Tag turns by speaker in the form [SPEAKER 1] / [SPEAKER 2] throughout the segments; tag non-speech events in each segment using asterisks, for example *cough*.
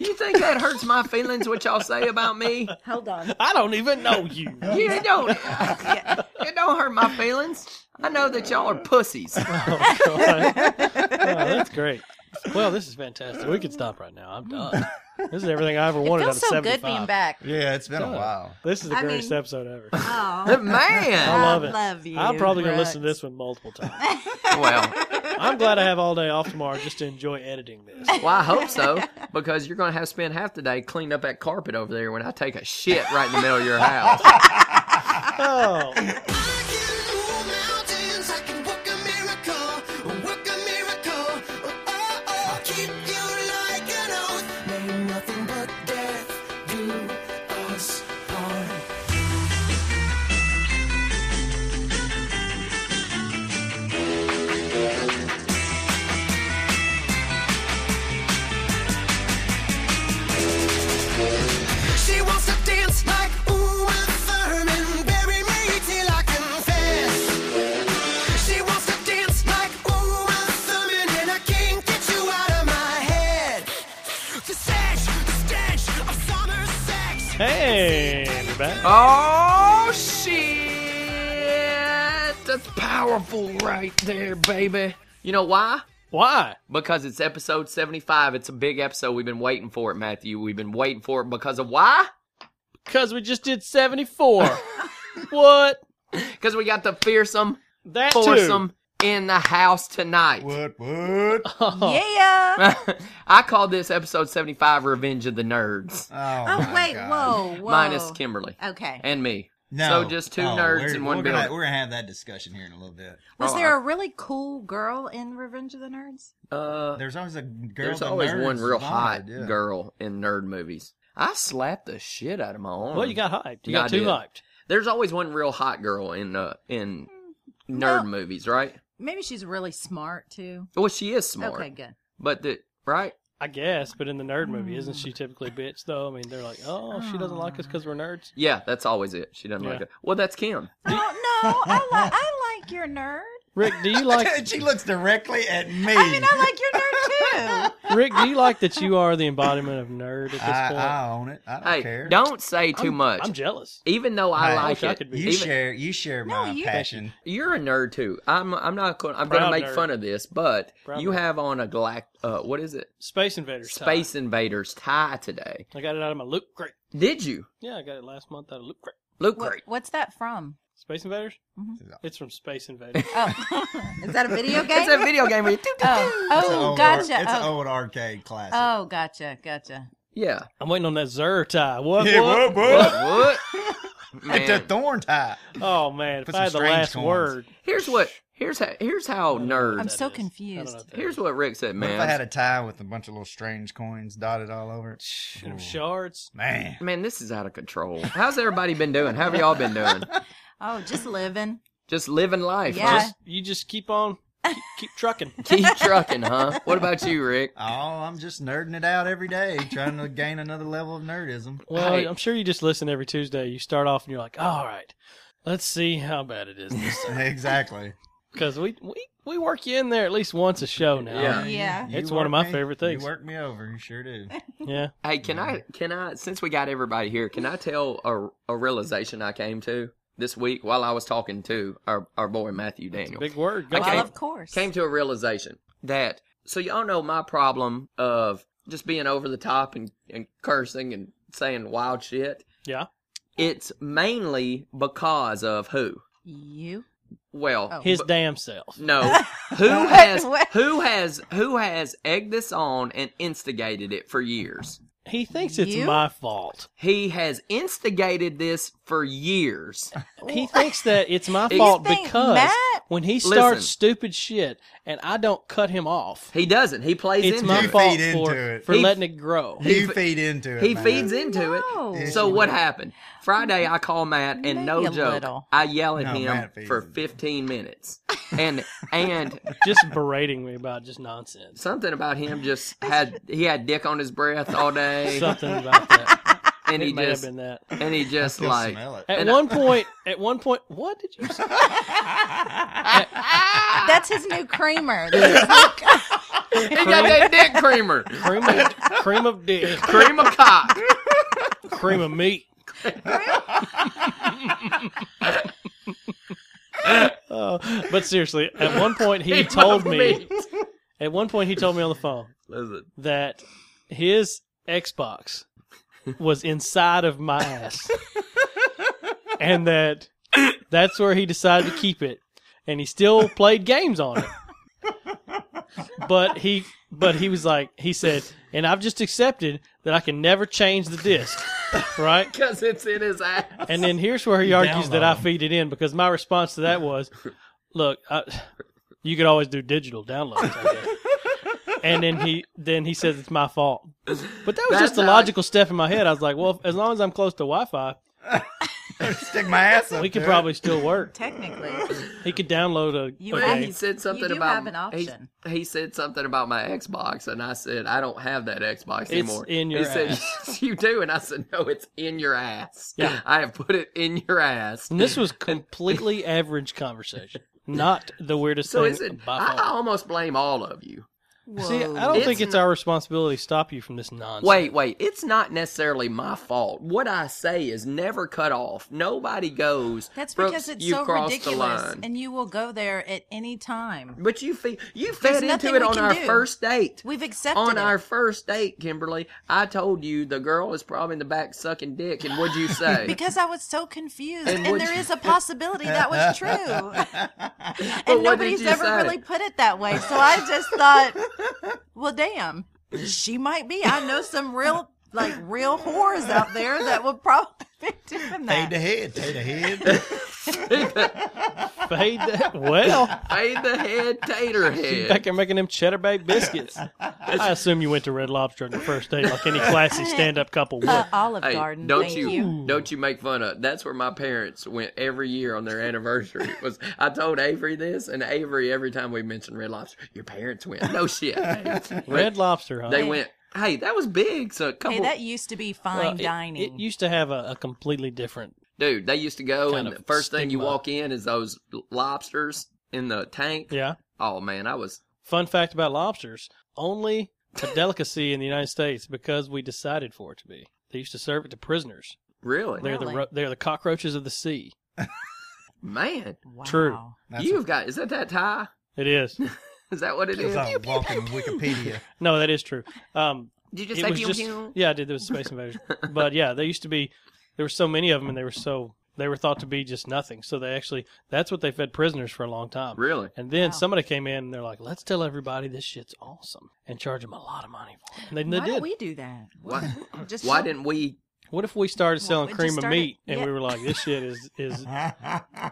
[SPEAKER 1] think that hurts my feelings what y'all say about me?
[SPEAKER 2] Hold on.
[SPEAKER 3] I don't even know
[SPEAKER 1] *laughs*
[SPEAKER 3] you.
[SPEAKER 1] Yeah, it don't. yeah, It don't hurt my feelings. I know that y'all are pussies. *laughs*
[SPEAKER 3] *laughs* Oh, God. Oh, that's great. Well, this is fantastic. We could stop right now.
[SPEAKER 2] *laughs*
[SPEAKER 3] I'm done. This is everything I ever
[SPEAKER 2] It
[SPEAKER 3] wanted out
[SPEAKER 2] feels
[SPEAKER 3] of
[SPEAKER 2] so good
[SPEAKER 3] 75.
[SPEAKER 2] being back.
[SPEAKER 3] *laughs*
[SPEAKER 4] Yeah, it's been a
[SPEAKER 3] Good.
[SPEAKER 4] while.
[SPEAKER 3] This is the
[SPEAKER 2] I
[SPEAKER 3] greatest
[SPEAKER 2] mean-
[SPEAKER 3] episode ever.
[SPEAKER 2] Oh,
[SPEAKER 1] Man,
[SPEAKER 3] love it.
[SPEAKER 2] you.
[SPEAKER 3] I'm probably going to listen to
[SPEAKER 2] Brooks.
[SPEAKER 3] this one multiple times.
[SPEAKER 1] well,
[SPEAKER 3] I'm glad I have all day off tomorrow just to enjoy editing
[SPEAKER 2] *laughs*
[SPEAKER 3] this.
[SPEAKER 1] well, I hope so because you're gonna have to spend half the day cleaning up that carpet over there when I take a shit right in the middle of your house.
[SPEAKER 3] Oh.
[SPEAKER 5] She wants to dance like Uma Thurman, bury me till I confess. She wants to dance like Uma Thurman, and I can't get you out of my head. The sex, the stench of summer sex.
[SPEAKER 3] Hey, we're back.
[SPEAKER 1] Oh shit! That's powerful right there, baby. You know why?
[SPEAKER 3] Why?
[SPEAKER 1] Because it's episode 75. It's a big episode. We've been waiting for it, Matthew. We've been waiting for it because of why?
[SPEAKER 3] Because we just did
[SPEAKER 2] *laughs*
[SPEAKER 3] 74. what?
[SPEAKER 1] Because we got the fearsome
[SPEAKER 3] That too.
[SPEAKER 1] foursome in the house tonight.
[SPEAKER 4] What? What? Oh,
[SPEAKER 2] Yeah.
[SPEAKER 1] *laughs* I call this episode 75 Revenge of the Nerds,
[SPEAKER 2] Oh
[SPEAKER 4] my
[SPEAKER 2] wait,
[SPEAKER 4] God.
[SPEAKER 2] whoa, whoa.
[SPEAKER 1] minus Kimberly
[SPEAKER 2] Okay.
[SPEAKER 1] and me.
[SPEAKER 4] No.
[SPEAKER 1] So just two
[SPEAKER 4] Oh,
[SPEAKER 1] nerds
[SPEAKER 4] we're-
[SPEAKER 1] in one
[SPEAKER 4] we're
[SPEAKER 1] building.
[SPEAKER 4] Gonna, we're gonna have that discussion here in a little bit.
[SPEAKER 2] Was
[SPEAKER 1] Oh,
[SPEAKER 2] there
[SPEAKER 1] I-
[SPEAKER 2] a really cool girl in Revenge of the Nerds?
[SPEAKER 1] Uh,
[SPEAKER 4] There's always a girl.
[SPEAKER 1] there's
[SPEAKER 4] that
[SPEAKER 1] always
[SPEAKER 4] nerds
[SPEAKER 1] one real
[SPEAKER 4] wanted,
[SPEAKER 1] hot
[SPEAKER 4] yeah.
[SPEAKER 1] girl in nerd movies. I slapped the shit out of my arm.
[SPEAKER 3] Well, you got hyped. You
[SPEAKER 1] Yeah, I
[SPEAKER 3] got too
[SPEAKER 1] did.
[SPEAKER 3] hyped.
[SPEAKER 1] There's always one real hot girl in uh, in nerd
[SPEAKER 2] Well-
[SPEAKER 1] movies, right?
[SPEAKER 2] Maybe she's really smart too.
[SPEAKER 1] Well, she is smart,
[SPEAKER 2] Okay, good.
[SPEAKER 1] but the right.
[SPEAKER 3] I guess, but in the nerd movie, isn't
[SPEAKER 2] Hmm.
[SPEAKER 3] she typically bitch though? I mean, they're like, oh, she doesn't like us because we're nerds.
[SPEAKER 1] Yeah, that's always it. She doesn't like
[SPEAKER 3] Yeah.
[SPEAKER 1] it. Well, that's Kim.
[SPEAKER 2] Oh no, I like I like your nerd.
[SPEAKER 3] Rick,
[SPEAKER 1] *laughs*
[SPEAKER 3] do you like?
[SPEAKER 4] *laughs* she looks directly at me.
[SPEAKER 2] I mean, I like your nerd too.
[SPEAKER 3] Rick, do you like that you are the embodiment of nerd at this
[SPEAKER 4] I,
[SPEAKER 3] point?
[SPEAKER 4] I own it. I don't
[SPEAKER 1] Hey,
[SPEAKER 4] care.
[SPEAKER 1] don't say too
[SPEAKER 3] I'm-
[SPEAKER 1] much.
[SPEAKER 3] I'm jealous.
[SPEAKER 1] Even though I
[SPEAKER 4] Hey, I
[SPEAKER 1] like
[SPEAKER 3] wish I
[SPEAKER 1] it,
[SPEAKER 3] could be-
[SPEAKER 4] You
[SPEAKER 1] even-
[SPEAKER 4] share. You share
[SPEAKER 2] No,
[SPEAKER 4] my
[SPEAKER 2] you-
[SPEAKER 4] passion.
[SPEAKER 1] you're a nerd too. I'm. I'm not going. I'm
[SPEAKER 3] Proud
[SPEAKER 1] going to make
[SPEAKER 3] nerd.
[SPEAKER 1] fun of this, but
[SPEAKER 3] Proud
[SPEAKER 1] you
[SPEAKER 3] nerd.
[SPEAKER 1] have on a galact. Uh, what is it?
[SPEAKER 3] Space Invaders. tie.
[SPEAKER 1] Space Invaders tie today.
[SPEAKER 3] I got it out of my loot crate.
[SPEAKER 1] Did you?
[SPEAKER 3] Yeah, I got it last month out of loot crate.
[SPEAKER 1] Look
[SPEAKER 2] What,
[SPEAKER 1] great.
[SPEAKER 2] what's that from?
[SPEAKER 3] Space Invaders.
[SPEAKER 1] Mm-hmm.
[SPEAKER 3] It's from Space
[SPEAKER 4] *laughs*
[SPEAKER 3] Invaders.
[SPEAKER 2] Oh, is that a video game?
[SPEAKER 1] It's a video game. Where you do, do,
[SPEAKER 2] oh,
[SPEAKER 1] do.
[SPEAKER 4] It's an
[SPEAKER 2] oh,
[SPEAKER 4] old
[SPEAKER 2] gotcha.
[SPEAKER 4] ar- It's an
[SPEAKER 2] oh.
[SPEAKER 4] old arcade classic.
[SPEAKER 2] oh, gotcha, gotcha.
[SPEAKER 1] Yeah.
[SPEAKER 2] *laughs*
[SPEAKER 3] I'm waiting on that Zer tie. What?
[SPEAKER 4] Yeah,
[SPEAKER 3] what?
[SPEAKER 4] what, what?
[SPEAKER 1] What?
[SPEAKER 4] It's a
[SPEAKER 1] Man.
[SPEAKER 4] thorn tie.
[SPEAKER 3] Oh man,
[SPEAKER 4] Put
[SPEAKER 3] if I had
[SPEAKER 4] some
[SPEAKER 3] the
[SPEAKER 4] strange
[SPEAKER 3] last
[SPEAKER 4] coins.
[SPEAKER 3] word,
[SPEAKER 1] Here's what. Here's how. Here's how
[SPEAKER 2] I'm
[SPEAKER 1] nerd.
[SPEAKER 2] so
[SPEAKER 3] is. I don't know
[SPEAKER 2] confused.
[SPEAKER 3] if that
[SPEAKER 1] Here's what Rick said,
[SPEAKER 4] What if I had
[SPEAKER 1] man.
[SPEAKER 4] a tie with a bunch of little strange coins dotted all over it?
[SPEAKER 3] Get them shards.
[SPEAKER 4] Man.
[SPEAKER 1] Man, this is out of control. How's everybody been doing? How have y'all been doing?
[SPEAKER 2] Oh, just living.
[SPEAKER 1] Just living life.
[SPEAKER 2] Yeah.
[SPEAKER 1] Just
[SPEAKER 3] You just keep on, keep, keep
[SPEAKER 4] *laughs*
[SPEAKER 3] trucking.
[SPEAKER 1] keep trucking, huh? What about you, Rick?
[SPEAKER 4] Oh, I'm just nerding it out every day, trying to gain another level of nerdism.
[SPEAKER 3] Well,
[SPEAKER 1] Hey.
[SPEAKER 3] I'm sure you just listen every Tuesday. You start off and you're like, all right, let's see how bad it is
[SPEAKER 4] *laughs*
[SPEAKER 3] this
[SPEAKER 4] exactly.
[SPEAKER 3] Because we, we, we work you in there at least once a show now.
[SPEAKER 1] Yeah.
[SPEAKER 2] Yeah.
[SPEAKER 4] You
[SPEAKER 3] It's one of my
[SPEAKER 4] work me-
[SPEAKER 3] favorite things.
[SPEAKER 4] You work me over. You
[SPEAKER 1] *laughs*
[SPEAKER 4] sure do.
[SPEAKER 3] Yeah.
[SPEAKER 1] Hey, can I? Can I? Since we got everybody here, can I tell a, a realization I came to this week while I was talking to our our boy Matthew Daniel?
[SPEAKER 3] Big word. Go
[SPEAKER 1] I
[SPEAKER 2] Well,
[SPEAKER 1] came-
[SPEAKER 2] of course.
[SPEAKER 1] came to a realization that so y'all know my problem of just being over the top and, and cursing and saying wild shit
[SPEAKER 3] Yeah.
[SPEAKER 1] it's mainly because of who
[SPEAKER 2] you.
[SPEAKER 1] well
[SPEAKER 2] Oh.
[SPEAKER 3] His
[SPEAKER 1] b-
[SPEAKER 3] damn self.
[SPEAKER 1] no who has who has who has egged this on and instigated it for years
[SPEAKER 3] He thinks it's
[SPEAKER 2] You?
[SPEAKER 3] my fault.
[SPEAKER 1] he has instigated this for years
[SPEAKER 3] He thinks that it's my
[SPEAKER 1] You
[SPEAKER 3] fault
[SPEAKER 2] think
[SPEAKER 3] because
[SPEAKER 2] Matt-
[SPEAKER 3] when he
[SPEAKER 1] Listen.
[SPEAKER 3] starts stupid shit and I don't cut him off,
[SPEAKER 1] he doesn't he plays
[SPEAKER 3] it's
[SPEAKER 1] into
[SPEAKER 3] my
[SPEAKER 1] it.
[SPEAKER 3] fault
[SPEAKER 4] feed
[SPEAKER 3] for,
[SPEAKER 4] into it.
[SPEAKER 3] for
[SPEAKER 1] He-
[SPEAKER 3] letting it grow.
[SPEAKER 1] *laughs*
[SPEAKER 4] You
[SPEAKER 1] fe-
[SPEAKER 4] feed into it.
[SPEAKER 1] He
[SPEAKER 4] man.
[SPEAKER 1] feeds into
[SPEAKER 2] No.
[SPEAKER 1] it. So what happened? Friday, I call Matt, and no
[SPEAKER 2] Maybe a
[SPEAKER 1] joke,
[SPEAKER 2] little.
[SPEAKER 1] I yell at
[SPEAKER 4] No,
[SPEAKER 1] him
[SPEAKER 4] Matt feeds
[SPEAKER 1] for
[SPEAKER 4] into it.
[SPEAKER 1] 15 minutes,
[SPEAKER 2] *laughs*
[SPEAKER 1] and and
[SPEAKER 3] just berating me about just
[SPEAKER 1] *laughs*
[SPEAKER 3] nonsense.
[SPEAKER 1] something about him just had he had dick on his breath all
[SPEAKER 3] *laughs*
[SPEAKER 1] day,
[SPEAKER 3] Something about that.
[SPEAKER 1] and *laughs* he
[SPEAKER 3] It may have
[SPEAKER 1] just
[SPEAKER 3] been that.
[SPEAKER 1] and he just
[SPEAKER 4] You'll
[SPEAKER 1] like
[SPEAKER 4] smell it.
[SPEAKER 3] At
[SPEAKER 1] And I-
[SPEAKER 3] one point, at one point, what did you say?
[SPEAKER 1] *laughs*
[SPEAKER 2] That's his new creamer. That's his new-
[SPEAKER 1] *laughs* He got that
[SPEAKER 2] *laughs*
[SPEAKER 1] dick creamer.
[SPEAKER 3] Cream of,
[SPEAKER 1] *laughs*
[SPEAKER 3] cream of dick.
[SPEAKER 1] Cream of cock.
[SPEAKER 3] Cream of meat. Oh, but seriously, at one point
[SPEAKER 1] *laughs*
[SPEAKER 3] he
[SPEAKER 1] Cream
[SPEAKER 3] told
[SPEAKER 1] of
[SPEAKER 3] me.
[SPEAKER 1] meat.
[SPEAKER 3] At one point he told me on the phone
[SPEAKER 1] Listen.
[SPEAKER 3] that his Xbox was inside of my ass, and that that's where he decided to keep it, and he still played games on it. But he, but he was like, he said, and I've just accepted that I can never change the disc, right?
[SPEAKER 1] Because it's in his ass.
[SPEAKER 3] And then here's where he argues that
[SPEAKER 4] download
[SPEAKER 3] I
[SPEAKER 4] them.
[SPEAKER 3] feed it in because my response to that was, "Look, I, you could always do digital downloads." I guess." and then he then he says it's my fault, but that was
[SPEAKER 1] That's
[SPEAKER 3] just the
[SPEAKER 1] how-
[SPEAKER 3] logical step in my head. I was like, "Well, as long as I'm close to Wi-Fi,
[SPEAKER 4] *laughs* Stick my ass up.
[SPEAKER 3] we could
[SPEAKER 1] *laughs*
[SPEAKER 4] there.
[SPEAKER 3] probably still work.
[SPEAKER 2] Technically,
[SPEAKER 3] He could download a,
[SPEAKER 2] You
[SPEAKER 3] a
[SPEAKER 2] have-
[SPEAKER 1] Well,
[SPEAKER 3] game.
[SPEAKER 1] he said something
[SPEAKER 2] do
[SPEAKER 1] about
[SPEAKER 2] have an option.
[SPEAKER 1] He, he said something about my Xbox, and I said I don't have that Xbox anymore.
[SPEAKER 3] in your
[SPEAKER 1] he said "Yes, you do, and I said no, it's in your ass.
[SPEAKER 3] Yeah.
[SPEAKER 1] I have put it in your ass.
[SPEAKER 3] And this was completely average conversation, not the weirdest
[SPEAKER 1] so
[SPEAKER 3] thing
[SPEAKER 1] is it?
[SPEAKER 3] by
[SPEAKER 1] I, I
[SPEAKER 3] far.
[SPEAKER 1] almost blame all of you.
[SPEAKER 2] whoa.
[SPEAKER 3] See, I don't
[SPEAKER 1] It's
[SPEAKER 3] think it's
[SPEAKER 1] n-
[SPEAKER 3] our responsibility to stop you from this nonsense.
[SPEAKER 1] Wait, wait. It's not necessarily my fault. What I say is never cut off. Nobody goes.
[SPEAKER 2] That's
[SPEAKER 1] "Brooks,
[SPEAKER 2] because it's
[SPEAKER 1] you
[SPEAKER 2] so
[SPEAKER 1] crossed The
[SPEAKER 2] ridiculous,
[SPEAKER 1] line.
[SPEAKER 2] and you will go there at any time.
[SPEAKER 1] but you fe- you
[SPEAKER 2] There's
[SPEAKER 1] fed
[SPEAKER 2] nothing
[SPEAKER 1] into
[SPEAKER 2] we
[SPEAKER 1] it on
[SPEAKER 2] can
[SPEAKER 1] our
[SPEAKER 2] do.
[SPEAKER 1] first date.
[SPEAKER 2] We've accepted
[SPEAKER 1] on *laughs*
[SPEAKER 2] it.
[SPEAKER 1] our first date, Kimberly, I told you the girl is probably in the back sucking dick, and what'd you
[SPEAKER 3] *laughs*
[SPEAKER 1] say?
[SPEAKER 2] because I was so confused,
[SPEAKER 1] And
[SPEAKER 2] and,
[SPEAKER 1] would
[SPEAKER 2] there
[SPEAKER 1] you-
[SPEAKER 2] is a possibility
[SPEAKER 1] *laughs*
[SPEAKER 2] that was true, and
[SPEAKER 1] did
[SPEAKER 2] nobody's
[SPEAKER 1] you
[SPEAKER 2] ever
[SPEAKER 1] say?
[SPEAKER 2] really put it that way. So I just thought,
[SPEAKER 1] *laughs*
[SPEAKER 2] well, damn, she might be. I know some real, like, real whores out there that would probably be doing
[SPEAKER 4] Take the
[SPEAKER 2] that.
[SPEAKER 4] head. Take the
[SPEAKER 1] *laughs*
[SPEAKER 4] head.
[SPEAKER 3] Fade that. Well,
[SPEAKER 1] Fade the head, tater
[SPEAKER 3] *laughs* back
[SPEAKER 1] head.
[SPEAKER 3] there making them cheddar bay biscuits. *laughs* I assume you went to Red Lobster on your first date, like any classy stand-up couple would.
[SPEAKER 2] Uh, Olive
[SPEAKER 1] Hey,
[SPEAKER 2] Garden,
[SPEAKER 1] don't
[SPEAKER 2] thank
[SPEAKER 1] you,
[SPEAKER 2] you.
[SPEAKER 1] don't you make fun of. That's where my parents went every year on their anniversary. It was I told Avery this, and Avery every time we mentioned Red Lobster, your parents went. No shit, Dave."
[SPEAKER 3] *laughs* Red Lobster, huh?
[SPEAKER 1] they went. Hey, that was big. So a couple,
[SPEAKER 2] Hey, that used to be fine
[SPEAKER 3] Well, it-
[SPEAKER 2] dining.
[SPEAKER 3] It, used to have a, a completely different.
[SPEAKER 1] dude, they used to go,
[SPEAKER 3] Kind
[SPEAKER 1] and the
[SPEAKER 3] of
[SPEAKER 1] first thing you
[SPEAKER 3] stigma.
[SPEAKER 1] walk in is those lobsters in the tank.
[SPEAKER 3] Yeah.
[SPEAKER 1] Oh man, I was
[SPEAKER 3] Fun fact about lobsters: only a *laughs* delicacy in the United States because we decided for it to be. They used to serve it to prisoners.
[SPEAKER 1] really
[SPEAKER 3] They're the
[SPEAKER 2] Really?
[SPEAKER 3] ro- they're the cockroaches of the *laughs* sea.
[SPEAKER 1] man.
[SPEAKER 2] wow.
[SPEAKER 3] True.
[SPEAKER 4] That's
[SPEAKER 1] You've got is that that tie?
[SPEAKER 3] It is.
[SPEAKER 1] Is that what it
[SPEAKER 4] It's
[SPEAKER 1] is?
[SPEAKER 4] on walking
[SPEAKER 1] *laughs*
[SPEAKER 4] Wikipedia. *laughs*
[SPEAKER 3] No, that is true. Um,
[SPEAKER 1] Did you
[SPEAKER 3] it
[SPEAKER 1] just say
[SPEAKER 3] was
[SPEAKER 1] pew
[SPEAKER 3] just
[SPEAKER 1] pew?
[SPEAKER 3] yeah, I did. There
[SPEAKER 2] *laughs*
[SPEAKER 3] was Space Invaders, but yeah, there used to be there were so many of them, and they were so they were thought to be just nothing. So they actually that's what they fed prisoners for a long time.
[SPEAKER 1] Really?
[SPEAKER 3] And then
[SPEAKER 2] Wow.
[SPEAKER 3] somebody came in and they're like, "Let's tell everybody this shit's awesome and charge them a lot of money for it." And they,
[SPEAKER 2] Why
[SPEAKER 3] they
[SPEAKER 2] don't
[SPEAKER 3] did.
[SPEAKER 2] we do that?
[SPEAKER 1] Why,
[SPEAKER 2] Just
[SPEAKER 1] why didn't we?
[SPEAKER 3] What if we started
[SPEAKER 2] Well,
[SPEAKER 3] selling
[SPEAKER 2] it just
[SPEAKER 3] cream of
[SPEAKER 2] started-
[SPEAKER 3] meat and
[SPEAKER 2] yeah.
[SPEAKER 3] we were like, "This shit is
[SPEAKER 2] *laughs*
[SPEAKER 3] is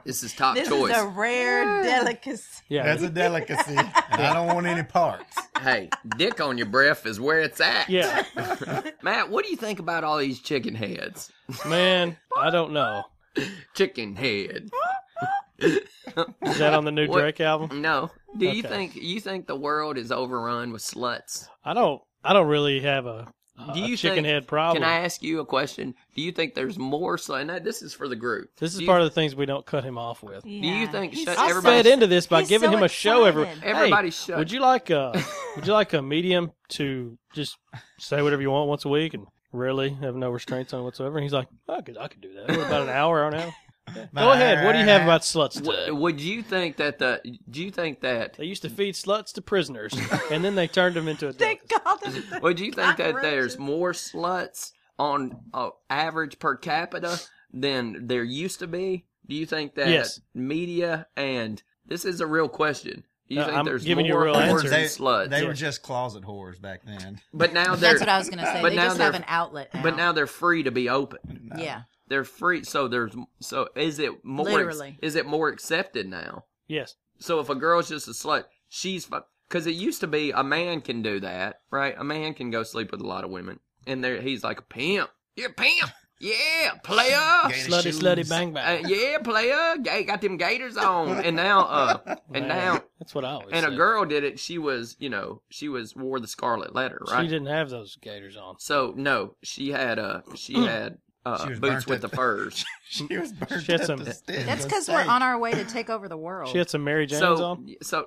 [SPEAKER 1] This is top
[SPEAKER 2] this
[SPEAKER 1] choice.
[SPEAKER 2] is a rare delicacy.
[SPEAKER 3] yeah."
[SPEAKER 4] That's a delicacy. and I don't want any parts.
[SPEAKER 1] *laughs* Hey, dick on your breath is where it's at.
[SPEAKER 2] *laughs*
[SPEAKER 3] yeah,
[SPEAKER 1] Matt, what do you think about all these chicken heads?
[SPEAKER 3] man, I don't know.
[SPEAKER 1] Chicken head.
[SPEAKER 3] Is that on the new
[SPEAKER 1] What-
[SPEAKER 3] Drake album?
[SPEAKER 1] No. Do you
[SPEAKER 3] Okay.
[SPEAKER 1] think you think the world is overrun with sluts?
[SPEAKER 3] I don't. I don't really have a, a
[SPEAKER 1] Do you
[SPEAKER 3] chicken
[SPEAKER 1] think-
[SPEAKER 3] head problem.
[SPEAKER 1] Can I ask you a question? Do you think there's more slut? And that- this is for the group.
[SPEAKER 3] this is
[SPEAKER 1] do you,
[SPEAKER 3] part of the things we don't cut him off with.
[SPEAKER 1] Do you think shut,
[SPEAKER 3] I
[SPEAKER 1] everybody?
[SPEAKER 3] fed into this by
[SPEAKER 2] he's
[SPEAKER 3] giving
[SPEAKER 2] so
[SPEAKER 3] him a show every
[SPEAKER 2] excited.
[SPEAKER 3] Hey,
[SPEAKER 1] Everybody shut.
[SPEAKER 3] Would you like a would you like a medium to just say whatever you want once a week and really have no restraints on it whatsoever? And he's like, I could I could do that. What about an hour on hour? Go ahead. What do you have about sluts
[SPEAKER 1] W-
[SPEAKER 3] today?
[SPEAKER 1] would you think that the? Do you think that?
[SPEAKER 3] They used to feed sluts to prisoners, and then they turned them into
[SPEAKER 2] They
[SPEAKER 3] adults.
[SPEAKER 2] called him the *laughs*
[SPEAKER 1] Would you think that there's
[SPEAKER 2] cockroaches.
[SPEAKER 1] more sluts on uh, average per capita than there used to be? Do you think that
[SPEAKER 3] Yes.
[SPEAKER 1] media and this is a real question? Do you
[SPEAKER 3] Uh,
[SPEAKER 1] think
[SPEAKER 3] I'm
[SPEAKER 1] there's
[SPEAKER 3] giving you a
[SPEAKER 1] more
[SPEAKER 3] real
[SPEAKER 1] whores
[SPEAKER 3] answer.
[SPEAKER 1] and sluts?
[SPEAKER 4] They were just closet whores back then. *laughs*
[SPEAKER 1] but now they're
[SPEAKER 2] That's what I was going to say.
[SPEAKER 1] But
[SPEAKER 2] They
[SPEAKER 1] now
[SPEAKER 2] just have
[SPEAKER 1] they're-
[SPEAKER 2] an outlet now.
[SPEAKER 1] but now they're free to be open.
[SPEAKER 2] yeah.
[SPEAKER 1] They're free, so there's so is it more ex-
[SPEAKER 2] Literally.
[SPEAKER 1] is it more accepted now?
[SPEAKER 3] Yes.
[SPEAKER 1] So if a girl's just a slut, she's because it used to be a man can do that, right? A man can go sleep with a lot of women, and there he's like a pimp. You're a pimp, yeah, player,
[SPEAKER 4] Gator
[SPEAKER 3] Slutty,
[SPEAKER 4] shoes.
[SPEAKER 3] slutty, bang,
[SPEAKER 1] uh,
[SPEAKER 3] bang.
[SPEAKER 1] yeah, player. Gay got them gators on, and now,
[SPEAKER 4] *laughs*
[SPEAKER 1] uh, and
[SPEAKER 3] Man,
[SPEAKER 1] now,
[SPEAKER 3] that's what I always.
[SPEAKER 1] and a
[SPEAKER 3] said.
[SPEAKER 1] girl did it. She was, you know, she was wore the scarlet letter,
[SPEAKER 3] She
[SPEAKER 1] right?
[SPEAKER 3] didn't have those gators on.
[SPEAKER 1] So no, she had uh,
[SPEAKER 3] *clears throat*
[SPEAKER 1] she had uh,
[SPEAKER 4] She was
[SPEAKER 1] boots
[SPEAKER 4] burnt
[SPEAKER 1] with the
[SPEAKER 4] up.
[SPEAKER 1] furs.
[SPEAKER 4] *laughs* *laughs* She was burnt
[SPEAKER 3] She had
[SPEAKER 4] up
[SPEAKER 3] some-
[SPEAKER 4] to stick.
[SPEAKER 1] Oh.
[SPEAKER 2] That's because we're on our way to take over the world.
[SPEAKER 3] She had some Mary Janes
[SPEAKER 1] so *laughs*
[SPEAKER 3] on.
[SPEAKER 1] so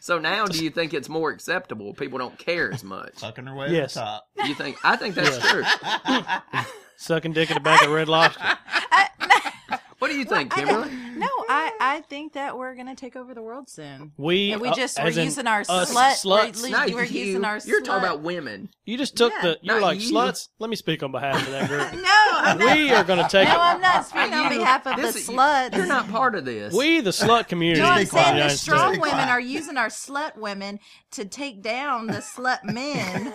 [SPEAKER 1] So now, do you think it's more acceptable? People don't care as much.
[SPEAKER 4] Sucking her way
[SPEAKER 3] Yes.
[SPEAKER 4] to the top.
[SPEAKER 1] You think? I think that's true.
[SPEAKER 3] Sucking dick in the back of Red Lobster.
[SPEAKER 1] *laughs* What do you think,
[SPEAKER 2] I
[SPEAKER 1] Kimberly?
[SPEAKER 2] don't- no, I, I think that we're gonna take over the world soon.
[SPEAKER 3] We
[SPEAKER 2] And we
[SPEAKER 3] uh,
[SPEAKER 2] just
[SPEAKER 3] as
[SPEAKER 2] we're
[SPEAKER 3] in
[SPEAKER 2] using our
[SPEAKER 3] us
[SPEAKER 2] slut. we're
[SPEAKER 3] sluts.
[SPEAKER 2] li-
[SPEAKER 1] No,
[SPEAKER 2] we're
[SPEAKER 1] you,
[SPEAKER 2] using our.
[SPEAKER 1] you're talking
[SPEAKER 2] slut.
[SPEAKER 1] about women.
[SPEAKER 3] You just took
[SPEAKER 2] Yeah,
[SPEAKER 3] the. You're
[SPEAKER 1] not
[SPEAKER 3] like
[SPEAKER 1] you.
[SPEAKER 3] sluts. Let me speak on behalf of that group.
[SPEAKER 2] *laughs* No, I'm not.
[SPEAKER 3] we are going to take.
[SPEAKER 2] No,
[SPEAKER 3] it.
[SPEAKER 2] I'm not speaking
[SPEAKER 1] You-
[SPEAKER 2] on behalf of
[SPEAKER 1] this-
[SPEAKER 2] the sluts.
[SPEAKER 1] You're not part of this.
[SPEAKER 3] We, the slut community.
[SPEAKER 2] No, I'm
[SPEAKER 4] Just be quiet.
[SPEAKER 2] saying the
[SPEAKER 3] United States.
[SPEAKER 2] strong
[SPEAKER 4] Just be
[SPEAKER 2] women
[SPEAKER 4] quiet.
[SPEAKER 2] are using our slut women to take down the slut
[SPEAKER 3] *laughs*
[SPEAKER 2] men.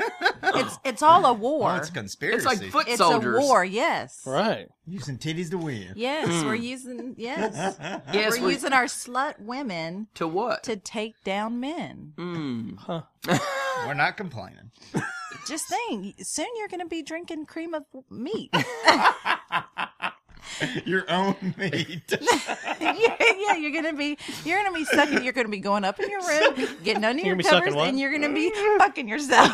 [SPEAKER 2] it's it's all a
[SPEAKER 4] Oh,
[SPEAKER 2] war.
[SPEAKER 4] it's a conspiracy.
[SPEAKER 1] it's like foot
[SPEAKER 2] it's
[SPEAKER 1] soldiers.
[SPEAKER 2] a war. Yes.
[SPEAKER 3] Right.
[SPEAKER 4] Using titties to win.
[SPEAKER 2] Yes, we're using
[SPEAKER 3] *laughs*
[SPEAKER 2] yes.
[SPEAKER 1] Yes,
[SPEAKER 2] we're using our slut women
[SPEAKER 1] to what?
[SPEAKER 2] to take down men.
[SPEAKER 4] We're not complaining.
[SPEAKER 2] Just saying, soon you're going to be drinking cream of meat.
[SPEAKER 3] *laughs*
[SPEAKER 2] *laughs*
[SPEAKER 4] *laughs* Your own meat. *laughs*
[SPEAKER 2] yeah, yeah, you're going to be you're going to be sucking. You're going to be going up in your room, getting under your
[SPEAKER 3] You're gonna be sucking
[SPEAKER 2] covers,
[SPEAKER 3] what?
[SPEAKER 2] and you're going
[SPEAKER 3] *laughs*
[SPEAKER 2] to be fucking yourself.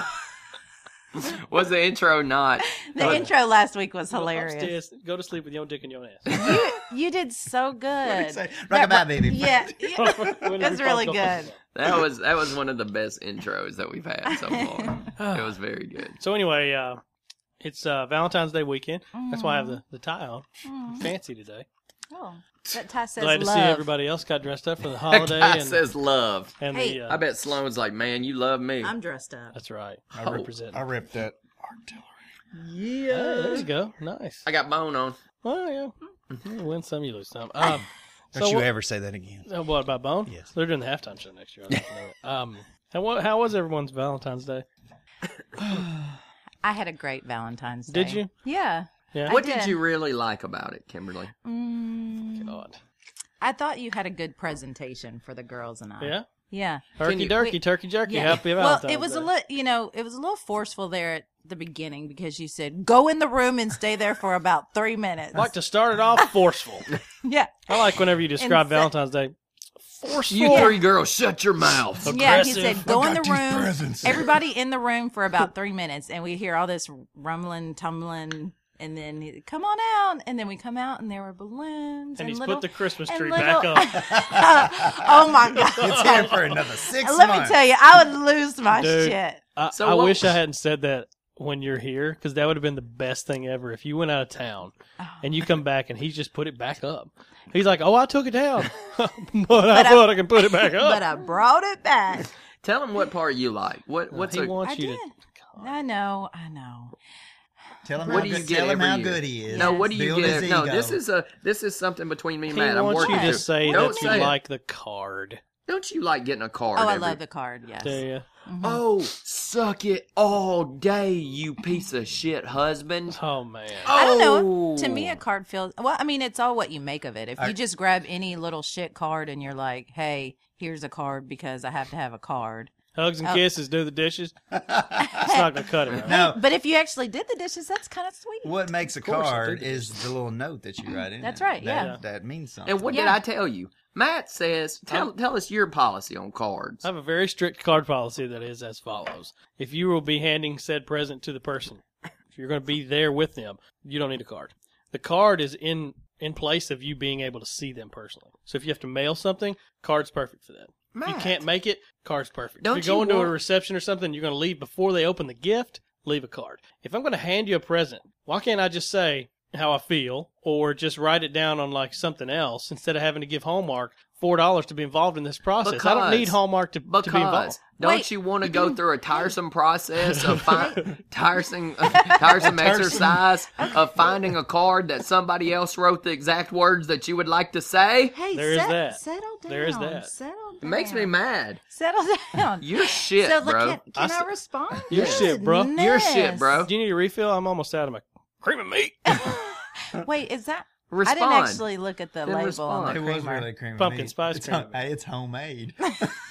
[SPEAKER 1] Was the intro not?
[SPEAKER 2] the intro last week was hilarious.
[SPEAKER 3] Upstairs, go to sleep with your own dick in your
[SPEAKER 2] *laughs*
[SPEAKER 3] ass. *laughs*
[SPEAKER 2] You, you did so good.
[SPEAKER 4] say?
[SPEAKER 2] That-
[SPEAKER 4] Rockabye, baby.
[SPEAKER 2] Yeah, yeah.
[SPEAKER 3] *laughs*
[SPEAKER 2] that's really good.
[SPEAKER 1] That was that was one of the best intros that we've had so far.
[SPEAKER 3] *laughs*
[SPEAKER 1] it was very good.
[SPEAKER 3] So anyway, uh, it's uh, Valentine's Day weekend. That's why I have the,
[SPEAKER 2] Mm-hmm.
[SPEAKER 3] the tie on. Fancy today.
[SPEAKER 2] Oh, that tie Mm-hmm. says
[SPEAKER 3] Glad to
[SPEAKER 2] love.
[SPEAKER 3] see everybody else got dressed up for the
[SPEAKER 1] That
[SPEAKER 3] holiday.
[SPEAKER 1] guy
[SPEAKER 3] and,
[SPEAKER 1] says love.
[SPEAKER 3] and
[SPEAKER 2] Hey.
[SPEAKER 3] the, uh,
[SPEAKER 1] I bet Sloan's like, man, you love me.
[SPEAKER 2] I'm dressed up.
[SPEAKER 3] That's right.
[SPEAKER 2] Oh.
[SPEAKER 4] I
[SPEAKER 3] represent.
[SPEAKER 4] I ripped it.
[SPEAKER 3] Yeah. there you go. Nice.
[SPEAKER 1] I got bone on.
[SPEAKER 3] Well, yeah.
[SPEAKER 2] Mm-hmm.
[SPEAKER 3] You win some, you lose some. Um,
[SPEAKER 4] Don't
[SPEAKER 3] So
[SPEAKER 4] you
[SPEAKER 3] what-
[SPEAKER 4] ever say that again.
[SPEAKER 3] oh, what about Bone?
[SPEAKER 4] Yes.
[SPEAKER 3] They're doing the halftime show next year.
[SPEAKER 1] *laughs*
[SPEAKER 3] I don't know it. um, how, wa- how was everyone's Valentine's Day?
[SPEAKER 2] I had a great Valentine's Day.
[SPEAKER 3] Did you?
[SPEAKER 2] Yeah.
[SPEAKER 3] Yeah.
[SPEAKER 2] I
[SPEAKER 1] What did
[SPEAKER 2] did.
[SPEAKER 1] you really like about it, Kimberly?
[SPEAKER 2] Mm,
[SPEAKER 3] God.
[SPEAKER 2] I thought you had a good presentation for the girls and I.
[SPEAKER 3] Yeah.
[SPEAKER 2] Yeah.
[SPEAKER 3] Turkey,
[SPEAKER 1] you-
[SPEAKER 3] turkey,
[SPEAKER 2] we-
[SPEAKER 3] turkey, jerky.
[SPEAKER 2] Yeah.
[SPEAKER 3] Happy
[SPEAKER 2] well,
[SPEAKER 3] Valentine's
[SPEAKER 2] it was
[SPEAKER 3] Day.
[SPEAKER 2] a little, you know, it was a little forceful there at the beginning because you said go in the room and stay there for about three minutes.
[SPEAKER 3] like to start it off forceful.
[SPEAKER 2] *laughs* Yeah.
[SPEAKER 3] I like whenever you describe
[SPEAKER 2] Inse-
[SPEAKER 3] Valentine's Day. Forceful.
[SPEAKER 1] You three girls, shut your mouth.
[SPEAKER 2] Yeah, he
[SPEAKER 3] Aggressive.
[SPEAKER 2] said, go in the
[SPEAKER 4] got these
[SPEAKER 2] room.
[SPEAKER 4] presents.
[SPEAKER 2] Everybody in the room for about three minutes, and we hear all this rumbling, tumbling, and then he- come on out. And then we come out, and there were balloons. And,
[SPEAKER 3] and he's
[SPEAKER 2] little,
[SPEAKER 3] put the Christmas
[SPEAKER 2] and
[SPEAKER 3] tree
[SPEAKER 2] little-
[SPEAKER 3] back
[SPEAKER 2] *laughs*
[SPEAKER 3] up.
[SPEAKER 2] oh my god! *laughs*
[SPEAKER 4] It's here for another six
[SPEAKER 2] Let me
[SPEAKER 4] months.
[SPEAKER 2] tell you, I would lose my
[SPEAKER 3] Dude.
[SPEAKER 2] shit.
[SPEAKER 3] I,
[SPEAKER 1] So
[SPEAKER 3] I
[SPEAKER 1] what-
[SPEAKER 3] wish I hadn't said that when you're here because that would have been the best thing ever. If you went out of town
[SPEAKER 2] Oh.
[SPEAKER 3] and you come back and he's just put it
[SPEAKER 2] *laughs*
[SPEAKER 3] back up, he's like, "Oh, I took it down, *laughs* but, I
[SPEAKER 2] I-
[SPEAKER 3] thought I can put it back up."
[SPEAKER 2] *laughs* But I brought it back.
[SPEAKER 1] Tell them what part you like. What what's
[SPEAKER 3] Uh, he
[SPEAKER 1] a,
[SPEAKER 3] wants
[SPEAKER 2] I
[SPEAKER 3] you
[SPEAKER 2] did.
[SPEAKER 3] to?
[SPEAKER 2] I know, I know.
[SPEAKER 4] Tell him
[SPEAKER 1] What
[SPEAKER 4] how,
[SPEAKER 1] do you
[SPEAKER 4] good,
[SPEAKER 1] get
[SPEAKER 4] tell him
[SPEAKER 1] every
[SPEAKER 4] how
[SPEAKER 1] year?
[SPEAKER 4] good he is.
[SPEAKER 1] No, what do you
[SPEAKER 4] Build his
[SPEAKER 1] get? No,
[SPEAKER 4] ego.
[SPEAKER 1] this is a this is something between me and
[SPEAKER 3] He
[SPEAKER 1] Matt. I'm
[SPEAKER 3] wants
[SPEAKER 1] working
[SPEAKER 3] you to
[SPEAKER 1] through.
[SPEAKER 3] say
[SPEAKER 1] Don't
[SPEAKER 3] that you
[SPEAKER 1] say it.
[SPEAKER 3] like the card.
[SPEAKER 1] Don't you like getting a card?
[SPEAKER 2] Oh, I
[SPEAKER 1] every-
[SPEAKER 2] love the card. Yes.
[SPEAKER 3] Do you?
[SPEAKER 1] Oh, suck it all day, you piece of shit husband.
[SPEAKER 3] *laughs* Oh man,
[SPEAKER 2] I don't know.
[SPEAKER 1] Oh.
[SPEAKER 2] To me, a card feels well. I mean, it's all what you make of it. If you just grab any little shit card and you're like, "Hey, here's a card because I have to have a card,"
[SPEAKER 3] hugs and
[SPEAKER 2] Oh.
[SPEAKER 3] kisses, do
[SPEAKER 1] *laughs*
[SPEAKER 3] the dishes. it's not gonna cut it. Right?
[SPEAKER 4] No.
[SPEAKER 2] But if you actually did the dishes, that's kind of sweet.
[SPEAKER 4] What makes a
[SPEAKER 3] course I
[SPEAKER 4] card
[SPEAKER 3] do.
[SPEAKER 4] is the little note that you write in.
[SPEAKER 2] That's
[SPEAKER 4] it.
[SPEAKER 2] right,
[SPEAKER 4] That,
[SPEAKER 2] yeah.
[SPEAKER 4] That means something.
[SPEAKER 1] And what did
[SPEAKER 2] Yeah.
[SPEAKER 1] I tell you? Matt says, tell, tell us your policy on cards.
[SPEAKER 3] I have a very strict card policy that is as follows. If you will be handing said present to the person, if you're going to be there with them, you don't need a card. The card is in in place of you being able to see them personally. So if you have to mail something, card's perfect for that. If
[SPEAKER 1] Matt.
[SPEAKER 3] you can't make it, card's perfect.
[SPEAKER 1] Don't
[SPEAKER 3] if you're going
[SPEAKER 1] you
[SPEAKER 3] to
[SPEAKER 1] want-
[SPEAKER 3] a reception or something, you're going to leave before they open the gift, leave a card. If I'm going to hand you a present, why can't I just say how I feel or just write it down on like something else instead of having to give Hallmark $4 to be involved in this process? I don't
[SPEAKER 1] Because-
[SPEAKER 3] need Hallmark to, to be involved.
[SPEAKER 1] Because don't
[SPEAKER 2] Wait.
[SPEAKER 1] you want to go through a tiresome process
[SPEAKER 3] *laughs*
[SPEAKER 1] of fi-
[SPEAKER 2] *laughs*
[SPEAKER 1] tiresome, *laughs* tiresome exercise of finding a card that somebody else wrote the exact words that you would like to say?
[SPEAKER 2] Hey,
[SPEAKER 3] There is
[SPEAKER 2] set-
[SPEAKER 3] that.
[SPEAKER 2] settle down.
[SPEAKER 3] There is that.
[SPEAKER 2] Settle down.
[SPEAKER 1] It makes me mad. *laughs*
[SPEAKER 2] Settle down.
[SPEAKER 1] You're shit,
[SPEAKER 2] so, like,
[SPEAKER 1] bro.
[SPEAKER 2] Can, can
[SPEAKER 3] I
[SPEAKER 2] I,
[SPEAKER 3] s-
[SPEAKER 2] respond?
[SPEAKER 3] You're shit, bro.
[SPEAKER 1] You're shit, bro.
[SPEAKER 3] Do you need a refill? I'm almost out of my cream of meat.
[SPEAKER 2] Goodness. Wait, is that? I
[SPEAKER 1] Respond.
[SPEAKER 2] didn't actually look at the label on
[SPEAKER 1] respond.
[SPEAKER 4] It
[SPEAKER 2] the
[SPEAKER 4] was
[SPEAKER 2] creamer.
[SPEAKER 4] really cream. of
[SPEAKER 3] Pumpkin
[SPEAKER 4] meat.
[SPEAKER 3] spice
[SPEAKER 4] It's,
[SPEAKER 3] cream
[SPEAKER 4] hom-
[SPEAKER 3] of meat.
[SPEAKER 4] hey,
[SPEAKER 2] *laughs*
[SPEAKER 4] it's homemade.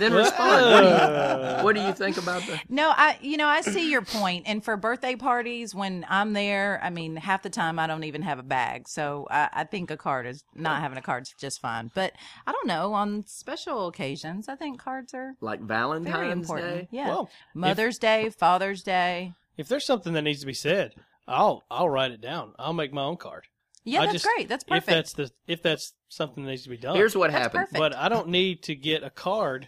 [SPEAKER 1] Then respond. What do,
[SPEAKER 3] *laughs*
[SPEAKER 1] you, what do you think about the?
[SPEAKER 2] No, I you know, I see your point. And for birthday parties when I'm there, I mean, half the time I don't even have a bag. So I, I think a card is not having a card's just fine. But I don't know, on special occasions I think cards are
[SPEAKER 1] Like
[SPEAKER 2] very
[SPEAKER 1] Valentine's
[SPEAKER 2] important.
[SPEAKER 1] Day?
[SPEAKER 2] Yeah.
[SPEAKER 3] Well, if-
[SPEAKER 2] Mother's Day, Father's Day.
[SPEAKER 3] If there's something that needs to be said, I'll I'll write it down. I'll make my own card.
[SPEAKER 2] Yeah,
[SPEAKER 3] I
[SPEAKER 2] that's
[SPEAKER 3] just-
[SPEAKER 2] great. That's perfect.
[SPEAKER 3] If that's the if that's something that needs to be done.
[SPEAKER 1] Here's what happened.
[SPEAKER 2] perfect.
[SPEAKER 3] but I don't need to get a card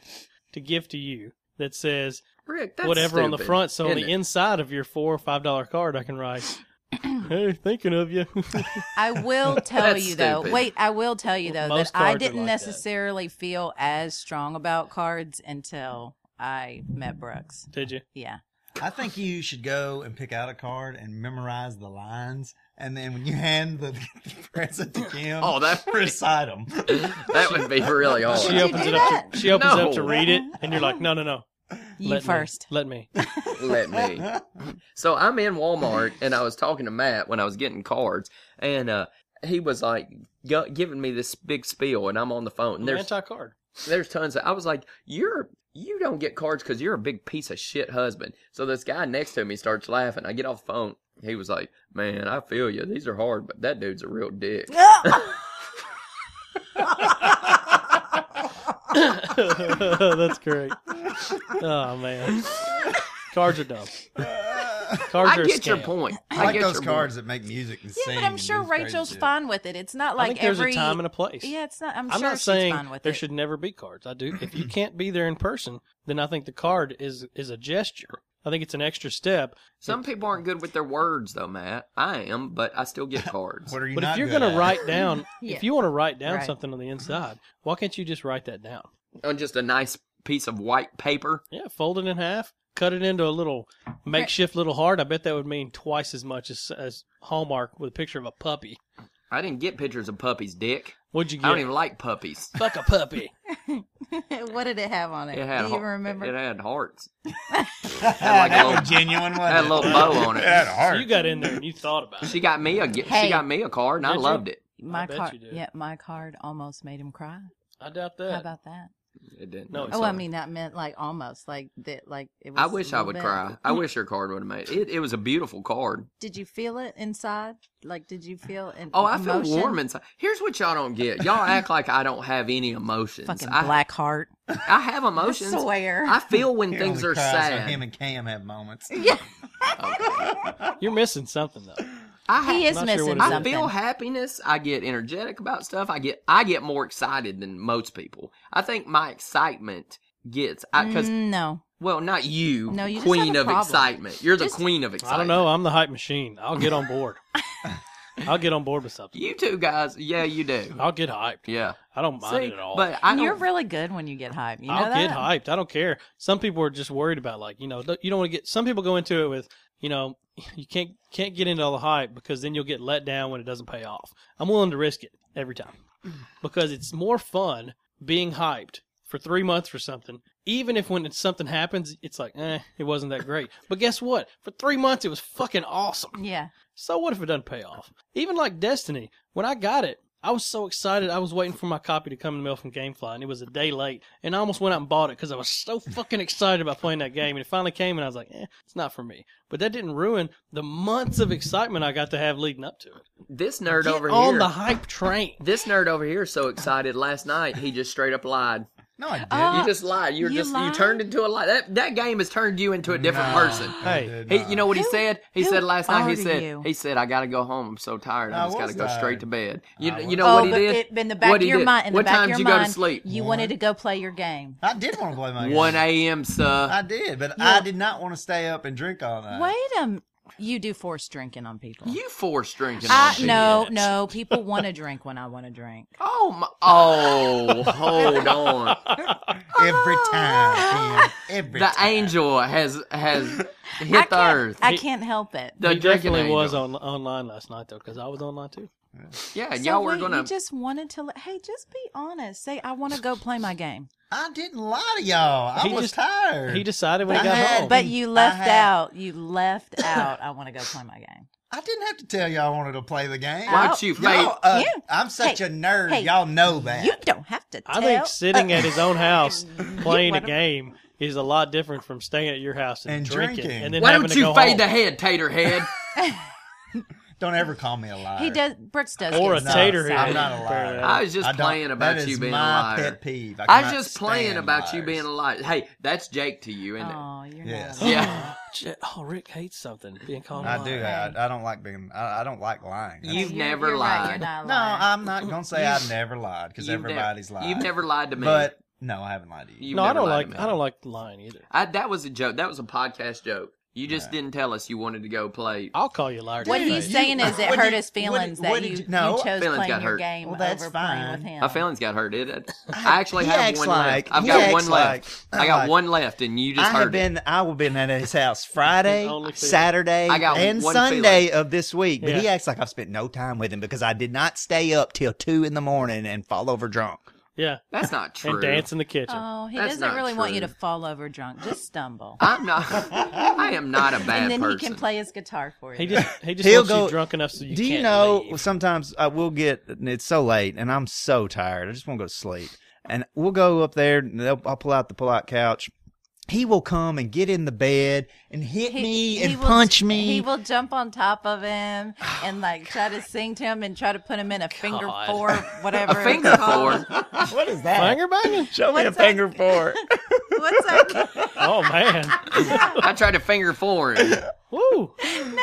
[SPEAKER 3] to give to you that says
[SPEAKER 1] Rick, that's
[SPEAKER 3] whatever on the
[SPEAKER 1] stupid,
[SPEAKER 3] front. So on
[SPEAKER 1] isn't
[SPEAKER 3] the
[SPEAKER 1] it?
[SPEAKER 3] inside of your four or five dollar card, I
[SPEAKER 1] *clears throat*
[SPEAKER 3] can write, "Hey, thinking of you." *laughs*
[SPEAKER 2] I will tell
[SPEAKER 1] That's
[SPEAKER 2] you though.
[SPEAKER 1] stupid.
[SPEAKER 2] Wait, I will tell you though
[SPEAKER 3] Most
[SPEAKER 2] that I
[SPEAKER 3] cards are
[SPEAKER 2] didn't
[SPEAKER 3] like that.
[SPEAKER 2] necessarily feel as strong about cards until I met Brooks.
[SPEAKER 3] Did you?
[SPEAKER 2] Yeah.
[SPEAKER 4] I think you should go and pick out a card and memorize the lines, and then when you hand the, *laughs* the
[SPEAKER 1] *laughs*
[SPEAKER 4] present to
[SPEAKER 1] *laughs*
[SPEAKER 4] Kim,
[SPEAKER 1] Oh, that-
[SPEAKER 4] recite them.
[SPEAKER 1] that would be really hard.
[SPEAKER 3] *laughs* She
[SPEAKER 2] you
[SPEAKER 3] opens
[SPEAKER 2] do
[SPEAKER 3] it up. To, she opens it up to
[SPEAKER 1] No. *laughs*
[SPEAKER 3] read it, and you're like, "No, no, no."
[SPEAKER 2] You
[SPEAKER 3] Let me. *laughs*
[SPEAKER 2] first. *laughs*
[SPEAKER 3] Let me.
[SPEAKER 1] Let me.
[SPEAKER 4] *laughs*
[SPEAKER 1] So I'm in Walmart and I was talking to Matt when I was getting cards, and uh, he was like g- giving me this big spiel, and I'm on the phone. And there's
[SPEAKER 3] Anti card.
[SPEAKER 1] there's tons of. I was like, you're you don't get cards because you're a big piece of shit husband. So this guy next to me starts laughing. I get off the phone. He was like, man, I feel you. These are hard, but that dude's a real dick.
[SPEAKER 3] *laughs* That's great. Oh man, cards are dumb. Cards
[SPEAKER 1] I
[SPEAKER 3] are a
[SPEAKER 1] get your
[SPEAKER 3] scam.
[SPEAKER 1] point.
[SPEAKER 4] I like
[SPEAKER 1] get
[SPEAKER 4] those
[SPEAKER 1] your
[SPEAKER 4] cards that make music and
[SPEAKER 2] Yeah,
[SPEAKER 4] sing.
[SPEAKER 2] but I'm sure Rachel's fine with it. It's not
[SPEAKER 3] I
[SPEAKER 2] like
[SPEAKER 3] think there's
[SPEAKER 2] every
[SPEAKER 3] a time and a place.
[SPEAKER 2] Yeah, it's not. I'm,
[SPEAKER 3] I'm
[SPEAKER 2] sure
[SPEAKER 3] not
[SPEAKER 2] she's
[SPEAKER 3] saying
[SPEAKER 2] fine with
[SPEAKER 3] there
[SPEAKER 2] it. Mm-hmm.
[SPEAKER 3] should never be cards. I do. If you can't be there in person, then I think the card is is a gesture. I think it's an extra step.
[SPEAKER 1] Some people aren't good with their words though, Matt. I am, but I still
[SPEAKER 4] *laughs*
[SPEAKER 1] get cards.
[SPEAKER 4] What are you
[SPEAKER 3] But
[SPEAKER 4] not
[SPEAKER 3] if you're
[SPEAKER 4] good
[SPEAKER 3] going to
[SPEAKER 4] at? *laughs*
[SPEAKER 2] *laughs*
[SPEAKER 3] write down,
[SPEAKER 2] Yeah.
[SPEAKER 3] if you want to write down
[SPEAKER 2] Right.
[SPEAKER 3] something on the inside, why can't you just write that down?
[SPEAKER 1] On just a nice piece of white paper.
[SPEAKER 3] Yeah, fold it in half, cut it into a little makeshift little heart. I bet that would mean twice as much as, as Hallmark with a picture of a puppy.
[SPEAKER 1] I didn't get pictures of puppies, Dick.
[SPEAKER 3] What'd you
[SPEAKER 1] I don't
[SPEAKER 3] get?
[SPEAKER 1] even like puppies.
[SPEAKER 3] Fuck a puppy.
[SPEAKER 2] *laughs* what did it have on it?
[SPEAKER 1] It had
[SPEAKER 2] do you
[SPEAKER 1] heart-
[SPEAKER 2] remember?
[SPEAKER 1] It had hearts.
[SPEAKER 4] Had
[SPEAKER 1] like a
[SPEAKER 4] that
[SPEAKER 1] little-
[SPEAKER 4] was genuine one.
[SPEAKER 1] had a little bow on
[SPEAKER 4] *laughs*
[SPEAKER 1] it.
[SPEAKER 4] Had a
[SPEAKER 3] So
[SPEAKER 4] heart.
[SPEAKER 3] oh. you got in there and you thought about it.
[SPEAKER 1] She got me a gi-
[SPEAKER 2] Hey.
[SPEAKER 1] she got me a card, and I
[SPEAKER 3] Did you?
[SPEAKER 1] loved it.
[SPEAKER 2] my
[SPEAKER 3] I bet
[SPEAKER 2] card.
[SPEAKER 3] you did.
[SPEAKER 2] Yeah, my card almost made him cry.
[SPEAKER 3] I doubt
[SPEAKER 2] How
[SPEAKER 3] that.
[SPEAKER 2] about that?
[SPEAKER 1] It didn't.
[SPEAKER 3] No,
[SPEAKER 1] I'm
[SPEAKER 3] it's
[SPEAKER 2] Oh, I
[SPEAKER 1] sorry.
[SPEAKER 2] mean, that meant like almost like that. Like it was
[SPEAKER 1] I
[SPEAKER 2] a
[SPEAKER 1] wish I
[SPEAKER 2] little
[SPEAKER 1] would
[SPEAKER 2] bit.
[SPEAKER 1] cry.
[SPEAKER 2] *laughs*
[SPEAKER 1] I wish her card would have made it. It was a beautiful card.
[SPEAKER 2] Did you feel it inside? Like, did you feel? An
[SPEAKER 1] Oh, I feel
[SPEAKER 2] emotion?
[SPEAKER 1] warm inside. Here's what y'all don't get.
[SPEAKER 2] *laughs*
[SPEAKER 1] Y'all act like I don't have any emotions.
[SPEAKER 2] Fucking
[SPEAKER 1] I,
[SPEAKER 2] black heart.
[SPEAKER 1] I have emotions.
[SPEAKER 2] I swear. *laughs*
[SPEAKER 1] I feel when
[SPEAKER 4] He
[SPEAKER 1] things
[SPEAKER 4] only
[SPEAKER 1] are
[SPEAKER 4] cries when
[SPEAKER 1] sad.
[SPEAKER 4] Him and Cam have moments.
[SPEAKER 1] *laughs*
[SPEAKER 2] yeah,
[SPEAKER 3] You're missing something though.
[SPEAKER 1] I ha-
[SPEAKER 2] he is
[SPEAKER 3] not sure
[SPEAKER 2] missing
[SPEAKER 3] what it is.
[SPEAKER 1] I
[SPEAKER 2] something.
[SPEAKER 1] feel happiness. I get energetic about stuff. I get I get more excited than most people. I think my excitement gets because
[SPEAKER 2] Mm, no,
[SPEAKER 1] well, not you.
[SPEAKER 2] No, you just
[SPEAKER 1] queen
[SPEAKER 2] have a
[SPEAKER 1] of
[SPEAKER 2] problem.
[SPEAKER 1] excitement. You're the
[SPEAKER 2] Just-
[SPEAKER 1] queen of excitement.
[SPEAKER 3] I don't know. I'm the hype machine. I'll get on
[SPEAKER 2] *laughs*
[SPEAKER 3] board. I'll get on board with something.
[SPEAKER 1] You two guys, yeah, you do.
[SPEAKER 3] I'll get hyped.
[SPEAKER 1] Yeah.
[SPEAKER 3] I don't mind
[SPEAKER 1] See,
[SPEAKER 3] it at all.
[SPEAKER 1] but I don't.
[SPEAKER 2] you're really good when you get hype. You know
[SPEAKER 3] I'll
[SPEAKER 2] that?
[SPEAKER 3] get hyped. I don't care. Some people are just worried about like you know you don't want to get. Some people go into it with you know *laughs* you can't can't get into all the hype because then you'll get let down when it doesn't pay off. I'm willing to risk it
[SPEAKER 2] *sighs*
[SPEAKER 3] every time because it's more fun being hyped for three months for something. Even if when it's something happens, it's like eh, it wasn't that great. But guess what? For three months, it was fucking awesome.
[SPEAKER 2] Yeah,
[SPEAKER 3] So what if it doesn't pay off? Even like Destiny, when I got it, I was so excited. I was waiting for my copy to come in the mail from GameFly, and it was a day late. And I almost went out and bought it because I was so fucking excited about playing that game. And it finally came, and I was like, eh, it's not for me. But that didn't ruin the months of excitement I got to have leading up to it.
[SPEAKER 1] this nerd
[SPEAKER 3] Get
[SPEAKER 1] over
[SPEAKER 3] on
[SPEAKER 1] here.
[SPEAKER 3] the hype train.
[SPEAKER 1] *laughs* this nerd over here is so excited. Last night he just straight up lied.
[SPEAKER 4] No, I did.
[SPEAKER 2] Uh,
[SPEAKER 1] You
[SPEAKER 2] *laughs*
[SPEAKER 1] just lied. You're
[SPEAKER 2] you
[SPEAKER 1] just
[SPEAKER 2] lied?
[SPEAKER 1] you turned into a lie. That that game has turned you into a different person.
[SPEAKER 3] Hey,
[SPEAKER 1] He, you know what he
[SPEAKER 2] Who-
[SPEAKER 1] said? He
[SPEAKER 2] who
[SPEAKER 1] said last night. He
[SPEAKER 2] are
[SPEAKER 1] said
[SPEAKER 2] you?
[SPEAKER 1] he said I gotta go home. I'm so tired. I,
[SPEAKER 4] I
[SPEAKER 1] just gotta
[SPEAKER 4] was
[SPEAKER 1] go straight
[SPEAKER 4] tired.
[SPEAKER 1] to bed. You,
[SPEAKER 4] I
[SPEAKER 1] you
[SPEAKER 4] was-
[SPEAKER 1] know what
[SPEAKER 2] oh,
[SPEAKER 1] he
[SPEAKER 2] but
[SPEAKER 1] did?
[SPEAKER 2] It, in the back
[SPEAKER 1] What
[SPEAKER 2] of
[SPEAKER 1] he
[SPEAKER 2] your
[SPEAKER 1] did?
[SPEAKER 2] mind, in
[SPEAKER 1] what
[SPEAKER 2] the back
[SPEAKER 1] time
[SPEAKER 2] of your
[SPEAKER 1] did you
[SPEAKER 2] mind,
[SPEAKER 1] go to sleep?
[SPEAKER 2] You wanted to go play your game.
[SPEAKER 4] I did want to play my game.
[SPEAKER 1] One a.m. Sir.
[SPEAKER 4] Oh, I did, but
[SPEAKER 2] You-
[SPEAKER 4] I did not want to stay up and drink all night.
[SPEAKER 2] Wait a, m- you do force drinking on people.
[SPEAKER 1] You forced drinking.
[SPEAKER 2] I,
[SPEAKER 1] on me.
[SPEAKER 2] no, no, people want to drink when I want to drink.
[SPEAKER 1] Oh my.
[SPEAKER 4] *laughs*
[SPEAKER 1] Oh, hold on.
[SPEAKER 4] Every time,
[SPEAKER 1] *laughs*
[SPEAKER 4] Kim. Every
[SPEAKER 1] oh. The
[SPEAKER 4] time.
[SPEAKER 1] angel has has hit
[SPEAKER 2] I
[SPEAKER 1] the
[SPEAKER 2] can't,
[SPEAKER 1] earth.
[SPEAKER 2] I can't help it.
[SPEAKER 1] the
[SPEAKER 3] he
[SPEAKER 1] drinking
[SPEAKER 3] definitely
[SPEAKER 1] angel.
[SPEAKER 3] was on, online last night though because I was online too.
[SPEAKER 1] Yeah,
[SPEAKER 2] So
[SPEAKER 1] y'all were
[SPEAKER 2] we-
[SPEAKER 1] gonna.
[SPEAKER 2] You just wanted to. let- Hey, just be honest. Say, I want to go play my game.
[SPEAKER 4] I didn't lie to y'all. I
[SPEAKER 3] He
[SPEAKER 4] was
[SPEAKER 3] just-
[SPEAKER 4] tired.
[SPEAKER 3] He decided *laughs* when he
[SPEAKER 4] I
[SPEAKER 3] got
[SPEAKER 4] had-
[SPEAKER 3] home.
[SPEAKER 2] But you left
[SPEAKER 4] had-
[SPEAKER 2] out. You left
[SPEAKER 1] *laughs*
[SPEAKER 2] out. I want to go play my game.
[SPEAKER 4] I didn't have to tell y'all I wanted to play the game.
[SPEAKER 1] Why
[SPEAKER 2] Wow.
[SPEAKER 1] don't you fade?
[SPEAKER 4] Y'all, uh,
[SPEAKER 2] Yeah.
[SPEAKER 4] I'm such
[SPEAKER 2] Hey,
[SPEAKER 4] a nerd.
[SPEAKER 2] hey,
[SPEAKER 4] y'all know that.
[SPEAKER 2] You don't have to tell.
[SPEAKER 3] I think sitting at
[SPEAKER 2] *laughs*
[SPEAKER 3] his own house playing a
[SPEAKER 2] what a-
[SPEAKER 3] game is a lot different from staying at your house and,
[SPEAKER 4] And
[SPEAKER 3] drinking,
[SPEAKER 4] drinking.
[SPEAKER 3] and then
[SPEAKER 1] Why
[SPEAKER 3] having
[SPEAKER 1] don't
[SPEAKER 3] to
[SPEAKER 1] you
[SPEAKER 3] go
[SPEAKER 1] fade the
[SPEAKER 3] *gasps* home.
[SPEAKER 1] head, tater
[SPEAKER 4] *laughs*
[SPEAKER 1] head?
[SPEAKER 4] Don't ever call me a liar.
[SPEAKER 2] he does. Brooks does.
[SPEAKER 3] Or
[SPEAKER 2] get
[SPEAKER 3] a
[SPEAKER 2] so
[SPEAKER 3] tater
[SPEAKER 2] excited.
[SPEAKER 3] head.
[SPEAKER 4] I'm not a liar.
[SPEAKER 1] I was just
[SPEAKER 4] I don't-
[SPEAKER 1] playing about
[SPEAKER 4] that
[SPEAKER 1] you
[SPEAKER 4] is
[SPEAKER 1] being
[SPEAKER 4] my
[SPEAKER 1] a liar.
[SPEAKER 4] pet peeve. I,
[SPEAKER 1] I was
[SPEAKER 4] cannot
[SPEAKER 1] just playing
[SPEAKER 4] stand
[SPEAKER 1] about you
[SPEAKER 4] liars.
[SPEAKER 1] being a liar. Hey, that's Jake to you, isn't
[SPEAKER 2] Oh, you're
[SPEAKER 4] Yes.
[SPEAKER 2] not.
[SPEAKER 1] it?
[SPEAKER 3] *gasps*
[SPEAKER 1] Yeah.
[SPEAKER 3] Shit. Oh, Rick hates something being called.
[SPEAKER 4] I
[SPEAKER 3] a
[SPEAKER 4] do.
[SPEAKER 3] liar.
[SPEAKER 4] I, I don't like being. I, I don't like lying.
[SPEAKER 1] You- You've
[SPEAKER 2] You're-
[SPEAKER 1] never
[SPEAKER 2] you're right, you're
[SPEAKER 1] lied.
[SPEAKER 2] not a
[SPEAKER 4] no,
[SPEAKER 2] liar.
[SPEAKER 4] I'm not gonna say I never lied because
[SPEAKER 1] You've nev-
[SPEAKER 4] everybody's lied.
[SPEAKER 1] You've never lied to me.
[SPEAKER 4] But No, I haven't lied to you.
[SPEAKER 1] You've
[SPEAKER 3] no, I
[SPEAKER 1] never
[SPEAKER 3] don't
[SPEAKER 1] lied to
[SPEAKER 3] like
[SPEAKER 1] me.
[SPEAKER 3] I don't like lying either.
[SPEAKER 1] I, that was a joke. That was a podcast joke. You just
[SPEAKER 4] Right.
[SPEAKER 1] didn't tell us you wanted to go play.
[SPEAKER 2] Oh,
[SPEAKER 3] I'll call you a liar. to
[SPEAKER 2] What
[SPEAKER 3] your
[SPEAKER 2] he's
[SPEAKER 3] face.
[SPEAKER 2] saying is it
[SPEAKER 4] What
[SPEAKER 2] hurt
[SPEAKER 4] did-
[SPEAKER 2] his feelings
[SPEAKER 4] what did- what
[SPEAKER 2] that you,
[SPEAKER 4] did you- no.
[SPEAKER 2] you chose
[SPEAKER 1] Feelings
[SPEAKER 2] playing
[SPEAKER 1] got
[SPEAKER 2] your
[SPEAKER 1] hurt.
[SPEAKER 2] game
[SPEAKER 4] Well, that's
[SPEAKER 2] over playing with
[SPEAKER 4] fine.
[SPEAKER 2] him.
[SPEAKER 1] My feelings got hurt. It,
[SPEAKER 2] *laughs*
[SPEAKER 1] it- I actually
[SPEAKER 4] He
[SPEAKER 1] have
[SPEAKER 4] acts
[SPEAKER 1] one
[SPEAKER 4] like-
[SPEAKER 1] left. I've
[SPEAKER 4] he
[SPEAKER 1] got
[SPEAKER 4] acts
[SPEAKER 1] one left.
[SPEAKER 4] like- oh
[SPEAKER 1] I got
[SPEAKER 4] like-
[SPEAKER 2] uh,
[SPEAKER 1] one left, and you just
[SPEAKER 4] I
[SPEAKER 1] heard
[SPEAKER 4] have
[SPEAKER 1] it.
[SPEAKER 4] been. I will been at his house *laughs* Friday,
[SPEAKER 3] His only feeling.
[SPEAKER 4] Saturday,
[SPEAKER 1] I got
[SPEAKER 4] and
[SPEAKER 1] one
[SPEAKER 4] Sunday of this week. But he
[SPEAKER 3] Yeah.
[SPEAKER 4] acts like I've spent no time with him because I did not stay up till two in the morning and fall over drunk.
[SPEAKER 3] Yeah,
[SPEAKER 1] That's not true.
[SPEAKER 3] and dance in the kitchen.
[SPEAKER 2] Oh, he
[SPEAKER 1] That's
[SPEAKER 2] doesn't
[SPEAKER 1] not
[SPEAKER 2] really want you
[SPEAKER 1] true.
[SPEAKER 2] to fall over drunk. Just stumble.
[SPEAKER 1] I'm
[SPEAKER 4] *laughs*
[SPEAKER 1] not. I am not a bad
[SPEAKER 2] and then
[SPEAKER 1] person.
[SPEAKER 2] he can play his guitar for you.
[SPEAKER 3] he just he just
[SPEAKER 4] He'll
[SPEAKER 3] wants
[SPEAKER 4] go-
[SPEAKER 3] you drunk enough so you
[SPEAKER 4] Do you
[SPEAKER 3] can't
[SPEAKER 4] know?
[SPEAKER 3] leave.
[SPEAKER 4] Sometimes I will get. It's so late, and I'm so tired. I just want to go to sleep. And we'll go up there. And they'll, I'll pull out the pull-out couch. He will come and get in the bed and hit me
[SPEAKER 2] he
[SPEAKER 4] and
[SPEAKER 2] will-
[SPEAKER 4] punch me.
[SPEAKER 2] He will jump on top of him and like try to sing to him and try to put him in a finger
[SPEAKER 3] God.
[SPEAKER 2] four, whatever.
[SPEAKER 1] a
[SPEAKER 2] it's
[SPEAKER 1] finger
[SPEAKER 2] called.
[SPEAKER 1] four.
[SPEAKER 2] *laughs*
[SPEAKER 4] what is that?
[SPEAKER 3] Finger banging?
[SPEAKER 4] Show me a
[SPEAKER 2] What's that?
[SPEAKER 4] finger for.
[SPEAKER 2] *laughs* What's that?
[SPEAKER 3] *laughs* Oh man!
[SPEAKER 2] *laughs*
[SPEAKER 1] I tried to finger four him.
[SPEAKER 3] Woo!
[SPEAKER 2] No,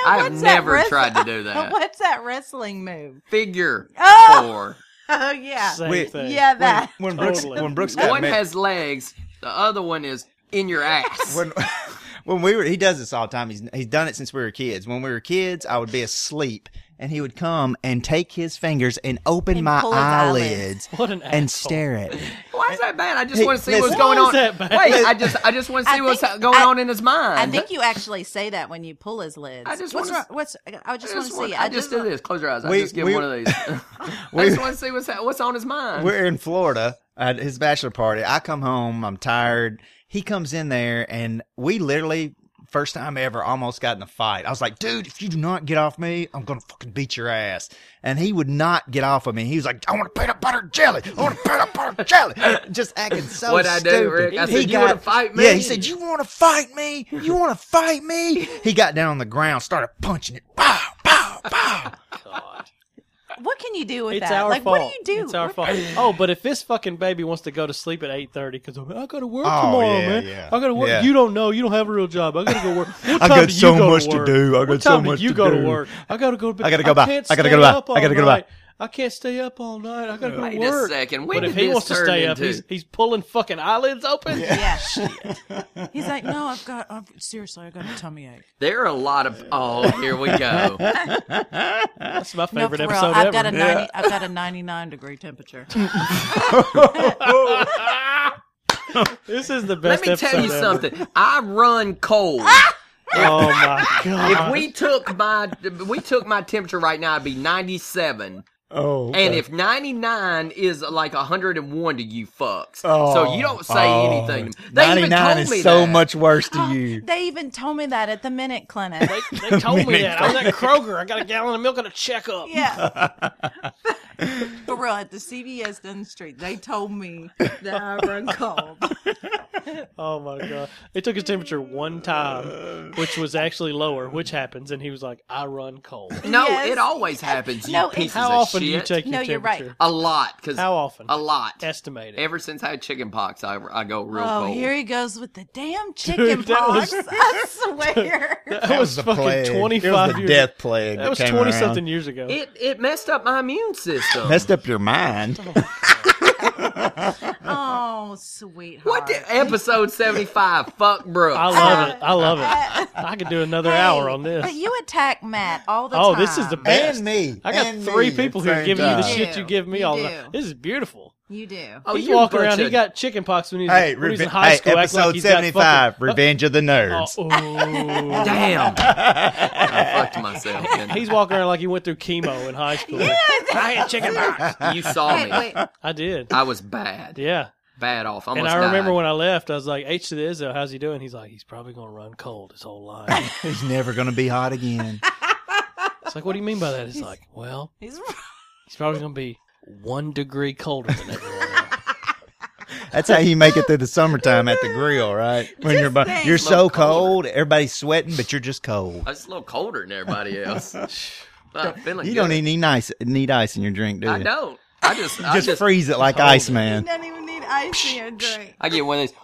[SPEAKER 1] I have
[SPEAKER 2] *laughs* what's that
[SPEAKER 1] never
[SPEAKER 2] wrestling-
[SPEAKER 1] tried to
[SPEAKER 2] *laughs*
[SPEAKER 1] do that.
[SPEAKER 2] What's that wrestling move? *laughs*
[SPEAKER 1] Figure
[SPEAKER 2] Oh! Oh yeah,
[SPEAKER 3] Same
[SPEAKER 4] Wait.
[SPEAKER 3] thing.
[SPEAKER 2] yeah that.
[SPEAKER 4] When Brooks,
[SPEAKER 3] Totally.
[SPEAKER 4] when Brooks
[SPEAKER 1] four.
[SPEAKER 4] got
[SPEAKER 1] One
[SPEAKER 4] mad-
[SPEAKER 1] has legs. The other one is in your ass.
[SPEAKER 4] when *laughs* when we were he does this all the time. He's he's done it since we were kids. When we were kids, I would be asleep and he would come and take his fingers and open
[SPEAKER 2] And
[SPEAKER 4] my
[SPEAKER 2] pull his eyelids.
[SPEAKER 4] eyelids
[SPEAKER 3] What an
[SPEAKER 4] and
[SPEAKER 3] asshole.
[SPEAKER 4] stare at me.
[SPEAKER 1] Why is that bad? I just
[SPEAKER 4] Hey,
[SPEAKER 1] want to see
[SPEAKER 4] listen.
[SPEAKER 1] what's going
[SPEAKER 3] Why is
[SPEAKER 1] on.
[SPEAKER 3] that bad?
[SPEAKER 1] Wait, I just I just want to
[SPEAKER 2] *laughs* I
[SPEAKER 1] see what's
[SPEAKER 2] think-
[SPEAKER 1] going
[SPEAKER 2] I-
[SPEAKER 1] on in his mind.
[SPEAKER 2] I think you actually say that when you pull his lids.
[SPEAKER 1] I just
[SPEAKER 2] what's
[SPEAKER 1] wanna-
[SPEAKER 2] wrong- what's I
[SPEAKER 1] I
[SPEAKER 2] just want to see.
[SPEAKER 1] want-
[SPEAKER 2] it.
[SPEAKER 1] I just did this. Close your eyes.
[SPEAKER 4] We-
[SPEAKER 1] I just give
[SPEAKER 4] we-
[SPEAKER 1] one of
[SPEAKER 2] *laughs*
[SPEAKER 1] these. I
[SPEAKER 4] we-
[SPEAKER 1] just want to see what's what's on his mind.
[SPEAKER 4] We're in Florida at his bachelor party. I come home, I'm tired. He comes in there and we literally first time ever almost got in a fight. I was like, dude, if you do not get off me, I'm gonna fucking beat your ass. And he would not get off of me. He was like, I want a peanut butter jelly. I want a peanut
[SPEAKER 1] *laughs*
[SPEAKER 4] butter jelly. Just acting so
[SPEAKER 1] What'd I do,
[SPEAKER 4] stupid.
[SPEAKER 1] Rick? I said, "You wanna fight
[SPEAKER 4] Yeah, he
[SPEAKER 1] me?"
[SPEAKER 4] said, You wanna fight me? You wanna
[SPEAKER 1] *laughs*
[SPEAKER 4] fight me? He got down on the ground, started punching it. Pow, pow, pow.
[SPEAKER 2] What can you do with
[SPEAKER 3] It's
[SPEAKER 2] that?
[SPEAKER 3] our
[SPEAKER 2] like,
[SPEAKER 3] fault.
[SPEAKER 2] what do you do?
[SPEAKER 3] It's our
[SPEAKER 2] What-
[SPEAKER 3] fault. Oh, but if this fucking baby wants to go to sleep at eight thirty because I got to work
[SPEAKER 4] Oh,
[SPEAKER 3] tomorrow,
[SPEAKER 4] yeah,
[SPEAKER 3] man.
[SPEAKER 4] yeah.
[SPEAKER 3] I got to work.
[SPEAKER 4] Yeah.
[SPEAKER 3] You don't know. You don't have a real job. I got to go
[SPEAKER 4] *laughs*
[SPEAKER 3] work. What
[SPEAKER 4] I
[SPEAKER 3] time
[SPEAKER 4] got
[SPEAKER 3] do you
[SPEAKER 4] so
[SPEAKER 3] go
[SPEAKER 4] much to
[SPEAKER 3] work?
[SPEAKER 4] do. I got
[SPEAKER 3] what
[SPEAKER 4] so
[SPEAKER 3] time
[SPEAKER 4] much
[SPEAKER 3] do you
[SPEAKER 4] to
[SPEAKER 3] go
[SPEAKER 4] do.
[SPEAKER 3] to work? I got to go. To bed.
[SPEAKER 4] I gotta go back.
[SPEAKER 3] can't
[SPEAKER 4] I gotta go
[SPEAKER 3] stay
[SPEAKER 4] back.
[SPEAKER 3] up
[SPEAKER 4] I gotta
[SPEAKER 3] all
[SPEAKER 4] go back.
[SPEAKER 3] night. I can't stay up all night. I got to go
[SPEAKER 1] Wait a
[SPEAKER 3] work.
[SPEAKER 1] second. When
[SPEAKER 3] But if
[SPEAKER 1] did
[SPEAKER 3] he
[SPEAKER 1] this
[SPEAKER 3] wants to
[SPEAKER 1] turn
[SPEAKER 3] stay up,
[SPEAKER 1] into-
[SPEAKER 3] he's he's pulling fucking eyelids open. *laughs*
[SPEAKER 2] Yeah. He's like, no, I've got. I'm, seriously, I got a tummy ache.
[SPEAKER 1] There are a lot of. Oh, here we
[SPEAKER 3] *laughs*
[SPEAKER 1] go.
[SPEAKER 3] That's my *laughs* favorite
[SPEAKER 2] no, for real,
[SPEAKER 3] episode
[SPEAKER 2] I've
[SPEAKER 3] ever.
[SPEAKER 2] got a 90, I've got a 99 degree temperature.
[SPEAKER 3] *laughs* This is the
[SPEAKER 1] Let
[SPEAKER 3] best.
[SPEAKER 1] me tell
[SPEAKER 3] episode
[SPEAKER 1] you
[SPEAKER 3] ever.
[SPEAKER 1] something. I run cold.
[SPEAKER 2] Ah!
[SPEAKER 3] Oh
[SPEAKER 2] *laughs*
[SPEAKER 3] my god!
[SPEAKER 1] If we took my we took my temperature right now, it'd be ninety seven.
[SPEAKER 4] Oh
[SPEAKER 1] And if 99 is like 101 to you fucks,
[SPEAKER 4] Oh.
[SPEAKER 1] so you don't say
[SPEAKER 4] Oh.
[SPEAKER 1] anything. They even
[SPEAKER 4] 99
[SPEAKER 1] told
[SPEAKER 4] is
[SPEAKER 1] me
[SPEAKER 4] so
[SPEAKER 1] that.
[SPEAKER 4] much
[SPEAKER 1] *gasps*
[SPEAKER 4] worse to
[SPEAKER 2] Oh,
[SPEAKER 4] you.
[SPEAKER 2] They even told me that at the Minute Clinic.
[SPEAKER 3] They, they
[SPEAKER 4] *laughs*
[SPEAKER 3] told me that. I was at Kroger. I got a gallon of milk and a checkup.
[SPEAKER 2] yeah.
[SPEAKER 3] *laughs*
[SPEAKER 2] for real, at the CVS down the street, they told me that I
[SPEAKER 3] *laughs*
[SPEAKER 2] run cold.
[SPEAKER 3] Oh my god! They took his temperature one time, which was actually lower, which happens, and he was like, "I run cold."
[SPEAKER 1] No,
[SPEAKER 2] Yes.
[SPEAKER 1] it always happens. You
[SPEAKER 2] No, it-
[SPEAKER 1] pieces
[SPEAKER 3] How
[SPEAKER 1] of
[SPEAKER 3] often do
[SPEAKER 1] shit.
[SPEAKER 3] you take your
[SPEAKER 2] No,
[SPEAKER 3] temperature?
[SPEAKER 2] you're right.
[SPEAKER 1] A lot, because
[SPEAKER 3] How often?
[SPEAKER 1] a lot.
[SPEAKER 3] Estimate it.
[SPEAKER 1] Ever since I had chicken pox, I, I go real
[SPEAKER 2] Oh,
[SPEAKER 1] cold.
[SPEAKER 2] here he goes with the damn chicken
[SPEAKER 3] that
[SPEAKER 2] pox.
[SPEAKER 3] was- *laughs*
[SPEAKER 2] I swear.
[SPEAKER 3] that, was, fucking
[SPEAKER 4] It was
[SPEAKER 3] twenty-five
[SPEAKER 4] the
[SPEAKER 3] years.
[SPEAKER 4] death plague.
[SPEAKER 3] that was twenty-something years ago.
[SPEAKER 1] It it messed up my immune system.
[SPEAKER 4] Messed up
[SPEAKER 3] *laughs*
[SPEAKER 4] your mind.
[SPEAKER 2] oh, sweetheart.
[SPEAKER 1] what the episode seventy five? Fuck Brooks.
[SPEAKER 3] I love it. I love it. I could do another
[SPEAKER 2] uh, Hey,
[SPEAKER 3] hour on this.
[SPEAKER 2] But you attack Matt all the
[SPEAKER 3] Oh,
[SPEAKER 2] time.
[SPEAKER 3] this is the best.
[SPEAKER 4] and me.
[SPEAKER 3] I got
[SPEAKER 4] and
[SPEAKER 3] three
[SPEAKER 4] me
[SPEAKER 3] people who
[SPEAKER 4] at the
[SPEAKER 3] are
[SPEAKER 4] same
[SPEAKER 3] giving you the
[SPEAKER 4] time.
[SPEAKER 2] You
[SPEAKER 3] shit you
[SPEAKER 2] do.
[SPEAKER 3] give me
[SPEAKER 2] You
[SPEAKER 3] all
[SPEAKER 2] do.
[SPEAKER 3] the time. This is beautiful.
[SPEAKER 2] You do.
[SPEAKER 1] oh,
[SPEAKER 3] He's
[SPEAKER 1] you
[SPEAKER 3] walking
[SPEAKER 1] bunch
[SPEAKER 3] around. He
[SPEAKER 1] of-
[SPEAKER 3] got chicken pox when he was,
[SPEAKER 4] Hey,
[SPEAKER 3] when he was
[SPEAKER 4] reve-
[SPEAKER 3] in high
[SPEAKER 4] hey
[SPEAKER 3] school. acting
[SPEAKER 4] episode
[SPEAKER 3] like he's got fucking-
[SPEAKER 4] 75, Revenge of the Nerds.
[SPEAKER 3] *laughs* Oh, ooh.
[SPEAKER 1] Damn. I fucked myself. didn't I?
[SPEAKER 3] *laughs* He's walking around like he went through chemo in high school. *laughs* I had
[SPEAKER 4] *laughs*
[SPEAKER 3] chicken pox.
[SPEAKER 1] you saw
[SPEAKER 2] Wait,
[SPEAKER 1] me.
[SPEAKER 2] wait. *laughs*
[SPEAKER 3] I did.
[SPEAKER 1] I was bad.
[SPEAKER 3] Yeah.
[SPEAKER 1] Bad off. Almost
[SPEAKER 3] And I remember
[SPEAKER 1] died.
[SPEAKER 3] when I left, I was like, H to the Izzo, how's he doing? He's like, he's probably going to run cold his
[SPEAKER 1] *laughs*
[SPEAKER 3] whole life.
[SPEAKER 4] He's never going to be hot again.
[SPEAKER 3] it's like, what do you mean by that? It's like, well,
[SPEAKER 2] He's
[SPEAKER 3] he's probably going to be one degree colder than everyone else.
[SPEAKER 4] *laughs* That's how you make it through the summertime at the
[SPEAKER 1] *laughs*
[SPEAKER 4] grill, right? When
[SPEAKER 2] Just
[SPEAKER 4] you're bu-
[SPEAKER 2] think.
[SPEAKER 4] you're
[SPEAKER 1] Little
[SPEAKER 4] so cold, everybody's sweating, but you're just cold.
[SPEAKER 1] I was Oh, a little colder than
[SPEAKER 4] *laughs*
[SPEAKER 1] everybody else. Not feeling
[SPEAKER 4] You don't
[SPEAKER 1] good.
[SPEAKER 4] even need ice need ice in your drink, do you?
[SPEAKER 1] I don't. I
[SPEAKER 4] *laughs*
[SPEAKER 1] just. I
[SPEAKER 4] Just,
[SPEAKER 1] just.
[SPEAKER 4] freeze it like
[SPEAKER 3] Hold it.
[SPEAKER 4] ice, man.
[SPEAKER 2] doesn't even need ice in your drink.
[SPEAKER 1] I get one of these.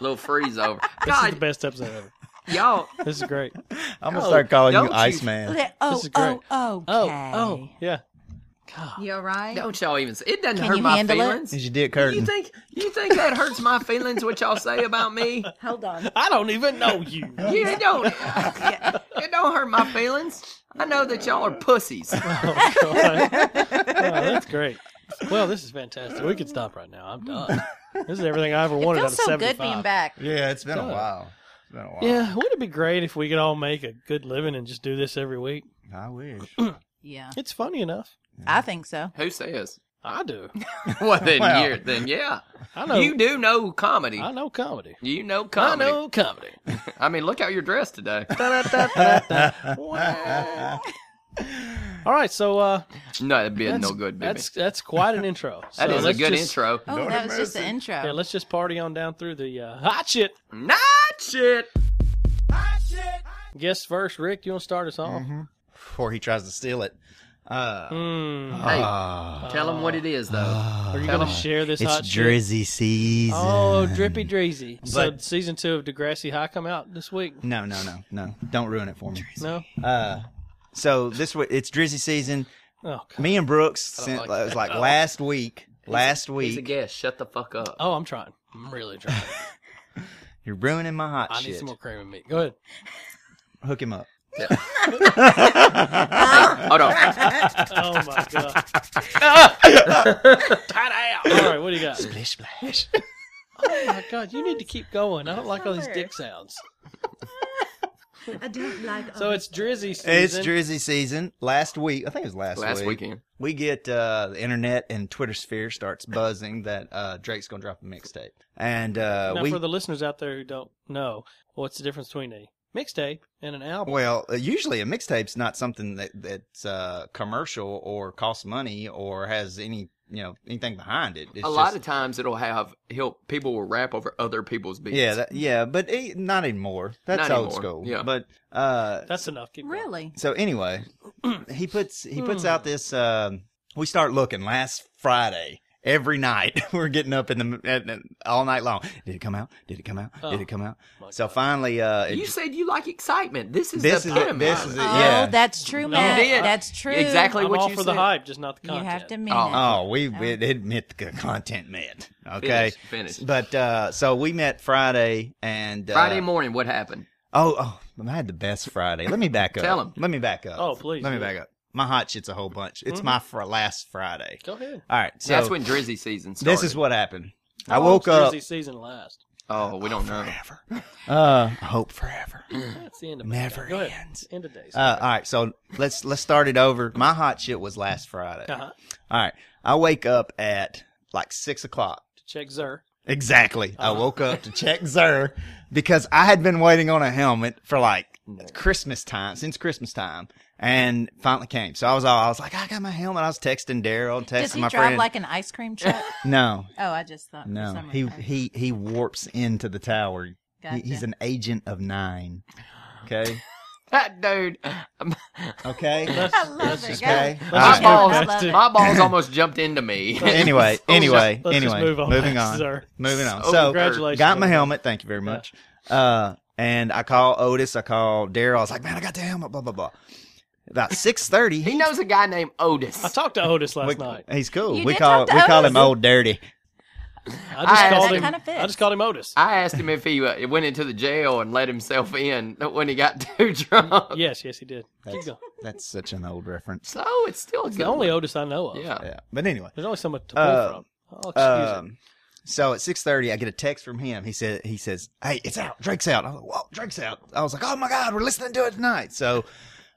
[SPEAKER 1] Little freeze over.
[SPEAKER 3] *laughs* This is the
[SPEAKER 1] God,
[SPEAKER 3] best episode ever.
[SPEAKER 1] y'all.
[SPEAKER 3] This is
[SPEAKER 1] *laughs*
[SPEAKER 3] great.
[SPEAKER 4] I'm gonna
[SPEAKER 1] No,
[SPEAKER 4] start calling you
[SPEAKER 1] don't you-
[SPEAKER 4] Iceman.
[SPEAKER 2] Oh,
[SPEAKER 3] is great.
[SPEAKER 2] oh, okay.
[SPEAKER 3] Oh, oh, yeah. God.
[SPEAKER 2] You all right?
[SPEAKER 1] Don't y'all even. Say, it doesn't
[SPEAKER 2] Can
[SPEAKER 1] hurt
[SPEAKER 2] you
[SPEAKER 1] my
[SPEAKER 2] handle it?
[SPEAKER 1] feelings.
[SPEAKER 4] Is your dick
[SPEAKER 1] You
[SPEAKER 4] hurting?
[SPEAKER 1] think you think that hurts my feelings? What y'all say about me?
[SPEAKER 2] Hold
[SPEAKER 3] *laughs*
[SPEAKER 2] on.
[SPEAKER 3] I don't even
[SPEAKER 1] *laughs*
[SPEAKER 3] know you. Oh,
[SPEAKER 1] You it don't. It don't hurt my feelings. I know that y'all are
[SPEAKER 4] *laughs*
[SPEAKER 1] pussies.
[SPEAKER 3] Oh, God. Oh, that's great. Well, this is fantastic. We could stop right now.
[SPEAKER 1] *laughs*
[SPEAKER 3] I'm done. This is everything I ever
[SPEAKER 2] It
[SPEAKER 3] wanted out of
[SPEAKER 2] feels so good
[SPEAKER 3] 75.
[SPEAKER 2] being back.
[SPEAKER 4] yeah, it's been a
[SPEAKER 3] Good.
[SPEAKER 4] while. It's been a while.
[SPEAKER 3] Yeah, wouldn't it be great if we could all make a good living and just do this every week?
[SPEAKER 4] I wish.
[SPEAKER 3] *clears throat*
[SPEAKER 2] Yeah,
[SPEAKER 3] It's funny enough.
[SPEAKER 2] I think so.
[SPEAKER 1] Who says?
[SPEAKER 3] I do.
[SPEAKER 1] Well, then
[SPEAKER 4] Well.
[SPEAKER 1] you're then yeah. *laughs*
[SPEAKER 3] I know.
[SPEAKER 1] You do know comedy.
[SPEAKER 3] I know comedy.
[SPEAKER 1] You know comedy.
[SPEAKER 3] I know comedy.
[SPEAKER 1] I mean, look how you're dressed today.
[SPEAKER 3] Wow. *laughs* All right, so uh,
[SPEAKER 1] No, that'd be
[SPEAKER 3] that's,
[SPEAKER 1] no good. Baby.
[SPEAKER 3] that's that's quite an intro. So
[SPEAKER 1] *laughs* That is a
[SPEAKER 3] let's
[SPEAKER 1] good
[SPEAKER 3] just-
[SPEAKER 1] intro.
[SPEAKER 2] Oh, that was just the intro.
[SPEAKER 3] Yeah, let's just party on down through the uh, hot shit.
[SPEAKER 1] Not shit.
[SPEAKER 3] Guest first, Rick. You want to start us off?
[SPEAKER 4] Mm-hmm. Before he tries to steal it. Uh,
[SPEAKER 3] Mm.
[SPEAKER 1] Hey,
[SPEAKER 4] ah,
[SPEAKER 1] tell them what it is though.
[SPEAKER 4] Uh,
[SPEAKER 3] Are you
[SPEAKER 1] Tell
[SPEAKER 3] going to
[SPEAKER 1] him.
[SPEAKER 3] share this
[SPEAKER 4] it's
[SPEAKER 3] hot shit?
[SPEAKER 4] drizzy season.
[SPEAKER 3] Oh, drippy dreezy. so
[SPEAKER 4] But-
[SPEAKER 3] season two of Degrassi High come out this week.
[SPEAKER 4] No, no, no, no. Don't ruin it for me.
[SPEAKER 3] No.
[SPEAKER 4] Uh, so this wa- it's drizzy season.
[SPEAKER 3] Oh, God.
[SPEAKER 4] Me and Brooks
[SPEAKER 3] don't
[SPEAKER 4] sent
[SPEAKER 3] like
[SPEAKER 4] it was
[SPEAKER 3] that.
[SPEAKER 4] like last week. Last
[SPEAKER 1] He's a
[SPEAKER 4] week,
[SPEAKER 1] guest. Shut the fuck up.
[SPEAKER 3] oh, I'm trying. I'm really
[SPEAKER 4] *laughs*
[SPEAKER 3] trying.
[SPEAKER 4] you're ruining my hot
[SPEAKER 3] I need
[SPEAKER 4] shit.
[SPEAKER 3] some more cream and meat. Go
[SPEAKER 4] *laughs*
[SPEAKER 3] ahead.
[SPEAKER 4] Hook him up.
[SPEAKER 3] *laughs*
[SPEAKER 2] Ah!
[SPEAKER 1] Hold on.
[SPEAKER 3] Oh my
[SPEAKER 4] *laughs*
[SPEAKER 3] god. Ah! All right, what do you got?
[SPEAKER 4] *laughs* Splish splash.
[SPEAKER 3] Oh my god, you need to keep going. I don't like all these dick sounds.
[SPEAKER 2] I don't like.
[SPEAKER 3] So it's drizzy season.
[SPEAKER 4] It's drizzy season. Last week, I think it was last,
[SPEAKER 1] Last
[SPEAKER 4] week,
[SPEAKER 1] weekend.
[SPEAKER 4] we get uh, the internet and Twitter sphere starts buzzing that uh, Drake's gonna drop a mixtape, and uh,
[SPEAKER 3] now
[SPEAKER 4] we
[SPEAKER 3] for the listeners out there who don't know, what's the difference between a mixtape and an album?
[SPEAKER 4] Well, uh, usually a mixtape's not something that that's uh, commercial or costs money or has any you know anything behind it. It's
[SPEAKER 1] A lot of times it'll have he'll people will rap over other people's beats.
[SPEAKER 4] yeah, that, yeah, but eh, not anymore. That's
[SPEAKER 1] Not
[SPEAKER 4] old
[SPEAKER 1] anymore,
[SPEAKER 4] school.
[SPEAKER 1] yeah.
[SPEAKER 4] but uh,
[SPEAKER 3] That's enough. Keep going.
[SPEAKER 2] Really?
[SPEAKER 4] so
[SPEAKER 3] *clears throat*
[SPEAKER 4] anyway, he puts he
[SPEAKER 3] Hmm.
[SPEAKER 4] puts out this. Um, we start looking last Friday. Every night *laughs* we're getting up in the at- at- all night long. Did it come out? Did it come out? Did
[SPEAKER 3] Oh,
[SPEAKER 4] it come out?
[SPEAKER 3] my
[SPEAKER 4] So
[SPEAKER 3] God.
[SPEAKER 4] finally, uh, it
[SPEAKER 1] You said you like excitement. This is
[SPEAKER 4] This
[SPEAKER 1] the
[SPEAKER 4] is it.
[SPEAKER 1] epitome
[SPEAKER 4] This
[SPEAKER 1] of
[SPEAKER 4] is
[SPEAKER 1] it.
[SPEAKER 4] it. Yeah.
[SPEAKER 2] Oh, that's true, Matt.
[SPEAKER 1] did.
[SPEAKER 2] That's true.
[SPEAKER 1] Exactly.
[SPEAKER 3] I'm
[SPEAKER 1] what
[SPEAKER 3] all
[SPEAKER 1] you
[SPEAKER 3] for the
[SPEAKER 1] said.
[SPEAKER 3] hype, just not the
[SPEAKER 2] You
[SPEAKER 3] content.
[SPEAKER 2] have to mean
[SPEAKER 1] Oh.
[SPEAKER 2] it.
[SPEAKER 4] Oh, we it, it met the content met. Okay,
[SPEAKER 1] Finish, finish.
[SPEAKER 4] But uh, so we met Friday and uh,
[SPEAKER 1] Friday morning, what happened?
[SPEAKER 4] Oh, oh, I had the best Friday. Let me back up.
[SPEAKER 1] Tell 'em.
[SPEAKER 4] Let me back up.
[SPEAKER 3] Oh, please
[SPEAKER 4] Let me
[SPEAKER 3] do.
[SPEAKER 4] back up. My hot shit's a whole bunch. It's my fr- last Friday.
[SPEAKER 3] Go ahead.
[SPEAKER 4] All right, so
[SPEAKER 1] Mm-hmm. That's when Drizzy season started.
[SPEAKER 4] this is what happened. I
[SPEAKER 3] How
[SPEAKER 4] woke
[SPEAKER 3] long's
[SPEAKER 4] up.
[SPEAKER 3] Drizzy season
[SPEAKER 4] *sighs*
[SPEAKER 3] last.
[SPEAKER 1] Oh, we don't
[SPEAKER 4] *laughs*
[SPEAKER 1] know. Oh.
[SPEAKER 4] Uh, hope forever.
[SPEAKER 1] Mm.
[SPEAKER 3] That's the end of
[SPEAKER 4] Never
[SPEAKER 3] my day. Go ahead.
[SPEAKER 4] ends.
[SPEAKER 3] End of days.
[SPEAKER 4] Uh, all right, so let's let's start it over. My hot shit was last Friday.
[SPEAKER 3] Uh-huh.
[SPEAKER 4] All right, I wake up at like six o'clock.
[SPEAKER 3] To check Zer.
[SPEAKER 4] Exactly. I woke up to check Zer because I had been waiting on a helmet for like Christmas time, since Christmas time, and finally came. So I was all, I was like, I got my helmet. I was texting Daryl, texting
[SPEAKER 2] Does he
[SPEAKER 4] my
[SPEAKER 2] drive
[SPEAKER 4] friend.
[SPEAKER 2] like an ice cream truck?
[SPEAKER 4] no,
[SPEAKER 2] oh, I just thought. for
[SPEAKER 4] no,
[SPEAKER 2] some
[SPEAKER 4] he
[SPEAKER 2] reason.
[SPEAKER 4] he he warps into the tower. He-
[SPEAKER 2] Gotcha.
[SPEAKER 4] he's an agent of nine.
[SPEAKER 2] *laughs*
[SPEAKER 4] Okay.
[SPEAKER 1] That dude,
[SPEAKER 4] Okay.
[SPEAKER 3] That's,
[SPEAKER 2] I love it.
[SPEAKER 3] just-
[SPEAKER 2] guys.
[SPEAKER 4] okay.
[SPEAKER 3] Let's
[SPEAKER 4] Ah.
[SPEAKER 1] my
[SPEAKER 3] just move
[SPEAKER 1] balls,
[SPEAKER 2] I love
[SPEAKER 3] past
[SPEAKER 2] it.
[SPEAKER 3] it.
[SPEAKER 1] my balls almost jumped into me. *laughs*
[SPEAKER 4] anyway, anyway,
[SPEAKER 3] Let's just
[SPEAKER 4] anyway.
[SPEAKER 3] move on.
[SPEAKER 4] Moving
[SPEAKER 3] Thanks, *laughs*
[SPEAKER 4] on.
[SPEAKER 3] sir.
[SPEAKER 4] Moving on.
[SPEAKER 1] So
[SPEAKER 4] So
[SPEAKER 3] Oh, Congratulations.
[SPEAKER 4] Got my
[SPEAKER 3] on that.
[SPEAKER 4] helmet. Thank you very much. Uh, and I call Otis. I call Daryl. I was like, man, I got the helmet. Blah blah blah. About six thirty.
[SPEAKER 1] He knows a guy named Otis.
[SPEAKER 3] I talked to Otis last
[SPEAKER 4] *laughs*
[SPEAKER 3] night.
[SPEAKER 4] He's cool.
[SPEAKER 2] You
[SPEAKER 4] we
[SPEAKER 2] did
[SPEAKER 4] call
[SPEAKER 2] talk to
[SPEAKER 4] we call
[SPEAKER 2] Otis.
[SPEAKER 4] him Old Dirty.
[SPEAKER 3] I just
[SPEAKER 1] I-
[SPEAKER 3] called
[SPEAKER 1] That
[SPEAKER 3] him.
[SPEAKER 2] kinda fits.
[SPEAKER 3] I just called him Otis.
[SPEAKER 1] I asked him if he uh, went into the jail and let himself in when he got *laughs* too drunk.
[SPEAKER 3] yes, yes, he did. Keep
[SPEAKER 4] That's,
[SPEAKER 3] going.
[SPEAKER 4] that's such an old reference.
[SPEAKER 1] So it's still a
[SPEAKER 3] It's
[SPEAKER 1] good
[SPEAKER 3] the only
[SPEAKER 1] one.
[SPEAKER 3] Otis I know of.
[SPEAKER 1] Yeah.
[SPEAKER 4] Yeah, but anyway.
[SPEAKER 3] There's only so much to pull
[SPEAKER 4] Uh,
[SPEAKER 3] from. I'll excuse him.
[SPEAKER 4] Um, so at six thirty, I get a text from him. He said, "He says, hey, it's out. Drake's out." I was like, "Whoa, Drake's out!" I was like, "Oh my god, we're listening to it tonight." So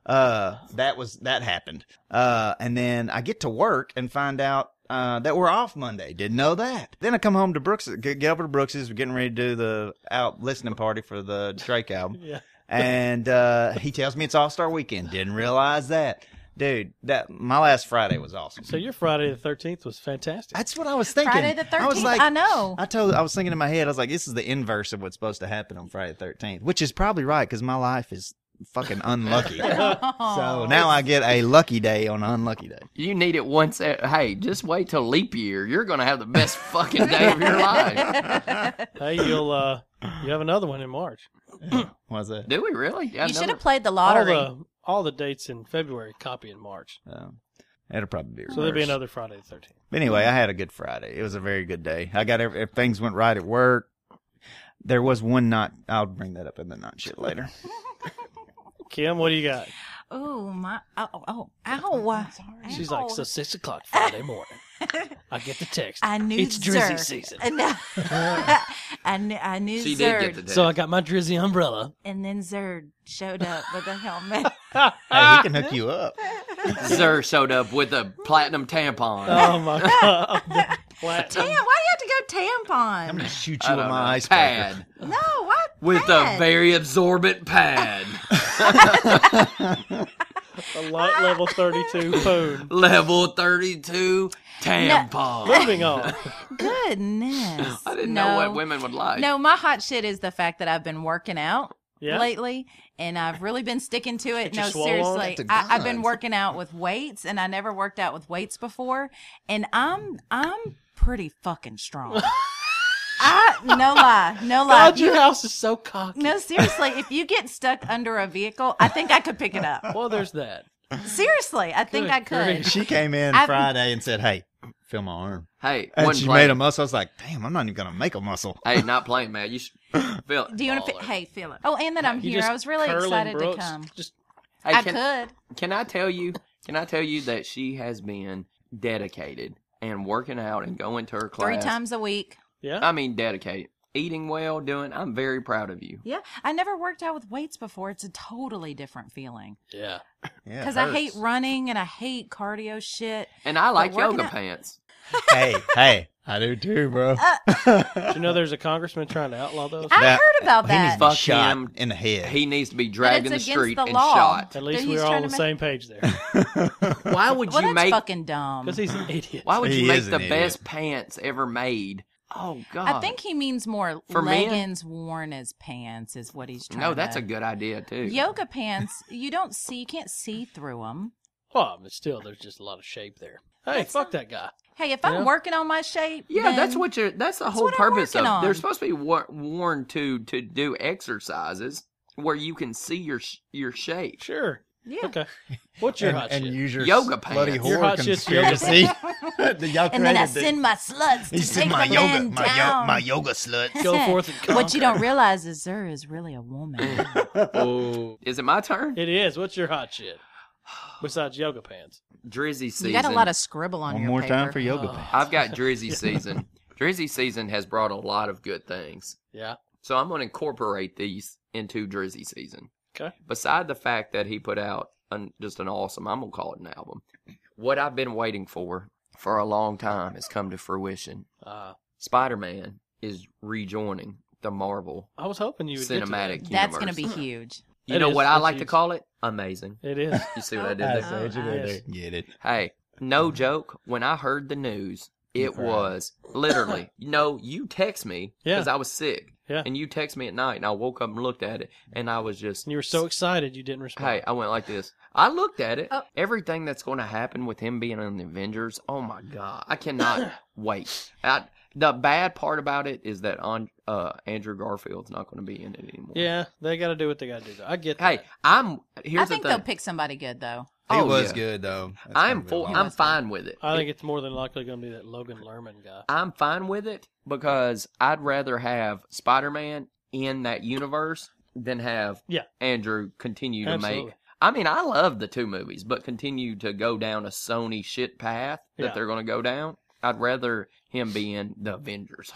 [SPEAKER 4] uh, that was that happened. Uh, and then I get to work and find out uh, that we're off Monday. Didn't know that. Then I come home to Brooks, get, get over to Brooks's. We're getting ready to do the out listening party for the Drake album.
[SPEAKER 3] *laughs* Yeah.
[SPEAKER 4] And uh, he tells me it's All Star Weekend. Didn't realize that, dude. That my last Friday was awesome.
[SPEAKER 3] So your Friday the thirteenth was fantastic.
[SPEAKER 4] That's what I was thinking.
[SPEAKER 2] Friday the
[SPEAKER 4] I was
[SPEAKER 2] 13th,
[SPEAKER 4] like,
[SPEAKER 2] I know.
[SPEAKER 4] I told. I was thinking in my head. I was like, this is the inverse of what's supposed to happen on Friday the Thirteenth, which is probably right because my life is fucking unlucky.
[SPEAKER 3] *laughs*
[SPEAKER 1] Oh.
[SPEAKER 4] so now I get a lucky day on unlucky day.
[SPEAKER 1] You need it once. A- hey, just wait till leap year. You're gonna have the best fucking day of your
[SPEAKER 2] *laughs*
[SPEAKER 1] life.
[SPEAKER 3] hey, you'll uh, you have another one in March.
[SPEAKER 4] Was it?
[SPEAKER 1] Do we really? Yeah,
[SPEAKER 2] you should
[SPEAKER 1] another-
[SPEAKER 2] have played the lottery.
[SPEAKER 3] All the all the dates in February copy in March.
[SPEAKER 4] Um, It'll probably be reversed.
[SPEAKER 3] So there'll be another Friday the 13th.
[SPEAKER 4] But anyway, I had a good Friday. It was a very good day. I got every, if things went right at work. There was one not. I'll bring that up in the not shit later.
[SPEAKER 3] Kim, what do you got?
[SPEAKER 2] Oh my! Oh, oh ow!
[SPEAKER 3] She's
[SPEAKER 2] Ow.
[SPEAKER 3] like, so six o'clock
[SPEAKER 2] *laughs*
[SPEAKER 3] Friday morning. I get the text.
[SPEAKER 2] Oh. I knew
[SPEAKER 3] it's drizzy
[SPEAKER 2] Zerk.
[SPEAKER 3] season.
[SPEAKER 2] And,
[SPEAKER 3] *laughs*
[SPEAKER 2] uh, *laughs* I knew I knew
[SPEAKER 1] She did
[SPEAKER 2] Zerd,
[SPEAKER 1] get the text.
[SPEAKER 3] So I got my
[SPEAKER 2] *laughs*
[SPEAKER 3] drizzy umbrella.
[SPEAKER 2] and then Zerd showed up with a helmet.
[SPEAKER 1] *laughs*
[SPEAKER 4] Hey, he can hook you up.
[SPEAKER 1] Zer showed up with a platinum tampon.
[SPEAKER 2] *laughs*
[SPEAKER 3] Oh my god! The platinum.
[SPEAKER 2] Damn! Why do you have to go tampon?
[SPEAKER 4] I'm gonna shoot you
[SPEAKER 1] I
[SPEAKER 4] with
[SPEAKER 1] don't know,
[SPEAKER 4] my icebreaker.
[SPEAKER 1] pad
[SPEAKER 2] no, what?
[SPEAKER 1] with a
[SPEAKER 2] bad?
[SPEAKER 1] very absorbent pad
[SPEAKER 3] A light level 32 phone.
[SPEAKER 1] level 32 tampon
[SPEAKER 3] Moving on.
[SPEAKER 2] Goodness!
[SPEAKER 1] i didn't
[SPEAKER 2] no.
[SPEAKER 1] know what women would like
[SPEAKER 2] No, my hot shit is the fact that I've been working out
[SPEAKER 3] Yeah.
[SPEAKER 2] lately, and I've really been sticking to it.
[SPEAKER 3] Get your
[SPEAKER 2] No,
[SPEAKER 3] swole on.
[SPEAKER 2] seriously,
[SPEAKER 4] That's a
[SPEAKER 2] I, I've been
[SPEAKER 4] grind.
[SPEAKER 2] working out with weights, and I never worked out with weights before, and I'm I'm pretty fucking
[SPEAKER 3] *laughs*
[SPEAKER 2] strong. I no lie, no lie.
[SPEAKER 3] God, your house is so cocky.
[SPEAKER 2] No, seriously, if you get stuck under a vehicle, I think I could pick it
[SPEAKER 3] *laughs*
[SPEAKER 2] up.
[SPEAKER 3] Well, there's that.
[SPEAKER 2] Seriously, I think
[SPEAKER 3] Good
[SPEAKER 2] I could.
[SPEAKER 3] grief.
[SPEAKER 4] She came in
[SPEAKER 2] I've-
[SPEAKER 4] Friday and said, "Hey, feel my arm,"
[SPEAKER 1] hey
[SPEAKER 4] and
[SPEAKER 1] one
[SPEAKER 4] she
[SPEAKER 1] play.
[SPEAKER 4] made a muscle. I was like, "Damn, I'm not even gonna make a muscle."
[SPEAKER 1] hey not playing man you should feel
[SPEAKER 2] Do you want to?
[SPEAKER 1] baller.
[SPEAKER 2] Hey, Philip. Oh, and that I'm
[SPEAKER 3] You
[SPEAKER 2] here.
[SPEAKER 3] just
[SPEAKER 2] I was really
[SPEAKER 3] curling
[SPEAKER 2] excited to
[SPEAKER 3] Brooks.
[SPEAKER 2] come.
[SPEAKER 3] Just
[SPEAKER 1] Hey,
[SPEAKER 2] I
[SPEAKER 1] can,
[SPEAKER 2] could.
[SPEAKER 1] Can I tell you? Can I tell you that she has been dedicated and working out and going to her class
[SPEAKER 2] Three times a week.
[SPEAKER 3] yeah.
[SPEAKER 1] I mean, dedicated, eating well, doing. I'm very proud of you.
[SPEAKER 2] Yeah, I never worked out with weights before. It's a totally different feeling
[SPEAKER 3] yeah.
[SPEAKER 4] Yeah, it
[SPEAKER 2] because I hate
[SPEAKER 4] hurts.
[SPEAKER 2] running and I hate cardio shit.
[SPEAKER 1] And I like
[SPEAKER 2] working
[SPEAKER 1] yoga
[SPEAKER 2] out-
[SPEAKER 1] pants.
[SPEAKER 4] hey, hey, I do too, bro. *laughs*
[SPEAKER 3] Did you know there's a congressman trying to outlaw those?
[SPEAKER 2] I
[SPEAKER 4] That-
[SPEAKER 2] heard about
[SPEAKER 4] He needs
[SPEAKER 2] that.
[SPEAKER 4] to be
[SPEAKER 1] Fuck
[SPEAKER 4] shot
[SPEAKER 1] him.
[SPEAKER 4] in the head. *laughs*
[SPEAKER 1] He needs to be
[SPEAKER 2] but
[SPEAKER 1] dragged
[SPEAKER 2] it's
[SPEAKER 1] in the
[SPEAKER 2] against
[SPEAKER 1] street
[SPEAKER 2] the
[SPEAKER 1] and
[SPEAKER 2] law.
[SPEAKER 1] shot.
[SPEAKER 3] At least
[SPEAKER 2] He's
[SPEAKER 3] we're all
[SPEAKER 2] trying to
[SPEAKER 3] on the
[SPEAKER 2] make-
[SPEAKER 3] same page there.
[SPEAKER 1] Why would
[SPEAKER 2] Well,
[SPEAKER 1] you
[SPEAKER 2] that's
[SPEAKER 1] make?
[SPEAKER 2] fucking dumb.
[SPEAKER 3] Because he's *laughs* an
[SPEAKER 1] *laughs*
[SPEAKER 3] idiot.
[SPEAKER 1] Why would
[SPEAKER 4] He
[SPEAKER 1] you make
[SPEAKER 4] is
[SPEAKER 1] the
[SPEAKER 4] an idiot.
[SPEAKER 1] best pants ever made? Oh God!
[SPEAKER 2] I think he means more
[SPEAKER 1] For men?
[SPEAKER 2] leggings worn as pants is what he's trying.
[SPEAKER 1] no, that's
[SPEAKER 2] to-
[SPEAKER 1] a good idea too.
[SPEAKER 2] yoga pants. You don't see, you can't see through them.
[SPEAKER 3] Well, but still, there's just a lot of shape there. Hey, fuck that guy.
[SPEAKER 2] Hey, if
[SPEAKER 3] Yeah.
[SPEAKER 2] I'm working on my shape,
[SPEAKER 1] Yeah,
[SPEAKER 2] then-
[SPEAKER 1] that's what you're. That's the whole
[SPEAKER 2] what I'm
[SPEAKER 1] purpose of.
[SPEAKER 2] working
[SPEAKER 1] They're
[SPEAKER 2] on.
[SPEAKER 1] supposed to be war- warned to to do exercises where you can see your sh- your shape.
[SPEAKER 3] *laughs* Sure.
[SPEAKER 2] Yeah. *laughs*
[SPEAKER 3] Okay. What's your
[SPEAKER 4] and,
[SPEAKER 3] hot
[SPEAKER 4] and
[SPEAKER 3] shit?
[SPEAKER 4] use your
[SPEAKER 1] Yoga
[SPEAKER 4] s- bloody
[SPEAKER 1] pants.
[SPEAKER 3] Your
[SPEAKER 4] whore
[SPEAKER 3] hot shit's
[SPEAKER 4] conspiracy. *laughs* Y'all
[SPEAKER 2] And then I
[SPEAKER 4] created that.
[SPEAKER 2] send my sluts to
[SPEAKER 4] He said
[SPEAKER 2] take
[SPEAKER 4] my
[SPEAKER 2] the
[SPEAKER 4] yoga,
[SPEAKER 2] man
[SPEAKER 4] my,
[SPEAKER 2] down.
[SPEAKER 4] yo- my yoga sluts.
[SPEAKER 3] Go forth and conquer.
[SPEAKER 2] what you don't realize is Zur is really a woman.
[SPEAKER 1] Oh, is it my turn?
[SPEAKER 3] It is. What's your hot shit? Besides yoga pants.
[SPEAKER 1] Drizzy season.
[SPEAKER 2] you got a lot of scribble on your paper.
[SPEAKER 4] yoga
[SPEAKER 3] Oh.
[SPEAKER 1] *laughs* I've
[SPEAKER 2] *laughs*
[SPEAKER 1] got Drizzy season. Drizzy season has brought a lot of good things,
[SPEAKER 3] Yeah.
[SPEAKER 1] so I'm going to incorporate these into Drizzy season.
[SPEAKER 3] Okay.
[SPEAKER 1] Beside the fact that he put out an, just an awesome, I'm going to call it an album. What I've been waiting for for a long time has come to fruition.
[SPEAKER 3] Uh,
[SPEAKER 1] Spider Man is rejoining the Marvel
[SPEAKER 3] I was hoping you would get to that.
[SPEAKER 1] cinematic universe.
[SPEAKER 2] That's going to
[SPEAKER 1] Hmm.
[SPEAKER 2] be huge.
[SPEAKER 1] You
[SPEAKER 3] It
[SPEAKER 1] know
[SPEAKER 3] is.
[SPEAKER 1] what I
[SPEAKER 3] That's
[SPEAKER 1] like to
[SPEAKER 3] huge.
[SPEAKER 1] call it? Amazing.
[SPEAKER 3] It is.
[SPEAKER 1] You see what I did
[SPEAKER 2] I
[SPEAKER 1] there?
[SPEAKER 2] see.
[SPEAKER 4] Get it.
[SPEAKER 1] Hey, no joke. When I heard the news, it
[SPEAKER 4] cried.
[SPEAKER 1] was
[SPEAKER 3] *laughs*
[SPEAKER 1] literally no. You text me
[SPEAKER 3] Yeah.
[SPEAKER 1] because I was sick,
[SPEAKER 3] Yeah.
[SPEAKER 1] and you text me at night, and I woke up and looked at it, and I was just
[SPEAKER 3] And you were so excited you didn't respond.
[SPEAKER 1] Hey, I went like this. I looked at it.
[SPEAKER 2] Oh.
[SPEAKER 1] Everything that's going to happen with him being in the Avengers. Oh my god, I
[SPEAKER 3] *coughs*
[SPEAKER 1] cannot wait. I, the bad part about it is that on uh, Andrew Garfield's not going to be in it anymore.
[SPEAKER 3] Yeah, they got to do what they got to do. Though. I get that.
[SPEAKER 1] Hey, I'm here's
[SPEAKER 2] I think
[SPEAKER 1] the
[SPEAKER 2] they'll
[SPEAKER 1] thing.
[SPEAKER 2] pick somebody good though.
[SPEAKER 4] He
[SPEAKER 1] Oh,
[SPEAKER 4] was
[SPEAKER 1] yeah.
[SPEAKER 4] good though. That's
[SPEAKER 1] I'm
[SPEAKER 4] gonna be
[SPEAKER 1] full,
[SPEAKER 4] long.
[SPEAKER 1] I'm fine with it.
[SPEAKER 3] I think it's more than likely going to be that Logan Lerman guy.
[SPEAKER 1] I'm fine with it because I'd rather have Spider Man in that universe than have
[SPEAKER 3] Yeah.
[SPEAKER 1] Andrew continue to make.
[SPEAKER 3] Absolutely.
[SPEAKER 1] I mean, I love the two movies, but continue to go down a Sony shit path that
[SPEAKER 3] Yeah.
[SPEAKER 1] they're going to go down. I'd rather him be in the Avengers.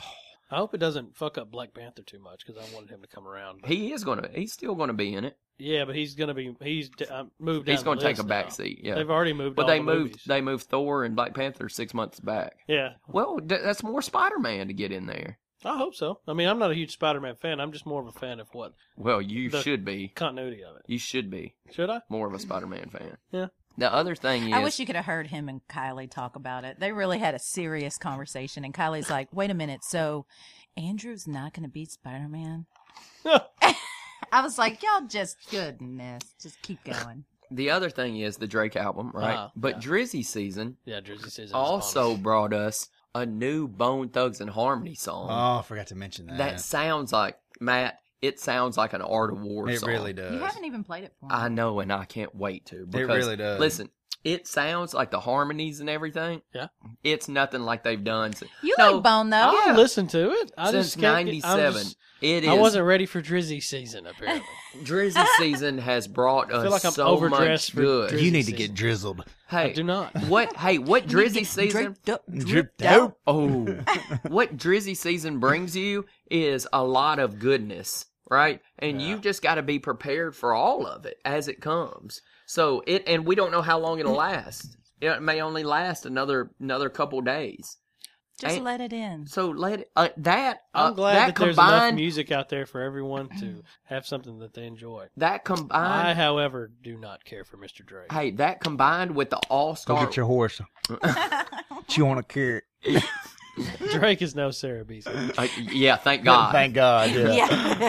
[SPEAKER 3] I hope it doesn't fuck up Black Panther too much because I wanted him to come around. But-
[SPEAKER 1] He is going to. He's still going to be in it.
[SPEAKER 3] yeah, but he's going to be he's d- um, moved. Down
[SPEAKER 1] he's going
[SPEAKER 3] the
[SPEAKER 1] to take a
[SPEAKER 3] list
[SPEAKER 1] back
[SPEAKER 3] now.
[SPEAKER 1] seat. Yeah,
[SPEAKER 3] They've already moved.
[SPEAKER 1] but
[SPEAKER 3] all
[SPEAKER 1] they
[SPEAKER 3] the
[SPEAKER 1] moved.
[SPEAKER 3] movies.
[SPEAKER 1] They moved Thor and Black Panther six months back.
[SPEAKER 3] Yeah,
[SPEAKER 1] Well, th- that's more Spider Man to get in there.
[SPEAKER 3] I hope so. I mean, I'm not a huge Spider-Man fan. I'm just more of a fan of what
[SPEAKER 1] Well, you
[SPEAKER 3] The-
[SPEAKER 1] should be.
[SPEAKER 3] continuity of it.
[SPEAKER 1] You should be.
[SPEAKER 3] Should I?
[SPEAKER 1] more of a Spider-Man fan.
[SPEAKER 3] Yeah.
[SPEAKER 1] The other thing is,
[SPEAKER 2] I wish you could have heard him and Kylie talk about it. They really had a serious conversation, and Kylie's like, "Wait a minute, so Andrew's not going to be Spider
[SPEAKER 1] *laughs*
[SPEAKER 2] Man." *laughs* I was like, "Y'all just goodness, just keep going."
[SPEAKER 1] the other thing is the Drake album, right?
[SPEAKER 3] Uh-huh,
[SPEAKER 1] but
[SPEAKER 3] yeah.
[SPEAKER 1] Drizzy season
[SPEAKER 3] Yeah, Jersey season. is
[SPEAKER 1] also
[SPEAKER 3] on.
[SPEAKER 1] brought us a new Bone Thugs and Harmony song
[SPEAKER 4] Oh, I forgot to mention that.
[SPEAKER 1] that sounds like Matt. It sounds like an Art of War.
[SPEAKER 4] it
[SPEAKER 1] song.
[SPEAKER 4] really does.
[SPEAKER 2] You haven't even played it for me.
[SPEAKER 1] I know, and I can't wait to.
[SPEAKER 4] It
[SPEAKER 1] Because,
[SPEAKER 4] really does.
[SPEAKER 1] Listen, it sounds like the harmonies and everything.
[SPEAKER 3] Yeah.
[SPEAKER 1] It's nothing like they've done. since-
[SPEAKER 2] You
[SPEAKER 1] No, Ah,
[SPEAKER 2] like Bone though.
[SPEAKER 3] I listened to it. I
[SPEAKER 1] since
[SPEAKER 3] just can't get- I'm
[SPEAKER 1] '97.
[SPEAKER 3] just-
[SPEAKER 1] It is.
[SPEAKER 3] I wasn't ready for Drizzy season. Apparently,
[SPEAKER 1] Drizzy season has brought us
[SPEAKER 3] feel like I'm
[SPEAKER 1] so much
[SPEAKER 3] overdressed for
[SPEAKER 1] good.
[SPEAKER 3] Drizzy
[SPEAKER 4] You need to
[SPEAKER 3] season.
[SPEAKER 4] get drizzled.
[SPEAKER 1] *laughs* hey, Uh,
[SPEAKER 3] I do not.
[SPEAKER 1] *laughs* What? Hey, what Drizzy season?
[SPEAKER 2] Draped up,
[SPEAKER 4] Dripped
[SPEAKER 2] dripped
[SPEAKER 4] out.
[SPEAKER 2] out.
[SPEAKER 1] Oh, what Drizzy season brings you is a lot of goodness, right? And you just got to be prepared for all of it as it comes. So it, and we don't know how long it'll last. It may only last another another couple days.
[SPEAKER 2] Just
[SPEAKER 1] Ain't-
[SPEAKER 2] let
[SPEAKER 1] *laughs*
[SPEAKER 2] it in. *laughs*
[SPEAKER 1] So let it, uh, that uh,
[SPEAKER 3] I'm glad
[SPEAKER 1] that
[SPEAKER 3] that, there's enough
[SPEAKER 1] combined
[SPEAKER 3] music out there for everyone to have something that they enjoy.
[SPEAKER 1] that
[SPEAKER 3] I,
[SPEAKER 1] combined.
[SPEAKER 3] however, do not care for Mr. Dre.
[SPEAKER 1] hey, that combined with the all
[SPEAKER 4] Go
[SPEAKER 1] star.
[SPEAKER 4] get your horse. Chew on a carrot.
[SPEAKER 3] *laughs* Drake is no
[SPEAKER 1] *laughs*
[SPEAKER 3] Sarah Beasley.
[SPEAKER 1] Uh, yeah, thank
[SPEAKER 3] *laughs*
[SPEAKER 1] God.
[SPEAKER 4] Thank God. Yeah.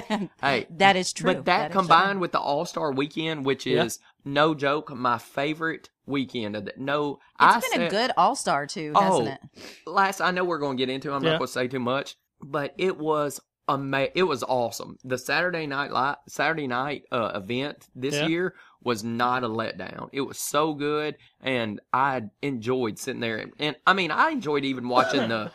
[SPEAKER 2] Yeah,
[SPEAKER 1] hey,
[SPEAKER 2] that is true.
[SPEAKER 1] But that,
[SPEAKER 2] is
[SPEAKER 1] combined with the All Star Weekend, which
[SPEAKER 3] Yeah.
[SPEAKER 1] is no joke, my favorite weekend of the no.
[SPEAKER 2] true.
[SPEAKER 1] I
[SPEAKER 2] it's been a
[SPEAKER 1] said-
[SPEAKER 2] good All Star too,
[SPEAKER 1] Oh,
[SPEAKER 2] hasn't it?
[SPEAKER 1] Last, I know we're going to get into. it. I'm
[SPEAKER 3] Yeah.
[SPEAKER 1] not going to say too much, but it was ama- It was awesome. The Saturday night li- Saturday night uh, event this
[SPEAKER 3] Yeah.
[SPEAKER 1] year was not a letdown. It was so good, and I enjoyed sitting there. And, I mean, I enjoyed even watching
[SPEAKER 3] *laughs*
[SPEAKER 1] the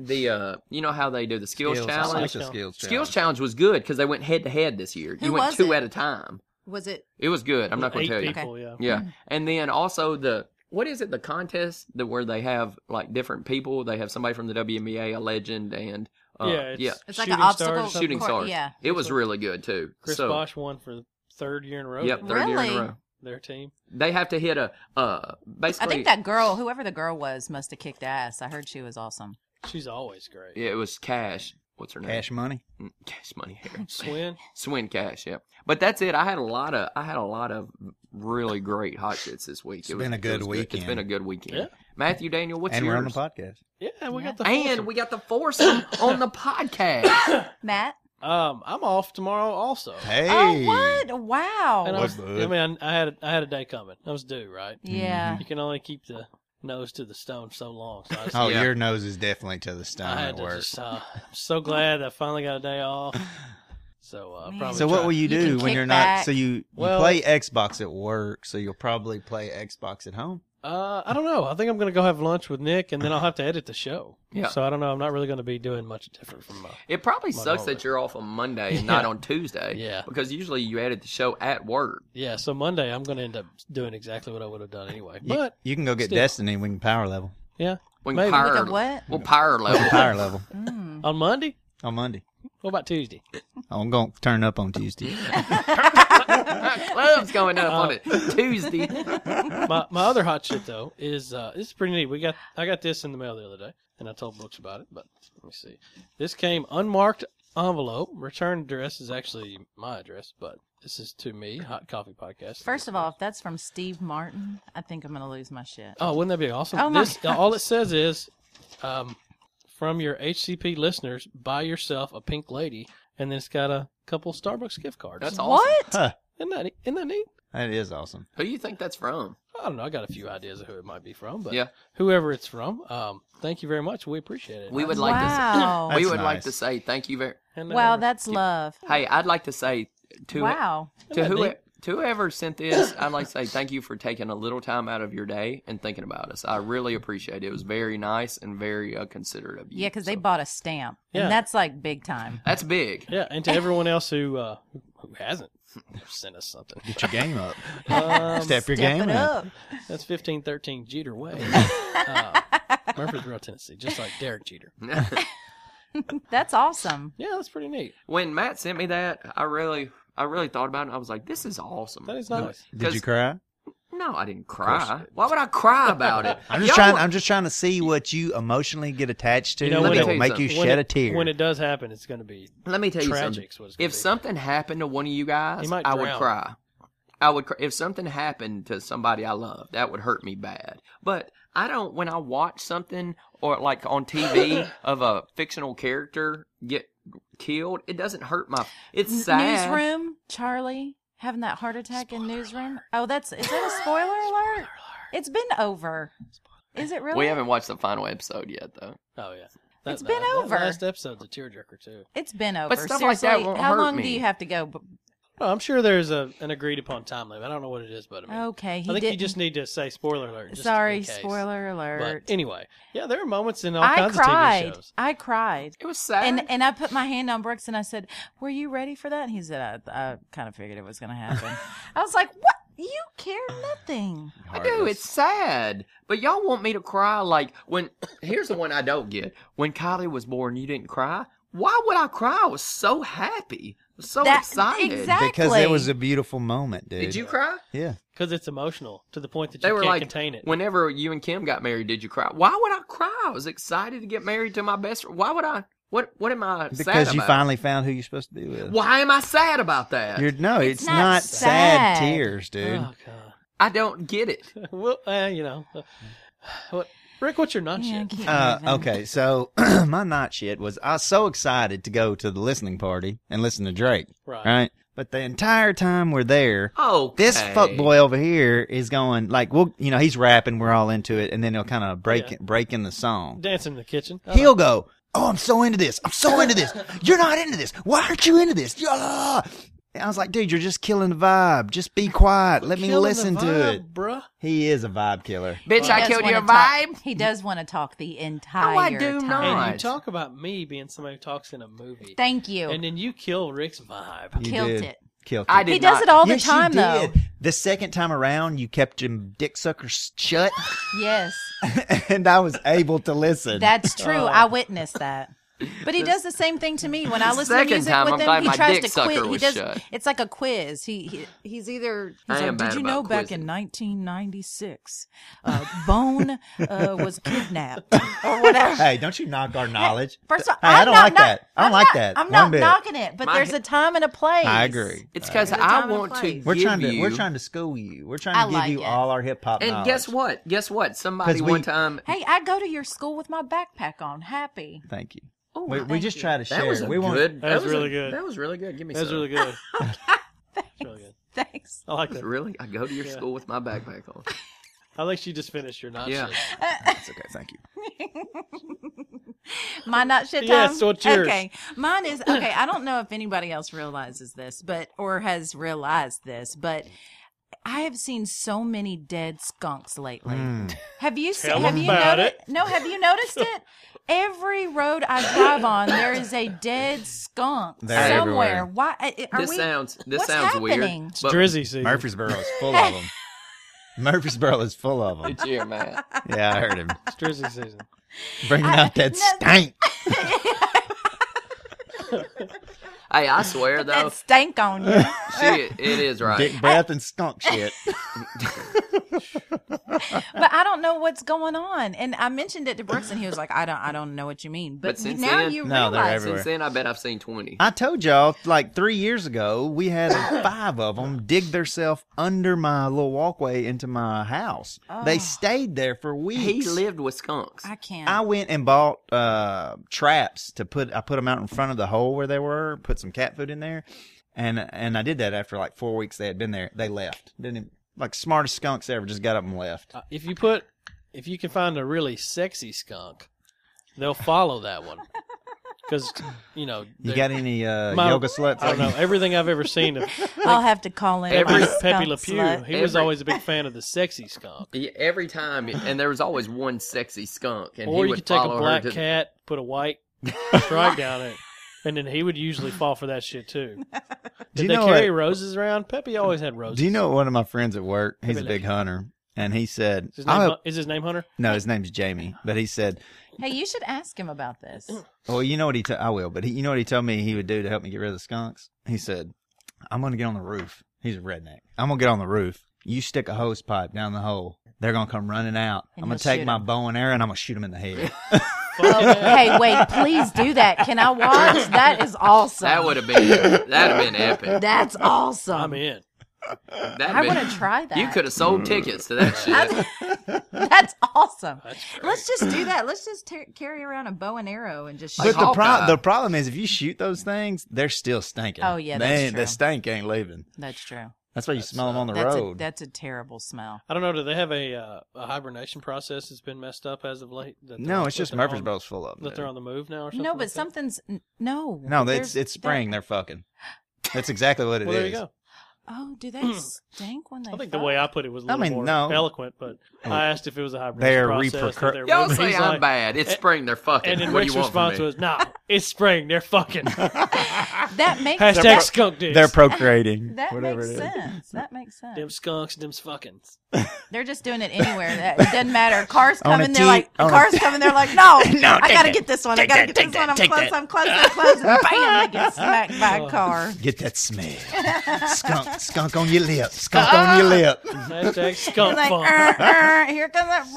[SPEAKER 1] the uh, you know how they do the skills,
[SPEAKER 4] Skills. I
[SPEAKER 1] challenge.
[SPEAKER 4] like the
[SPEAKER 3] Challenge.
[SPEAKER 4] skills
[SPEAKER 1] Skills challenge was good because they went head to head this year.
[SPEAKER 2] Who
[SPEAKER 1] you went
[SPEAKER 2] was
[SPEAKER 1] two
[SPEAKER 2] it?
[SPEAKER 1] at a time.
[SPEAKER 2] Was it?
[SPEAKER 1] It was good. I'm not going
[SPEAKER 3] Eight
[SPEAKER 1] to tell you.
[SPEAKER 3] people, Mm-hmm. yeah.
[SPEAKER 1] Yeah, and then also the what is it? The contest that where they have like different people. They have somebody from the WNBA, a legend, and uh,
[SPEAKER 3] yeah, it's,
[SPEAKER 2] It's like
[SPEAKER 3] Shooting
[SPEAKER 2] an
[SPEAKER 3] Stars
[SPEAKER 2] obstacle
[SPEAKER 3] or something.
[SPEAKER 1] shooting
[SPEAKER 2] court-
[SPEAKER 1] stars.
[SPEAKER 2] yeah.
[SPEAKER 1] it was really good too.
[SPEAKER 3] Chris
[SPEAKER 1] so,
[SPEAKER 3] Bosch won for the third year in a row.
[SPEAKER 1] yep,
[SPEAKER 3] didn't
[SPEAKER 1] third year in a
[SPEAKER 2] Really?
[SPEAKER 1] row.
[SPEAKER 3] they? Their team.
[SPEAKER 1] They have to hit a uh basically.
[SPEAKER 2] I think that girl, whoever the girl was, must have kicked ass. I heard she was awesome.
[SPEAKER 3] She's always great.
[SPEAKER 1] yeah, it was Cash. What's her name?
[SPEAKER 4] Cash money.
[SPEAKER 1] Mm, Cash Money Harris.
[SPEAKER 3] Swin.
[SPEAKER 1] Swin Cash. Yeah, but that's it. I had a lot of I had a lot of really great hot shits this week. It's
[SPEAKER 4] been a good
[SPEAKER 1] It's
[SPEAKER 4] weekend.
[SPEAKER 1] been a good weekend.
[SPEAKER 3] Yeah.
[SPEAKER 1] Matthew Daniel, what's
[SPEAKER 4] and
[SPEAKER 1] yours?
[SPEAKER 4] we're on the podcast.
[SPEAKER 3] Yeah, we
[SPEAKER 2] Yeah.
[SPEAKER 3] got the
[SPEAKER 1] And
[SPEAKER 3] foursome.
[SPEAKER 1] we got the foursome on the podcast.
[SPEAKER 2] Matt?
[SPEAKER 3] um, I'm off tomorrow also.
[SPEAKER 4] Hey.
[SPEAKER 2] Oh, what? Wow.
[SPEAKER 3] And I,
[SPEAKER 4] What,
[SPEAKER 3] was, I
[SPEAKER 4] bud?
[SPEAKER 3] mean, I had I had a day coming. I was due, right?
[SPEAKER 2] yeah.
[SPEAKER 3] You can only keep the nose to the stone so long. So I, just-
[SPEAKER 4] Oh,
[SPEAKER 1] Yeah.
[SPEAKER 4] your nose is definitely to the stone
[SPEAKER 3] I had
[SPEAKER 4] at
[SPEAKER 3] to
[SPEAKER 4] work. *laughs*
[SPEAKER 3] just. *laughs* Uh, I'm so glad I finally got a day off. So uh,
[SPEAKER 2] Man.
[SPEAKER 3] probably.
[SPEAKER 4] So what
[SPEAKER 3] try-
[SPEAKER 4] will you
[SPEAKER 2] You
[SPEAKER 4] do
[SPEAKER 2] can
[SPEAKER 4] when
[SPEAKER 2] kick
[SPEAKER 4] you're not?
[SPEAKER 2] back.
[SPEAKER 4] So you, you
[SPEAKER 3] Well-
[SPEAKER 4] play Xbox at work, so you'll probably play Xbox at home.
[SPEAKER 3] Uh, I don't know. I think I'm gonna go have lunch with Nick, and then I'll have to edit the show.
[SPEAKER 1] Yeah.
[SPEAKER 3] So I don't know. I'm not really gonna be doing much different from. Uh,
[SPEAKER 1] *coughs* It probably
[SPEAKER 3] My
[SPEAKER 1] sucks
[SPEAKER 3] holiday.
[SPEAKER 1] that you're off on Monday and not on Tuesday.
[SPEAKER 3] Yeah.
[SPEAKER 1] Because usually you edit the show at work.
[SPEAKER 3] yeah. So Monday, I'm gonna end up doing exactly what I would have done anyway.
[SPEAKER 4] You,
[SPEAKER 3] But
[SPEAKER 4] you can go get
[SPEAKER 3] still.
[SPEAKER 4] Destiny when you power level.
[SPEAKER 3] yeah,
[SPEAKER 1] When
[SPEAKER 3] Maybe.
[SPEAKER 1] power,
[SPEAKER 2] Like a what?
[SPEAKER 1] Well,
[SPEAKER 3] *laughs*
[SPEAKER 1] power level.
[SPEAKER 4] Power level
[SPEAKER 2] Mm.
[SPEAKER 3] on Monday.
[SPEAKER 4] on Monday.
[SPEAKER 3] What about Tuesday?
[SPEAKER 4] I'm gonna turn up on Tuesday.
[SPEAKER 1] Club's going up on it
[SPEAKER 3] Uh, *laughs*
[SPEAKER 1] Tuesday.
[SPEAKER 3] my my other hot shit though is uh this is pretty neat. We got I got this in the mail the other day, and I told Brooks about it. But let me see. This came unmarked envelope. Return address is actually my address, but this is to me. Hot coffee podcast.
[SPEAKER 2] First of all, if that's from Steve Martin, I think I'm going to lose my shit.
[SPEAKER 3] oh, wouldn't that be awesome?
[SPEAKER 2] Oh my
[SPEAKER 3] this all it says is, um, from your HCP listeners, buy yourself a pink lady, and then it's got a couple Starbucks gift cards.
[SPEAKER 1] That's awesome. *laughs*
[SPEAKER 2] What?
[SPEAKER 4] huh,
[SPEAKER 3] Isn't that isn't that neat?
[SPEAKER 4] that is awesome.
[SPEAKER 1] Who you think that's from?
[SPEAKER 3] I don't know. I got a few ideas of who it might be from, but
[SPEAKER 1] Yeah.
[SPEAKER 3] whoever it's from, um, thank you very much. We appreciate it.
[SPEAKER 1] We would like to.
[SPEAKER 2] Wow.
[SPEAKER 1] *laughs*
[SPEAKER 4] *laughs*
[SPEAKER 1] we
[SPEAKER 4] That's
[SPEAKER 1] would like
[SPEAKER 4] nice.
[SPEAKER 1] to say thank you very.
[SPEAKER 3] And, uh,
[SPEAKER 2] Wow, that's love.
[SPEAKER 1] Hey, I'd like to say to
[SPEAKER 2] Wow.
[SPEAKER 1] to
[SPEAKER 3] Isn't that
[SPEAKER 1] who.
[SPEAKER 3] neat?
[SPEAKER 1] To whoever sent this, I'd like to say thank you for taking a little time out of your day and thinking about us. I really appreciate it. It was very nice and very uh, considerate of you.
[SPEAKER 2] Yeah, because they
[SPEAKER 1] So,
[SPEAKER 2] bought a stamp.
[SPEAKER 3] Yeah.
[SPEAKER 2] And that's like big time.
[SPEAKER 1] that's big. *laughs*
[SPEAKER 3] Yeah, and to everyone else who uh, who hasn't *laughs* sent us something,
[SPEAKER 4] Get your game up.
[SPEAKER 1] *laughs*
[SPEAKER 3] um,
[SPEAKER 4] Step your
[SPEAKER 2] Step
[SPEAKER 4] game
[SPEAKER 2] it
[SPEAKER 4] up.
[SPEAKER 2] up.
[SPEAKER 3] that's fifteen thirteen Jeter Way, uh, Murfreesboro, Tennessee, just like Derek Jeter.
[SPEAKER 2] That's awesome.
[SPEAKER 3] Yeah, that's pretty neat.
[SPEAKER 1] when Matt sent me that, I really, I really thought about it. and I was like, "This is awesome."
[SPEAKER 3] That is nice.
[SPEAKER 4] Did you
[SPEAKER 1] 'Cause-
[SPEAKER 4] cry?
[SPEAKER 1] No, I didn't cry. Why would I cry about
[SPEAKER 3] *laughs*
[SPEAKER 1] it?
[SPEAKER 4] I'm just
[SPEAKER 1] Y'all-
[SPEAKER 4] trying. I'm just trying to see what you emotionally get attached to
[SPEAKER 3] You know,
[SPEAKER 1] let me
[SPEAKER 4] that
[SPEAKER 1] tell
[SPEAKER 4] will
[SPEAKER 1] you
[SPEAKER 4] make you
[SPEAKER 1] something.
[SPEAKER 4] shed
[SPEAKER 3] it,
[SPEAKER 4] a tear.
[SPEAKER 3] When it does happen, it's going to be
[SPEAKER 1] Let me tell you something.
[SPEAKER 3] tragic. is what it's gonna
[SPEAKER 1] If
[SPEAKER 3] be.
[SPEAKER 1] something happened to one of you guys,
[SPEAKER 3] He might
[SPEAKER 1] I would
[SPEAKER 3] drown.
[SPEAKER 1] cry. I would. Cry. If something happened to somebody I love, that would hurt me bad. But I don't. When I watch something or like on
[SPEAKER 3] *laughs*
[SPEAKER 1] TV of a fictional character get killed, it doesn't hurt my. It's sad.
[SPEAKER 2] Newsroom, Charlie having that heart attack in newsroom. Oh, that's is that
[SPEAKER 3] *gasps*
[SPEAKER 2] a spoiler alert? It's been over. Is it really?
[SPEAKER 1] We haven't watched the final episode yet, though.
[SPEAKER 3] oh yeah,
[SPEAKER 2] It's been over.
[SPEAKER 3] That last episode's a tearjerker too.
[SPEAKER 2] It's been over.
[SPEAKER 1] stuff like that
[SPEAKER 2] Seriously,
[SPEAKER 1] won't
[SPEAKER 2] how
[SPEAKER 1] hurt
[SPEAKER 2] long
[SPEAKER 1] me.
[SPEAKER 2] do you have to go b-
[SPEAKER 3] No, I'm sure there's a an agreed upon time limit. I don't know what it is, but I mean,
[SPEAKER 2] Okay, he
[SPEAKER 3] I think
[SPEAKER 2] didn't.
[SPEAKER 3] you just need to say spoiler alert. just in
[SPEAKER 2] Sorry,
[SPEAKER 3] case.
[SPEAKER 2] spoiler
[SPEAKER 3] But
[SPEAKER 2] alert.
[SPEAKER 3] anyway, yeah, there are moments in all
[SPEAKER 2] I
[SPEAKER 3] kinds of TV
[SPEAKER 2] cried.
[SPEAKER 3] shows.
[SPEAKER 2] I cried.
[SPEAKER 1] It was sad.
[SPEAKER 2] And and I put my hand on Brooks and I said, "Were you ready for that?" And he said, "I, I kind of figured it was going to happen."
[SPEAKER 3] *laughs*
[SPEAKER 2] I was like, "What? You care nothing."
[SPEAKER 1] I do. It's sad. But y'all want me to cry like when *clears throat* here's the one I don't get. When Kylie was born, you didn't cry? Why would I cry? I was so happy. I was so
[SPEAKER 2] That-
[SPEAKER 1] excited.
[SPEAKER 2] exactly.
[SPEAKER 4] because it was a beautiful moment, dude.
[SPEAKER 1] Did you cry?
[SPEAKER 4] Yeah.
[SPEAKER 3] because it's emotional to the point that you
[SPEAKER 1] They were
[SPEAKER 3] can't
[SPEAKER 1] like,
[SPEAKER 3] contain it.
[SPEAKER 1] whenever you and Kim got married, did you cry? Why would I cry? I was excited to get married to my best friend. Why would I? What What am I sad
[SPEAKER 4] Because you
[SPEAKER 1] about?
[SPEAKER 4] finally found who you're supposed to be with.
[SPEAKER 1] Why am I sad about that?
[SPEAKER 4] You're, no,
[SPEAKER 2] It's
[SPEAKER 4] it's,
[SPEAKER 2] not
[SPEAKER 4] not,
[SPEAKER 2] sad.
[SPEAKER 4] sad. tears, dude.
[SPEAKER 3] oh god. *laughs*
[SPEAKER 1] I don't get
[SPEAKER 4] *laughs*
[SPEAKER 1] it.
[SPEAKER 3] Well, uh, you know, uh, what Rick? What's your non
[SPEAKER 2] Yeah,
[SPEAKER 3] shit?
[SPEAKER 2] get
[SPEAKER 4] Uh,
[SPEAKER 2] moving.
[SPEAKER 4] okay, so *clears throat* my night shit was I was so excited to go to the listening party and listen to Drake,
[SPEAKER 3] Right.
[SPEAKER 4] right? But the entire time we're there,
[SPEAKER 1] Oh,
[SPEAKER 4] this fuckboy over here is going like, well, you know, he's rapping, we're all into it, and then he'll kind of break
[SPEAKER 3] Yeah.
[SPEAKER 4] break in the song.
[SPEAKER 3] Dancing in the kitchen.
[SPEAKER 2] Uh-huh.
[SPEAKER 3] I
[SPEAKER 4] He'll go, oh, I'm so into this, I'm so into this. You're not into this. Why aren't you into this? Yeah. And I was like, dude, you're just killing the vibe. Just be quiet. Let me
[SPEAKER 3] Killing the
[SPEAKER 4] listen to
[SPEAKER 3] vibe,
[SPEAKER 4] it.
[SPEAKER 3] bruh.
[SPEAKER 4] He is a vibe killer.
[SPEAKER 1] Bitch,
[SPEAKER 2] He
[SPEAKER 1] I
[SPEAKER 2] does
[SPEAKER 1] killed
[SPEAKER 2] wanna
[SPEAKER 1] your
[SPEAKER 2] talk-
[SPEAKER 1] vibe.
[SPEAKER 2] He does want to talk the entire
[SPEAKER 1] do
[SPEAKER 2] time.
[SPEAKER 1] not.
[SPEAKER 3] And you
[SPEAKER 1] Right.
[SPEAKER 3] talk about me being somebody who talks in a movie,
[SPEAKER 2] Thank you.
[SPEAKER 3] and then you kill Rick's vibe.
[SPEAKER 4] You
[SPEAKER 2] Killed
[SPEAKER 4] did.
[SPEAKER 2] it.
[SPEAKER 4] Killed
[SPEAKER 1] I
[SPEAKER 4] it.
[SPEAKER 1] did
[SPEAKER 2] he does
[SPEAKER 1] not-
[SPEAKER 2] it all the
[SPEAKER 4] Yes, you
[SPEAKER 2] time
[SPEAKER 4] did.
[SPEAKER 2] though.
[SPEAKER 4] The second time around, you kept him dick suckers shut, *laughs*
[SPEAKER 2] Yes.
[SPEAKER 4] and I was able to listen.
[SPEAKER 2] That's true. I witnessed that. But he does the same thing to me when I listen to
[SPEAKER 1] second
[SPEAKER 2] music
[SPEAKER 1] time,
[SPEAKER 2] with
[SPEAKER 1] I'm
[SPEAKER 2] him.
[SPEAKER 1] glad
[SPEAKER 2] He
[SPEAKER 1] my
[SPEAKER 2] tries
[SPEAKER 1] dick
[SPEAKER 2] to
[SPEAKER 1] sucker
[SPEAKER 2] quit. He
[SPEAKER 1] was
[SPEAKER 2] does.
[SPEAKER 1] shut.
[SPEAKER 2] It's like a quiz. He, he he's either. He's
[SPEAKER 1] I
[SPEAKER 2] like,
[SPEAKER 1] am
[SPEAKER 2] Did
[SPEAKER 1] bad
[SPEAKER 2] you know
[SPEAKER 1] about
[SPEAKER 2] back
[SPEAKER 1] quizzing.
[SPEAKER 2] in 1996, uh, Bone uh, was
[SPEAKER 1] *laughs*
[SPEAKER 2] kidnapped or whatever?
[SPEAKER 4] hey, don't you knock our knowledge?
[SPEAKER 2] First of all,
[SPEAKER 4] Hey, I
[SPEAKER 2] I'm
[SPEAKER 4] don't
[SPEAKER 2] not
[SPEAKER 4] like
[SPEAKER 2] knock-
[SPEAKER 4] that. I don't
[SPEAKER 2] I'm
[SPEAKER 4] like
[SPEAKER 2] not-
[SPEAKER 4] that
[SPEAKER 2] I'm
[SPEAKER 4] one
[SPEAKER 2] not
[SPEAKER 4] bit.
[SPEAKER 2] knocking it, but
[SPEAKER 1] My-
[SPEAKER 2] there's a time and a place.
[SPEAKER 4] I agree.
[SPEAKER 1] It's because
[SPEAKER 2] There's a time
[SPEAKER 1] I
[SPEAKER 2] and a
[SPEAKER 1] want to.
[SPEAKER 2] place.
[SPEAKER 4] We're
[SPEAKER 1] give
[SPEAKER 4] trying to
[SPEAKER 1] you-
[SPEAKER 4] we're trying to school you. We're trying
[SPEAKER 2] I
[SPEAKER 4] to give
[SPEAKER 2] like
[SPEAKER 4] you
[SPEAKER 2] it.
[SPEAKER 4] all our hip hop.
[SPEAKER 1] And
[SPEAKER 4] knowledge.
[SPEAKER 1] guess what? Guess what? Somebody
[SPEAKER 4] 'Cause we-
[SPEAKER 1] one time.
[SPEAKER 2] Hey, I go to your school with my backpack on, happy.
[SPEAKER 4] Thank you.
[SPEAKER 2] Oh,
[SPEAKER 4] we, we
[SPEAKER 2] thank
[SPEAKER 4] just
[SPEAKER 2] you.
[SPEAKER 4] try to share.
[SPEAKER 1] That was a
[SPEAKER 4] we want
[SPEAKER 1] good.
[SPEAKER 3] That was really
[SPEAKER 1] a-
[SPEAKER 3] good.
[SPEAKER 1] That was really good. Give me
[SPEAKER 3] That's
[SPEAKER 1] some.
[SPEAKER 2] *laughs*
[SPEAKER 3] really good. That's really good.
[SPEAKER 2] Thanks.
[SPEAKER 3] I like
[SPEAKER 1] That was
[SPEAKER 3] that.
[SPEAKER 1] Really, I go to your
[SPEAKER 3] Yeah.
[SPEAKER 1] school with my backpack on.
[SPEAKER 3] I think she just finished your non
[SPEAKER 1] Yeah.
[SPEAKER 3] shit.
[SPEAKER 4] It's okay. Thank you.
[SPEAKER 2] My not shit time.
[SPEAKER 3] Yes, what's yours?
[SPEAKER 2] Okay, mine is okay. I don't know if anybody else realizes this, but or has realized this, but I have seen so many dead skunks lately. Have you seen?
[SPEAKER 3] Tell
[SPEAKER 2] Have
[SPEAKER 3] 'em
[SPEAKER 2] you
[SPEAKER 3] about
[SPEAKER 2] noticed? No, have you noticed it? Every road I drive on, there is a dead skunk
[SPEAKER 4] They're
[SPEAKER 2] somewhere.
[SPEAKER 4] everywhere.
[SPEAKER 2] Why I- are
[SPEAKER 1] this
[SPEAKER 2] we?
[SPEAKER 1] sounds. This
[SPEAKER 2] what's
[SPEAKER 1] sounds
[SPEAKER 2] happening?
[SPEAKER 1] weird.
[SPEAKER 3] It's
[SPEAKER 1] but- *laughs*
[SPEAKER 3] Drizzy season.
[SPEAKER 4] Murfreesboro is full of them. Murfreesboro is full of them.
[SPEAKER 1] It's you, man.
[SPEAKER 4] Yeah, I heard him
[SPEAKER 3] It's Drizzy season.
[SPEAKER 4] bringing out that stank.
[SPEAKER 1] Hey, I swear though,
[SPEAKER 2] that stank on you. *laughs*
[SPEAKER 1] she it is right.
[SPEAKER 4] Dick breath and skunk shit.
[SPEAKER 2] but I don't know what's going on. And I mentioned it to Brooks, and he was like, "I don't, I don't know what you mean." But,
[SPEAKER 1] But since
[SPEAKER 2] now
[SPEAKER 1] then-
[SPEAKER 2] you
[SPEAKER 4] No, they're
[SPEAKER 2] realize
[SPEAKER 4] everywhere.
[SPEAKER 1] Since then, I bet I've seen twenty.
[SPEAKER 4] I told y'all like three years ago we
[SPEAKER 1] *coughs*
[SPEAKER 4] had five of them dig themselves under my little walkway into my house. They stayed there for weeks.
[SPEAKER 1] Ah. He lived with skunks.
[SPEAKER 2] I can't.
[SPEAKER 4] I went and bought uh, traps to put. I put them out in front of the hole where they were. Put some cat food in there, and and I did that after like four weeks they had been there. They left. Didn't even- like smartest skunks ever. Just got up and left.
[SPEAKER 3] Uh, if you put, if you can find a really sexy skunk, they'll follow that one. Because, you know,
[SPEAKER 4] You
[SPEAKER 3] they're-
[SPEAKER 4] got any
[SPEAKER 3] *laughs*
[SPEAKER 4] uh,
[SPEAKER 3] My-
[SPEAKER 4] yoga sluts?
[SPEAKER 3] I don't
[SPEAKER 4] *laughs*
[SPEAKER 3] know. Everything I've ever seen of
[SPEAKER 2] I'll have to call in
[SPEAKER 3] every
[SPEAKER 2] my
[SPEAKER 3] Pepe
[SPEAKER 2] skunk
[SPEAKER 3] Le Pew, he
[SPEAKER 2] slut.
[SPEAKER 3] was
[SPEAKER 1] Every-
[SPEAKER 3] always a big fan of the
[SPEAKER 4] *laughs*
[SPEAKER 3] sexy skunk.
[SPEAKER 1] He- Every time, and there was always one sexy skunk, and
[SPEAKER 3] Or
[SPEAKER 1] he
[SPEAKER 3] you
[SPEAKER 1] would
[SPEAKER 3] could take a
[SPEAKER 1] follow
[SPEAKER 3] black
[SPEAKER 1] her to.
[SPEAKER 3] cat, put a
[SPEAKER 4] *laughs*
[SPEAKER 3] white stripe down it, and then he would usually fall for that shit too. Did
[SPEAKER 4] Do you
[SPEAKER 3] they
[SPEAKER 4] know
[SPEAKER 3] carry
[SPEAKER 4] what-
[SPEAKER 3] roses around? Pepe always had roses.
[SPEAKER 4] Do you know one of my friends at work? He's
[SPEAKER 3] me
[SPEAKER 4] a
[SPEAKER 3] look.
[SPEAKER 4] big hunter, and he said,
[SPEAKER 3] Is his
[SPEAKER 4] "I
[SPEAKER 3] name,
[SPEAKER 4] hope."
[SPEAKER 3] Hun- is his name Hunter?
[SPEAKER 4] No, his name's Jamie, but he said,
[SPEAKER 2] hey, you should ask him about
[SPEAKER 1] *clears throat*
[SPEAKER 2] this.
[SPEAKER 4] Well, you know what he. T- I will, but he, you know what he told me he would do to help me get rid of the skunks. He said, "I'm gonna get on the roof." He's a redneck. I'm gonna get on the roof. You stick a hose pipe down the hole. They're gonna come running out.
[SPEAKER 2] And
[SPEAKER 4] I'm gonna
[SPEAKER 2] you'll
[SPEAKER 4] take
[SPEAKER 2] shoot
[SPEAKER 4] my bow and arrow and I'm gonna shoot them in
[SPEAKER 2] *laughs*
[SPEAKER 4] the head.
[SPEAKER 2] Oh, hey, wait, please do that. Can I watch? That is awesome.
[SPEAKER 1] That would have been. That'd have been epic.
[SPEAKER 2] That's awesome.
[SPEAKER 3] I'm in.
[SPEAKER 1] That'd
[SPEAKER 2] *laughs* I
[SPEAKER 1] been-
[SPEAKER 2] want to try that.
[SPEAKER 1] You could have
[SPEAKER 4] Mm.
[SPEAKER 1] sold tickets to
[SPEAKER 4] *laughs*
[SPEAKER 1] that shit.
[SPEAKER 2] *laughs* That's awesome. Let's just do that. Let's just ta- carry around a bow and arrow and just.
[SPEAKER 1] Like
[SPEAKER 4] but
[SPEAKER 2] shoot.
[SPEAKER 4] the pro-
[SPEAKER 1] Hawkeye.
[SPEAKER 4] the problem is if you shoot those things, they're still stinking.
[SPEAKER 2] Oh, yeah,
[SPEAKER 4] They
[SPEAKER 2] that's
[SPEAKER 4] ain't-
[SPEAKER 2] true.
[SPEAKER 4] the stank ain't leaving.
[SPEAKER 2] That's true.
[SPEAKER 4] That's why you smell them on the
[SPEAKER 2] That's a
[SPEAKER 4] road.
[SPEAKER 2] that's a terrible smell.
[SPEAKER 3] I don't know. Do they have a, uh, a hibernation process that's been messed up as of late? that they're-
[SPEAKER 4] no, it's
[SPEAKER 3] that
[SPEAKER 4] just
[SPEAKER 3] they're on-
[SPEAKER 4] Murfreesboro's full of them.
[SPEAKER 3] That they're on the move now or something?
[SPEAKER 2] No,
[SPEAKER 3] like
[SPEAKER 2] but
[SPEAKER 3] that?
[SPEAKER 2] something's n- no.
[SPEAKER 4] No,
[SPEAKER 2] there's-
[SPEAKER 4] it's it's
[SPEAKER 2] there-
[SPEAKER 4] spring. They're fucking. That's exactly what it is.
[SPEAKER 3] Well, there you go.
[SPEAKER 2] Oh, do they stink when they?
[SPEAKER 3] Mm. I think the
[SPEAKER 2] fuck?
[SPEAKER 3] way I put it was a
[SPEAKER 4] I
[SPEAKER 3] little
[SPEAKER 4] mean,
[SPEAKER 3] more
[SPEAKER 4] no. Oh.
[SPEAKER 3] eloquent, but I asked if it was a hybrid
[SPEAKER 4] Their
[SPEAKER 3] process. or
[SPEAKER 4] repercur-
[SPEAKER 3] their
[SPEAKER 1] Y'all
[SPEAKER 3] root-
[SPEAKER 1] say
[SPEAKER 3] he's
[SPEAKER 1] I'm
[SPEAKER 3] like-
[SPEAKER 1] bad. It's spring. They're fucking.
[SPEAKER 3] And then
[SPEAKER 1] what do
[SPEAKER 3] Rick's
[SPEAKER 1] you want from
[SPEAKER 3] response
[SPEAKER 1] me?
[SPEAKER 3] was, "Nah, it's spring. They're
[SPEAKER 4] *laughs*
[SPEAKER 3] fucking."
[SPEAKER 2] that makes
[SPEAKER 3] Hashtag skunk dicks.
[SPEAKER 4] They're
[SPEAKER 2] *laughs*
[SPEAKER 4] procreating.
[SPEAKER 2] that
[SPEAKER 4] whatever
[SPEAKER 2] makes
[SPEAKER 4] it is.
[SPEAKER 2] sense. That makes sense.
[SPEAKER 3] *laughs* them skunks. Them's fuckings.
[SPEAKER 2] They're just doing it anywhere. That, it doesn't matter. Cars
[SPEAKER 4] *laughs* On a
[SPEAKER 2] coming, they're
[SPEAKER 4] T-
[SPEAKER 2] like
[SPEAKER 4] on a-
[SPEAKER 2] cars coming. They're
[SPEAKER 4] *laughs*
[SPEAKER 2] like, no,
[SPEAKER 4] No,
[SPEAKER 2] I
[SPEAKER 4] take
[SPEAKER 2] gotta
[SPEAKER 4] that.
[SPEAKER 2] get this one. I
[SPEAKER 4] Take
[SPEAKER 2] gotta
[SPEAKER 4] that,
[SPEAKER 2] get
[SPEAKER 4] take
[SPEAKER 2] this
[SPEAKER 4] that,
[SPEAKER 2] one. I'm
[SPEAKER 4] take
[SPEAKER 2] close.
[SPEAKER 4] that.
[SPEAKER 2] I'm close. I'm close. And bam, they
[SPEAKER 4] *laughs*
[SPEAKER 2] get smacked by a car.
[SPEAKER 4] Get
[SPEAKER 1] *laughs*
[SPEAKER 4] that smell. skunk, skunk on your lip. Skunk on your lip.
[SPEAKER 2] *laughs*
[SPEAKER 3] Hashtag
[SPEAKER 2] It's
[SPEAKER 3] skunk
[SPEAKER 2] like,
[SPEAKER 3] funk.
[SPEAKER 2] "Er, er, here comes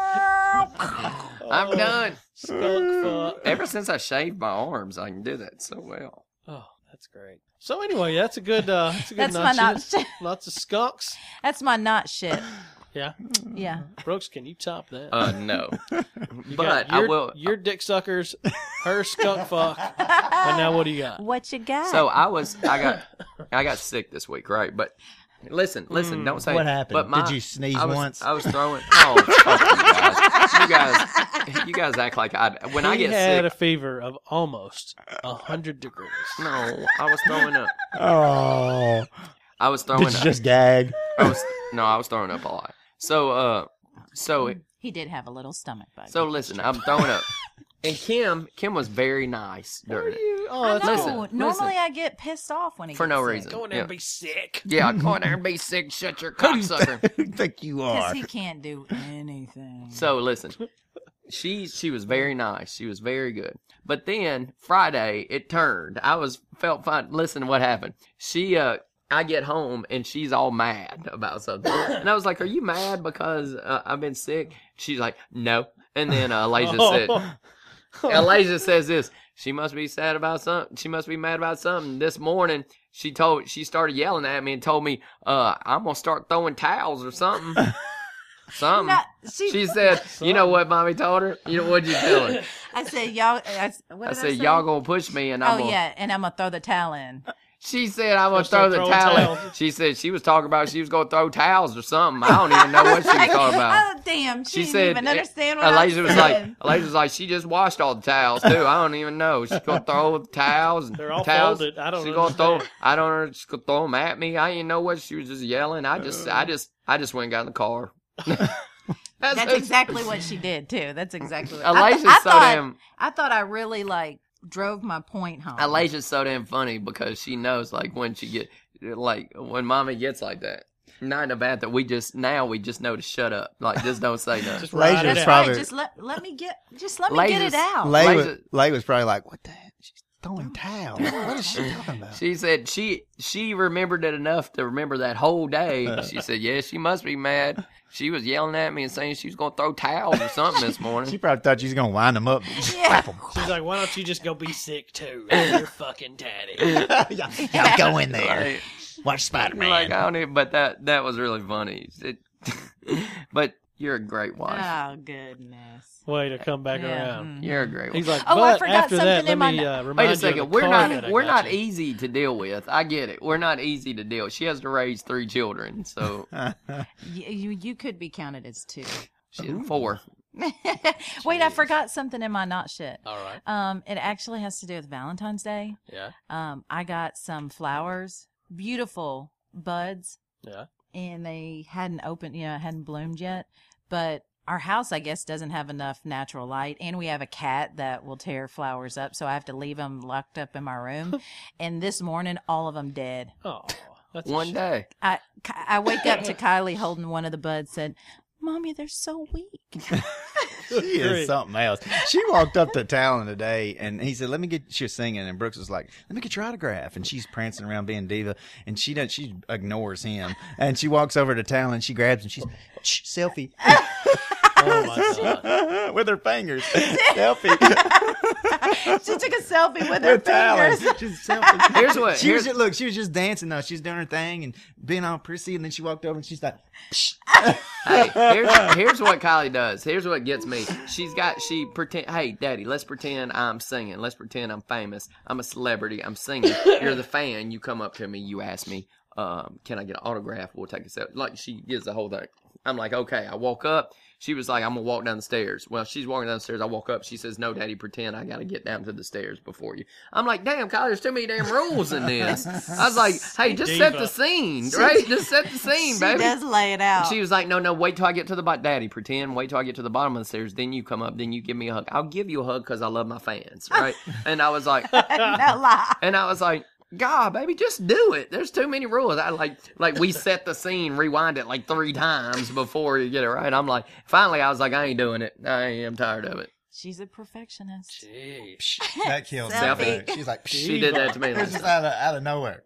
[SPEAKER 2] that.
[SPEAKER 4] "Oh."
[SPEAKER 1] I'm done.
[SPEAKER 3] skunk funk.
[SPEAKER 4] *laughs*
[SPEAKER 1] Ever since I shaved my arms, I can do that so well.
[SPEAKER 3] Oh, that's great. So anyway, that's a good. Uh, that's a good.
[SPEAKER 2] That's my
[SPEAKER 3] notch.
[SPEAKER 2] notch.
[SPEAKER 3] Lots of skunks.
[SPEAKER 2] That's my not shit.
[SPEAKER 3] Yeah,
[SPEAKER 2] Yeah.
[SPEAKER 3] Brooks, can you top that?
[SPEAKER 1] Uh,
[SPEAKER 4] *laughs*
[SPEAKER 1] no.
[SPEAKER 3] You
[SPEAKER 1] but
[SPEAKER 3] got your,
[SPEAKER 1] I will.
[SPEAKER 3] Your dick suckers,
[SPEAKER 1] *laughs*
[SPEAKER 3] her skunk fuck. And now what do you got?
[SPEAKER 2] What you got?
[SPEAKER 1] So I was. I got. I got sick this week, right? But listen, listen. Don't say
[SPEAKER 4] Mm, What happened?
[SPEAKER 1] But my,
[SPEAKER 4] Did you sneeze
[SPEAKER 1] I was,
[SPEAKER 4] once?
[SPEAKER 1] I was
[SPEAKER 4] *laughs*
[SPEAKER 1] throwing. Oh, fuck you guys! You guys, you guys act like I. When I
[SPEAKER 3] he
[SPEAKER 1] get
[SPEAKER 3] had
[SPEAKER 1] sick,
[SPEAKER 3] a fever of almost hundred degrees.
[SPEAKER 1] no, I was throwing up.
[SPEAKER 4] Oh.
[SPEAKER 1] I was throwing
[SPEAKER 4] Did you
[SPEAKER 1] up.
[SPEAKER 4] just gag? *laughs*
[SPEAKER 1] I was no, I was throwing up a lot. So, uh, so
[SPEAKER 2] he did have a little stomach bug.
[SPEAKER 1] So listen, I'm throwing
[SPEAKER 4] *laughs*
[SPEAKER 1] up. And Kim, Kim was very nice during it
[SPEAKER 3] Oh,
[SPEAKER 2] I
[SPEAKER 3] that's
[SPEAKER 2] know.
[SPEAKER 1] listen,
[SPEAKER 2] Normally,
[SPEAKER 1] listen.
[SPEAKER 2] I get pissed off when he
[SPEAKER 1] for
[SPEAKER 2] gets
[SPEAKER 1] no
[SPEAKER 2] sick.
[SPEAKER 1] reason.
[SPEAKER 3] Go in there
[SPEAKER 1] yeah.
[SPEAKER 3] and be sick.
[SPEAKER 4] *laughs*
[SPEAKER 1] yeah, go in there and be sick. Shut your cocksucker.
[SPEAKER 4] Who do you think you
[SPEAKER 2] Because
[SPEAKER 4] are?
[SPEAKER 2] he can't do anything.
[SPEAKER 1] So listen, she she was very nice. She was very good. But then Friday it turned. I was felt fine. Listen, to what happened? She uh. I get home and she's all mad about
[SPEAKER 4] *coughs*
[SPEAKER 1] something, and I was like, "Are you mad because uh, I've been sick?" She's like, "No." And then uh,
[SPEAKER 4] *laughs*
[SPEAKER 1] Elijah
[SPEAKER 3] Oh,
[SPEAKER 1] said, Elijah says this. She must be sad about something. She must be mad about something. This morning, she told she started yelling at me and told me, "Uh, I'm gonna start throwing towels or
[SPEAKER 3] *laughs*
[SPEAKER 1] something." something.
[SPEAKER 2] No, she-
[SPEAKER 1] she said, "You know what, mommy told her? You know what you *laughs* tell her?
[SPEAKER 2] I said, y'all. I, s- what
[SPEAKER 1] I
[SPEAKER 2] did
[SPEAKER 1] said
[SPEAKER 2] say?
[SPEAKER 1] y'all gonna push me, and
[SPEAKER 2] Oh
[SPEAKER 1] I'm gonna."
[SPEAKER 2] yeah, and I'm gonna throw the towel in.
[SPEAKER 1] She said, "I'm gonna
[SPEAKER 3] Start
[SPEAKER 1] throw the
[SPEAKER 3] throwing
[SPEAKER 1] towel." *laughs*
[SPEAKER 3] towels.
[SPEAKER 1] She said she was talking about she was gonna throw towels or something. *laughs* I don't even know what *laughs* she was
[SPEAKER 2] Like,
[SPEAKER 1] talking about.
[SPEAKER 2] Oh damn, she,
[SPEAKER 1] She
[SPEAKER 2] didn't
[SPEAKER 1] said, eh,
[SPEAKER 2] even understand what I
[SPEAKER 1] Elijah
[SPEAKER 2] said.
[SPEAKER 1] was like, Elijah was like, she just washed all the towels too. I don't even know. She's gonna throw the towels. And
[SPEAKER 3] *laughs* They're all
[SPEAKER 1] towels.
[SPEAKER 3] folded. I don't
[SPEAKER 1] She's gonna throw.
[SPEAKER 3] understand.
[SPEAKER 1] I don't. know. She's gonna throw them at me. I didn't know what she was just yelling. I just, I just, I just went and got in the *laughs* car. *laughs* That's,
[SPEAKER 2] That's exactly what she did too. That's exactly. What,
[SPEAKER 1] *laughs*
[SPEAKER 2] I,
[SPEAKER 1] Elijah's
[SPEAKER 2] th- I
[SPEAKER 1] so
[SPEAKER 2] thought,
[SPEAKER 1] damn.
[SPEAKER 2] I thought I really like drove my point home.
[SPEAKER 1] Elijah's so damn funny because she knows like when she get like when mommy gets like that. Not in a bad that we just now we just know to shut up. Like just don't *laughs* say nothing.
[SPEAKER 3] Just ride
[SPEAKER 4] Elijah's
[SPEAKER 3] it out.
[SPEAKER 4] probably-
[SPEAKER 2] Right, just let let me get just let me get
[SPEAKER 1] Elijah's-
[SPEAKER 2] it out.
[SPEAKER 4] Lay was,
[SPEAKER 1] Elijah-
[SPEAKER 4] Lay was probably like, what the heck? She's throwing towels. What is she talking about?
[SPEAKER 1] She said she she remembered it enough to remember that whole day. She said, "Yeah, she must be mad. She was yelling at me and saying she was going to throw towels or something *laughs* this
[SPEAKER 4] She
[SPEAKER 1] morning."
[SPEAKER 4] probably thought she was going to wind them up. *laughs*
[SPEAKER 2] yeah.
[SPEAKER 3] She's like, why don't you just go be
[SPEAKER 1] *laughs*
[SPEAKER 3] sick too? You're fucking daddy.
[SPEAKER 4] y'all, y'all go in there.
[SPEAKER 1] Like,
[SPEAKER 4] Watch Spider Man.
[SPEAKER 1] like I don't even. But that that was really funny. It, *laughs* but you're a great wife.
[SPEAKER 2] Oh goodness.
[SPEAKER 3] Way to come back
[SPEAKER 2] Yeah.
[SPEAKER 3] around.
[SPEAKER 2] Mm.
[SPEAKER 1] You're a great.
[SPEAKER 3] He's
[SPEAKER 1] wife.
[SPEAKER 3] like,
[SPEAKER 2] Oh, I
[SPEAKER 3] but
[SPEAKER 2] forgot
[SPEAKER 3] after
[SPEAKER 2] something
[SPEAKER 3] that, let
[SPEAKER 2] in my
[SPEAKER 3] me
[SPEAKER 2] no-
[SPEAKER 3] uh,
[SPEAKER 1] Mm-hmm. Wait
[SPEAKER 3] remind you
[SPEAKER 1] a
[SPEAKER 3] of the
[SPEAKER 1] second. We're
[SPEAKER 3] card that
[SPEAKER 1] not
[SPEAKER 3] I
[SPEAKER 1] we're
[SPEAKER 3] got
[SPEAKER 1] not
[SPEAKER 3] you.
[SPEAKER 1] easy to deal with. I get it. We're not easy to deal. She has to raise three children, so uh,
[SPEAKER 4] *laughs*
[SPEAKER 2] You, you you could be counted as two. *laughs*
[SPEAKER 1] she's four.
[SPEAKER 2] Wait, I forgot something in my not shit.
[SPEAKER 3] All right.
[SPEAKER 2] Um, it actually has to do with Valentine's Day.
[SPEAKER 3] Yeah.
[SPEAKER 2] Um, I got some flowers, beautiful buds.
[SPEAKER 3] Yeah.
[SPEAKER 2] And they hadn't opened, you know, hadn't bloomed yet. But our house, I guess, doesn't have enough natural light, and we have a cat that will tear flowers up, so I have to leave them locked up in
[SPEAKER 1] *laughs*
[SPEAKER 2] my room. and this morning, all of them dead.
[SPEAKER 3] Oh, that's a
[SPEAKER 1] One
[SPEAKER 3] shame.
[SPEAKER 1] day.
[SPEAKER 2] I Ki- I wake
[SPEAKER 1] *laughs*
[SPEAKER 2] up to Kylie holding one of the buds, said, "Mommy, they're so
[SPEAKER 1] *laughs*
[SPEAKER 2] weak."
[SPEAKER 4] She
[SPEAKER 3] Great.
[SPEAKER 4] is something else. She walked up to Talon today and he said, Let me get she was singing and Brooks was like, Let me get your autograph and she's prancing around being diva and she does she ignores him and she walks over to Talon and she grabs him, she's Shh, selfie
[SPEAKER 3] Oh
[SPEAKER 1] *laughs*
[SPEAKER 3] my god.
[SPEAKER 4] *laughs* with her fingers. *laughs* selfie
[SPEAKER 2] she took a selfie with her
[SPEAKER 4] with Talon.
[SPEAKER 2] fingers.
[SPEAKER 4] She's selfie.
[SPEAKER 1] Here's what.
[SPEAKER 4] She
[SPEAKER 1] Here's,
[SPEAKER 4] was just, look, she was just dancing though. She was doing her thing and being all prissy and then she walked over and she's like,
[SPEAKER 1] hey, here's, here's what Kylie does. Here's what gets me. She's got she pretend. Hey, Daddy, let's pretend I'm singing. Let's pretend I'm famous. I'm a celebrity. I'm singing. You're the fan. You come up to me. You ask me, um, can I get an autograph? We'll take a selfie. Like she gives the whole thing. I'm like, okay. I walk up. She was like, I'm gonna walk down the stairs. Well, she's walking down the stairs. I walk up. She says, No, daddy, pretend I gotta get down to the stairs before you. I'm like, damn, Kyle, there's too many damn rules in this. I was like, hey, just set the
[SPEAKER 3] Diva.
[SPEAKER 1] scene, right? Just set the scene,
[SPEAKER 2] She
[SPEAKER 1] baby.
[SPEAKER 2] does lay it
[SPEAKER 4] Oh.
[SPEAKER 2] out.
[SPEAKER 1] She was like, "No, no, wait till I get to the bottom, Daddy. Pretend wait till I get to the bottom of the stairs. Then you come up. Then you give me a hug. I'll give you a hug because I love my
[SPEAKER 4] *laughs*
[SPEAKER 1] fans, right?" and I was like,
[SPEAKER 2] *laughs* no lie.
[SPEAKER 1] and I was like, "God, baby, just do it. There's too many rules. I like, like we set the scene, rewind it like three times before you get it right." I'm like, finally, I was like, "I ain't doing it. I am tired of it."
[SPEAKER 2] She's a perfectionist.
[SPEAKER 3] Jeez.
[SPEAKER 4] That kills
[SPEAKER 1] Selfie.
[SPEAKER 4] me. She's like,
[SPEAKER 1] She did that to me.
[SPEAKER 4] *laughs* It was
[SPEAKER 1] Last
[SPEAKER 4] just
[SPEAKER 1] night.
[SPEAKER 4] out of, out of nowhere.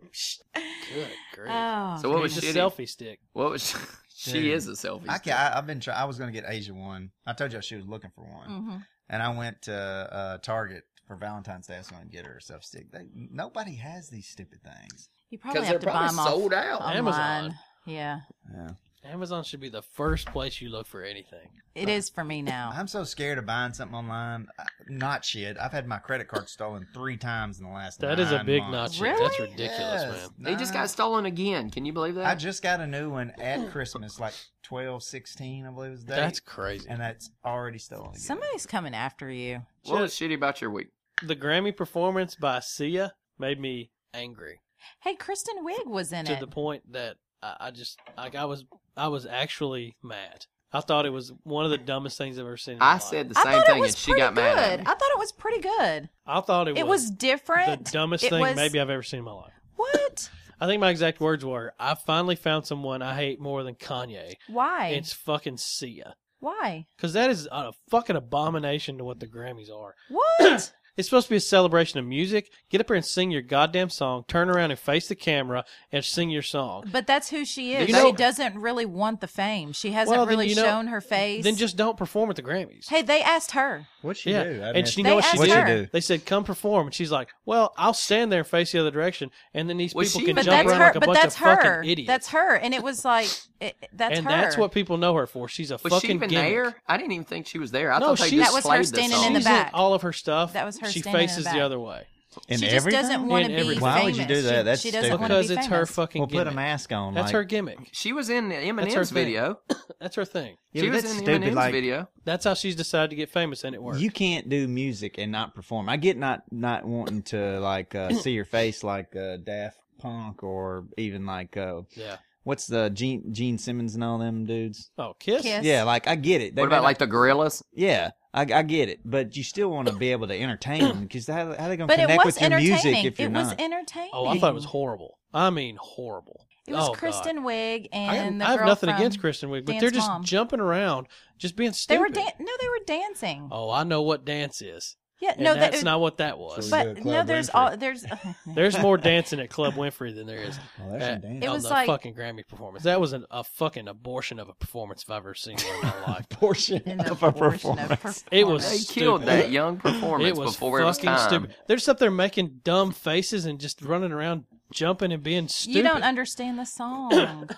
[SPEAKER 3] Good grief.
[SPEAKER 2] Oh,
[SPEAKER 1] So what was
[SPEAKER 3] He's
[SPEAKER 1] she?
[SPEAKER 3] a selfie stick?
[SPEAKER 1] What was she? *laughs*
[SPEAKER 4] Dude.
[SPEAKER 1] is a selfie.
[SPEAKER 4] I
[SPEAKER 1] stick.
[SPEAKER 4] can, I, I've been trying. I was going to get Asia one. I told you she was looking for one,
[SPEAKER 1] Mm.
[SPEAKER 2] hmm
[SPEAKER 4] and I went to uh, Target for Valentine's Day. I was going to get her a self stick. They, nobody has these stupid things.
[SPEAKER 2] you probably
[SPEAKER 1] Because they're
[SPEAKER 2] have to buy them
[SPEAKER 1] probably
[SPEAKER 2] off
[SPEAKER 1] sold out.
[SPEAKER 2] online.
[SPEAKER 3] Amazon.
[SPEAKER 2] Yeah,
[SPEAKER 4] Yeah.
[SPEAKER 3] Amazon should be the first place you look for anything.
[SPEAKER 2] it is for me now.
[SPEAKER 4] I'm so scared of buying something online. Uh, Not shit. I've had my credit card stolen three times in the last.
[SPEAKER 3] That is a
[SPEAKER 4] nine
[SPEAKER 3] big
[SPEAKER 4] months.
[SPEAKER 3] notch.
[SPEAKER 2] Really?
[SPEAKER 3] That's ridiculous,
[SPEAKER 4] Yes,
[SPEAKER 3] man.
[SPEAKER 1] They just
[SPEAKER 4] nine.
[SPEAKER 1] got stolen again. Can you believe that?
[SPEAKER 4] I just got a new one at Christmas, like 12, 16, I believe was the date.
[SPEAKER 3] That's crazy.
[SPEAKER 4] and that's already stolen. Again.
[SPEAKER 2] Somebody's coming after you.
[SPEAKER 1] what was shitty about your week?
[SPEAKER 3] The Grammy performance by Sia made me angry
[SPEAKER 2] Hey, Kristen Wiig was in
[SPEAKER 3] to
[SPEAKER 2] it.
[SPEAKER 3] the point that I, I just like I was I was actually mad. I thought it was one of the dumbest things I've ever seen. In my
[SPEAKER 1] I
[SPEAKER 3] life.
[SPEAKER 1] said the
[SPEAKER 2] I
[SPEAKER 1] same
[SPEAKER 2] thought it
[SPEAKER 1] thing,
[SPEAKER 2] was
[SPEAKER 1] and she
[SPEAKER 2] pretty
[SPEAKER 1] got mad. At
[SPEAKER 2] good.
[SPEAKER 1] me.
[SPEAKER 2] I thought it was pretty good.
[SPEAKER 3] I thought it,
[SPEAKER 2] It, was,
[SPEAKER 3] the
[SPEAKER 2] different.
[SPEAKER 3] dumbest
[SPEAKER 2] It
[SPEAKER 3] thing
[SPEAKER 2] was-
[SPEAKER 3] maybe I've ever seen in my life.
[SPEAKER 2] What?
[SPEAKER 3] I think my exact words were, "I finally found someone I hate more than Kanye.
[SPEAKER 2] Why?
[SPEAKER 3] It's fucking Sia."
[SPEAKER 2] Why?
[SPEAKER 3] Because that is a fucking abomination to what the Grammys are.
[SPEAKER 2] What? *coughs*
[SPEAKER 3] It's supposed to be a celebration of music. Get up here and sing your goddamn song. Turn around and face the camera and sing your song.
[SPEAKER 2] but that's who she is.
[SPEAKER 3] You know-
[SPEAKER 2] she doesn't really want the fame. She hasn't
[SPEAKER 3] Well, then
[SPEAKER 2] really
[SPEAKER 3] you know-
[SPEAKER 2] shown her face.
[SPEAKER 3] Then just don't perform at the Grammys.
[SPEAKER 2] hey, they asked her.
[SPEAKER 4] What'd she
[SPEAKER 3] yeah,
[SPEAKER 4] do? I
[SPEAKER 3] and
[SPEAKER 4] didn't-
[SPEAKER 3] she you
[SPEAKER 2] They
[SPEAKER 3] know what she
[SPEAKER 2] asked
[SPEAKER 3] did?
[SPEAKER 2] her.
[SPEAKER 4] What'd she
[SPEAKER 3] They said come perform, and she's like, "Well, I'll stand there and face the other direction, and then these
[SPEAKER 1] Was
[SPEAKER 3] people
[SPEAKER 1] she-
[SPEAKER 3] can
[SPEAKER 2] But
[SPEAKER 3] jump
[SPEAKER 2] that's
[SPEAKER 3] around
[SPEAKER 2] her.
[SPEAKER 3] like a
[SPEAKER 2] but
[SPEAKER 3] bunch
[SPEAKER 2] that's
[SPEAKER 3] of
[SPEAKER 2] her.
[SPEAKER 3] fucking idiots."
[SPEAKER 2] That's her. And it was like, it, that's
[SPEAKER 3] and
[SPEAKER 2] her.
[SPEAKER 3] that's what people know her for. She's a
[SPEAKER 1] Was
[SPEAKER 3] fucking
[SPEAKER 1] she even
[SPEAKER 3] gimmick.
[SPEAKER 1] there? I didn't even think she was there. I
[SPEAKER 3] No,
[SPEAKER 1] thought they
[SPEAKER 3] she's-
[SPEAKER 1] just
[SPEAKER 3] That was
[SPEAKER 2] her
[SPEAKER 1] played the
[SPEAKER 2] standing
[SPEAKER 1] song.
[SPEAKER 2] in the
[SPEAKER 3] She's
[SPEAKER 2] back.
[SPEAKER 3] all of her stuff.
[SPEAKER 2] That was her
[SPEAKER 3] She
[SPEAKER 2] standing in the
[SPEAKER 3] faces
[SPEAKER 2] back.
[SPEAKER 3] other way
[SPEAKER 4] In
[SPEAKER 2] she
[SPEAKER 4] everything?
[SPEAKER 2] just doesn't want to
[SPEAKER 3] In
[SPEAKER 2] be famous.
[SPEAKER 3] everything.
[SPEAKER 4] Why would you do that?
[SPEAKER 2] She-
[SPEAKER 4] That's
[SPEAKER 2] she doesn't
[SPEAKER 4] stupid.
[SPEAKER 2] want to be
[SPEAKER 3] because it's
[SPEAKER 2] famous.
[SPEAKER 3] her fucking
[SPEAKER 4] Well, put a
[SPEAKER 3] gimmick.
[SPEAKER 4] mask on.
[SPEAKER 3] That's
[SPEAKER 4] like,
[SPEAKER 3] her gimmick.
[SPEAKER 1] She was in
[SPEAKER 3] her
[SPEAKER 1] Eminem's
[SPEAKER 3] thing.
[SPEAKER 1] video.
[SPEAKER 3] That's her thing.
[SPEAKER 4] Yeah,
[SPEAKER 1] she
[SPEAKER 4] but
[SPEAKER 1] was
[SPEAKER 4] that's
[SPEAKER 1] in
[SPEAKER 4] stupid.
[SPEAKER 1] Eminem's
[SPEAKER 4] like,
[SPEAKER 1] video.
[SPEAKER 3] That's how she's decided to get famous, and it worked.
[SPEAKER 4] you can't do music and not perform. I get not not wanting to like uh, see your face like uh, Daft Punk or even like uh,
[SPEAKER 3] yeah.
[SPEAKER 4] what's the Gene Gene Simmons and all them dudes.
[SPEAKER 3] Oh, kiss.
[SPEAKER 2] Kiss.
[SPEAKER 4] Yeah, like I get it. They
[SPEAKER 1] What
[SPEAKER 4] may
[SPEAKER 1] about
[SPEAKER 4] not-
[SPEAKER 1] like the gorillas?
[SPEAKER 4] Yeah, I, I get it, but you still want to be able to entertain them because how, how they gonna
[SPEAKER 2] But it
[SPEAKER 4] connect
[SPEAKER 2] was
[SPEAKER 4] with your music
[SPEAKER 2] entertaining.
[SPEAKER 4] if you're
[SPEAKER 2] it was
[SPEAKER 4] not?
[SPEAKER 2] entertaining.
[SPEAKER 3] Oh, I thought it was horrible. I mean, horrible.
[SPEAKER 2] It was
[SPEAKER 3] oh, God.
[SPEAKER 2] Kristen Wiig
[SPEAKER 3] I, have-
[SPEAKER 2] and the
[SPEAKER 3] I have
[SPEAKER 2] girl
[SPEAKER 3] nothing
[SPEAKER 2] from-
[SPEAKER 3] against Kristen Wiig, but
[SPEAKER 2] Dance
[SPEAKER 3] they're just
[SPEAKER 2] Mom.
[SPEAKER 3] jumping around, just being
[SPEAKER 2] They
[SPEAKER 3] stupid.
[SPEAKER 2] were dan- no, they were dancing.
[SPEAKER 3] Oh, I know what dance is.
[SPEAKER 2] yeah,
[SPEAKER 3] And
[SPEAKER 2] no,
[SPEAKER 3] that's
[SPEAKER 2] that,
[SPEAKER 3] not what that was.
[SPEAKER 4] So-
[SPEAKER 2] *laughs* But
[SPEAKER 4] Club
[SPEAKER 2] no, there's
[SPEAKER 4] Winfrey.
[SPEAKER 2] all there's. *laughs*
[SPEAKER 3] There's
[SPEAKER 4] *laughs*
[SPEAKER 3] more dancing at Club Winfrey than there is
[SPEAKER 4] Well, that's
[SPEAKER 1] Uh,
[SPEAKER 3] at,
[SPEAKER 4] some damn-
[SPEAKER 2] It
[SPEAKER 3] on
[SPEAKER 2] was
[SPEAKER 3] the
[SPEAKER 2] like-
[SPEAKER 3] fucking Grammy performance. That was an, a fucking abortion of a performance if I've ever seen one in
[SPEAKER 4] *laughs*
[SPEAKER 3] my life.
[SPEAKER 4] *laughs* portion
[SPEAKER 3] *laughs*
[SPEAKER 2] an
[SPEAKER 4] of a
[SPEAKER 2] abortion of
[SPEAKER 4] performance.
[SPEAKER 3] It was
[SPEAKER 1] They
[SPEAKER 2] performance.
[SPEAKER 1] killed
[SPEAKER 3] Stupid. *laughs*
[SPEAKER 1] that young performance
[SPEAKER 3] It was
[SPEAKER 1] before it was
[SPEAKER 3] fucking
[SPEAKER 1] time.
[SPEAKER 3] stupid. They're just up there making dumb faces and just running around, jumping and being stupid.
[SPEAKER 2] You don't understand the
[SPEAKER 3] *coughs*
[SPEAKER 2] song.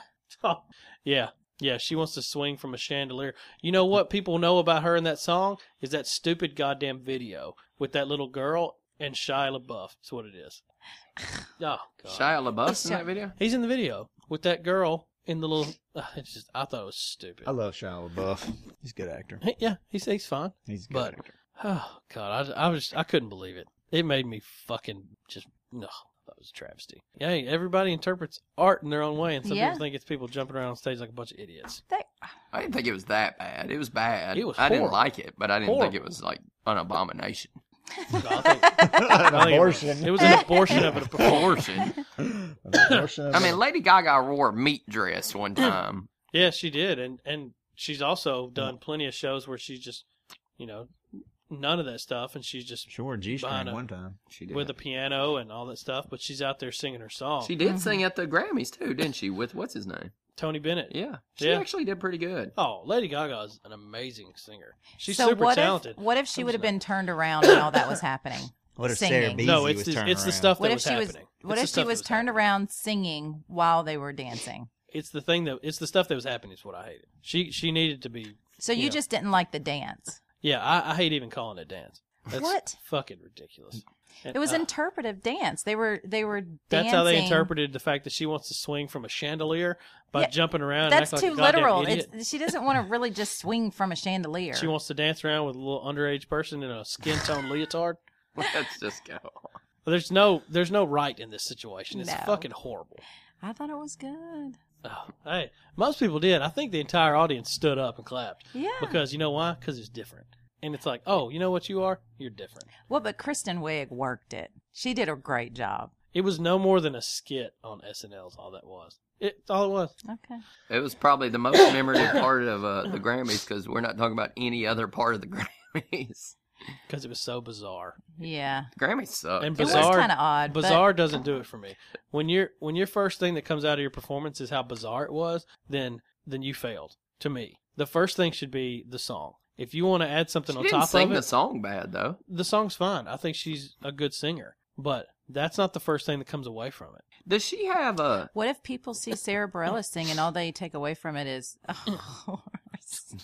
[SPEAKER 3] Oh, yeah. Yeah, she wants to swing from a chandelier. You know what people know about her in that song is that stupid goddamn video with that little girl and Shia LaBeouf. That's what it is. Oh god,
[SPEAKER 1] Shia LaBeouf's in
[SPEAKER 2] Shia-
[SPEAKER 1] that video.
[SPEAKER 3] he's in the video with that girl in the little. *sighs* Uh, it's just, I thought it was stupid.
[SPEAKER 4] I love Shia LaBeouf. He's a good actor.
[SPEAKER 3] Hey, yeah, he's he's fine. *sighs*
[SPEAKER 4] He's a good
[SPEAKER 3] But-
[SPEAKER 4] actor.
[SPEAKER 3] Oh god, I, I was I couldn't believe it. It made me fucking just no. That was a travesty. Yeah, everybody interprets art in their own way, and some
[SPEAKER 2] Yeah.
[SPEAKER 3] people think it's people jumping around on stage like a bunch of idiots.
[SPEAKER 2] They-
[SPEAKER 1] I didn't think it was that bad. It was bad.
[SPEAKER 3] It was
[SPEAKER 1] I didn't
[SPEAKER 3] horrible.
[SPEAKER 1] like it, but I didn't think it
[SPEAKER 3] Horrible.
[SPEAKER 1] was like an abomination. *laughs*
[SPEAKER 3] So I think-
[SPEAKER 2] *laughs*
[SPEAKER 4] An
[SPEAKER 3] I think it was-
[SPEAKER 4] abortion.
[SPEAKER 3] It was
[SPEAKER 4] *laughs*
[SPEAKER 3] an abortion of a performance.
[SPEAKER 1] Abortion.
[SPEAKER 4] An abortion of
[SPEAKER 1] I
[SPEAKER 4] a-
[SPEAKER 1] mean, Lady Gaga wore a meat dress
[SPEAKER 3] *clears throat*
[SPEAKER 1] one time.
[SPEAKER 3] Yeah, she did, and and she's also done plenty of shows where she's just, you know, none of that stuff, and she's just
[SPEAKER 4] sure, G string
[SPEAKER 3] Bono.
[SPEAKER 4] one time.
[SPEAKER 1] She did.
[SPEAKER 3] with a piano and all that stuff, but she's out there singing her song.
[SPEAKER 1] she did sing at the Grammys too, didn't she? With what's his name?
[SPEAKER 3] Tony Bennett.
[SPEAKER 1] Yeah, she
[SPEAKER 3] Yeah.
[SPEAKER 1] actually did pretty good. *laughs*
[SPEAKER 3] Oh, Lady Gaga is an amazing singer. She's
[SPEAKER 2] so
[SPEAKER 3] super
[SPEAKER 2] what
[SPEAKER 3] talented.
[SPEAKER 2] If, what if she
[SPEAKER 3] I'm
[SPEAKER 2] would have
[SPEAKER 3] just
[SPEAKER 2] been turned around and all that was
[SPEAKER 3] *coughs*
[SPEAKER 2] happening?
[SPEAKER 4] What if
[SPEAKER 2] Singing.
[SPEAKER 4] Sarah Beasley
[SPEAKER 3] no, it's
[SPEAKER 4] was
[SPEAKER 3] the,
[SPEAKER 4] turning
[SPEAKER 3] it's the
[SPEAKER 4] around?
[SPEAKER 3] stuff
[SPEAKER 2] What
[SPEAKER 3] that
[SPEAKER 2] if
[SPEAKER 3] was
[SPEAKER 2] she
[SPEAKER 3] happening.
[SPEAKER 2] was? What
[SPEAKER 3] It's
[SPEAKER 2] if
[SPEAKER 3] the
[SPEAKER 2] she
[SPEAKER 3] stuff that
[SPEAKER 2] was turned
[SPEAKER 3] happening.
[SPEAKER 2] around singing while they were dancing?
[SPEAKER 3] It's the thing that it's the stuff that was happening is what I hated. She she needed to be.
[SPEAKER 2] So you
[SPEAKER 3] Yeah.
[SPEAKER 2] just didn't like the dance.
[SPEAKER 3] Yeah, I, I hate even calling it dance. That's
[SPEAKER 2] What?
[SPEAKER 3] Fucking ridiculous.
[SPEAKER 2] It was interpretive dance. They were they were dancing.
[SPEAKER 3] Uh. That's how they interpreted the fact that she wants to swing from a chandelier by
[SPEAKER 2] Yeah,
[SPEAKER 3] jumping around.
[SPEAKER 2] That's
[SPEAKER 3] and act
[SPEAKER 2] too
[SPEAKER 3] like a goddamn
[SPEAKER 2] literal.
[SPEAKER 3] idiot.
[SPEAKER 2] It's, she doesn't want to really just swing from a chandelier.
[SPEAKER 3] She wants to dance around with a little underage person in a skin tone leotard.
[SPEAKER 1] Let's just go.
[SPEAKER 3] There's no, there's no right in this situation. It's
[SPEAKER 2] No.
[SPEAKER 3] fucking horrible.
[SPEAKER 2] I thought it was good.
[SPEAKER 3] Oh, hey, most people did. I think the entire audience stood up and clapped
[SPEAKER 2] Yeah.
[SPEAKER 3] because you know why? Because it's different. And it's like, oh, you know what you are? You're different.
[SPEAKER 2] Well, but Kristen Wiig worked it. She did a great job.
[SPEAKER 3] It was no more than a skit on SNL. Is all that was. It all it was.
[SPEAKER 2] Okay.
[SPEAKER 1] It was probably the most memorable part of uh, the Grammys because we're not talking about any other part of the *laughs* Grammys.
[SPEAKER 3] Because it was so bizarre.
[SPEAKER 2] Yeah.
[SPEAKER 1] The Grammys suck.
[SPEAKER 3] And
[SPEAKER 2] It was
[SPEAKER 3] Bizarre-
[SPEAKER 2] kind of odd. but-
[SPEAKER 3] Bizarre doesn't do it for me. When your when your first thing that comes out of your performance is how bizarre it was, then then you failed. To me, the first thing should be the song. If you want to add something
[SPEAKER 1] She
[SPEAKER 3] on
[SPEAKER 1] didn't
[SPEAKER 3] top
[SPEAKER 1] sing
[SPEAKER 3] of it,
[SPEAKER 1] the song bad though.
[SPEAKER 3] the song's fine. I think she's a good singer, but that's not the first thing that comes away from it.
[SPEAKER 1] Does she have a?
[SPEAKER 2] what if people see Sarah Bareilles sing and all they take away from it is
[SPEAKER 3] *laughs*
[SPEAKER 2] a horse?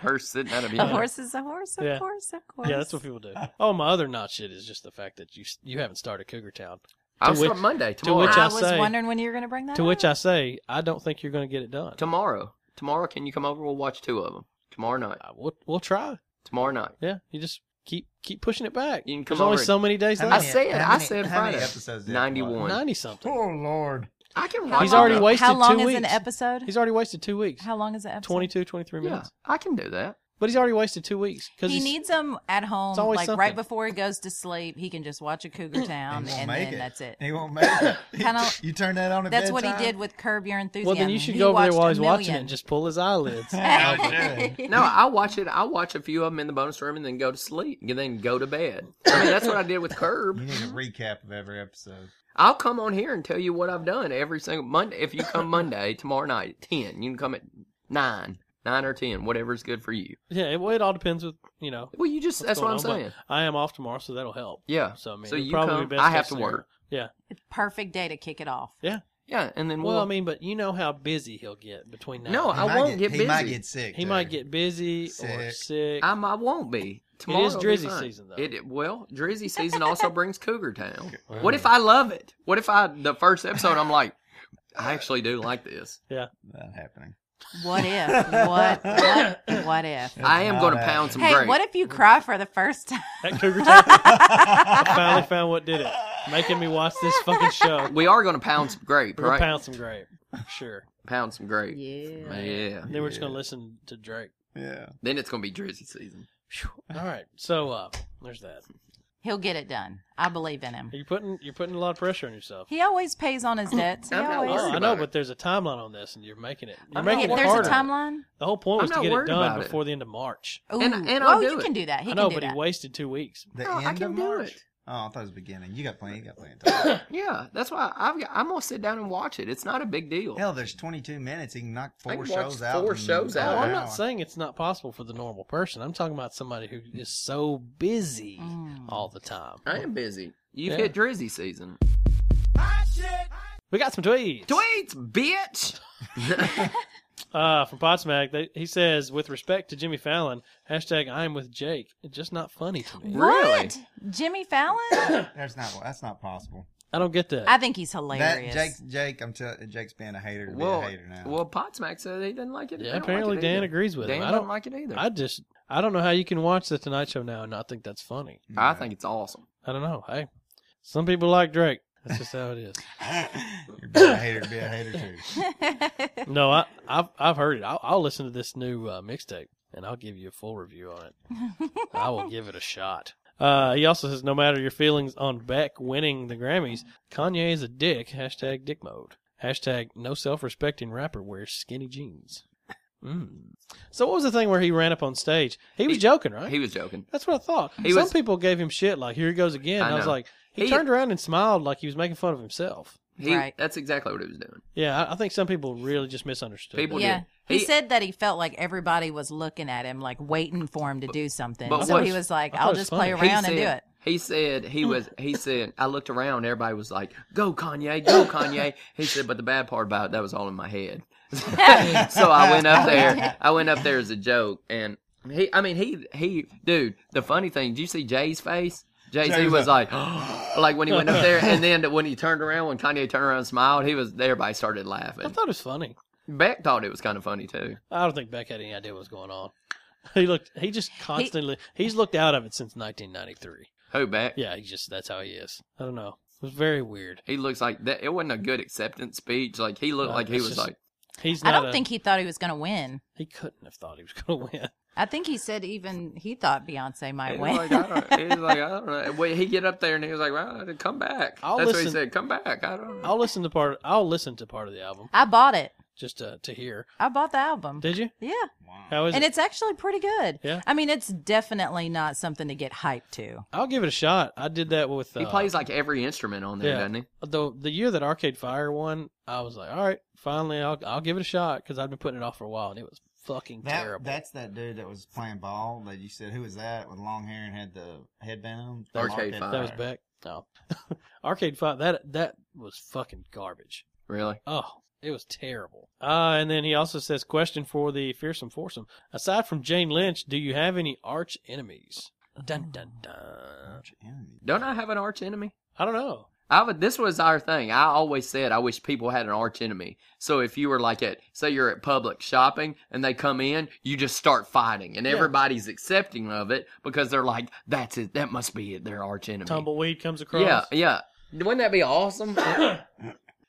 [SPEAKER 1] her sitting out of
[SPEAKER 2] A
[SPEAKER 1] here.
[SPEAKER 2] horse is a horse, of
[SPEAKER 3] Yeah.
[SPEAKER 2] course, of course.
[SPEAKER 3] Yeah, that's what people do. Oh, my other not shit is just the fact that you you haven't started Cougar Town.
[SPEAKER 1] I'll
[SPEAKER 3] To
[SPEAKER 1] start
[SPEAKER 3] which-
[SPEAKER 1] Monday
[SPEAKER 3] to
[SPEAKER 1] tomorrow.
[SPEAKER 3] which
[SPEAKER 2] I
[SPEAKER 3] I
[SPEAKER 2] was
[SPEAKER 3] say-
[SPEAKER 2] wondering when you were going to bring that
[SPEAKER 3] To
[SPEAKER 2] up.
[SPEAKER 3] which I say, I don't think you're going to get it done.
[SPEAKER 1] tomorrow. Tomorrow, can you come over? We'll watch two of them tomorrow night.
[SPEAKER 3] Uh, We'll we'll try.
[SPEAKER 1] Tomorrow night.
[SPEAKER 3] Yeah, you just keep keep pushing it back.
[SPEAKER 1] You can come
[SPEAKER 3] There's only
[SPEAKER 1] over and-
[SPEAKER 3] so many days
[SPEAKER 4] How
[SPEAKER 1] I
[SPEAKER 3] left.
[SPEAKER 4] many-
[SPEAKER 1] said.
[SPEAKER 4] how
[SPEAKER 1] I
[SPEAKER 4] many-
[SPEAKER 1] said
[SPEAKER 4] how many
[SPEAKER 1] Friday.
[SPEAKER 4] episodes did it
[SPEAKER 1] Ninety-one.
[SPEAKER 3] Ninety something.
[SPEAKER 4] Oh Lord!
[SPEAKER 1] I can
[SPEAKER 2] How
[SPEAKER 1] watch.
[SPEAKER 3] He's
[SPEAKER 1] it,
[SPEAKER 2] long-
[SPEAKER 3] already
[SPEAKER 1] though.
[SPEAKER 3] wasted
[SPEAKER 2] How long
[SPEAKER 3] two
[SPEAKER 2] is an
[SPEAKER 3] weeks.
[SPEAKER 2] episode?
[SPEAKER 3] He's already wasted two weeks.
[SPEAKER 2] How long is an episode?
[SPEAKER 3] 22, 23
[SPEAKER 1] Yeah,
[SPEAKER 3] minutes.
[SPEAKER 1] I can do that.
[SPEAKER 3] But he's already wasted two weeks because
[SPEAKER 2] He needs them at home,
[SPEAKER 3] It's always
[SPEAKER 2] like
[SPEAKER 3] something.
[SPEAKER 2] right before he goes to sleep. He can just watch a Cougar Town,
[SPEAKER 4] He won't
[SPEAKER 2] and
[SPEAKER 4] make
[SPEAKER 2] then
[SPEAKER 4] it.
[SPEAKER 2] that's it.
[SPEAKER 4] He won't make
[SPEAKER 2] *laughs*
[SPEAKER 4] it.
[SPEAKER 2] Kinda-
[SPEAKER 4] *laughs* you turn that on at
[SPEAKER 2] That's what he
[SPEAKER 4] bedtime?
[SPEAKER 2] did with Curb Your Enthusiasm.
[SPEAKER 3] Well, then you should
[SPEAKER 2] He
[SPEAKER 3] go over there
[SPEAKER 2] watched
[SPEAKER 3] while
[SPEAKER 2] a
[SPEAKER 3] he's watching it
[SPEAKER 2] million.
[SPEAKER 3] and just *laughs* Oh, pull
[SPEAKER 2] *laughs*
[SPEAKER 3] his eyelids.
[SPEAKER 4] Yeah, I did.
[SPEAKER 1] No, I watch it. I watch a few of them in the bonus room and then go to sleep and then go to bed. I mean, that's what I did with Curb.
[SPEAKER 4] You need a recap of every episode.
[SPEAKER 1] I'll come on here and tell you what I've done every single Monday. If you
[SPEAKER 3] *laughs*
[SPEAKER 1] come Monday, tomorrow night at 10, you can come at 9, 9 or 10, whatever's good for you.
[SPEAKER 3] Yeah, it, well, it all depends with you know.
[SPEAKER 1] Well, you just, that's what I'm
[SPEAKER 3] what's going on,
[SPEAKER 1] saying.
[SPEAKER 3] but I am off tomorrow, so that'll help.
[SPEAKER 1] Yeah.
[SPEAKER 3] So I mean,
[SPEAKER 1] So
[SPEAKER 3] it'd
[SPEAKER 1] you
[SPEAKER 3] probably
[SPEAKER 1] come,
[SPEAKER 3] be best
[SPEAKER 1] I have
[SPEAKER 3] case
[SPEAKER 1] to
[SPEAKER 3] scenario.
[SPEAKER 1] work.
[SPEAKER 3] Yeah.
[SPEAKER 2] Perfect day to kick it off.
[SPEAKER 1] Yeah. And then
[SPEAKER 3] Well,
[SPEAKER 1] we'll,
[SPEAKER 3] I mean, but you know how busy he'll get between now.
[SPEAKER 1] No,
[SPEAKER 3] and
[SPEAKER 1] I won't get
[SPEAKER 4] He might
[SPEAKER 1] busy.
[SPEAKER 4] get sick.
[SPEAKER 3] he
[SPEAKER 4] too.
[SPEAKER 3] might get busy or
[SPEAKER 4] Sick.
[SPEAKER 3] sick.
[SPEAKER 1] I'm, I won't be. Tomorrow will be
[SPEAKER 3] Drizzy
[SPEAKER 1] fine.
[SPEAKER 3] season, though.
[SPEAKER 1] It, well, Drizzy season
[SPEAKER 3] *laughs*
[SPEAKER 1] also brings Cougar Town. What if I love it? What if I, the first episode, I'm like, I actually do like this.
[SPEAKER 4] Not happening.
[SPEAKER 2] What if? What?
[SPEAKER 3] *laughs*
[SPEAKER 2] What? What if?
[SPEAKER 4] That's
[SPEAKER 1] I am
[SPEAKER 4] not
[SPEAKER 1] going to
[SPEAKER 4] happening.
[SPEAKER 1] pound some
[SPEAKER 2] Hey,
[SPEAKER 1] grapes.
[SPEAKER 2] what if you cry for the first *laughs* time?
[SPEAKER 3] That cougar tail.
[SPEAKER 1] *laughs*
[SPEAKER 3] I finally found what did it, making me watch this fucking show.
[SPEAKER 1] we are going to pound some grape,
[SPEAKER 3] We're gonna
[SPEAKER 1] right? Pound,
[SPEAKER 3] pound some grape, for sure.
[SPEAKER 1] some grape.
[SPEAKER 2] Yeah.
[SPEAKER 1] Yeah.
[SPEAKER 3] Then we're just gonna listen to Drake.
[SPEAKER 4] Yeah.
[SPEAKER 1] Then it's going to be Drizzy season.
[SPEAKER 3] Phew. All right, so uh, there's that.
[SPEAKER 2] He'll get it done. I believe in him.
[SPEAKER 3] You're putting you're putting a lot of pressure on yourself.
[SPEAKER 2] He always pays on his debts. He
[SPEAKER 1] I'm not
[SPEAKER 2] always.
[SPEAKER 1] worried
[SPEAKER 3] Oh, I
[SPEAKER 1] about
[SPEAKER 3] know,
[SPEAKER 1] it.
[SPEAKER 3] but there's a timeline on this, and you're making it. You're
[SPEAKER 1] I'm not
[SPEAKER 3] making it
[SPEAKER 2] There's
[SPEAKER 3] harder.
[SPEAKER 2] a timeline.
[SPEAKER 3] The whole point was
[SPEAKER 1] I'm
[SPEAKER 3] to
[SPEAKER 1] not
[SPEAKER 3] get it
[SPEAKER 1] worried
[SPEAKER 3] done
[SPEAKER 1] about it.
[SPEAKER 3] before the end of March.
[SPEAKER 2] Ooh,
[SPEAKER 1] And- and I'll
[SPEAKER 2] well,
[SPEAKER 1] do
[SPEAKER 2] you
[SPEAKER 1] it.
[SPEAKER 2] can do that. He
[SPEAKER 3] I know,
[SPEAKER 2] can do
[SPEAKER 3] but
[SPEAKER 2] that.
[SPEAKER 3] he wasted two weeks.
[SPEAKER 4] The
[SPEAKER 1] No,
[SPEAKER 4] end
[SPEAKER 1] I can
[SPEAKER 4] of
[SPEAKER 1] do
[SPEAKER 4] March.
[SPEAKER 1] it.
[SPEAKER 4] Oh, I thought it was beginning. You got plenty. You got plenty. of time.
[SPEAKER 1] Yeah, that's why I've got, I'm gonna sit down and watch it. It's not a big deal.
[SPEAKER 4] Hell, there's 22 minutes. He can knock
[SPEAKER 1] I
[SPEAKER 4] four
[SPEAKER 1] can watch
[SPEAKER 4] shows out.
[SPEAKER 1] four
[SPEAKER 4] in
[SPEAKER 1] shows out.
[SPEAKER 4] an
[SPEAKER 3] Oh, I'm
[SPEAKER 4] hour.
[SPEAKER 3] not saying it's not possible for the normal person. I'm talking about somebody who is so busy
[SPEAKER 2] Mm.
[SPEAKER 3] all the time.
[SPEAKER 1] I am busy. You've
[SPEAKER 3] Yeah.
[SPEAKER 1] hit Drizzy season.
[SPEAKER 3] We got some tweets.
[SPEAKER 1] Tweets, bitch.
[SPEAKER 3] Uh, from Potsmack, they, he says, with respect to Jimmy Fallon, hashtag I'm with Jake. It's just not funny to me.
[SPEAKER 1] Really?
[SPEAKER 2] What? Jimmy Fallon?
[SPEAKER 4] There's not. That's not possible.
[SPEAKER 3] I don't get that.
[SPEAKER 2] I think he's
[SPEAKER 4] That
[SPEAKER 2] hilarious. *laughs*
[SPEAKER 4] Jake. Jake. I'm telling. Jake's being a hater. To
[SPEAKER 1] well,
[SPEAKER 4] be a hater now.
[SPEAKER 1] well, Potsmack said he didn't like it. I
[SPEAKER 3] yeah,
[SPEAKER 1] don't like
[SPEAKER 3] apparently
[SPEAKER 1] it
[SPEAKER 3] Dan
[SPEAKER 1] either.
[SPEAKER 3] agrees with
[SPEAKER 1] Dan
[SPEAKER 3] him. I
[SPEAKER 1] don't
[SPEAKER 3] don't.
[SPEAKER 1] like it either.
[SPEAKER 3] I just. I don't know how you can watch the Tonight Show now and not think that's funny.
[SPEAKER 1] I think it's awesome.
[SPEAKER 3] I don't know. Hey, some people like Drake. That's just how it is.
[SPEAKER 4] *laughs* You're being a hater. to Be a hater
[SPEAKER 1] *laughs*
[SPEAKER 4] too.
[SPEAKER 3] No, I, I've I've heard it. I'll, I'll listen to this new uh, mixtape and I'll give you a full review on it. I will give it a shot. Uh, he also says, no matter your feelings on Beck winning the Grammys, Kanye is a dick. Hashtag dick mode. Hashtag no self-respecting rapper wears skinny jeans. Mm. So what was the thing where he ran up on stage? He was
[SPEAKER 1] He-
[SPEAKER 3] joking, right?
[SPEAKER 1] He was joking.
[SPEAKER 3] That's what I thought.
[SPEAKER 1] He
[SPEAKER 3] Some
[SPEAKER 1] was-
[SPEAKER 3] people gave him shit like, here he goes again.
[SPEAKER 1] I
[SPEAKER 3] I, was
[SPEAKER 1] know.
[SPEAKER 3] like, he,
[SPEAKER 1] He-
[SPEAKER 3] turned around and smiled like he was making fun of himself.
[SPEAKER 1] He,
[SPEAKER 2] Right.
[SPEAKER 1] That's exactly what he was doing.
[SPEAKER 3] Yeah, I, I think some people really just misunderstood.
[SPEAKER 1] People
[SPEAKER 3] that.
[SPEAKER 2] yeah.
[SPEAKER 1] He-
[SPEAKER 2] He, said that he felt like everybody was looking at him, like waiting for him to do something.
[SPEAKER 1] but
[SPEAKER 2] so
[SPEAKER 1] what-
[SPEAKER 2] he was like,
[SPEAKER 3] I thought
[SPEAKER 2] I'll
[SPEAKER 3] it was
[SPEAKER 2] just
[SPEAKER 3] funny.
[SPEAKER 2] play
[SPEAKER 3] He
[SPEAKER 2] around
[SPEAKER 1] said,
[SPEAKER 2] and do it. Hmm.
[SPEAKER 1] He said he was. He said I looked around. Everybody was like, "Go Kanye, go Kanye." He said, but the bad part about it, *laughs* that was all in my head. so I went up there. I went up there as a joke, and He, I mean, he, he, dude. The funny thing, did you see Jay's face? Jay Z
[SPEAKER 4] Jay was
[SPEAKER 1] was like, *gasps* like when he went up there, and
[SPEAKER 3] *laughs*
[SPEAKER 1] then when he turned around, when Kanye turned around and smiled, he was. Everybody started
[SPEAKER 3] I
[SPEAKER 1] laughing.
[SPEAKER 3] thought it was funny.
[SPEAKER 1] Beck thought it was kind of funny too.
[SPEAKER 3] I don't think Beck had any idea what was going on. *laughs* He looked. He just constantly. he's looked out of it since 1993.
[SPEAKER 1] Who Beck?
[SPEAKER 3] Yeah, he just. That's how he is. I don't know. It was very weird.
[SPEAKER 1] He looks like that. It wasn't a good acceptance speech. Like he looked
[SPEAKER 3] No,
[SPEAKER 1] like he
[SPEAKER 3] it's
[SPEAKER 1] was
[SPEAKER 3] just-
[SPEAKER 1] like,
[SPEAKER 3] He's.
[SPEAKER 2] I
[SPEAKER 3] Not
[SPEAKER 2] don't
[SPEAKER 3] a-
[SPEAKER 2] think he thought he was going to win.
[SPEAKER 3] he couldn't have thought he was *laughs* going to win.
[SPEAKER 2] I think he said even he thought Beyonce might
[SPEAKER 1] he
[SPEAKER 2] win.
[SPEAKER 1] was like, I don't, he was like, I don't know. Wait, he get up there and he was like, well, come back.
[SPEAKER 3] I'll
[SPEAKER 1] That's what
[SPEAKER 3] listen.
[SPEAKER 1] he said. Come back. I don't know.
[SPEAKER 3] I'll listen to part. I'll listen to part of the album
[SPEAKER 2] *laughs* I bought it.
[SPEAKER 3] just to to hear.
[SPEAKER 2] I bought the album.
[SPEAKER 3] Did you?
[SPEAKER 2] Yeah.
[SPEAKER 3] How is
[SPEAKER 2] And
[SPEAKER 3] it?
[SPEAKER 2] it's actually pretty good.
[SPEAKER 3] Yeah.
[SPEAKER 2] I mean, it's definitely not something to get hyped to.
[SPEAKER 3] I'll give it a shot. I did that with. Uh,
[SPEAKER 1] he plays like every instrument on there,
[SPEAKER 3] yeah.
[SPEAKER 1] doesn't he?
[SPEAKER 3] the the year that Arcade Fire won. I was like, all right, finally, I'll I'll give it a shot because I've been putting it off for a while, and it was fucking terrible.
[SPEAKER 4] That's that dude that was playing ball that you said who was that with long hair and had the headband on?
[SPEAKER 1] That was Arcade Arcade Fire.
[SPEAKER 3] that was back. No, *laughs* Arcade Fire. That that was fucking garbage.
[SPEAKER 1] Really?
[SPEAKER 3] Oh, it was terrible. Uh, and then he also says, question for the fearsome foursome. Aside from Jane Lynch, do you have any arch enemies?
[SPEAKER 2] Mm.
[SPEAKER 3] Dun dun dun.
[SPEAKER 1] Don't I have an arch enemy?
[SPEAKER 3] I don't know.
[SPEAKER 1] I would, this was our thing. I always said I wish people had an arch enemy. So if you were like at, say you're at public shopping and they come in, you just start fighting and
[SPEAKER 3] Yeah.
[SPEAKER 1] everybody's accepting of it because they're like, that's it. That must be it. Their arch enemy.
[SPEAKER 3] Tumbleweed comes across.
[SPEAKER 1] Yeah, yeah. Wouldn't that be
[SPEAKER 3] *coughs*
[SPEAKER 1] awesome?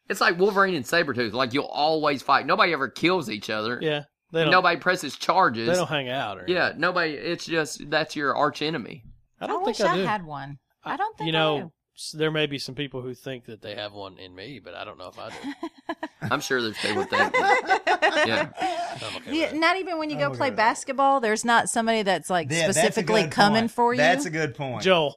[SPEAKER 1] it's like Wolverine and Sabretooth. Like you'll always fight. Nobody ever kills each other.
[SPEAKER 3] Yeah. They don't,
[SPEAKER 1] Nobody presses charges.
[SPEAKER 3] they don't hang out. Or
[SPEAKER 1] yeah, nobody. It's just that's your arch enemy.
[SPEAKER 3] I don't
[SPEAKER 2] wish
[SPEAKER 3] think I,
[SPEAKER 2] I,
[SPEAKER 3] do.
[SPEAKER 2] had one. I don't think
[SPEAKER 3] You
[SPEAKER 2] I
[SPEAKER 3] know,
[SPEAKER 2] do.
[SPEAKER 3] s- there may be some people who think that they have one in me, but I don't know if I do.
[SPEAKER 1] I'm sure there's people think.
[SPEAKER 2] *laughs*
[SPEAKER 1] yeah,
[SPEAKER 3] I'm okay with
[SPEAKER 2] Yeah,
[SPEAKER 3] that.
[SPEAKER 2] not even when you
[SPEAKER 4] I'm
[SPEAKER 2] go
[SPEAKER 4] okay
[SPEAKER 2] play
[SPEAKER 4] with that.
[SPEAKER 2] basketball, there's not somebody that's like specifically coming for you.
[SPEAKER 4] That's a good point.
[SPEAKER 3] Joel,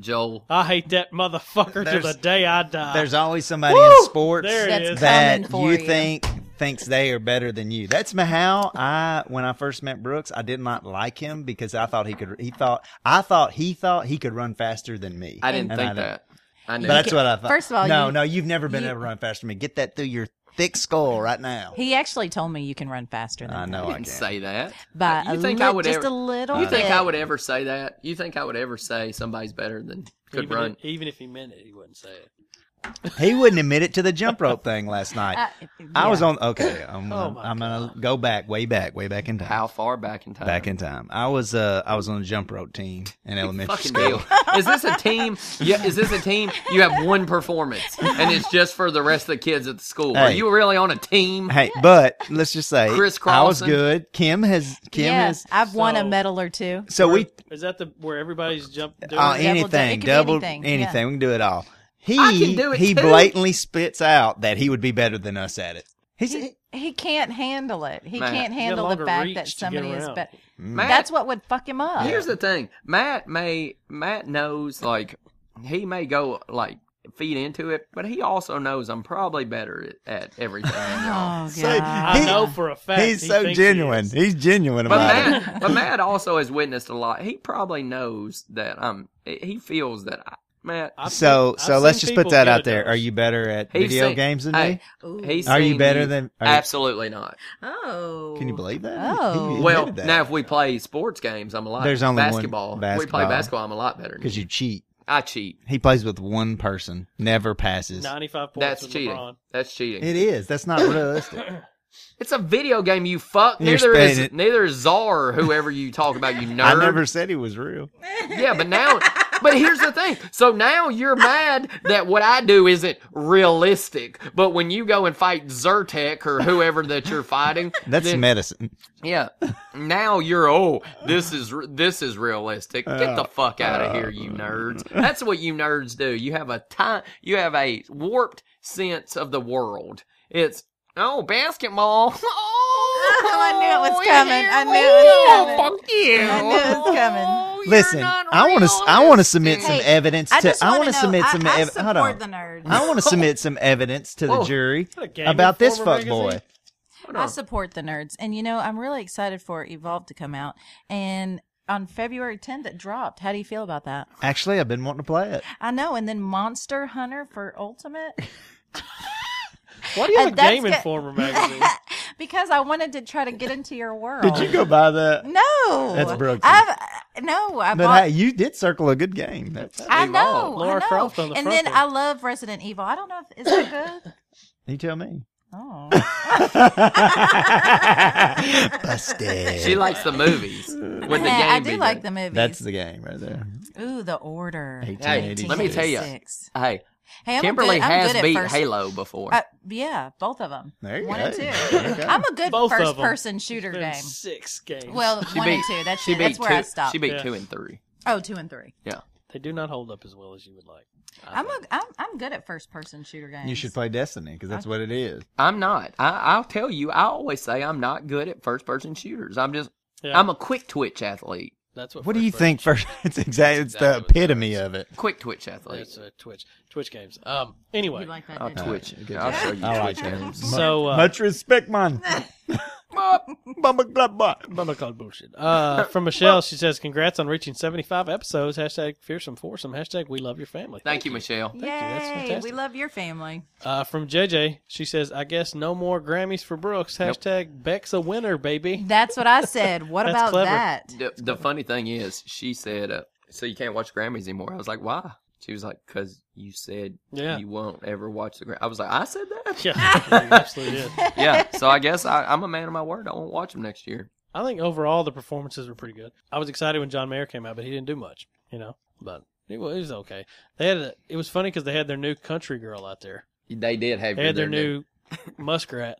[SPEAKER 1] Joel.
[SPEAKER 3] I hate that motherfucker to
[SPEAKER 4] There's-
[SPEAKER 3] the day I die.
[SPEAKER 4] There's always somebody in sports
[SPEAKER 3] There it
[SPEAKER 2] That's
[SPEAKER 3] is.
[SPEAKER 4] that
[SPEAKER 2] coming
[SPEAKER 4] you,
[SPEAKER 2] for you.
[SPEAKER 4] think thinks they are better than you. That's my- how I when I first met Brooks, I did not like him because I thought he could. He thought I thought he thought he could run faster than me.
[SPEAKER 1] I didn't
[SPEAKER 4] And
[SPEAKER 1] think
[SPEAKER 4] I
[SPEAKER 1] that. I knew.
[SPEAKER 4] But that's
[SPEAKER 2] can-
[SPEAKER 4] what I thought.
[SPEAKER 2] first of all,
[SPEAKER 4] no,
[SPEAKER 2] you-
[SPEAKER 4] no, you've never been
[SPEAKER 2] you-
[SPEAKER 4] able to run faster than me. Get that through your thick skull right now.
[SPEAKER 2] he actually told me you can run faster than
[SPEAKER 4] I know
[SPEAKER 1] I
[SPEAKER 4] I
[SPEAKER 1] didn't
[SPEAKER 4] can.
[SPEAKER 1] say that.
[SPEAKER 2] by
[SPEAKER 1] You
[SPEAKER 2] a
[SPEAKER 1] think
[SPEAKER 2] lit-
[SPEAKER 1] I would
[SPEAKER 2] just
[SPEAKER 1] ever-
[SPEAKER 2] a little.
[SPEAKER 1] You think
[SPEAKER 2] bit.
[SPEAKER 1] I would ever say that? You think I would ever say somebody's better than could
[SPEAKER 3] even,
[SPEAKER 1] run?
[SPEAKER 3] If, even if he meant it, he wouldn't say it.
[SPEAKER 4] He wouldn't admit it to the *laughs*
[SPEAKER 2] *laughs*
[SPEAKER 4] jump rope thing last night.
[SPEAKER 2] I,
[SPEAKER 4] I was
[SPEAKER 2] Uh, yeah.
[SPEAKER 4] on. Okay, I'm
[SPEAKER 3] Oh
[SPEAKER 4] gonna,
[SPEAKER 3] my
[SPEAKER 4] I'm gonna go back, way back, way back in time.
[SPEAKER 1] How far back in time?
[SPEAKER 4] Back in time, I was uh I was on a jump rope team in elementary
[SPEAKER 1] Fucking
[SPEAKER 4] school.
[SPEAKER 1] deal. Is this a team? Yeah, is this a team? You have one performance, and it's just for the rest of the kids at the school. Are
[SPEAKER 4] Hey.
[SPEAKER 1] you really on a team?
[SPEAKER 4] Hey, but let's just say
[SPEAKER 1] Chris
[SPEAKER 4] I was
[SPEAKER 1] Carlson.
[SPEAKER 4] good. Kim has Kim
[SPEAKER 2] Yeah,
[SPEAKER 4] has
[SPEAKER 2] I've won a
[SPEAKER 3] so-
[SPEAKER 2] medal or two.
[SPEAKER 4] so we
[SPEAKER 3] Is that the where everybody's jumped? doing
[SPEAKER 4] uh,
[SPEAKER 3] it?
[SPEAKER 2] any-
[SPEAKER 4] anything
[SPEAKER 2] it could be
[SPEAKER 4] double anything,
[SPEAKER 2] anything, yeah.
[SPEAKER 4] we can do it all. He
[SPEAKER 1] I can do it
[SPEAKER 4] he
[SPEAKER 1] too.
[SPEAKER 4] blatantly spits out that he would be better than us at it. He's
[SPEAKER 2] He, he can't handle it. He
[SPEAKER 1] Matt,
[SPEAKER 2] can't
[SPEAKER 3] He's got
[SPEAKER 2] handle
[SPEAKER 3] longer
[SPEAKER 2] the fact
[SPEAKER 3] reach
[SPEAKER 2] that
[SPEAKER 3] to get
[SPEAKER 2] somebody is
[SPEAKER 3] around.
[SPEAKER 2] better.
[SPEAKER 4] Mm.
[SPEAKER 1] Matt,
[SPEAKER 2] That's what would fuck him up.
[SPEAKER 1] Here's the thing, Matt may Matt knows like he may go like feed into it, but he also knows I'm probably better at everything. than
[SPEAKER 2] *laughs*
[SPEAKER 1] y'all.
[SPEAKER 2] Oh,
[SPEAKER 4] So-
[SPEAKER 2] God.
[SPEAKER 3] I
[SPEAKER 4] He-
[SPEAKER 3] know for a fact.
[SPEAKER 4] he's
[SPEAKER 3] he
[SPEAKER 4] so
[SPEAKER 3] thinks he
[SPEAKER 4] genuine.
[SPEAKER 3] is.
[SPEAKER 4] he's genuine
[SPEAKER 1] But
[SPEAKER 4] about it.
[SPEAKER 1] Matt, but Matt also has witnessed a lot. He probably knows that um he feels that I, Matt.
[SPEAKER 3] I've
[SPEAKER 4] So
[SPEAKER 3] seen-
[SPEAKER 4] so
[SPEAKER 3] I've
[SPEAKER 4] let's
[SPEAKER 3] seen
[SPEAKER 4] just put
[SPEAKER 3] people
[SPEAKER 4] that
[SPEAKER 3] get
[SPEAKER 4] out there.
[SPEAKER 3] adults.
[SPEAKER 4] Are you better at
[SPEAKER 1] He's
[SPEAKER 4] video
[SPEAKER 1] seen-
[SPEAKER 4] games than
[SPEAKER 1] hey,
[SPEAKER 4] me?
[SPEAKER 2] Ooh.
[SPEAKER 1] He's
[SPEAKER 4] Are you
[SPEAKER 1] seen
[SPEAKER 4] better than- are you-
[SPEAKER 1] absolutely not.
[SPEAKER 2] oh.
[SPEAKER 4] Can you believe that?
[SPEAKER 2] Oh. He
[SPEAKER 1] Well, now if we play sports games, I'm a lot.
[SPEAKER 4] There's only one
[SPEAKER 1] basketball. We play
[SPEAKER 4] basketball.
[SPEAKER 1] basketball. I'm a lot better. Than
[SPEAKER 4] because
[SPEAKER 1] you.
[SPEAKER 4] you cheat.
[SPEAKER 1] I cheat.
[SPEAKER 4] He plays with one person, never passes.
[SPEAKER 3] Ninety-five points.
[SPEAKER 1] That's
[SPEAKER 3] with
[SPEAKER 1] cheating.
[SPEAKER 3] LeBron.
[SPEAKER 1] That's cheating.
[SPEAKER 4] It is. That's
[SPEAKER 3] *laughs*
[SPEAKER 4] not realistic.
[SPEAKER 1] It's a video game. You fuck.
[SPEAKER 4] You're
[SPEAKER 1] Neither is
[SPEAKER 4] spending it.
[SPEAKER 1] neither is Czar. Whoever you talk about, you nerd.
[SPEAKER 4] *laughs* I never said he was real.
[SPEAKER 1] Yeah, but now, but here's the thing. So now you're mad that what I do isn't realistic. But when you go and fight Zyrtec or whoever that you're fighting,
[SPEAKER 4] That's
[SPEAKER 1] then-
[SPEAKER 4] medicine.
[SPEAKER 1] yeah. Now you're oh, this is re- this is realistic. Get the fuck out of here, you nerds. That's what you nerds do. You have a time. You have a warped sense of the world. It's oh basketball. *laughs* Oh,
[SPEAKER 2] *laughs* I knew it was coming. I knew it
[SPEAKER 1] Oh,
[SPEAKER 2] was coming.
[SPEAKER 1] Fuck you.
[SPEAKER 2] I knew it was coming.
[SPEAKER 1] Oh, you're
[SPEAKER 4] Listen,
[SPEAKER 1] not
[SPEAKER 4] I want to. I want to submit some
[SPEAKER 2] Hey,
[SPEAKER 4] evidence
[SPEAKER 2] I
[SPEAKER 4] to.
[SPEAKER 2] just
[SPEAKER 4] I
[SPEAKER 2] want
[SPEAKER 4] want
[SPEAKER 2] to
[SPEAKER 4] to submit
[SPEAKER 2] I,
[SPEAKER 4] some.
[SPEAKER 2] I
[SPEAKER 4] ev- hold
[SPEAKER 2] support
[SPEAKER 4] on.
[SPEAKER 2] the nerds.
[SPEAKER 3] *laughs*
[SPEAKER 4] I want to submit some evidence to the
[SPEAKER 1] Whoa.
[SPEAKER 4] jury
[SPEAKER 3] What a Game
[SPEAKER 4] about this
[SPEAKER 3] Informer
[SPEAKER 4] fuckboy.
[SPEAKER 3] magazine.
[SPEAKER 1] Hold
[SPEAKER 2] I
[SPEAKER 1] on.
[SPEAKER 2] support the nerds. And you know, I'm really excited for Evolve to come out. And on February 10th, it dropped. How do you feel about that?
[SPEAKER 4] Actually, I've been wanting to play it.
[SPEAKER 2] I know. And then Monster Hunter for Ultimate.
[SPEAKER 3] Why do you have
[SPEAKER 2] And
[SPEAKER 3] a Game
[SPEAKER 2] that's got- *laughs*
[SPEAKER 3] Informer magazine?
[SPEAKER 2] because I wanted to try to get into your world.
[SPEAKER 4] *laughs* Did you go buy that?
[SPEAKER 2] No,
[SPEAKER 4] That's Brooklyn.
[SPEAKER 2] I've no, I
[SPEAKER 4] But
[SPEAKER 2] bought.
[SPEAKER 4] hey, you did circle a good game. That's,
[SPEAKER 2] I
[SPEAKER 1] Evolve.
[SPEAKER 2] know,
[SPEAKER 3] Laura
[SPEAKER 2] I know.
[SPEAKER 3] Croft on the
[SPEAKER 2] and
[SPEAKER 3] front
[SPEAKER 2] then
[SPEAKER 3] there.
[SPEAKER 2] I love Resident Evil. I don't know if is that
[SPEAKER 4] *laughs*
[SPEAKER 2] good.
[SPEAKER 4] you tell me.
[SPEAKER 2] Oh,
[SPEAKER 4] Busted.
[SPEAKER 1] She likes the movies.
[SPEAKER 2] *laughs*
[SPEAKER 1] Would the game
[SPEAKER 2] Yeah, I do
[SPEAKER 1] be
[SPEAKER 2] like
[SPEAKER 1] good?
[SPEAKER 2] the movies.
[SPEAKER 4] *laughs* That's the game right there.
[SPEAKER 2] Ooh, the order.
[SPEAKER 1] Hey, let me tell you.
[SPEAKER 2] 1986.
[SPEAKER 1] Hey,
[SPEAKER 2] Hey, I'm
[SPEAKER 1] Kimberly
[SPEAKER 2] a good, I'm
[SPEAKER 1] has
[SPEAKER 2] good at
[SPEAKER 1] beat
[SPEAKER 2] first-
[SPEAKER 1] Halo before.
[SPEAKER 2] Uh, yeah, both of them.
[SPEAKER 4] There you
[SPEAKER 2] one
[SPEAKER 4] go.
[SPEAKER 2] and two.
[SPEAKER 4] There you go.
[SPEAKER 2] I'm a good
[SPEAKER 3] Both of 'em.
[SPEAKER 2] first-person shooter
[SPEAKER 3] Been
[SPEAKER 2] game.
[SPEAKER 3] Six games.
[SPEAKER 2] Well,
[SPEAKER 1] She
[SPEAKER 2] one
[SPEAKER 1] beat
[SPEAKER 2] and two. That's
[SPEAKER 1] she
[SPEAKER 2] it.
[SPEAKER 1] beat
[SPEAKER 2] That's where
[SPEAKER 1] two,
[SPEAKER 2] I stopped.
[SPEAKER 1] She beat
[SPEAKER 3] Yeah.
[SPEAKER 1] two and three.
[SPEAKER 2] Oh, two and three.
[SPEAKER 1] Yeah.
[SPEAKER 3] they do not hold up as well as you would like.
[SPEAKER 2] I'm a I'm, I'm good at first person shooter games.
[SPEAKER 4] You should play Destiny because that's what it is.
[SPEAKER 1] I'm not. I, I'll tell you. I always say I'm not good at first person shooters. I'm just.
[SPEAKER 3] Yeah.
[SPEAKER 1] I'm a quick twitch athlete.
[SPEAKER 3] That's what.
[SPEAKER 4] What do you
[SPEAKER 3] first-person
[SPEAKER 4] think? First, *laughs* it's exactly it's
[SPEAKER 3] exactly
[SPEAKER 4] the
[SPEAKER 3] what it
[SPEAKER 4] epitome of it.
[SPEAKER 1] Quick twitch athlete.
[SPEAKER 3] It's uh, Twitch, Twitch games. Um. Anyway,
[SPEAKER 2] You like that?
[SPEAKER 1] I'll
[SPEAKER 2] didn't you?
[SPEAKER 1] twitch.
[SPEAKER 4] good
[SPEAKER 1] I'll
[SPEAKER 4] job.
[SPEAKER 1] show you
[SPEAKER 4] I like
[SPEAKER 1] twitch
[SPEAKER 4] that.
[SPEAKER 1] games.
[SPEAKER 3] so uh,
[SPEAKER 4] Much respect, man. Bumba glub bop.
[SPEAKER 3] I'm gonna call it bullshit. Uh, from Michelle, she says, "Congrats on reaching 75 episodes." Hashtag fearsome foursome. Hashtag we love your family.
[SPEAKER 1] Thank you, Michelle.
[SPEAKER 2] Yay!
[SPEAKER 3] That's
[SPEAKER 2] we
[SPEAKER 3] fantastic.
[SPEAKER 2] love your family.
[SPEAKER 3] Uh, from JJ, she says, "I guess no more Grammys for Brooks." Hashtag Beck's a winner, baby.
[SPEAKER 2] That's what I said. What
[SPEAKER 3] That's
[SPEAKER 2] about
[SPEAKER 3] clever.
[SPEAKER 2] that?
[SPEAKER 1] The, the funny thing is, she said, uh, "So you can't watch Grammys anymore." I was like, "Why?" She was like, "Cause you said
[SPEAKER 3] Yeah.
[SPEAKER 1] you won't ever watch the Grammys." I was like, "I said that."
[SPEAKER 3] *laughs*
[SPEAKER 1] *laughs*
[SPEAKER 3] Yeah, it absolutely. Is.
[SPEAKER 1] yeah. So I guess I, I'm a man of my word. I won't watch them next year.
[SPEAKER 3] I think overall the performances were pretty good. I was excited when John Mayer came out, but he didn't do much, you know. But it was, it was okay. They had a, it was funny because they had their new country girl out there.
[SPEAKER 1] They did have
[SPEAKER 3] They had
[SPEAKER 1] their
[SPEAKER 3] their new *laughs* muskrat.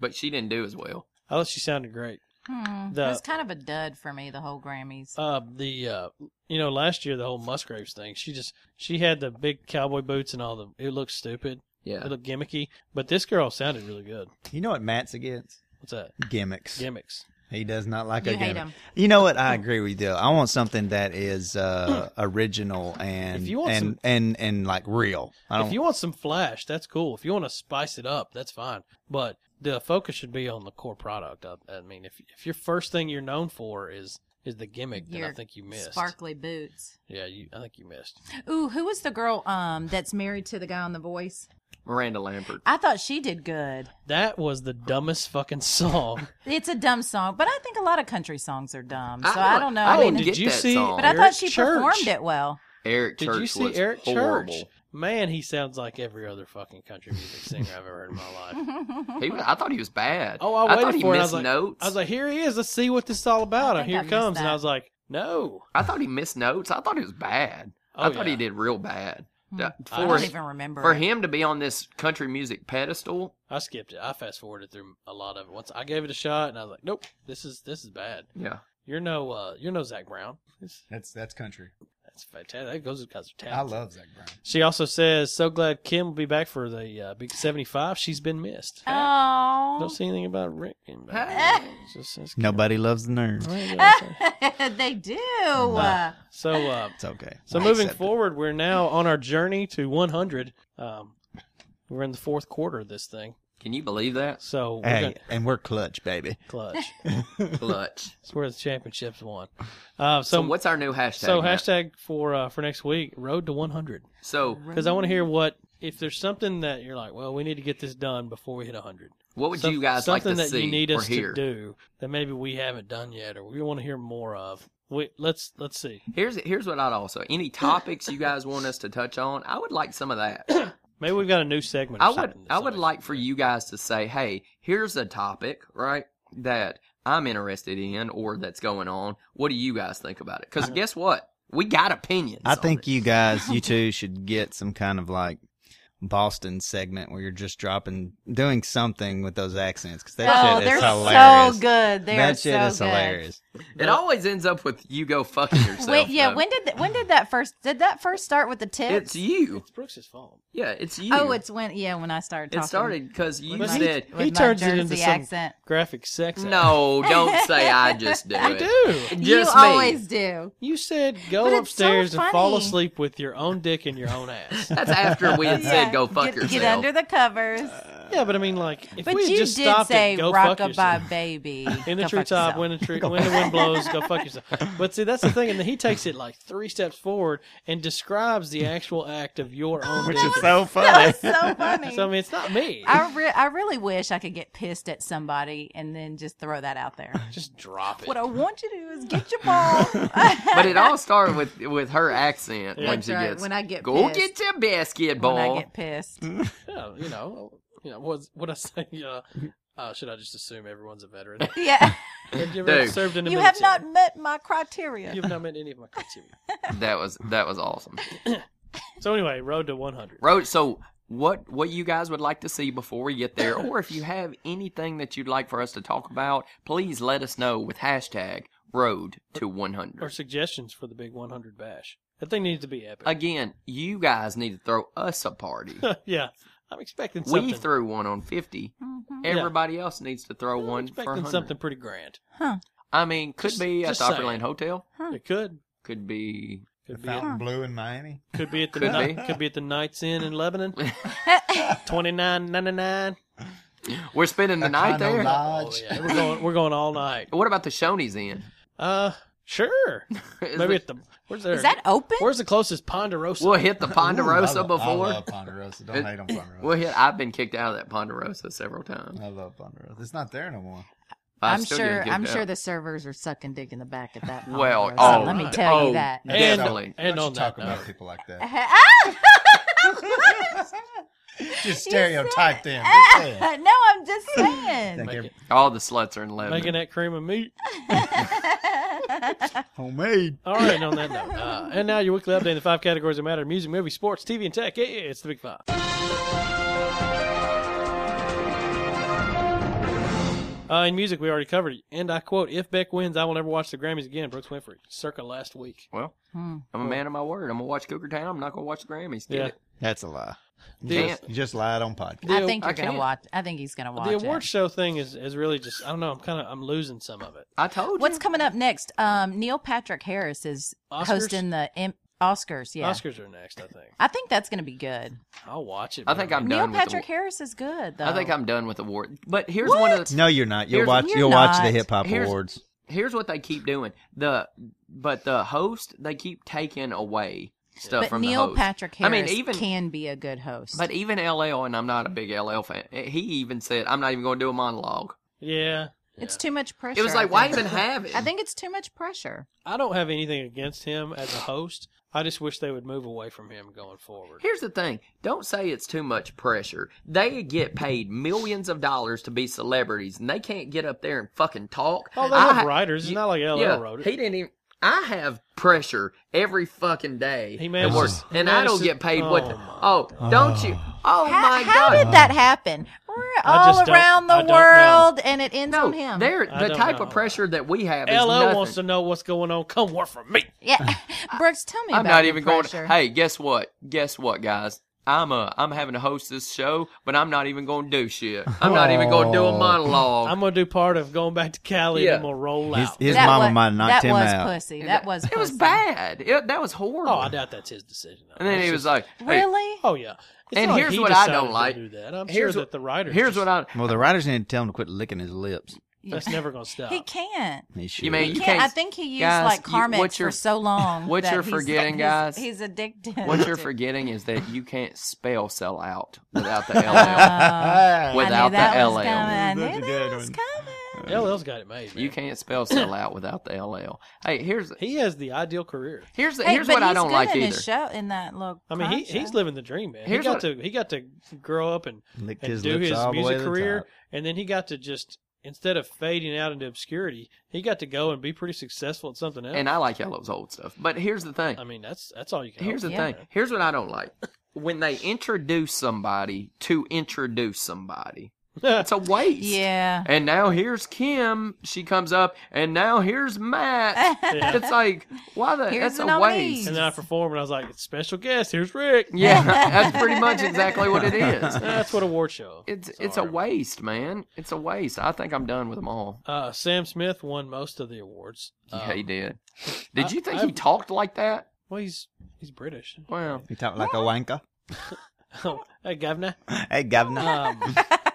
[SPEAKER 1] but she didn't do as well.
[SPEAKER 3] I thought she sounded great.
[SPEAKER 2] Hmm.
[SPEAKER 3] The-
[SPEAKER 2] it was kind of a dud for me. The whole Grammys.
[SPEAKER 3] Uh, the uh, you know, last year the whole Musgraves thing. She just she had the big cowboy boots and all the. It looked stupid.
[SPEAKER 1] Yeah.
[SPEAKER 3] It looked gimmicky. But this girl sounded really good.
[SPEAKER 4] You know what Matt's against?
[SPEAKER 3] What's that?
[SPEAKER 4] Gimmicks.
[SPEAKER 3] Gimmicks.
[SPEAKER 4] He does not like
[SPEAKER 2] You
[SPEAKER 4] a
[SPEAKER 2] hate
[SPEAKER 4] gimmick.
[SPEAKER 2] him.
[SPEAKER 4] You know what? I agree with you. I want something that is uh, original and
[SPEAKER 3] If you want
[SPEAKER 4] and,
[SPEAKER 3] some-
[SPEAKER 4] and and like real. I don't.
[SPEAKER 3] If you want some flash, that's cool. If you want to spice it up, that's fine. But the focus should be on the core product. I, I mean, if if your first thing you're known for is is the gimmick, then I
[SPEAKER 2] Your
[SPEAKER 3] think you missed.
[SPEAKER 2] Sparkly boots.
[SPEAKER 3] Yeah, you, I think you missed.
[SPEAKER 2] Ooh, who was the girl um that's married to the guy on The Voice?
[SPEAKER 1] Miranda Lambert.
[SPEAKER 2] I thought she did good.
[SPEAKER 3] That was the dumbest fucking song.
[SPEAKER 2] It's a dumb song, but I think a lot of country songs are dumb. So
[SPEAKER 1] I
[SPEAKER 2] I
[SPEAKER 1] don't-
[SPEAKER 2] don't, know.
[SPEAKER 1] *laughs* I
[SPEAKER 2] I mean,
[SPEAKER 1] didn't
[SPEAKER 3] did
[SPEAKER 1] get
[SPEAKER 3] you
[SPEAKER 1] that
[SPEAKER 3] see?
[SPEAKER 1] song.
[SPEAKER 2] but I thought
[SPEAKER 3] Eric
[SPEAKER 2] she
[SPEAKER 3] Church?
[SPEAKER 2] performed it well.
[SPEAKER 1] Eric
[SPEAKER 3] Did
[SPEAKER 1] Church
[SPEAKER 3] you see
[SPEAKER 1] was
[SPEAKER 3] Eric
[SPEAKER 1] horrible.
[SPEAKER 3] Church? Man, he sounds like every other fucking country music singer I've ever heard in my
[SPEAKER 2] *laughs*
[SPEAKER 3] life.
[SPEAKER 1] He was, I thought he was bad.
[SPEAKER 3] Oh, I waited
[SPEAKER 1] thought he
[SPEAKER 3] for it. I
[SPEAKER 1] missed
[SPEAKER 3] was like,
[SPEAKER 1] notes.
[SPEAKER 3] I was like, here he is. Let's see what this is all about.
[SPEAKER 2] I
[SPEAKER 3] And
[SPEAKER 2] think
[SPEAKER 3] here
[SPEAKER 2] I
[SPEAKER 3] it
[SPEAKER 2] missed
[SPEAKER 3] comes. And
[SPEAKER 2] that.
[SPEAKER 3] I was like, no.
[SPEAKER 1] I thought he missed notes. I thought it was bad. I
[SPEAKER 3] Oh,
[SPEAKER 1] thought
[SPEAKER 3] yeah.
[SPEAKER 1] he did real bad. That-
[SPEAKER 3] I
[SPEAKER 2] Hmm. I
[SPEAKER 1] for
[SPEAKER 2] don't even remember.
[SPEAKER 1] for
[SPEAKER 2] it.
[SPEAKER 1] him to be on this country music pedestal,
[SPEAKER 3] I skipped it. I fast forwarded through a lot of it. Once I gave it a shot, and I was like, "Nope, this is this is bad."
[SPEAKER 1] yeah,
[SPEAKER 3] You're no, uh, you're no Zach Brown. *laughs* It's-
[SPEAKER 4] that's that's country.
[SPEAKER 3] That's fantastic. That goes with guys are talented.
[SPEAKER 4] Zach Brown.
[SPEAKER 3] She also says, "So glad Kim will be back for the uh, big 75. She's been missed. Don't
[SPEAKER 2] Oh, *laughs*
[SPEAKER 3] see anything about Rick being back. It's just- it's-
[SPEAKER 4] Nobody loves the nerds.
[SPEAKER 2] *laughs*
[SPEAKER 3] *laughs*
[SPEAKER 2] they do.
[SPEAKER 3] so, uh,
[SPEAKER 4] It's okay.
[SPEAKER 3] so
[SPEAKER 4] I
[SPEAKER 3] moving
[SPEAKER 4] accept it.
[SPEAKER 3] forward, we're now on our journey to 100. Um, we're in the fourth quarter of this thing,
[SPEAKER 1] can you believe *laughs* that?
[SPEAKER 3] so we're
[SPEAKER 4] Hey,
[SPEAKER 3] gonna
[SPEAKER 4] and we're clutch, baby.
[SPEAKER 3] clutch.
[SPEAKER 1] Clutch.
[SPEAKER 3] It's where the championships won. Uh,
[SPEAKER 1] so,
[SPEAKER 3] so,
[SPEAKER 1] what's our new hashtag?
[SPEAKER 3] So
[SPEAKER 1] Matt?
[SPEAKER 3] hashtag for uh, for next week, road to 100,
[SPEAKER 1] So
[SPEAKER 3] because I want to hear
[SPEAKER 2] Mm-hmm.
[SPEAKER 3] what if there's something that you're like, well, we need to get this done before we hit 100.
[SPEAKER 1] what would
[SPEAKER 3] Some-
[SPEAKER 1] you guys like
[SPEAKER 3] something
[SPEAKER 1] to
[SPEAKER 3] that
[SPEAKER 1] see
[SPEAKER 3] you need
[SPEAKER 1] or
[SPEAKER 3] us
[SPEAKER 1] hear?
[SPEAKER 3] to do that maybe we haven't done yet or we want to hear more of? We let's let's see.
[SPEAKER 1] Here's here's what I'd also any topics you guys want us to touch on. I would like some of that.
[SPEAKER 3] Maybe we've got a new segment. Or
[SPEAKER 1] I would
[SPEAKER 3] something that
[SPEAKER 1] I would
[SPEAKER 3] somebody-
[SPEAKER 1] like for you guys to say, hey, here's a topic, right? That I'm interested in or that's going on. What do you guys think about it? Because guess what? We got opinions.
[SPEAKER 4] I
[SPEAKER 1] on
[SPEAKER 4] think
[SPEAKER 1] it.
[SPEAKER 4] you guys, you two, should get some kind of like Boston segment where you're just dropping, doing something with those accents because that
[SPEAKER 2] Oh,
[SPEAKER 4] shit
[SPEAKER 2] they're
[SPEAKER 4] is hilarious.
[SPEAKER 2] so good. They are
[SPEAKER 4] that shit
[SPEAKER 2] so
[SPEAKER 4] is
[SPEAKER 2] good.
[SPEAKER 4] hilarious.
[SPEAKER 1] it always ends up with you go fucking yourself.
[SPEAKER 2] *laughs* Wait, yeah.
[SPEAKER 1] though.
[SPEAKER 2] When did th- when did that first did that first start with the tips?
[SPEAKER 1] it's you.
[SPEAKER 3] It's Brooks' fault.
[SPEAKER 1] Yeah, it's you.
[SPEAKER 2] oh, it's when yeah when I started.
[SPEAKER 1] it
[SPEAKER 2] Talking
[SPEAKER 1] started because you
[SPEAKER 2] With
[SPEAKER 3] But he-
[SPEAKER 1] said
[SPEAKER 2] With my
[SPEAKER 3] he turns it
[SPEAKER 2] Jersey
[SPEAKER 3] into some
[SPEAKER 2] accent.
[SPEAKER 3] graphic sex. act.
[SPEAKER 1] no. Don't say
[SPEAKER 2] *laughs*
[SPEAKER 1] I just do
[SPEAKER 3] I
[SPEAKER 1] it.
[SPEAKER 3] do.
[SPEAKER 2] You
[SPEAKER 1] Just me.
[SPEAKER 2] always do.
[SPEAKER 3] You said go
[SPEAKER 2] But it's so
[SPEAKER 3] upstairs and fall
[SPEAKER 2] funny.
[SPEAKER 3] asleep with your own dick in your own
[SPEAKER 1] *laughs*
[SPEAKER 3] ass.
[SPEAKER 1] That's after we had
[SPEAKER 2] *laughs* Yeah.
[SPEAKER 1] said go fuck
[SPEAKER 2] get,
[SPEAKER 1] yourself.
[SPEAKER 2] Get under the covers.
[SPEAKER 3] Yeah, but I mean, like, if
[SPEAKER 2] But
[SPEAKER 3] Uh, we had
[SPEAKER 2] you
[SPEAKER 3] just
[SPEAKER 2] did
[SPEAKER 3] stopped
[SPEAKER 2] say
[SPEAKER 3] at go fuck yourself.
[SPEAKER 2] rockabye
[SPEAKER 3] *laughs*
[SPEAKER 2] baby.
[SPEAKER 3] In
[SPEAKER 2] Go
[SPEAKER 3] the
[SPEAKER 2] fuck *laughs*
[SPEAKER 3] treetop,
[SPEAKER 2] yourself.
[SPEAKER 3] when the tree, when the wind blows, go fuck yourself. But see, that's the thing, and he takes it like three steps forward and describes the actual act of your own.
[SPEAKER 4] Which
[SPEAKER 3] doing.
[SPEAKER 4] is so funny.
[SPEAKER 2] That's so funny.
[SPEAKER 3] So I mean, it's not me.
[SPEAKER 2] I, re- I really wish I could get pissed at somebody and then just throw that out
[SPEAKER 4] *laughs*
[SPEAKER 2] there.
[SPEAKER 3] just drop it.
[SPEAKER 2] what I want you to do is get your ball.
[SPEAKER 1] But it
[SPEAKER 2] *laughs*
[SPEAKER 1] all started with with her accent when
[SPEAKER 2] That's
[SPEAKER 1] she
[SPEAKER 2] right,
[SPEAKER 1] gets.
[SPEAKER 2] when I get
[SPEAKER 1] go
[SPEAKER 2] pissed.
[SPEAKER 1] get your basket
[SPEAKER 2] when
[SPEAKER 1] ball.
[SPEAKER 2] I get pissed.
[SPEAKER 3] Yeah, you know, you know what? What I say? *laughs* Uh, uh, should I just assume everyone's a veteran?
[SPEAKER 2] Yeah. *laughs*
[SPEAKER 3] Have you ever
[SPEAKER 1] Dude.
[SPEAKER 3] served in the
[SPEAKER 2] You have
[SPEAKER 3] military?
[SPEAKER 2] not met my criteria.
[SPEAKER 3] You have not met any of my criteria.
[SPEAKER 1] that was that was awesome.
[SPEAKER 3] So anyway, road to 100.
[SPEAKER 1] Road. So what what you guys would like to see before we get there, or if you have anything that you'd like for us to talk about, please let us know with hashtag road to one
[SPEAKER 3] Or
[SPEAKER 1] hundred.
[SPEAKER 3] suggestions for the big 100 bash. That thing needs to be epic.
[SPEAKER 1] Again, you guys need to throw us a party.
[SPEAKER 3] yeah, I'm expecting *laughs* something.
[SPEAKER 1] we threw one on fifty.
[SPEAKER 2] Mhm.
[SPEAKER 1] Everybody else needs to throw
[SPEAKER 3] I'm
[SPEAKER 1] one for
[SPEAKER 3] expecting
[SPEAKER 1] 100.
[SPEAKER 3] something pretty grand.
[SPEAKER 1] I mean, could
[SPEAKER 3] Just-
[SPEAKER 1] be at
[SPEAKER 3] just
[SPEAKER 1] the
[SPEAKER 3] saying.
[SPEAKER 1] Opryland Hotel.
[SPEAKER 2] Hmm.
[SPEAKER 3] It could.
[SPEAKER 1] Could be.
[SPEAKER 3] Could be,
[SPEAKER 4] Fountain Blue in Miami.
[SPEAKER 3] could be at the
[SPEAKER 1] Could
[SPEAKER 3] night,
[SPEAKER 1] be.
[SPEAKER 3] could be at the Knights Inn
[SPEAKER 2] *laughs*
[SPEAKER 3] in Lebanon. Twenty nine ninety nine.
[SPEAKER 1] We're spending the night
[SPEAKER 4] Econo
[SPEAKER 1] there.
[SPEAKER 3] Oh
[SPEAKER 4] Lodge.
[SPEAKER 3] yeah, we're going. We're going all night.
[SPEAKER 1] What about the Shoney's Inn? *laughs*
[SPEAKER 3] Uh, sure.
[SPEAKER 1] Is
[SPEAKER 3] Maybe
[SPEAKER 1] it-
[SPEAKER 3] at the. Where's there?
[SPEAKER 2] Is that open?
[SPEAKER 3] Where's the closest Ponderosa?
[SPEAKER 1] we'll hit the
[SPEAKER 4] Ooh,
[SPEAKER 1] Ponderosa
[SPEAKER 4] I love-
[SPEAKER 1] before.
[SPEAKER 4] I love Ponderosa. Don't hate on Ponderosa.
[SPEAKER 1] Well, yeah, I've been kicked out of that Ponderosa several times.
[SPEAKER 4] I love Ponderosa. It's not there no more.
[SPEAKER 2] I'm
[SPEAKER 1] I still
[SPEAKER 2] sure.
[SPEAKER 1] didn't get
[SPEAKER 2] I'm
[SPEAKER 1] that.
[SPEAKER 2] sure the servers are sucking dick in the back at that. point.
[SPEAKER 1] Well,
[SPEAKER 2] So
[SPEAKER 1] oh,
[SPEAKER 2] let me tell
[SPEAKER 1] oh, eh.
[SPEAKER 2] you that.
[SPEAKER 1] Yeah,
[SPEAKER 4] Don't-
[SPEAKER 1] definitely.
[SPEAKER 4] don't
[SPEAKER 3] And
[SPEAKER 4] you
[SPEAKER 3] on that
[SPEAKER 4] talk
[SPEAKER 3] note.
[SPEAKER 4] about people like
[SPEAKER 2] *laughs*
[SPEAKER 4] that.
[SPEAKER 2] Ah!
[SPEAKER 4] Just
[SPEAKER 2] You
[SPEAKER 4] stereotype
[SPEAKER 2] said-
[SPEAKER 4] them. Just saying.
[SPEAKER 2] *laughs* no, I'm just saying.
[SPEAKER 4] Think
[SPEAKER 3] Make
[SPEAKER 4] every-
[SPEAKER 3] it-
[SPEAKER 1] All the sluts are in
[SPEAKER 3] Making
[SPEAKER 1] Lebanon.
[SPEAKER 3] that cream of meat.
[SPEAKER 2] *laughs*
[SPEAKER 4] Homemade.
[SPEAKER 3] All right, and on that note.
[SPEAKER 2] *laughs*
[SPEAKER 3] Uh, and now your weekly update in the five categories that matter music, movie, sports, TV, and tech. It's the Big Five. Uh, in music, we already covered it. And I quote, If Beck wins, I will never watch the Grammys again. Brooks Winfrey, circa last week.
[SPEAKER 1] Well,
[SPEAKER 2] Hmm.
[SPEAKER 1] I'm a man of my word. I'm gonna watch Cougar Town. I'm not gonna watch the Grammys. Get
[SPEAKER 3] Yeah.
[SPEAKER 1] it.
[SPEAKER 4] That's a lie. You
[SPEAKER 3] Dude.
[SPEAKER 4] just, you just lied on podcast.
[SPEAKER 2] I think
[SPEAKER 1] I
[SPEAKER 2] you're gonna
[SPEAKER 1] can't.
[SPEAKER 2] watch. I think he's gonna watch
[SPEAKER 3] the
[SPEAKER 2] it.
[SPEAKER 3] award show thing is, is really just, I don't know, I'm kind of, I'm losing some of it.
[SPEAKER 1] I told
[SPEAKER 2] What's
[SPEAKER 1] you.
[SPEAKER 2] coming up next? Um, Neil Patrick Harris is
[SPEAKER 3] Oscars?
[SPEAKER 2] hosting the M- Oscars. Yeah,
[SPEAKER 3] Oscars are next, I think.
[SPEAKER 2] I think that's gonna be good.
[SPEAKER 3] I'll watch it.
[SPEAKER 1] I think
[SPEAKER 3] man.
[SPEAKER 1] I'm
[SPEAKER 2] Neil
[SPEAKER 1] done with
[SPEAKER 2] Patrick
[SPEAKER 1] the.
[SPEAKER 2] Harris is good though.
[SPEAKER 1] I think I'm done with the war. But here's one of the,
[SPEAKER 4] No, you're not. You'll
[SPEAKER 1] Here's-
[SPEAKER 4] watch.
[SPEAKER 2] you're
[SPEAKER 4] You'll watch the
[SPEAKER 2] not.
[SPEAKER 4] hip hop
[SPEAKER 1] Here's-
[SPEAKER 4] awards.
[SPEAKER 1] here's what they keep doing. The but the host they keep taking away stuff
[SPEAKER 2] But
[SPEAKER 1] from the
[SPEAKER 2] Neil
[SPEAKER 1] host.
[SPEAKER 2] Patrick
[SPEAKER 1] I
[SPEAKER 2] Harris
[SPEAKER 1] mean, even
[SPEAKER 2] can be a good host.
[SPEAKER 1] But even LL, and I'm not a big LL fan, he even said, I'm not even going to do a monologue.
[SPEAKER 3] Yeah.
[SPEAKER 2] it's too much pressure.
[SPEAKER 1] It was
[SPEAKER 2] I
[SPEAKER 1] like, why
[SPEAKER 2] think.
[SPEAKER 1] even have it?
[SPEAKER 2] I
[SPEAKER 1] *laughs*
[SPEAKER 2] think it's too much pressure.
[SPEAKER 3] I don't have anything against him as a host. I just wish they would move away from him going forward.
[SPEAKER 1] Here's the thing don't say it's too much pressure. They get paid millions of dollars to be celebrities, and they can't get up there and fucking talk.
[SPEAKER 3] Oh, they
[SPEAKER 1] I
[SPEAKER 3] have
[SPEAKER 1] ha-
[SPEAKER 3] writers. It's
[SPEAKER 1] you-
[SPEAKER 3] not like LL
[SPEAKER 1] yeah,
[SPEAKER 3] wrote
[SPEAKER 1] He
[SPEAKER 3] it.
[SPEAKER 1] didn't even. I have pressure every fucking day.
[SPEAKER 3] He
[SPEAKER 1] at
[SPEAKER 3] manages-
[SPEAKER 1] work,
[SPEAKER 3] he
[SPEAKER 1] and I don't
[SPEAKER 3] manages-
[SPEAKER 1] get paid what.
[SPEAKER 3] oh
[SPEAKER 1] The,
[SPEAKER 3] my
[SPEAKER 1] oh, don't you? Oh
[SPEAKER 2] How,
[SPEAKER 1] my
[SPEAKER 2] how
[SPEAKER 1] god!
[SPEAKER 2] did that happen? We're
[SPEAKER 3] I
[SPEAKER 2] all
[SPEAKER 3] just don't-
[SPEAKER 2] around
[SPEAKER 3] I
[SPEAKER 2] the
[SPEAKER 3] don't know.
[SPEAKER 2] world, and it ends
[SPEAKER 1] no,
[SPEAKER 2] on him.
[SPEAKER 1] they're
[SPEAKER 3] I
[SPEAKER 1] the
[SPEAKER 3] don't
[SPEAKER 1] type
[SPEAKER 3] know.
[SPEAKER 1] of pressure that we have. is
[SPEAKER 3] LL
[SPEAKER 1] nothing.
[SPEAKER 3] wants to know what's going on. Come work for me.
[SPEAKER 1] *laughs*
[SPEAKER 2] Yeah, *laughs* Brooks, tell me.
[SPEAKER 1] I'm
[SPEAKER 2] about
[SPEAKER 1] not
[SPEAKER 2] your
[SPEAKER 1] even
[SPEAKER 2] pressure.
[SPEAKER 1] going. Hey, guess what? Guess what, guys? I'm uh i I'm having to host this show, but I'm not even going to do shit. I'm not even going to do a
[SPEAKER 4] Aw.
[SPEAKER 1] monologue.
[SPEAKER 3] Oh. I'm gonna do part of going back to Cali
[SPEAKER 1] Oh. Yeah.
[SPEAKER 3] and I'm gonna roll
[SPEAKER 4] His,
[SPEAKER 3] out.
[SPEAKER 4] his
[SPEAKER 2] That
[SPEAKER 4] mama
[SPEAKER 2] wa- *laughs*
[SPEAKER 4] might knocked
[SPEAKER 2] that
[SPEAKER 4] him
[SPEAKER 2] was
[SPEAKER 4] out.
[SPEAKER 2] pussy. That was.
[SPEAKER 1] It was
[SPEAKER 2] pussy.
[SPEAKER 1] bad. It, that was horrible.
[SPEAKER 3] oh, I doubt that's his decision. though.
[SPEAKER 1] and then
[SPEAKER 3] That's
[SPEAKER 1] he was
[SPEAKER 3] just-
[SPEAKER 1] like, hey,
[SPEAKER 2] Really?
[SPEAKER 3] "Oh yeah." It's
[SPEAKER 1] And
[SPEAKER 3] not
[SPEAKER 1] here's
[SPEAKER 3] he
[SPEAKER 1] what I
[SPEAKER 3] decided
[SPEAKER 1] don't
[SPEAKER 3] to
[SPEAKER 1] like.
[SPEAKER 3] Do that. I'm
[SPEAKER 1] Here's
[SPEAKER 3] sure
[SPEAKER 1] what-
[SPEAKER 3] that the writers.
[SPEAKER 1] "Here's what
[SPEAKER 2] *laughs*
[SPEAKER 1] I."
[SPEAKER 4] Well, the writers need to tell him to quit licking his lips.
[SPEAKER 3] That's never gonna stop.
[SPEAKER 2] He can't.
[SPEAKER 4] He should.
[SPEAKER 1] mean
[SPEAKER 2] He
[SPEAKER 1] you
[SPEAKER 2] *laughs*
[SPEAKER 4] *laughs*
[SPEAKER 2] can't.
[SPEAKER 1] can't-
[SPEAKER 2] I think he used
[SPEAKER 1] guys,
[SPEAKER 2] like
[SPEAKER 1] you-
[SPEAKER 2] Carmex
[SPEAKER 1] what you're-
[SPEAKER 2] for so long.
[SPEAKER 1] what
[SPEAKER 2] that
[SPEAKER 1] you're
[SPEAKER 2] he's-
[SPEAKER 1] forgetting,
[SPEAKER 2] *laughs* he's-
[SPEAKER 1] guys,
[SPEAKER 2] He's addicted.
[SPEAKER 1] What you're
[SPEAKER 2] to-
[SPEAKER 1] forgetting is that you can't spell sell out without the
[SPEAKER 2] *laughs*
[SPEAKER 1] LL.
[SPEAKER 4] Ah.
[SPEAKER 2] I knew
[SPEAKER 1] without
[SPEAKER 2] that
[SPEAKER 1] the
[SPEAKER 2] was
[SPEAKER 1] LL.
[SPEAKER 2] coming. I
[SPEAKER 4] That's
[SPEAKER 2] knew
[SPEAKER 4] a
[SPEAKER 2] that
[SPEAKER 4] good
[SPEAKER 2] was
[SPEAKER 4] one.
[SPEAKER 2] coming.
[SPEAKER 3] LL's got it made. Man.
[SPEAKER 1] you can't spell sell out without the LL. Hey, here's
[SPEAKER 3] He has the ideal career.
[SPEAKER 1] here's the,
[SPEAKER 2] Hey,
[SPEAKER 1] here's
[SPEAKER 2] but
[SPEAKER 1] what I
[SPEAKER 2] he's
[SPEAKER 1] don't
[SPEAKER 2] good
[SPEAKER 1] like
[SPEAKER 2] in
[SPEAKER 1] either.
[SPEAKER 2] His show in that look.
[SPEAKER 3] I mean, he, he's living the dream, man.
[SPEAKER 1] Here's
[SPEAKER 3] he got
[SPEAKER 1] what-
[SPEAKER 3] to he got to grow up and,
[SPEAKER 4] Licked
[SPEAKER 3] and
[SPEAKER 4] his
[SPEAKER 3] do
[SPEAKER 4] lips
[SPEAKER 3] his
[SPEAKER 4] all the way
[SPEAKER 3] music
[SPEAKER 4] to the
[SPEAKER 3] career,
[SPEAKER 4] top.
[SPEAKER 3] and then he got to just instead of fading out into obscurity, he got to go and be pretty successful at something else.
[SPEAKER 1] And I like LL's old stuff. But here's the thing.
[SPEAKER 3] I mean, that's that's all you can.
[SPEAKER 1] Here's
[SPEAKER 3] hope
[SPEAKER 1] the
[SPEAKER 2] Yeah.
[SPEAKER 1] thing. Here's what I don't like. When they introduce somebody to introduce somebody,
[SPEAKER 3] *laughs* for.
[SPEAKER 1] it's a waste.
[SPEAKER 2] Yeah.
[SPEAKER 1] And now here's Kim. She comes up, and now here's
[SPEAKER 2] *laughs*
[SPEAKER 1] Matt.
[SPEAKER 3] Yeah.
[SPEAKER 1] It's like, why the?
[SPEAKER 2] Here's
[SPEAKER 1] that's
[SPEAKER 2] the
[SPEAKER 1] a
[SPEAKER 2] nominees.
[SPEAKER 1] waste.
[SPEAKER 3] And then I performed, and I was like, "Special guest, here's Rick."
[SPEAKER 2] *laughs*
[SPEAKER 1] Yeah, that's pretty much exactly what it
[SPEAKER 3] *laughs*
[SPEAKER 1] is.
[SPEAKER 3] That's what a
[SPEAKER 1] *laughs*
[SPEAKER 3] war show.
[SPEAKER 1] It's it's a
[SPEAKER 3] Sorry.
[SPEAKER 1] waste, man. It's a waste. I think I'm done with them all.
[SPEAKER 3] Uh, Sam Smith won most of the awards.
[SPEAKER 1] Yeah,
[SPEAKER 3] Um,
[SPEAKER 1] he did. Did
[SPEAKER 3] I-
[SPEAKER 1] you think he
[SPEAKER 3] I've-
[SPEAKER 1] talked like that?
[SPEAKER 3] Well, he's
[SPEAKER 1] *laughs*
[SPEAKER 3] he's British. *laughs*
[SPEAKER 1] Well,
[SPEAKER 4] He talked like a wanker.
[SPEAKER 3] hey, governor.
[SPEAKER 4] Hey, governor.
[SPEAKER 3] Um,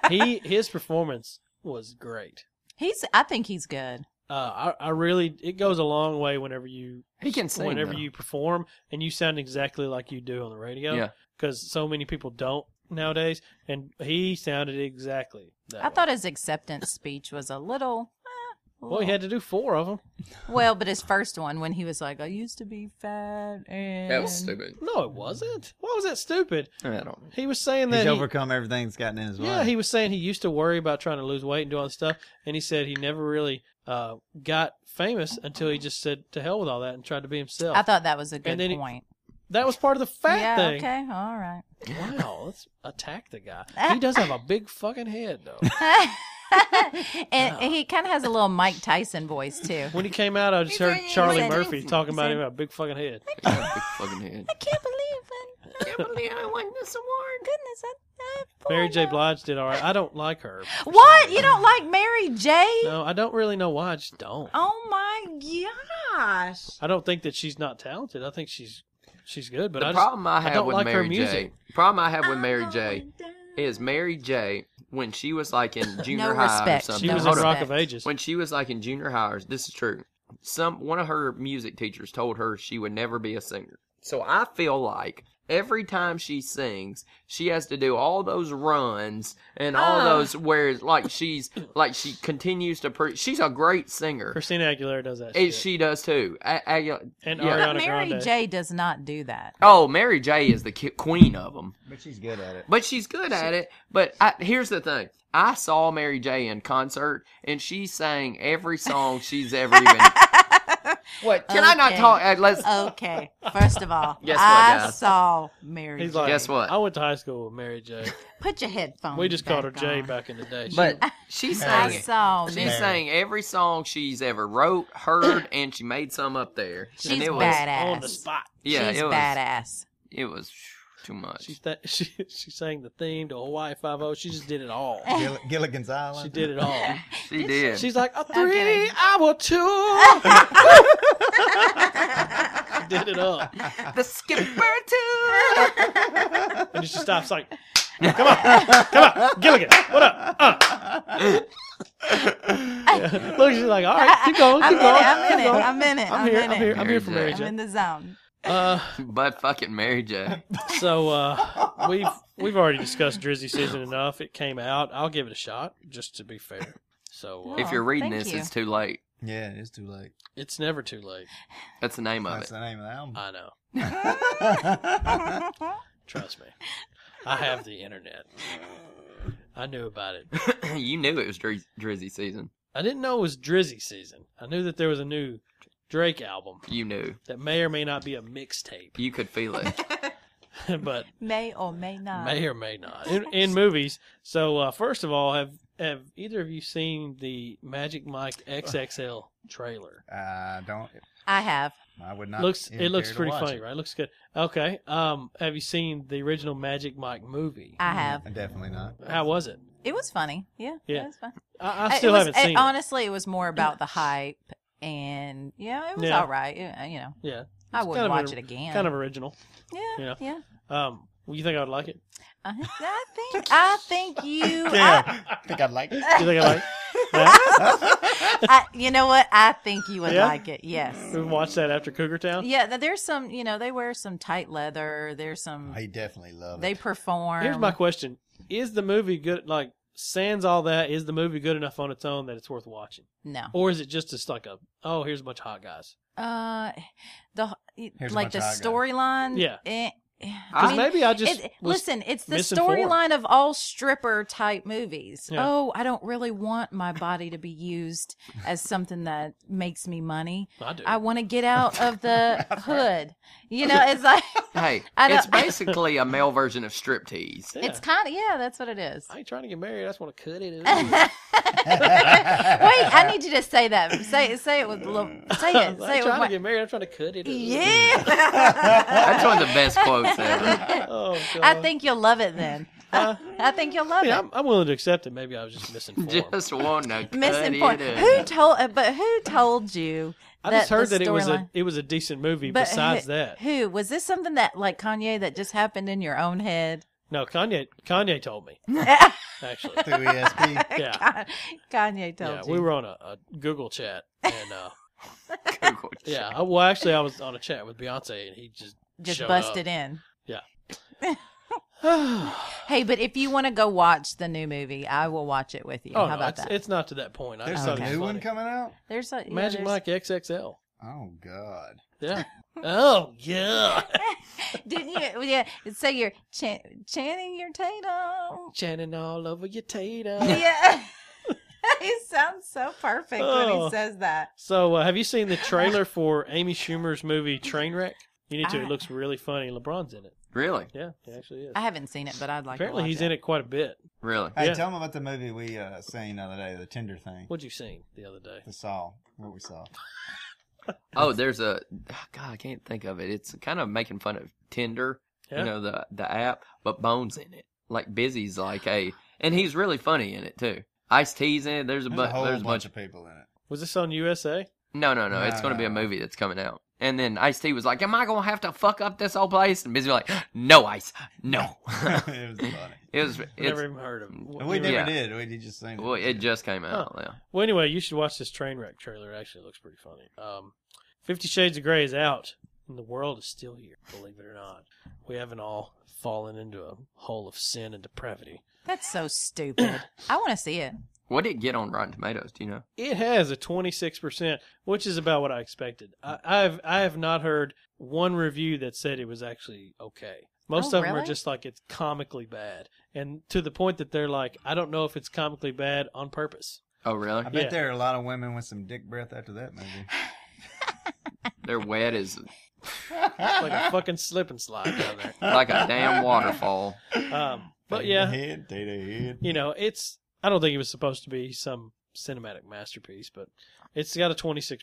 [SPEAKER 3] he his performance was great.
[SPEAKER 2] *laughs* He's. I think he's good.
[SPEAKER 3] Uh, I, I really it goes a long way whenever you
[SPEAKER 1] He can sing,
[SPEAKER 3] whenever
[SPEAKER 1] though.
[SPEAKER 3] you perform and you sound exactly like you do on the radio.
[SPEAKER 1] Yeah.
[SPEAKER 3] because so many people don't nowadays, and he sounded exactly. That
[SPEAKER 2] I
[SPEAKER 3] way.
[SPEAKER 2] thought his acceptance speech was a little. eh, a
[SPEAKER 3] Well, he
[SPEAKER 2] little-
[SPEAKER 3] had to do four of them.
[SPEAKER 2] well, but his first one when he was like, "I used to be fat," and
[SPEAKER 1] That was stupid.
[SPEAKER 3] No, it wasn't. Why was that stupid?
[SPEAKER 1] I don't know.
[SPEAKER 3] He was saying that
[SPEAKER 4] He's
[SPEAKER 3] he-
[SPEAKER 4] overcome everything that's gotten in his way.
[SPEAKER 3] Yeah, he was saying he used to worry about trying to lose weight and do all this stuff, and he said he never really uh, got famous until he just said to hell with all that and tried to be himself.
[SPEAKER 2] I thought that was a good
[SPEAKER 3] then he-
[SPEAKER 2] point.
[SPEAKER 3] that was part of the fat
[SPEAKER 2] yeah.
[SPEAKER 3] thing.
[SPEAKER 2] Okay. All right.
[SPEAKER 1] *laughs*
[SPEAKER 2] *laughs*
[SPEAKER 3] Wow, let's attack the guy. He does have a big fucking head though.
[SPEAKER 2] and he kind of has a little Mike Tyson voice
[SPEAKER 3] *laughs*
[SPEAKER 2] too.
[SPEAKER 3] When he came out, I just heard
[SPEAKER 2] very
[SPEAKER 3] Charlie
[SPEAKER 2] innocent.
[SPEAKER 3] Murphy talking about
[SPEAKER 2] He
[SPEAKER 3] him about a big fucking head.
[SPEAKER 1] Yeah, big fucking
[SPEAKER 2] *laughs*
[SPEAKER 1] head.
[SPEAKER 2] I can't believe it. I can't believe I won this award. Goodness, I, I
[SPEAKER 3] Mary J.
[SPEAKER 2] boy,
[SPEAKER 3] Blige did all right. I don't like her.
[SPEAKER 2] no. What? You don't like Mary J?
[SPEAKER 3] No, I don't really know why. I just don't.
[SPEAKER 2] Oh my gosh.
[SPEAKER 3] I don't think that she's not talented. I think she's she's good, but
[SPEAKER 1] The
[SPEAKER 3] I just,
[SPEAKER 1] problem I have
[SPEAKER 3] don't
[SPEAKER 1] with
[SPEAKER 3] like her
[SPEAKER 1] Mary J.
[SPEAKER 3] music.
[SPEAKER 1] Problem I have with Mary J. Is Mary J. When she was like
[SPEAKER 2] *laughs*
[SPEAKER 1] in junior high
[SPEAKER 2] respect.
[SPEAKER 1] or something.
[SPEAKER 3] she was
[SPEAKER 1] Hold
[SPEAKER 3] in
[SPEAKER 1] on.
[SPEAKER 3] Rock
[SPEAKER 2] respect.
[SPEAKER 3] of Ages.
[SPEAKER 1] when she was like in junior high, or- this is true. Some one of her music teachers told her she would never be a singer. So I feel like every time she sings, she has to do all those runs and all those where it's like she's like she continues to pre- she's a great singer.
[SPEAKER 3] Christina Aguilera does that.
[SPEAKER 1] It,
[SPEAKER 3] shit.
[SPEAKER 1] she does too. A- Agu-
[SPEAKER 3] And
[SPEAKER 1] yeah.
[SPEAKER 3] Ariana
[SPEAKER 2] But Mary
[SPEAKER 3] Grande.
[SPEAKER 2] J does not do *laughs* that.
[SPEAKER 1] Oh, Mary J is the ki- queen of them.
[SPEAKER 4] but she's good at it.
[SPEAKER 1] But she's good at it. But I, here's the thing. I saw Mary J in concert, and she sang every song she's ever even. what? Can I not
[SPEAKER 2] Okay.
[SPEAKER 1] talk? uh, Let's.
[SPEAKER 2] Okay. First of all,
[SPEAKER 1] Guess what,
[SPEAKER 2] I
[SPEAKER 1] guys?
[SPEAKER 2] saw Mary
[SPEAKER 3] He's
[SPEAKER 2] J.
[SPEAKER 3] like,
[SPEAKER 1] Guess what?
[SPEAKER 3] I went to high school with
[SPEAKER 1] *laughs*
[SPEAKER 3] Mary J.
[SPEAKER 2] Put your headphones.
[SPEAKER 3] We just called her
[SPEAKER 2] back
[SPEAKER 3] J
[SPEAKER 2] on.
[SPEAKER 3] back in the day. She-
[SPEAKER 1] but she
[SPEAKER 2] I
[SPEAKER 1] sang.
[SPEAKER 2] saw.
[SPEAKER 1] She
[SPEAKER 2] Mary.
[SPEAKER 1] sang every song she's ever wrote, heard, and she made some up there.
[SPEAKER 2] She's
[SPEAKER 1] and it was,
[SPEAKER 2] badass.
[SPEAKER 3] on the spot.
[SPEAKER 1] Yeah,
[SPEAKER 2] She's
[SPEAKER 1] it was.
[SPEAKER 2] badass.
[SPEAKER 1] It was too much.
[SPEAKER 3] She th- *laughs* she she sang the theme to Hawaii Five O. She just did it all.
[SPEAKER 2] *laughs*
[SPEAKER 3] *laughs*
[SPEAKER 4] Gilli- Gilligan's Island.
[SPEAKER 3] She
[SPEAKER 4] *laughs*
[SPEAKER 3] did it all.
[SPEAKER 1] She did.
[SPEAKER 3] She's like a three
[SPEAKER 2] Okay.
[SPEAKER 3] hour tour. she did it up,
[SPEAKER 1] the skipper too.
[SPEAKER 3] and she stops like, "Come on, come on, Gilligan, what up?" Uh.
[SPEAKER 2] *laughs*
[SPEAKER 3] *laughs* Yeah. Look, she's like, "All right, keep going,
[SPEAKER 2] *laughs* I'm
[SPEAKER 3] keep
[SPEAKER 2] in it.
[SPEAKER 3] going,
[SPEAKER 2] I'm in
[SPEAKER 3] keep
[SPEAKER 2] it.
[SPEAKER 3] going."
[SPEAKER 2] I'm in it.
[SPEAKER 3] I'm here,
[SPEAKER 2] in
[SPEAKER 3] I'm here,
[SPEAKER 2] it.
[SPEAKER 3] I'm here for
[SPEAKER 1] Mary
[SPEAKER 3] Mary
[SPEAKER 2] I'm
[SPEAKER 3] J.
[SPEAKER 2] in
[SPEAKER 1] *laughs*
[SPEAKER 2] the zone. *laughs*
[SPEAKER 3] Uh,
[SPEAKER 1] *laughs* but fucking Mary J.
[SPEAKER 3] So uh, we've we've already discussed Drizzy season enough. It came out. I'll give it a shot just to be fair. So uh,
[SPEAKER 1] If you're reading
[SPEAKER 2] Oh, thank
[SPEAKER 1] this,
[SPEAKER 2] you.
[SPEAKER 1] it's too late.
[SPEAKER 4] Yeah, it's too late.
[SPEAKER 3] it's never too late.
[SPEAKER 1] That's the name of
[SPEAKER 4] That's
[SPEAKER 1] it.
[SPEAKER 4] the name of the album.
[SPEAKER 3] I know. Trust me. I have the internet. I knew about
[SPEAKER 1] *clears throat*
[SPEAKER 3] it.
[SPEAKER 1] you knew it was Drizzy, Drizzy season.
[SPEAKER 3] I didn't know it was Drizzy season. I knew that there was a new Drake album
[SPEAKER 1] You knew.
[SPEAKER 3] that may or may not be a mixtape, *laughs*
[SPEAKER 1] You could feel
[SPEAKER 2] *laughs*
[SPEAKER 1] it.
[SPEAKER 3] but
[SPEAKER 2] May or may not.
[SPEAKER 3] may or may not in, in movies. So uh, first of all, have have either of you seen the Magic Mike XXL trailer?
[SPEAKER 4] *laughs* I don't.
[SPEAKER 2] I have.
[SPEAKER 4] I would not.
[SPEAKER 3] Uh, looks
[SPEAKER 4] even
[SPEAKER 3] it looks
[SPEAKER 4] care to
[SPEAKER 3] pretty
[SPEAKER 4] watch
[SPEAKER 3] funny,
[SPEAKER 4] it.
[SPEAKER 3] right? Looks good. Okay. Um, have you seen the original Magic Mike movie?
[SPEAKER 2] I
[SPEAKER 1] Mm.
[SPEAKER 2] have.
[SPEAKER 4] Definitely not.
[SPEAKER 3] How was it? It
[SPEAKER 2] It was funny. Yeah.
[SPEAKER 3] Yeah.
[SPEAKER 2] It was fun.
[SPEAKER 3] I,
[SPEAKER 2] It
[SPEAKER 3] I still
[SPEAKER 2] was-
[SPEAKER 3] haven't seen it.
[SPEAKER 2] Honestly, it was more about
[SPEAKER 3] *clears throat*
[SPEAKER 2] the hype, and yeah, it was
[SPEAKER 3] Yeah.
[SPEAKER 2] all right. It- you know,
[SPEAKER 3] Yeah,
[SPEAKER 2] I
[SPEAKER 3] It's
[SPEAKER 2] wouldn't
[SPEAKER 3] kind of
[SPEAKER 2] watch
[SPEAKER 3] an-
[SPEAKER 2] it again.
[SPEAKER 3] kind of original.
[SPEAKER 2] yeah,
[SPEAKER 3] you know.
[SPEAKER 2] yeah.
[SPEAKER 3] Um, well, you think I would like it?
[SPEAKER 2] I,
[SPEAKER 3] *laughs*
[SPEAKER 2] I think I think you. *laughs*
[SPEAKER 4] Yeah, I think I'd like it.
[SPEAKER 3] You think I like? it?
[SPEAKER 2] I, I, you know what? I think you would
[SPEAKER 3] Yeah?
[SPEAKER 2] like it. Yes.
[SPEAKER 3] Yeah? We watched that after Cougar Town.
[SPEAKER 2] Yeah. th- There's some. You know, they wear some tight leather. There's some.
[SPEAKER 4] I definitely love
[SPEAKER 2] They
[SPEAKER 4] it.
[SPEAKER 2] perform.
[SPEAKER 3] Here's my question: Is the movie good? Like, sans all that, is the movie good enough on its own that it's worth watching,
[SPEAKER 2] no.
[SPEAKER 3] or is it just just like a oh, here's a bunch of hot guys?
[SPEAKER 2] Uh, the
[SPEAKER 4] Here's a
[SPEAKER 2] like
[SPEAKER 4] bunch
[SPEAKER 2] the
[SPEAKER 4] of hot guys.
[SPEAKER 2] storyline.
[SPEAKER 3] Yeah.
[SPEAKER 2] eh, eh,
[SPEAKER 1] I
[SPEAKER 3] Because
[SPEAKER 1] mean,
[SPEAKER 3] maybe I just
[SPEAKER 2] it,
[SPEAKER 3] was-
[SPEAKER 2] listen, it's the
[SPEAKER 3] misinformed.
[SPEAKER 2] storyline of all stripper type movies.
[SPEAKER 3] Yeah.
[SPEAKER 2] Oh, I don't really want my body to be used as something that makes me money.
[SPEAKER 3] I do.
[SPEAKER 2] I want to get out of
[SPEAKER 3] *laughs*
[SPEAKER 2] the hood. You know, it's like
[SPEAKER 1] hey,
[SPEAKER 2] I don't-
[SPEAKER 1] it's basically a male version of striptease.
[SPEAKER 3] Yeah.
[SPEAKER 2] it's kind of yeah, that's what it
[SPEAKER 3] *laughs*
[SPEAKER 2] is.
[SPEAKER 3] I ain't trying to get married. I just want to
[SPEAKER 2] *laughs*
[SPEAKER 3] cut it.
[SPEAKER 2] Wait, I need you to say that. Say say it with a
[SPEAKER 3] *laughs*
[SPEAKER 2] little. Say
[SPEAKER 3] I
[SPEAKER 2] it.
[SPEAKER 3] ain't
[SPEAKER 2] Say it
[SPEAKER 3] trying
[SPEAKER 2] with
[SPEAKER 3] to
[SPEAKER 2] my,
[SPEAKER 3] get married. I'm trying to cut it.
[SPEAKER 2] yeah.
[SPEAKER 1] That's one of the best quotes
[SPEAKER 2] *laughs*
[SPEAKER 1] ever.
[SPEAKER 3] *laughs* Oh, God.
[SPEAKER 2] I think you'll love it then.
[SPEAKER 3] Huh?
[SPEAKER 2] I think you'll love
[SPEAKER 3] Yeah,
[SPEAKER 2] it.
[SPEAKER 3] I'm, I'm willing to accept it. Maybe I was just misinformed.
[SPEAKER 1] Just want to cut
[SPEAKER 2] Missing
[SPEAKER 1] it
[SPEAKER 2] point.
[SPEAKER 1] up.
[SPEAKER 2] Who told? uh, But who told you?
[SPEAKER 3] I just
[SPEAKER 2] that
[SPEAKER 3] heard
[SPEAKER 2] the
[SPEAKER 3] that it was a
[SPEAKER 2] storyline-
[SPEAKER 3] it was a decent movie.
[SPEAKER 2] But *laughs*
[SPEAKER 3] besides
[SPEAKER 2] who,
[SPEAKER 3] that,
[SPEAKER 4] *laughs*
[SPEAKER 2] who was this? Something that like Kanye that just happened in your own head? *laughs*
[SPEAKER 3] No, Kanye. Kanye told me
[SPEAKER 4] E
[SPEAKER 3] actually.
[SPEAKER 4] Through ESP.
[SPEAKER 3] Yeah.
[SPEAKER 2] Kanye told
[SPEAKER 3] yeah,
[SPEAKER 2] you.
[SPEAKER 3] we were on a, a Google chat, and uh,
[SPEAKER 1] Google
[SPEAKER 3] *laughs* yeah, I, well, actually, I was on a chat with Beyonce, and he
[SPEAKER 2] *sighs*
[SPEAKER 3] just
[SPEAKER 2] just
[SPEAKER 3] showed
[SPEAKER 2] busted in.
[SPEAKER 3] oh
[SPEAKER 2] Hey, but if you want to go watch the new movie, I will watch it with you.
[SPEAKER 3] no,
[SPEAKER 2] How about
[SPEAKER 3] Oh, it's,
[SPEAKER 2] that?
[SPEAKER 3] it's not to that point. I
[SPEAKER 4] There's
[SPEAKER 3] just
[SPEAKER 2] Oh,
[SPEAKER 4] a
[SPEAKER 3] thought
[SPEAKER 2] okay.
[SPEAKER 3] it was
[SPEAKER 4] new one
[SPEAKER 3] funny.
[SPEAKER 4] coming out.
[SPEAKER 2] there's a yeah, there's-
[SPEAKER 3] Magic Mike XXL.
[SPEAKER 4] Oh God.
[SPEAKER 3] Yeah. oh yeah.
[SPEAKER 2] *laughs* Didn't
[SPEAKER 3] *laughs*
[SPEAKER 2] you? Yeah. So you're chan- chanting your Tatum.
[SPEAKER 3] *laughs* Channing all over your tater.
[SPEAKER 2] *laughs* Yeah. he sounds so perfect when
[SPEAKER 3] Oh.
[SPEAKER 2] he says that.
[SPEAKER 3] So, uh, have you seen the trailer for Amy Schumer's movie Trainwreck? You need to.
[SPEAKER 2] I-
[SPEAKER 3] It looks really funny. LeBron's in it.
[SPEAKER 1] Really?
[SPEAKER 3] Yeah, he actually is.
[SPEAKER 2] I haven't seen it, but I'd like.
[SPEAKER 3] Apparently,
[SPEAKER 2] to watch
[SPEAKER 3] he's
[SPEAKER 2] it.
[SPEAKER 3] in it quite a bit.
[SPEAKER 1] Really?
[SPEAKER 4] Hey,
[SPEAKER 3] Yeah.
[SPEAKER 4] tell them about the movie we uh, seen the other day, the Tinder thing.
[SPEAKER 3] What'd you sing the other day?
[SPEAKER 4] The saw, what we saw.
[SPEAKER 1] Oh, there's a God. I can't think of it. It's kind of making fun of Tinder,
[SPEAKER 3] Yeah.
[SPEAKER 1] you know, the the app, but Bones in it. Like Busy's like a, and he's really funny in it too. Ice T's in it. There's a,
[SPEAKER 4] There's
[SPEAKER 1] bu-
[SPEAKER 4] a whole
[SPEAKER 1] there's
[SPEAKER 4] bunch
[SPEAKER 1] a bunch.
[SPEAKER 4] of
[SPEAKER 1] *laughs*
[SPEAKER 4] people in it. *laughs*
[SPEAKER 3] Was this on USA?
[SPEAKER 1] No, no, no. it's
[SPEAKER 4] No,
[SPEAKER 1] going to be a
[SPEAKER 4] no.
[SPEAKER 1] movie that's coming out. And then Ice T was like, "Am I going to have to fuck up this whole place?" And Busy was like, "No, Ice,
[SPEAKER 4] *laughs*
[SPEAKER 1] no." *laughs*
[SPEAKER 4] it was funny.
[SPEAKER 1] it was. It's,
[SPEAKER 3] Never even heard of. him.
[SPEAKER 4] But we
[SPEAKER 3] Never-
[SPEAKER 4] never
[SPEAKER 1] Yeah.
[SPEAKER 4] did. We did just seen it.
[SPEAKER 1] well, it just came out. Yeah.
[SPEAKER 3] Well, anyway, you should watch this train wreck trailer. It actually looks pretty funny. Um, Fifty Shades of Grey is out, and the world is still here. Believe it or not, we haven't all fallen into a hole of sin and depravity.
[SPEAKER 2] That's so stupid. I want to see it.
[SPEAKER 1] What did it get on Rotten Tomatoes? Do you know?
[SPEAKER 3] It has a twenty six percent, which is about what I expected. I, I've I have not heard one review that said it was actually okay. Most
[SPEAKER 2] Oh,
[SPEAKER 3] of them are
[SPEAKER 2] really?
[SPEAKER 3] just like it's comically bad, and to the point that they're like, I don't know if it's comically bad on purpose.
[SPEAKER 1] Oh, really?
[SPEAKER 4] I bet
[SPEAKER 3] yeah.
[SPEAKER 4] there are a lot of women with some dick breath after that movie.
[SPEAKER 1] They're wet as
[SPEAKER 3] *laughs* It's like
[SPEAKER 2] *laughs*
[SPEAKER 3] a fucking slip and slide down there.
[SPEAKER 1] like a
[SPEAKER 4] *laughs*
[SPEAKER 1] damn waterfall.
[SPEAKER 3] Um, but
[SPEAKER 4] Data
[SPEAKER 3] yeah,
[SPEAKER 4] head, data head.
[SPEAKER 3] you know, it's I don't think it was supposed to be some cinematic masterpiece, but it's got a 26%.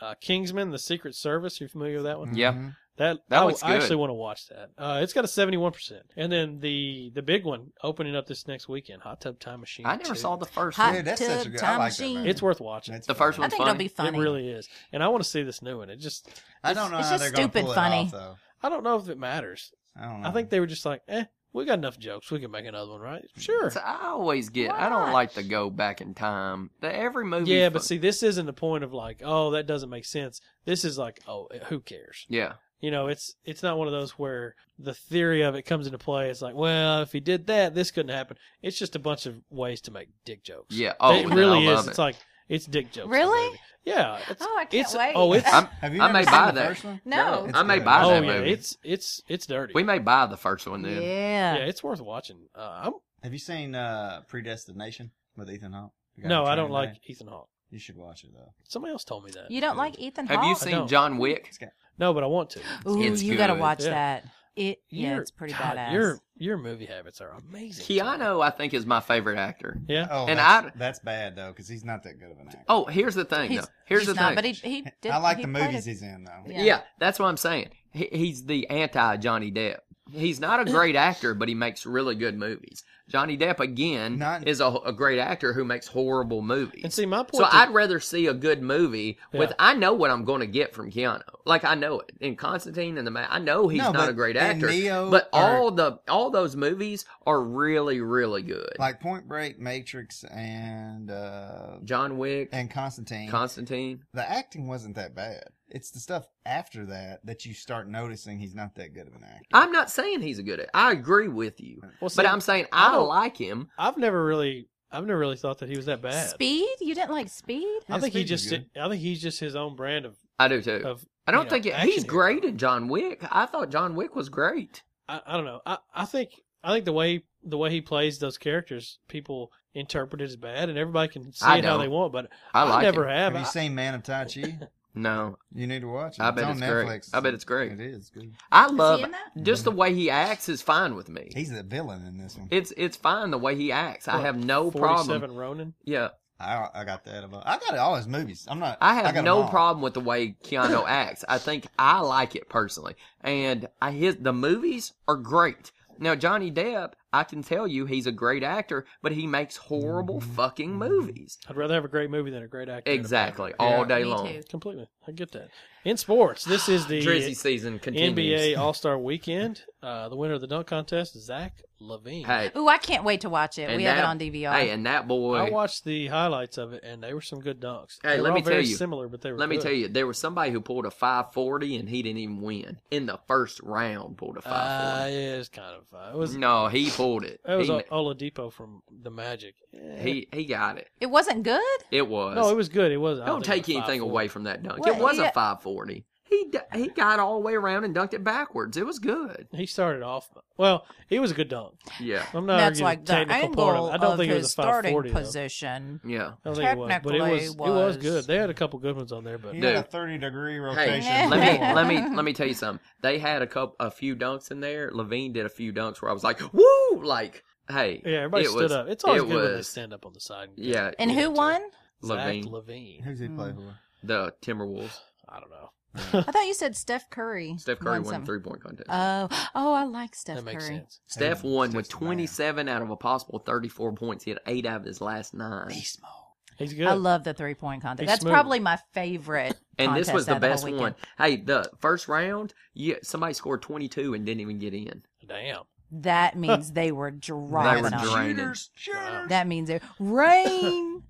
[SPEAKER 3] Uh, Kingsman: The Secret Service, you familiar with that one?
[SPEAKER 1] Yeah.
[SPEAKER 4] Mhm.
[SPEAKER 3] That
[SPEAKER 1] That
[SPEAKER 3] I,
[SPEAKER 1] looks
[SPEAKER 3] I actually
[SPEAKER 1] good.
[SPEAKER 3] want to watch that. Uh, it's got a 71%. And then the the big one opening up this next weekend, Hot Tub Time Machine.
[SPEAKER 1] I never
[SPEAKER 3] 2.
[SPEAKER 1] saw the first
[SPEAKER 2] Hot
[SPEAKER 1] one.
[SPEAKER 4] Dude, that's
[SPEAKER 2] tub
[SPEAKER 4] such a good- I
[SPEAKER 2] time
[SPEAKER 4] like that
[SPEAKER 2] machine.
[SPEAKER 4] movie.
[SPEAKER 3] It's worth watching.
[SPEAKER 4] That's
[SPEAKER 1] The first
[SPEAKER 2] I
[SPEAKER 4] funny.
[SPEAKER 1] one's
[SPEAKER 2] think it'll
[SPEAKER 1] funny.
[SPEAKER 2] be funny.
[SPEAKER 3] It really is. And I want to see this new one. It just
[SPEAKER 4] I don't know
[SPEAKER 2] it's
[SPEAKER 4] how
[SPEAKER 2] just
[SPEAKER 4] they're gonna
[SPEAKER 2] stupid
[SPEAKER 4] pull it
[SPEAKER 2] funny.
[SPEAKER 4] off, though.
[SPEAKER 3] I don't know if it matters.
[SPEAKER 4] I don't know.
[SPEAKER 3] I think they were just like, "Eh, we got enough jokes. We can make another one, right?" Sure.
[SPEAKER 1] So I always get. I
[SPEAKER 2] Why?
[SPEAKER 1] don't like to go back in time. The every movie.
[SPEAKER 3] Yeah, but see, this isn't the point of like, "Oh, that doesn't make sense." This is like, "Oh, who cares?"
[SPEAKER 1] Yeah,
[SPEAKER 3] you know it's it's not one of those where the theory of it comes into play it's like well if he did that this couldn't happen it's just a bunch of ways to make dick jokes
[SPEAKER 1] yeah. Oh,
[SPEAKER 3] it
[SPEAKER 1] then
[SPEAKER 3] really
[SPEAKER 1] I
[SPEAKER 3] is
[SPEAKER 1] love
[SPEAKER 3] it's
[SPEAKER 1] it.
[SPEAKER 3] like it's dick jokes
[SPEAKER 2] Really?
[SPEAKER 3] maybe. yeah it's,
[SPEAKER 2] *laughs* Oh, I can't
[SPEAKER 3] it's-
[SPEAKER 2] wait. *laughs*
[SPEAKER 3] oh it's
[SPEAKER 1] I'm,
[SPEAKER 4] Have you
[SPEAKER 1] I
[SPEAKER 4] ever
[SPEAKER 1] may
[SPEAKER 4] seen
[SPEAKER 1] buy
[SPEAKER 4] the
[SPEAKER 1] that.
[SPEAKER 4] first one?
[SPEAKER 2] No.
[SPEAKER 4] It's
[SPEAKER 1] I may
[SPEAKER 4] good.
[SPEAKER 1] buy
[SPEAKER 3] oh
[SPEAKER 1] that
[SPEAKER 3] yeah
[SPEAKER 1] movie.
[SPEAKER 3] it's it's it's dirty
[SPEAKER 1] we may buy the first one then.
[SPEAKER 2] Yeah.
[SPEAKER 3] yeah it's worth watching uh, I'm,
[SPEAKER 4] Have you seen uh, Predestination with Ethan Hawke? The guy
[SPEAKER 3] no
[SPEAKER 4] who
[SPEAKER 3] i
[SPEAKER 4] trained
[SPEAKER 3] don't like
[SPEAKER 4] there?
[SPEAKER 3] Ethan Hawke
[SPEAKER 4] You should watch it though.
[SPEAKER 3] somebody else told me that
[SPEAKER 2] You don't like Ethan
[SPEAKER 1] Have you
[SPEAKER 2] Hawke?
[SPEAKER 1] seen
[SPEAKER 3] don't.
[SPEAKER 1] John Wick?
[SPEAKER 3] no but I want to
[SPEAKER 2] Ooh,
[SPEAKER 1] It's
[SPEAKER 2] you gotta
[SPEAKER 1] good.
[SPEAKER 2] watch
[SPEAKER 3] Yeah.
[SPEAKER 2] that. It yeah,
[SPEAKER 3] Your-
[SPEAKER 2] it's pretty
[SPEAKER 3] God,
[SPEAKER 2] badass.
[SPEAKER 3] your your movie habits are amazing
[SPEAKER 1] Keanu, I think, is my favorite actor.
[SPEAKER 3] yeah
[SPEAKER 4] Oh,
[SPEAKER 1] And
[SPEAKER 4] that's,
[SPEAKER 1] I-
[SPEAKER 4] that's bad though, because he's not that good of an actor.
[SPEAKER 1] Oh, here's the thing.
[SPEAKER 2] he's,
[SPEAKER 1] though. Here's the
[SPEAKER 2] he's not,
[SPEAKER 1] thing.
[SPEAKER 2] but he, he did.
[SPEAKER 4] I like
[SPEAKER 2] he
[SPEAKER 4] the
[SPEAKER 2] played
[SPEAKER 4] movies
[SPEAKER 2] it.
[SPEAKER 4] he's in though.
[SPEAKER 2] Yeah.
[SPEAKER 1] Yeah. that's what I'm saying. He, he's the anti Johnny Depp. He's not
[SPEAKER 2] *laughs*
[SPEAKER 1] a great actor, but he makes really good movies. Johnny Depp again
[SPEAKER 4] Not-
[SPEAKER 1] is a, a great actor who makes horrible movies.
[SPEAKER 3] and see my point
[SPEAKER 1] so
[SPEAKER 3] to-
[SPEAKER 1] I'd rather see a good movie with
[SPEAKER 3] Yeah.
[SPEAKER 1] I know what I'm going to get from Keanu. Like I know it in Constantine and the Ma- I know he's
[SPEAKER 4] No,
[SPEAKER 1] not
[SPEAKER 4] but-
[SPEAKER 1] a great
[SPEAKER 4] and
[SPEAKER 1] actor,
[SPEAKER 4] Neo
[SPEAKER 1] but
[SPEAKER 4] are-
[SPEAKER 1] all the all those movies are really really good.
[SPEAKER 4] Like Point Break, Matrix, and uh,
[SPEAKER 1] John Wick,
[SPEAKER 4] and Constantine.
[SPEAKER 1] Constantine.
[SPEAKER 4] the acting wasn't that bad. It's the stuff after that that you start noticing he's not that good of an actor.
[SPEAKER 1] I'm not saying he's a good actor. I agree with you,
[SPEAKER 3] well,
[SPEAKER 1] but
[SPEAKER 3] see,
[SPEAKER 1] I'm saying
[SPEAKER 3] I
[SPEAKER 1] I
[SPEAKER 3] don't-
[SPEAKER 1] like him.
[SPEAKER 3] I've never really I've never really thought that he was that bad
[SPEAKER 2] Speed? You didn't like Speed?
[SPEAKER 3] I think he
[SPEAKER 4] Speed was
[SPEAKER 3] just
[SPEAKER 4] good.
[SPEAKER 3] I think he's just his own brand of
[SPEAKER 1] I do too.
[SPEAKER 3] of
[SPEAKER 1] I don't
[SPEAKER 3] you know,
[SPEAKER 1] think it,
[SPEAKER 3] Oh, action
[SPEAKER 1] he's
[SPEAKER 3] hero.
[SPEAKER 1] great in John Wick. I thought John Wick was great.
[SPEAKER 3] I, I don't know. I, I think I think the way the way he plays those characters, people interpret it as bad, and everybody can see
[SPEAKER 1] I
[SPEAKER 3] it how they
[SPEAKER 1] don't.
[SPEAKER 3] want. But
[SPEAKER 1] I like
[SPEAKER 3] never
[SPEAKER 1] him.
[SPEAKER 3] have.
[SPEAKER 4] Have you
[SPEAKER 3] I-
[SPEAKER 4] seen Man of Tai Chi?
[SPEAKER 1] No,
[SPEAKER 4] You need to watch it.
[SPEAKER 1] I bet
[SPEAKER 4] on
[SPEAKER 1] it's great.
[SPEAKER 4] Netflix.
[SPEAKER 1] I bet it's great.
[SPEAKER 4] It is good.
[SPEAKER 1] I
[SPEAKER 2] he
[SPEAKER 1] love
[SPEAKER 2] in that?
[SPEAKER 1] just the way he acts is fine with me.
[SPEAKER 4] He's the villain in this one.
[SPEAKER 1] it's it's fine the way he acts. I
[SPEAKER 3] What,
[SPEAKER 1] have no
[SPEAKER 3] 47
[SPEAKER 1] problem.
[SPEAKER 3] Ronin.
[SPEAKER 1] Yeah,
[SPEAKER 4] I, I got that. About, I got all his movies. I'm not.
[SPEAKER 1] I have
[SPEAKER 4] got 'em
[SPEAKER 1] no
[SPEAKER 4] all.
[SPEAKER 1] problem with the way Keanu acts. I think I like it personally, and I his the movies are great. Now Johnny Depp, I can tell you he's a great actor, but he makes horrible fucking movies.
[SPEAKER 3] I'd rather have a great movie than a great actor. in a bad
[SPEAKER 1] Exactly,
[SPEAKER 3] movie.
[SPEAKER 1] all
[SPEAKER 3] Yeah,
[SPEAKER 1] day
[SPEAKER 2] Me
[SPEAKER 1] long.
[SPEAKER 2] too.
[SPEAKER 3] Completely. I get that. In sports, this is
[SPEAKER 1] *sighs*
[SPEAKER 3] the
[SPEAKER 1] Drizzy season continues.
[SPEAKER 3] NBA All Star Weekend. Uh, the winner of the dunk contest, Zach Levine.
[SPEAKER 1] Hey,
[SPEAKER 2] Ooh, I can't wait to watch it.
[SPEAKER 1] and
[SPEAKER 2] we
[SPEAKER 1] that,
[SPEAKER 2] have it on DVR.
[SPEAKER 1] Hey, and that boy.
[SPEAKER 3] I watched the highlights of it, and they were some good dunks.
[SPEAKER 1] Hey,
[SPEAKER 3] They were
[SPEAKER 1] let
[SPEAKER 3] all
[SPEAKER 1] me tell
[SPEAKER 3] very
[SPEAKER 1] you.
[SPEAKER 3] Similar, but they were.
[SPEAKER 1] Let me
[SPEAKER 3] good.
[SPEAKER 1] tell you, there was somebody who pulled a 540 and he didn't even win in the first round. Pulled a
[SPEAKER 3] Uh,
[SPEAKER 1] 540.
[SPEAKER 3] yeah, it's kind of. Uh, it was.
[SPEAKER 1] no, he pulled it.
[SPEAKER 3] That was
[SPEAKER 1] Mm-hmm. he,
[SPEAKER 3] o- Oladipo from the Magic.
[SPEAKER 1] he he got it.
[SPEAKER 2] it wasn't good.
[SPEAKER 1] It was.
[SPEAKER 3] No, it was good. It was. I
[SPEAKER 1] Don't
[SPEAKER 3] think
[SPEAKER 1] take
[SPEAKER 3] it was
[SPEAKER 1] anything
[SPEAKER 3] 5'4".
[SPEAKER 1] away from that dunk.
[SPEAKER 2] Well,
[SPEAKER 1] it was
[SPEAKER 2] yeah.
[SPEAKER 1] a 540. He d- he got all the way around and dunked it backwards. It was good.
[SPEAKER 3] He started off well. It was a good dunk.
[SPEAKER 1] Yeah,
[SPEAKER 3] I'm not
[SPEAKER 2] That's
[SPEAKER 3] arguing
[SPEAKER 2] like the
[SPEAKER 3] technical part of
[SPEAKER 2] angle
[SPEAKER 3] it. I don't
[SPEAKER 2] of
[SPEAKER 3] think it was
[SPEAKER 2] his
[SPEAKER 3] a 540
[SPEAKER 2] starting
[SPEAKER 3] though.
[SPEAKER 2] position.
[SPEAKER 1] yeah.
[SPEAKER 3] I don't think it was, but it
[SPEAKER 2] Technically
[SPEAKER 3] was, it
[SPEAKER 2] was-
[SPEAKER 3] was good. They had a couple good ones on there, but
[SPEAKER 4] He
[SPEAKER 1] Yeah.
[SPEAKER 4] had a
[SPEAKER 1] Dude.
[SPEAKER 4] 30 degree
[SPEAKER 1] Hey,
[SPEAKER 4] rotation.
[SPEAKER 2] Patient.
[SPEAKER 1] let
[SPEAKER 2] *laughs*
[SPEAKER 1] me
[SPEAKER 2] Yeah.
[SPEAKER 1] let me let me tell you something. They had a couple, a few dunks in there. Levine did a few dunks where I was like, "Woo!" Like, hey,
[SPEAKER 3] yeah, everybody
[SPEAKER 1] it
[SPEAKER 3] stood
[SPEAKER 1] was-
[SPEAKER 3] up. It's always
[SPEAKER 1] it
[SPEAKER 3] good when they
[SPEAKER 1] was-
[SPEAKER 3] stand up on the side. And
[SPEAKER 1] Yeah,
[SPEAKER 2] And
[SPEAKER 1] yeah,
[SPEAKER 2] who won?
[SPEAKER 1] Levine,
[SPEAKER 3] Zach Levine.
[SPEAKER 4] Who's he play
[SPEAKER 1] Mm.
[SPEAKER 4] for?
[SPEAKER 1] the Timberwolves.
[SPEAKER 3] I don't know. *laughs*
[SPEAKER 2] I thought you said Steph Curry.
[SPEAKER 1] Steph Curry won,
[SPEAKER 2] something.
[SPEAKER 1] the three point contest.
[SPEAKER 2] Oh, oh, I like Steph
[SPEAKER 3] that makes
[SPEAKER 2] Curry.
[SPEAKER 3] sense.
[SPEAKER 1] Steph won with
[SPEAKER 4] Steph's the man.
[SPEAKER 1] 27 out of a possible 34 points. He had eight out of his last nine.
[SPEAKER 3] He's good.
[SPEAKER 2] I love the three point contest.
[SPEAKER 3] He's
[SPEAKER 2] That's
[SPEAKER 3] smooth.
[SPEAKER 2] probably my favorite.
[SPEAKER 1] *laughs* And this
[SPEAKER 2] contest
[SPEAKER 1] was
[SPEAKER 2] out
[SPEAKER 1] the
[SPEAKER 2] of whole
[SPEAKER 1] best
[SPEAKER 2] weekend.
[SPEAKER 1] one. Hey, the first round, yeah, somebody scored 22 and didn't even get in.
[SPEAKER 3] Damn.
[SPEAKER 2] *laughs* That means they were
[SPEAKER 1] *laughs* They were
[SPEAKER 2] driving on.
[SPEAKER 1] draining.
[SPEAKER 3] Wow.
[SPEAKER 2] That means it rain.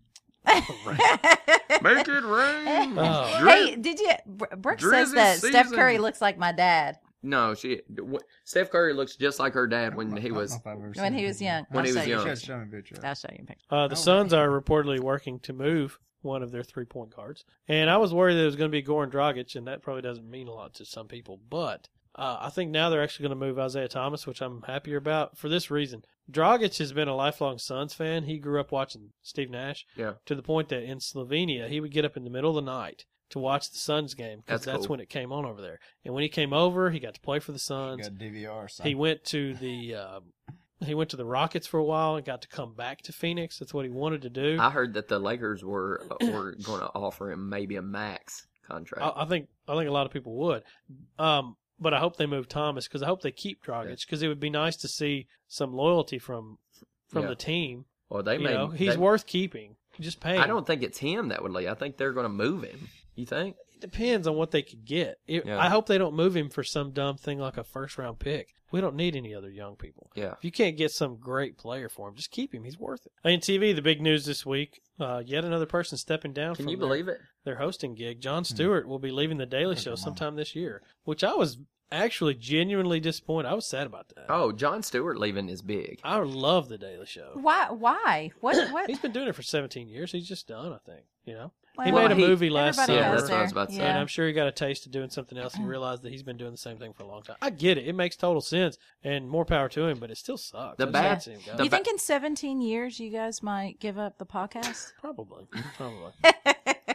[SPEAKER 1] Make it
[SPEAKER 3] *laughs*
[SPEAKER 1] rain.
[SPEAKER 3] Oh,
[SPEAKER 2] *laughs* hey, did you? Br- Brooke says
[SPEAKER 1] Drizzy
[SPEAKER 2] that Steph
[SPEAKER 1] season.
[SPEAKER 2] Curry looks like my dad
[SPEAKER 1] No, she. wh- Steph Curry looks just like her dad when he was.
[SPEAKER 3] Uh-uh.
[SPEAKER 2] when he was young.
[SPEAKER 1] When
[SPEAKER 2] I'll
[SPEAKER 1] he was
[SPEAKER 2] show you a
[SPEAKER 1] young.
[SPEAKER 2] picture. I'll show you a picture.
[SPEAKER 3] Uh, the
[SPEAKER 4] Oh,
[SPEAKER 3] Suns are reportedly working to move one of their three point guards. And I was worried that it was going to be Goran Dragic, and that probably doesn't mean a lot to some people. But uh, I think now they're actually going to move Isaiah Thomas, which I'm happier about for this reason. Dragic has been a lifelong Suns fan. He grew up watching Steve Nash
[SPEAKER 1] Yeah.
[SPEAKER 3] to the point that in Slovenia, he would get up in the middle of the night to watch the Suns game because
[SPEAKER 1] That's
[SPEAKER 3] that's,
[SPEAKER 1] cool.
[SPEAKER 3] when it came on over there. And when he came over, he got to play for the Suns.
[SPEAKER 4] Got DVR. Son.
[SPEAKER 3] He went to the uh, he went to the Rockets for a while and got to come back to Phoenix. That's what he wanted to do.
[SPEAKER 1] I heard that the Lakers were uh, were going to offer him maybe a max contract.
[SPEAKER 3] I, I think I think a lot of people would, um, but I hope they move Thomas because I hope they keep Dragic because it would be nice to see some loyalty from from
[SPEAKER 1] Yeah.
[SPEAKER 3] the team.
[SPEAKER 1] Well, they
[SPEAKER 3] you
[SPEAKER 1] may.
[SPEAKER 3] know, he's
[SPEAKER 1] they-
[SPEAKER 3] worth keeping. Just pay.
[SPEAKER 1] I
[SPEAKER 3] him.
[SPEAKER 1] don't think it's him that would leave. I think they're going to move him. You think?
[SPEAKER 3] It depends on what they could get. It,
[SPEAKER 1] Yeah.
[SPEAKER 3] I hope they don't move him for some dumb thing like a first round pick. We don't need any other young people.
[SPEAKER 1] Yeah.
[SPEAKER 3] If you can't get some great player for him, just keep him. He's worth it. In TV, the big news this week: uh, yet another person stepping down.
[SPEAKER 1] Can
[SPEAKER 3] from
[SPEAKER 1] you
[SPEAKER 3] their-
[SPEAKER 1] believe it?
[SPEAKER 3] their hosting gig. John Stewart will be leaving the Daily Show sometime this year, which I was actually genuinely disappointed. I was sad about that.
[SPEAKER 1] Oh, John Stewart leaving is big.
[SPEAKER 3] I love the Daily Show.
[SPEAKER 2] Why? Why? What? What?
[SPEAKER 3] He's been doing it for 17 years. He's just done, I think. You know, he
[SPEAKER 2] Well,
[SPEAKER 3] made a
[SPEAKER 1] he-
[SPEAKER 3] movie last
[SPEAKER 2] everybody
[SPEAKER 3] summer,
[SPEAKER 1] Yeah,
[SPEAKER 2] goes
[SPEAKER 1] that's what I was
[SPEAKER 2] there.
[SPEAKER 1] about to say.
[SPEAKER 3] and
[SPEAKER 2] Yeah.
[SPEAKER 3] I'm sure he got a taste of doing something else and realized that he's been doing the same thing for a long time. I get it; it makes total sense, and more power to him. But it still sucks.
[SPEAKER 1] The
[SPEAKER 3] I'm sad
[SPEAKER 1] bad-
[SPEAKER 3] to see him go.
[SPEAKER 1] the-
[SPEAKER 2] you think in 17 years you guys might give up
[SPEAKER 1] *laughs*
[SPEAKER 2] the podcast? Mm-hmm.
[SPEAKER 3] probably, probably.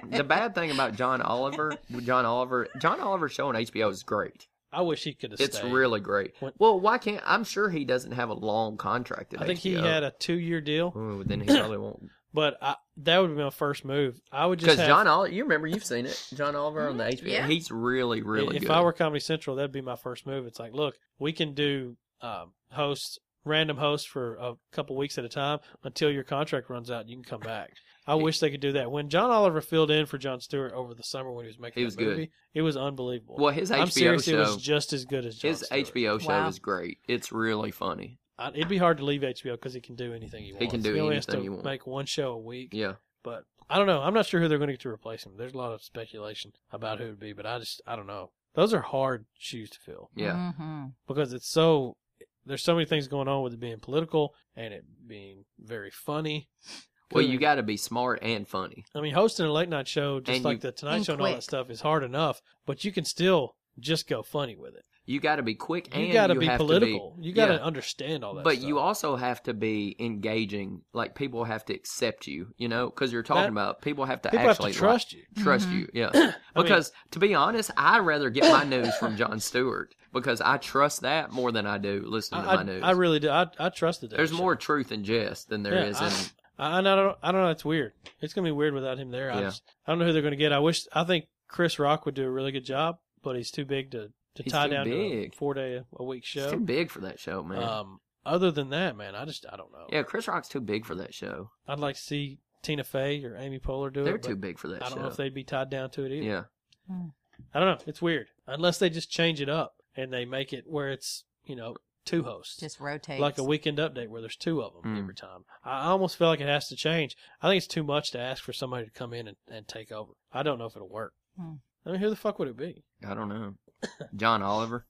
[SPEAKER 1] the bad thing about John Oliver, John Oliver, John Oliver's show on HBO is great.
[SPEAKER 3] I wish he could have.
[SPEAKER 1] It's
[SPEAKER 3] stayed.
[SPEAKER 1] really great.
[SPEAKER 3] What-
[SPEAKER 1] Well, why can't? I'm sure he doesn't have a long contract. At
[SPEAKER 3] I think he
[SPEAKER 1] HBO.
[SPEAKER 3] had a two-year deal,
[SPEAKER 1] Ooh, then he probably won't.
[SPEAKER 3] but I, that would be my first move. I would just
[SPEAKER 1] Because
[SPEAKER 3] have, Mm-hmm.
[SPEAKER 1] John Oliver, you remember you've seen it, John Oliver on the HBO.
[SPEAKER 2] Yeah.
[SPEAKER 1] He's really, really
[SPEAKER 3] if
[SPEAKER 1] good.
[SPEAKER 3] I were Comedy Central, that'd be my first move. It's like, look, we can do um, hosts, random hosts for a couple weeks at a time until your contract runs out. and You can come back. I wish they could do that. When John Oliver filled in for John Stewart over the summer when he was making
[SPEAKER 1] He
[SPEAKER 3] that
[SPEAKER 1] was good.
[SPEAKER 3] movie, it was unbelievable.
[SPEAKER 1] well, his
[SPEAKER 3] I'm
[SPEAKER 1] HBO
[SPEAKER 3] serious, it was
[SPEAKER 1] show,
[SPEAKER 3] just as good as John
[SPEAKER 1] his
[SPEAKER 3] Stewart.
[SPEAKER 1] HBO show
[SPEAKER 2] Wow.
[SPEAKER 1] is great. It's really funny.
[SPEAKER 3] I, it'd be hard to leave HBO because he can do anything he wants.
[SPEAKER 1] can do
[SPEAKER 3] only has
[SPEAKER 1] anything
[SPEAKER 3] to
[SPEAKER 1] he wants.
[SPEAKER 3] Make one show a week,
[SPEAKER 1] Yeah,
[SPEAKER 3] but I don't know. I'm not sure who they're going to get to replace him. There's a lot of speculation about who it would be, but I just I don't know. Those are hard shoes to fill.
[SPEAKER 1] yeah.
[SPEAKER 2] hmm
[SPEAKER 3] because it's so there's so many things going on with it being political and it being very funny.
[SPEAKER 1] Well,
[SPEAKER 3] Cool.
[SPEAKER 1] you got to be smart and funny.
[SPEAKER 3] I mean, hosting a late night show just
[SPEAKER 1] And
[SPEAKER 3] like
[SPEAKER 1] you-
[SPEAKER 3] the Tonight
[SPEAKER 2] And
[SPEAKER 3] Show and all
[SPEAKER 2] quick.
[SPEAKER 3] that stuff is hard enough, but you can still just go funny with it.
[SPEAKER 1] You got to be quick and
[SPEAKER 3] You got to
[SPEAKER 1] you
[SPEAKER 3] be
[SPEAKER 1] have
[SPEAKER 3] political. you got to
[SPEAKER 1] yeah.
[SPEAKER 3] understand all that.
[SPEAKER 1] but
[SPEAKER 3] stuff.
[SPEAKER 1] you also have to be engaging. Like people have to accept you, you know, because you're talking
[SPEAKER 3] That-
[SPEAKER 1] about people have to
[SPEAKER 3] people have
[SPEAKER 1] actually
[SPEAKER 3] to trust you. Mm-hmm.
[SPEAKER 1] like, trust you.
[SPEAKER 3] *coughs*
[SPEAKER 1] Yeah,
[SPEAKER 3] mean-
[SPEAKER 1] because to be honest, I rather get
[SPEAKER 3] *coughs*
[SPEAKER 1] my news from John Stewart because I trust that more than I do listening
[SPEAKER 3] I,
[SPEAKER 1] to my
[SPEAKER 3] I,
[SPEAKER 1] news.
[SPEAKER 3] I really do. I, I trust it.
[SPEAKER 1] There's more truth in jest than there
[SPEAKER 3] Yeah,
[SPEAKER 1] is in.
[SPEAKER 3] I, I, and I don't. I don't know. It's weird. It's gonna be weird without him there. I,
[SPEAKER 1] Yeah.
[SPEAKER 3] just, I don't know who they're gonna get. I wish. I think Chris Rock would do a really good job, but he's too big to to
[SPEAKER 1] He's
[SPEAKER 3] tie
[SPEAKER 1] too
[SPEAKER 3] down to a
[SPEAKER 1] big.
[SPEAKER 3] four day a week show.
[SPEAKER 1] It's too big for that show, man.
[SPEAKER 3] Um, other than that, man, I just I don't know.
[SPEAKER 1] Yeah, Chris Rock's too big for that show.
[SPEAKER 3] I'd like to see Tina Fey or Amy Poehler do
[SPEAKER 1] They're
[SPEAKER 3] it. but
[SPEAKER 1] too big for that
[SPEAKER 3] I don't
[SPEAKER 1] show.
[SPEAKER 3] know if they'd be tied down to it either.
[SPEAKER 1] yeah.
[SPEAKER 3] I don't know. It's weird. Unless they just change it up and they make it where it's, you know, two hosts.
[SPEAKER 2] Just rotates.
[SPEAKER 3] like a weekend update where there's two of them
[SPEAKER 1] Mm.
[SPEAKER 3] every time. I I almost feel like it has to change. I think it's too much to ask for somebody to come in and, and take over. I don't know if it'll work.
[SPEAKER 2] Mm.
[SPEAKER 3] I mean, who the fuck would it be?
[SPEAKER 1] I don't
[SPEAKER 3] *laughs*
[SPEAKER 1] know. John Oliver.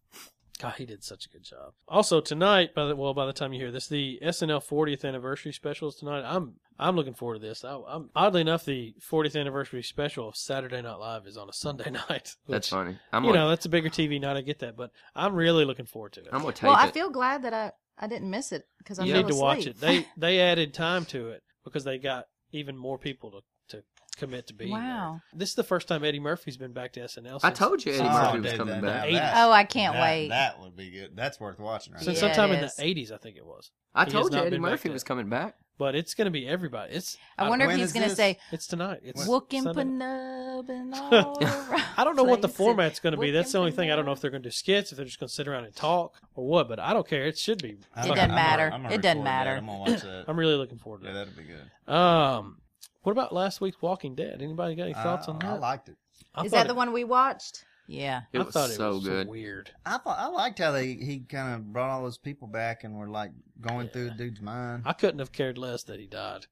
[SPEAKER 3] God, he did such a good job. Also tonight, by the well, by the time you hear this, the SNL 40th anniversary special is tonight. I'm I'm looking forward to this. I, I'm oddly enough, the 40th anniversary special of Saturday Night Live is on a *laughs* Sunday night.
[SPEAKER 1] That's
[SPEAKER 3] which,
[SPEAKER 1] funny. I'm
[SPEAKER 3] you
[SPEAKER 1] gonna,
[SPEAKER 3] know, that's a bigger TV night. I get that, but I'm really looking forward to it.
[SPEAKER 1] I'm gonna tape
[SPEAKER 2] well, I
[SPEAKER 1] it.
[SPEAKER 2] feel glad that I I didn't miss it because I
[SPEAKER 1] You
[SPEAKER 3] you
[SPEAKER 2] fell
[SPEAKER 3] need to watch
[SPEAKER 2] asleep.
[SPEAKER 3] it. They they added time to it because they got even more people to, to commit to being
[SPEAKER 2] Wow.
[SPEAKER 3] there. This is the first time Eddie Murphy's been back to SNL. Since,
[SPEAKER 1] I told you Eddie
[SPEAKER 3] since-
[SPEAKER 1] Murphy
[SPEAKER 4] Oh,
[SPEAKER 1] was
[SPEAKER 4] dude,
[SPEAKER 1] coming
[SPEAKER 4] that-
[SPEAKER 1] back.
[SPEAKER 4] that-
[SPEAKER 2] *laughs*
[SPEAKER 4] that-
[SPEAKER 2] Oh, I can't
[SPEAKER 4] that-
[SPEAKER 2] wait.
[SPEAKER 4] That would be good. That's worth watching right
[SPEAKER 3] Since
[SPEAKER 2] Yeah,
[SPEAKER 3] sometime
[SPEAKER 2] it
[SPEAKER 3] in the
[SPEAKER 2] is.
[SPEAKER 3] '80s, I think it was.
[SPEAKER 1] I
[SPEAKER 3] He
[SPEAKER 1] told
[SPEAKER 3] has
[SPEAKER 1] you
[SPEAKER 3] not
[SPEAKER 1] Eddie
[SPEAKER 3] been back
[SPEAKER 1] Murphy
[SPEAKER 3] yet.
[SPEAKER 1] was coming back.
[SPEAKER 3] But it's going to be everybody. It's
[SPEAKER 2] I wonder
[SPEAKER 4] When
[SPEAKER 2] if he's
[SPEAKER 4] is
[SPEAKER 2] going to
[SPEAKER 4] this?
[SPEAKER 2] say
[SPEAKER 3] It's tonight. It's
[SPEAKER 2] "Wookin'
[SPEAKER 3] Sunday night.
[SPEAKER 2] Penub
[SPEAKER 3] *laughs*
[SPEAKER 2] and all." around
[SPEAKER 3] I don't know what
[SPEAKER 2] *laughs*
[SPEAKER 3] the
[SPEAKER 2] places."
[SPEAKER 3] format's going to be. That's the only
[SPEAKER 2] Wookin'
[SPEAKER 3] thing. I don't know
[SPEAKER 2] Penub.
[SPEAKER 3] if they're going to do skits, if they're just going to sit around and talk, or what. But I don't care. It should be.
[SPEAKER 4] now.
[SPEAKER 2] It doesn't matter. It doesn't
[SPEAKER 4] record
[SPEAKER 2] matter.
[SPEAKER 4] That. I'm gonna watch that.
[SPEAKER 3] I'm really looking forward
[SPEAKER 4] yeah,
[SPEAKER 3] to
[SPEAKER 4] that'd be good.
[SPEAKER 3] it. Um, what about last week's Walking Dead? Anybody got any thoughts
[SPEAKER 4] Uh, I,
[SPEAKER 3] on
[SPEAKER 4] I
[SPEAKER 3] that?
[SPEAKER 4] liked it.
[SPEAKER 3] I
[SPEAKER 2] Is
[SPEAKER 3] thought
[SPEAKER 2] that the
[SPEAKER 3] it-
[SPEAKER 2] one we watched? Yeah.
[SPEAKER 1] It
[SPEAKER 3] I
[SPEAKER 1] was
[SPEAKER 3] thought it
[SPEAKER 1] so
[SPEAKER 3] was
[SPEAKER 1] good.
[SPEAKER 3] Weird.
[SPEAKER 4] I thought I liked how they he kind of brought all those people back and were like going through the dude's mind.
[SPEAKER 3] I couldn't have cared less that he died.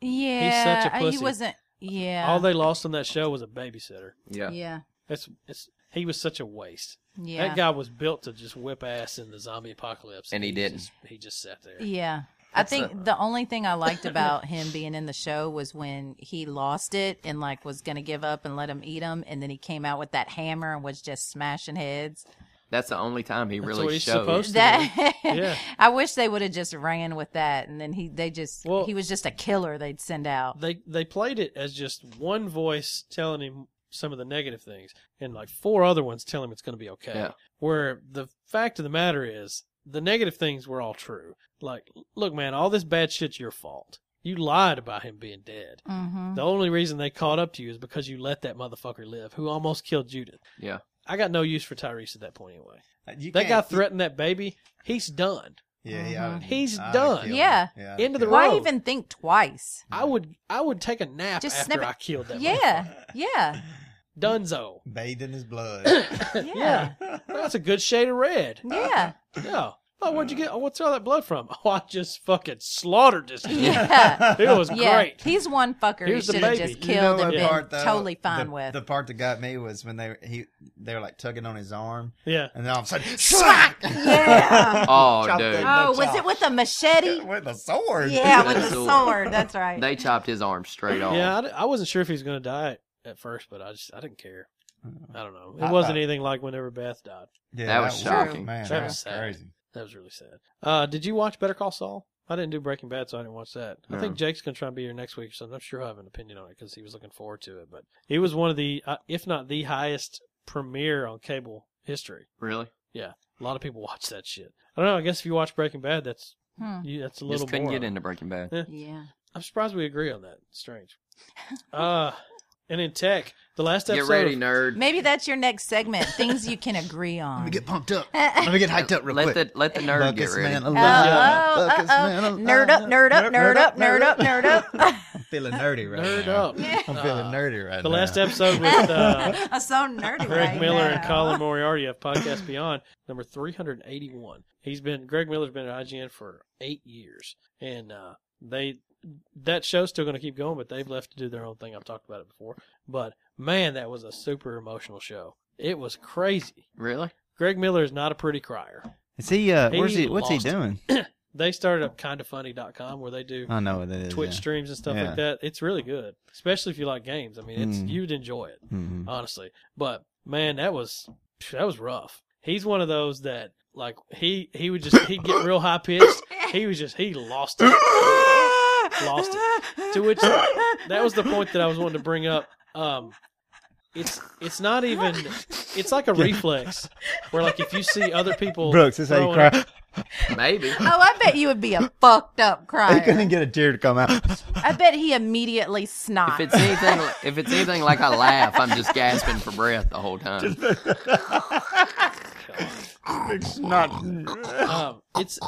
[SPEAKER 2] Yeah.
[SPEAKER 3] such a
[SPEAKER 2] I-
[SPEAKER 3] pussy.
[SPEAKER 2] He wasn't. Yeah.
[SPEAKER 3] All they lost on that show was a babysitter.
[SPEAKER 1] Yeah.
[SPEAKER 2] Yeah.
[SPEAKER 3] That's it's, he was such a waste.
[SPEAKER 2] Yeah.
[SPEAKER 3] That guy was built to just whip ass in the zombie apocalypse,
[SPEAKER 1] And he didn't.
[SPEAKER 3] Just, he just sat there.
[SPEAKER 2] Yeah. I think the only thing I *laughs* liked about him being in the show was when he lost it and like was going to give up and let him eat him, and then he came out with that hammer and was just smashing heads.
[SPEAKER 1] That's the only time he
[SPEAKER 3] That's
[SPEAKER 1] really
[SPEAKER 3] what he's
[SPEAKER 1] showed.
[SPEAKER 3] supposed to
[SPEAKER 2] That
[SPEAKER 3] Yeah.
[SPEAKER 2] *laughs* I wish they would have just ran with that, and then he they just
[SPEAKER 3] Well-
[SPEAKER 2] he was just a killer they'd send out.
[SPEAKER 3] They they played it as just one voice telling him some of the negative things, and like four other ones telling him it's going to be okay.
[SPEAKER 1] Yeah.
[SPEAKER 3] Where the fact of the matter is, the negative things were all true. Like, look, man, all this bad shit's your fault. You lied about him being dead.
[SPEAKER 2] Mm-hmm.
[SPEAKER 3] The only reason they caught up to you is because you let that motherfucker live, who almost killed Judith.
[SPEAKER 1] Yeah.
[SPEAKER 3] I got no use for Tyrese at that point anyway.
[SPEAKER 4] You
[SPEAKER 3] That guy
[SPEAKER 4] can't-
[SPEAKER 3] threatened that baby. He's done.
[SPEAKER 4] Yeah, yeah. I would-
[SPEAKER 3] He's
[SPEAKER 4] I would
[SPEAKER 3] done.
[SPEAKER 4] kill him.
[SPEAKER 2] Mm-hmm. Yeah.
[SPEAKER 4] yeah.
[SPEAKER 3] Into the
[SPEAKER 2] Why
[SPEAKER 3] road.
[SPEAKER 2] even think twice?
[SPEAKER 3] I would I would take a nap
[SPEAKER 2] Just snip
[SPEAKER 3] after
[SPEAKER 2] it.
[SPEAKER 3] I killed that.
[SPEAKER 2] Yeah, yeah,
[SPEAKER 3] motherfucker. Dunzo.
[SPEAKER 4] bathed in his blood.
[SPEAKER 3] *coughs*
[SPEAKER 4] *laughs*
[SPEAKER 2] yeah,
[SPEAKER 3] That's a good shade of red.
[SPEAKER 2] yeah,
[SPEAKER 3] Yeah. Oh, where'd you get? Oh, what's all that blood from? *laughs* Oh, I just fucking slaughtered this. dude.
[SPEAKER 4] *laughs*
[SPEAKER 2] yeah.
[SPEAKER 3] It was
[SPEAKER 2] Yeah,
[SPEAKER 3] great.
[SPEAKER 2] he's one fucker
[SPEAKER 3] Here's
[SPEAKER 2] who
[SPEAKER 3] the
[SPEAKER 2] should have
[SPEAKER 3] baby.
[SPEAKER 2] just killed
[SPEAKER 4] what
[SPEAKER 2] and been
[SPEAKER 4] though-
[SPEAKER 2] totally fine
[SPEAKER 4] the,
[SPEAKER 2] with.
[SPEAKER 4] The part that got me was when they he they were like tugging on his arm,
[SPEAKER 3] Yeah.
[SPEAKER 4] and then all of a sudden, slack. *laughs*
[SPEAKER 2] yeah.
[SPEAKER 1] *laughs* Oh,
[SPEAKER 4] Chop
[SPEAKER 1] dude.
[SPEAKER 4] that-
[SPEAKER 2] Oh, was it with a machete?
[SPEAKER 4] with a sword.
[SPEAKER 2] Yeah,
[SPEAKER 1] With
[SPEAKER 2] with
[SPEAKER 1] a
[SPEAKER 2] a
[SPEAKER 1] sword.
[SPEAKER 2] sword. That's right.
[SPEAKER 1] They chopped his arm straight off.
[SPEAKER 3] Yeah. I, di- I wasn't sure if he was gonna die at first, but I just I didn't care. I don't know. It
[SPEAKER 4] I
[SPEAKER 3] wasn't
[SPEAKER 4] thought-
[SPEAKER 3] anything like whenever Beth died.
[SPEAKER 4] Yeah,
[SPEAKER 1] That was shocking.
[SPEAKER 4] Man,
[SPEAKER 3] That
[SPEAKER 4] that
[SPEAKER 3] was
[SPEAKER 4] was
[SPEAKER 3] sad.
[SPEAKER 4] crazy.
[SPEAKER 3] That was really sad. Uh, did you watch Better Call Saul? I didn't do Breaking Bad, so I didn't watch that. I
[SPEAKER 1] No.
[SPEAKER 3] think Jake's gonna try and be here next week, so I'm not sure I have an opinion on it because he was looking forward to it. But it was one of the, uh, if not the highest premiere on cable history.
[SPEAKER 1] Really?
[SPEAKER 3] A lot of people *laughs* watch that shit. I don't know. I guess if you watch Breaking Bad, that's
[SPEAKER 2] Hmm.
[SPEAKER 3] you, that's a little
[SPEAKER 1] Just couldn't
[SPEAKER 3] more.
[SPEAKER 1] get into Breaking Bad.
[SPEAKER 2] Yeah.
[SPEAKER 3] I'm surprised we agree on that. Strange. uh, and in tech, the last
[SPEAKER 1] Get
[SPEAKER 3] episode.
[SPEAKER 1] ready,
[SPEAKER 3] of-
[SPEAKER 1] nerd.
[SPEAKER 2] Maybe that's your next segment. Things you can agree
[SPEAKER 4] Let
[SPEAKER 2] on.
[SPEAKER 4] me
[SPEAKER 2] *laughs*
[SPEAKER 4] get pumped up. Let me get hyped up real
[SPEAKER 1] let
[SPEAKER 4] quick.
[SPEAKER 1] the let the nerd get
[SPEAKER 4] Buckus
[SPEAKER 1] ready.
[SPEAKER 4] man
[SPEAKER 2] Oh,
[SPEAKER 4] alive.
[SPEAKER 2] oh,
[SPEAKER 4] Buckus man
[SPEAKER 2] oh, oh.
[SPEAKER 4] alive.
[SPEAKER 2] Nerd up, nerd up, nerd up, nerd up, nerd up.
[SPEAKER 4] I'm feeling nerdy right
[SPEAKER 3] Nerd
[SPEAKER 4] now.
[SPEAKER 3] up.
[SPEAKER 4] *laughs* I'm feeling
[SPEAKER 3] Uh,
[SPEAKER 4] nerdy right now.
[SPEAKER 3] The last episode
[SPEAKER 4] *laughs*
[SPEAKER 2] *laughs*
[SPEAKER 3] with uh,
[SPEAKER 2] I'm so nerdy
[SPEAKER 3] Greg
[SPEAKER 2] right
[SPEAKER 3] Miller
[SPEAKER 2] now.
[SPEAKER 3] and
[SPEAKER 2] *laughs*
[SPEAKER 3] Colin Moriarty of Podcast Beyond, number 381. He's been Greg Miller's been at IGN for eight years, and uh, they that show's still going to keep going, but they've left to do their own thing. I've talked about it before, but man, that was a super emotional show. It was crazy.
[SPEAKER 1] Really?
[SPEAKER 3] Greg Miller is not a pretty crier.
[SPEAKER 4] Is he? Uh,
[SPEAKER 3] He
[SPEAKER 4] where's he? What's he
[SPEAKER 3] lost it.
[SPEAKER 4] doing?
[SPEAKER 3] They started up kindoffunny.com where they do
[SPEAKER 4] I know what that is.
[SPEAKER 3] Twitch
[SPEAKER 4] yeah.
[SPEAKER 3] streams and stuff
[SPEAKER 4] Yeah.
[SPEAKER 3] like that. It's really good, especially if you like games. I mean, it's
[SPEAKER 4] Mm.
[SPEAKER 3] you'd enjoy it.
[SPEAKER 4] Mhm.
[SPEAKER 3] honestly. But man, that was that was rough. He's one of those that like he he would just he'd get real high pitched. He was just he lost it, lost it. To which that was the point that I was wanting to bring up. Um, it's it's not even it's like a reflex where like if you see other people
[SPEAKER 4] Brooks, this is how you
[SPEAKER 3] throwing
[SPEAKER 4] cry.
[SPEAKER 3] up- *laughs*
[SPEAKER 4] *laughs*
[SPEAKER 2] *laughs*
[SPEAKER 1] Maybe.
[SPEAKER 2] Oh, I bet you would be a fucked up
[SPEAKER 4] He couldn't
[SPEAKER 2] crier.
[SPEAKER 4] get a tear to come out.
[SPEAKER 2] I bet he immediately
[SPEAKER 1] If
[SPEAKER 2] snot.
[SPEAKER 1] it's
[SPEAKER 2] *laughs*
[SPEAKER 1] anything, if it's anything like I laugh, I'm just gasping for breath the whole time.
[SPEAKER 3] um, it's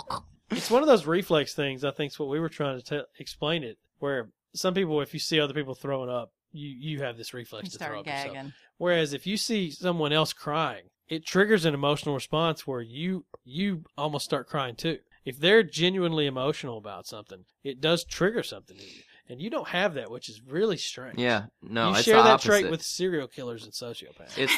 [SPEAKER 3] It's one of those reflex things. I think is what we were trying to tell explain it. Where some people, if you see other people throwing up, you you have this reflex
[SPEAKER 2] You
[SPEAKER 3] to throw
[SPEAKER 2] start
[SPEAKER 3] up. yourself.
[SPEAKER 2] gagging.
[SPEAKER 3] Whereas if you see someone else crying, it triggers an emotional response where you you almost start crying too. If they're genuinely emotional about something, it does trigger something in you, and you don't have that, which is really strange.
[SPEAKER 1] Yeah, no,
[SPEAKER 3] you
[SPEAKER 1] it's
[SPEAKER 3] share
[SPEAKER 1] the
[SPEAKER 3] that
[SPEAKER 1] opposite.
[SPEAKER 3] trait with serial killers and sociopaths.
[SPEAKER 1] it's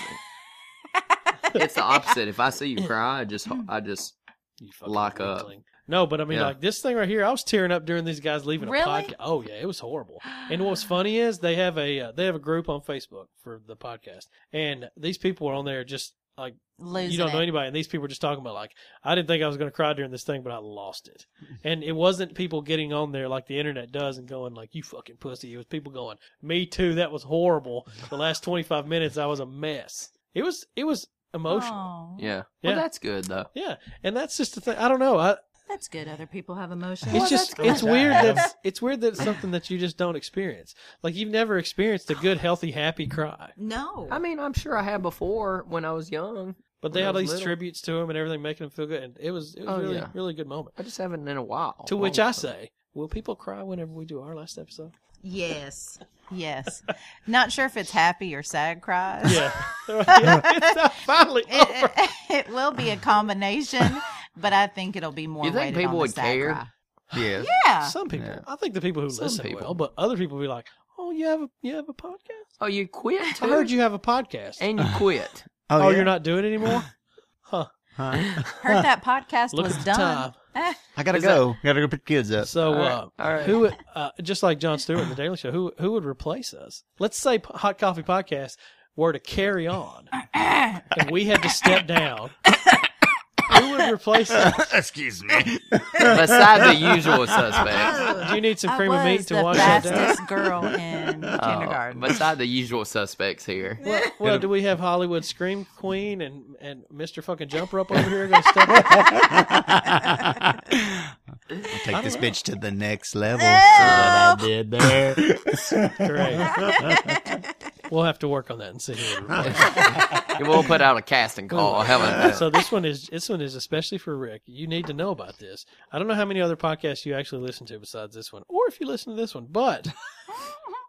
[SPEAKER 1] *laughs* it's the opposite. If I see you cry, I just I just
[SPEAKER 3] You fucking
[SPEAKER 1] Lock up.
[SPEAKER 3] weakling. No, but I mean,
[SPEAKER 1] Yeah.
[SPEAKER 3] like this thing right here, I was tearing up during these guys leaving
[SPEAKER 2] Really?
[SPEAKER 3] a podcast. Oh yeah, it was horrible. And what's funny is they have a uh, they have a group on Facebook for the podcast, and these people are on there just like
[SPEAKER 2] Losing
[SPEAKER 3] you don't know
[SPEAKER 2] it.
[SPEAKER 3] anybody, and these people are just talking about like I didn't think I was going to cry during this thing, but I lost it. And it wasn't people getting on there like the internet does and going like you fucking pussy. It was people going me too. That was horrible. The last twenty five minutes, I was a mess. It was it was emotional.
[SPEAKER 2] Aw,
[SPEAKER 1] yeah.
[SPEAKER 3] Yeah.
[SPEAKER 1] Well, that's good though.
[SPEAKER 3] Yeah, and that's just the thing. I don't know. I,
[SPEAKER 2] That's good. Other people have emotions.
[SPEAKER 3] it's just
[SPEAKER 4] good.
[SPEAKER 3] it's weird that it's weird that it's something that you just don't experience. Like you've never experienced a good, healthy, happy cry.
[SPEAKER 2] *laughs* no.
[SPEAKER 1] I mean, I'm sure I had before when I was young.
[SPEAKER 3] But they
[SPEAKER 1] When I
[SPEAKER 3] had all
[SPEAKER 1] was
[SPEAKER 3] these
[SPEAKER 1] little.
[SPEAKER 3] tributes to him and everything, making him feel good, and it was it was
[SPEAKER 1] Oh,
[SPEAKER 3] really
[SPEAKER 1] yeah.
[SPEAKER 3] really good moment.
[SPEAKER 1] I just haven't in a while.
[SPEAKER 3] To which I
[SPEAKER 1] Honestly.
[SPEAKER 3] say, will people cry whenever we do our last episode?
[SPEAKER 2] Yes. Yes. Not sure if it's happy or sad cries.
[SPEAKER 3] *laughs* Yeah, it's not finally
[SPEAKER 2] *laughs* It,
[SPEAKER 3] over.
[SPEAKER 2] it, *laughs* it will be a combination, but I think it'll be more.
[SPEAKER 1] You think
[SPEAKER 2] weighted on
[SPEAKER 1] people
[SPEAKER 2] the
[SPEAKER 1] would
[SPEAKER 2] sad
[SPEAKER 1] care?
[SPEAKER 2] cry.
[SPEAKER 4] Yes.
[SPEAKER 2] Yeah.
[SPEAKER 3] Some people,
[SPEAKER 4] Yeah.
[SPEAKER 3] I think the people who
[SPEAKER 1] Some
[SPEAKER 3] listen
[SPEAKER 1] people.
[SPEAKER 3] will, but other people be like, "Oh, you have a you have a podcast?
[SPEAKER 1] Oh, you quit?
[SPEAKER 3] I
[SPEAKER 1] too?
[SPEAKER 3] heard you have a podcast.
[SPEAKER 1] And you
[SPEAKER 3] *laughs*
[SPEAKER 1] quit.
[SPEAKER 3] oh,
[SPEAKER 4] yeah?
[SPEAKER 3] you're not doing it anymore?
[SPEAKER 2] *laughs*
[SPEAKER 3] huh?
[SPEAKER 4] Huh?
[SPEAKER 2] Heard that podcast
[SPEAKER 3] Look
[SPEAKER 2] was
[SPEAKER 3] at the
[SPEAKER 2] done.
[SPEAKER 3] time.
[SPEAKER 2] Eh,
[SPEAKER 4] I gotta
[SPEAKER 1] Is that-
[SPEAKER 4] go. Gotta go pick the kids up.
[SPEAKER 3] So,
[SPEAKER 1] All right,
[SPEAKER 3] uh,
[SPEAKER 1] all right.
[SPEAKER 3] who would, uh, just like John Stewart in the Daily Show, who who would replace us? Let's say P- Hot Coffee Podcast were to carry on, and we had to
[SPEAKER 2] *laughs*
[SPEAKER 3] step down. who would replace us?
[SPEAKER 4] *laughs* Excuse me.
[SPEAKER 1] Besides the usual
[SPEAKER 3] *laughs*
[SPEAKER 1] suspects.
[SPEAKER 3] Do you need some
[SPEAKER 2] I
[SPEAKER 3] cream
[SPEAKER 2] was
[SPEAKER 3] of meat to
[SPEAKER 2] the
[SPEAKER 3] wash that down? Oh,
[SPEAKER 2] fastest
[SPEAKER 3] *laughs*
[SPEAKER 2] girl in
[SPEAKER 1] Uh,
[SPEAKER 2] *laughs* kindergarten.
[SPEAKER 1] beside the usual suspects here.
[SPEAKER 3] Well,
[SPEAKER 4] *laughs*
[SPEAKER 3] well, do we have Hollywood Scream Queen and and Mr. Fucking Jumper up over here going to step up?
[SPEAKER 4] I'll take this bitch to the next
[SPEAKER 2] *laughs*
[SPEAKER 4] level. See what I did there.
[SPEAKER 3] Great. We'll have to work on that and see
[SPEAKER 4] *laughs*
[SPEAKER 3] who. would replace us.
[SPEAKER 1] We'll put out a casting
[SPEAKER 4] Oh,
[SPEAKER 1] call. How about that?
[SPEAKER 3] So this one is this one is especially for Rick. You need to know about this. I don't know how many other podcasts you actually listen to besides this one, or if you listen to this one, but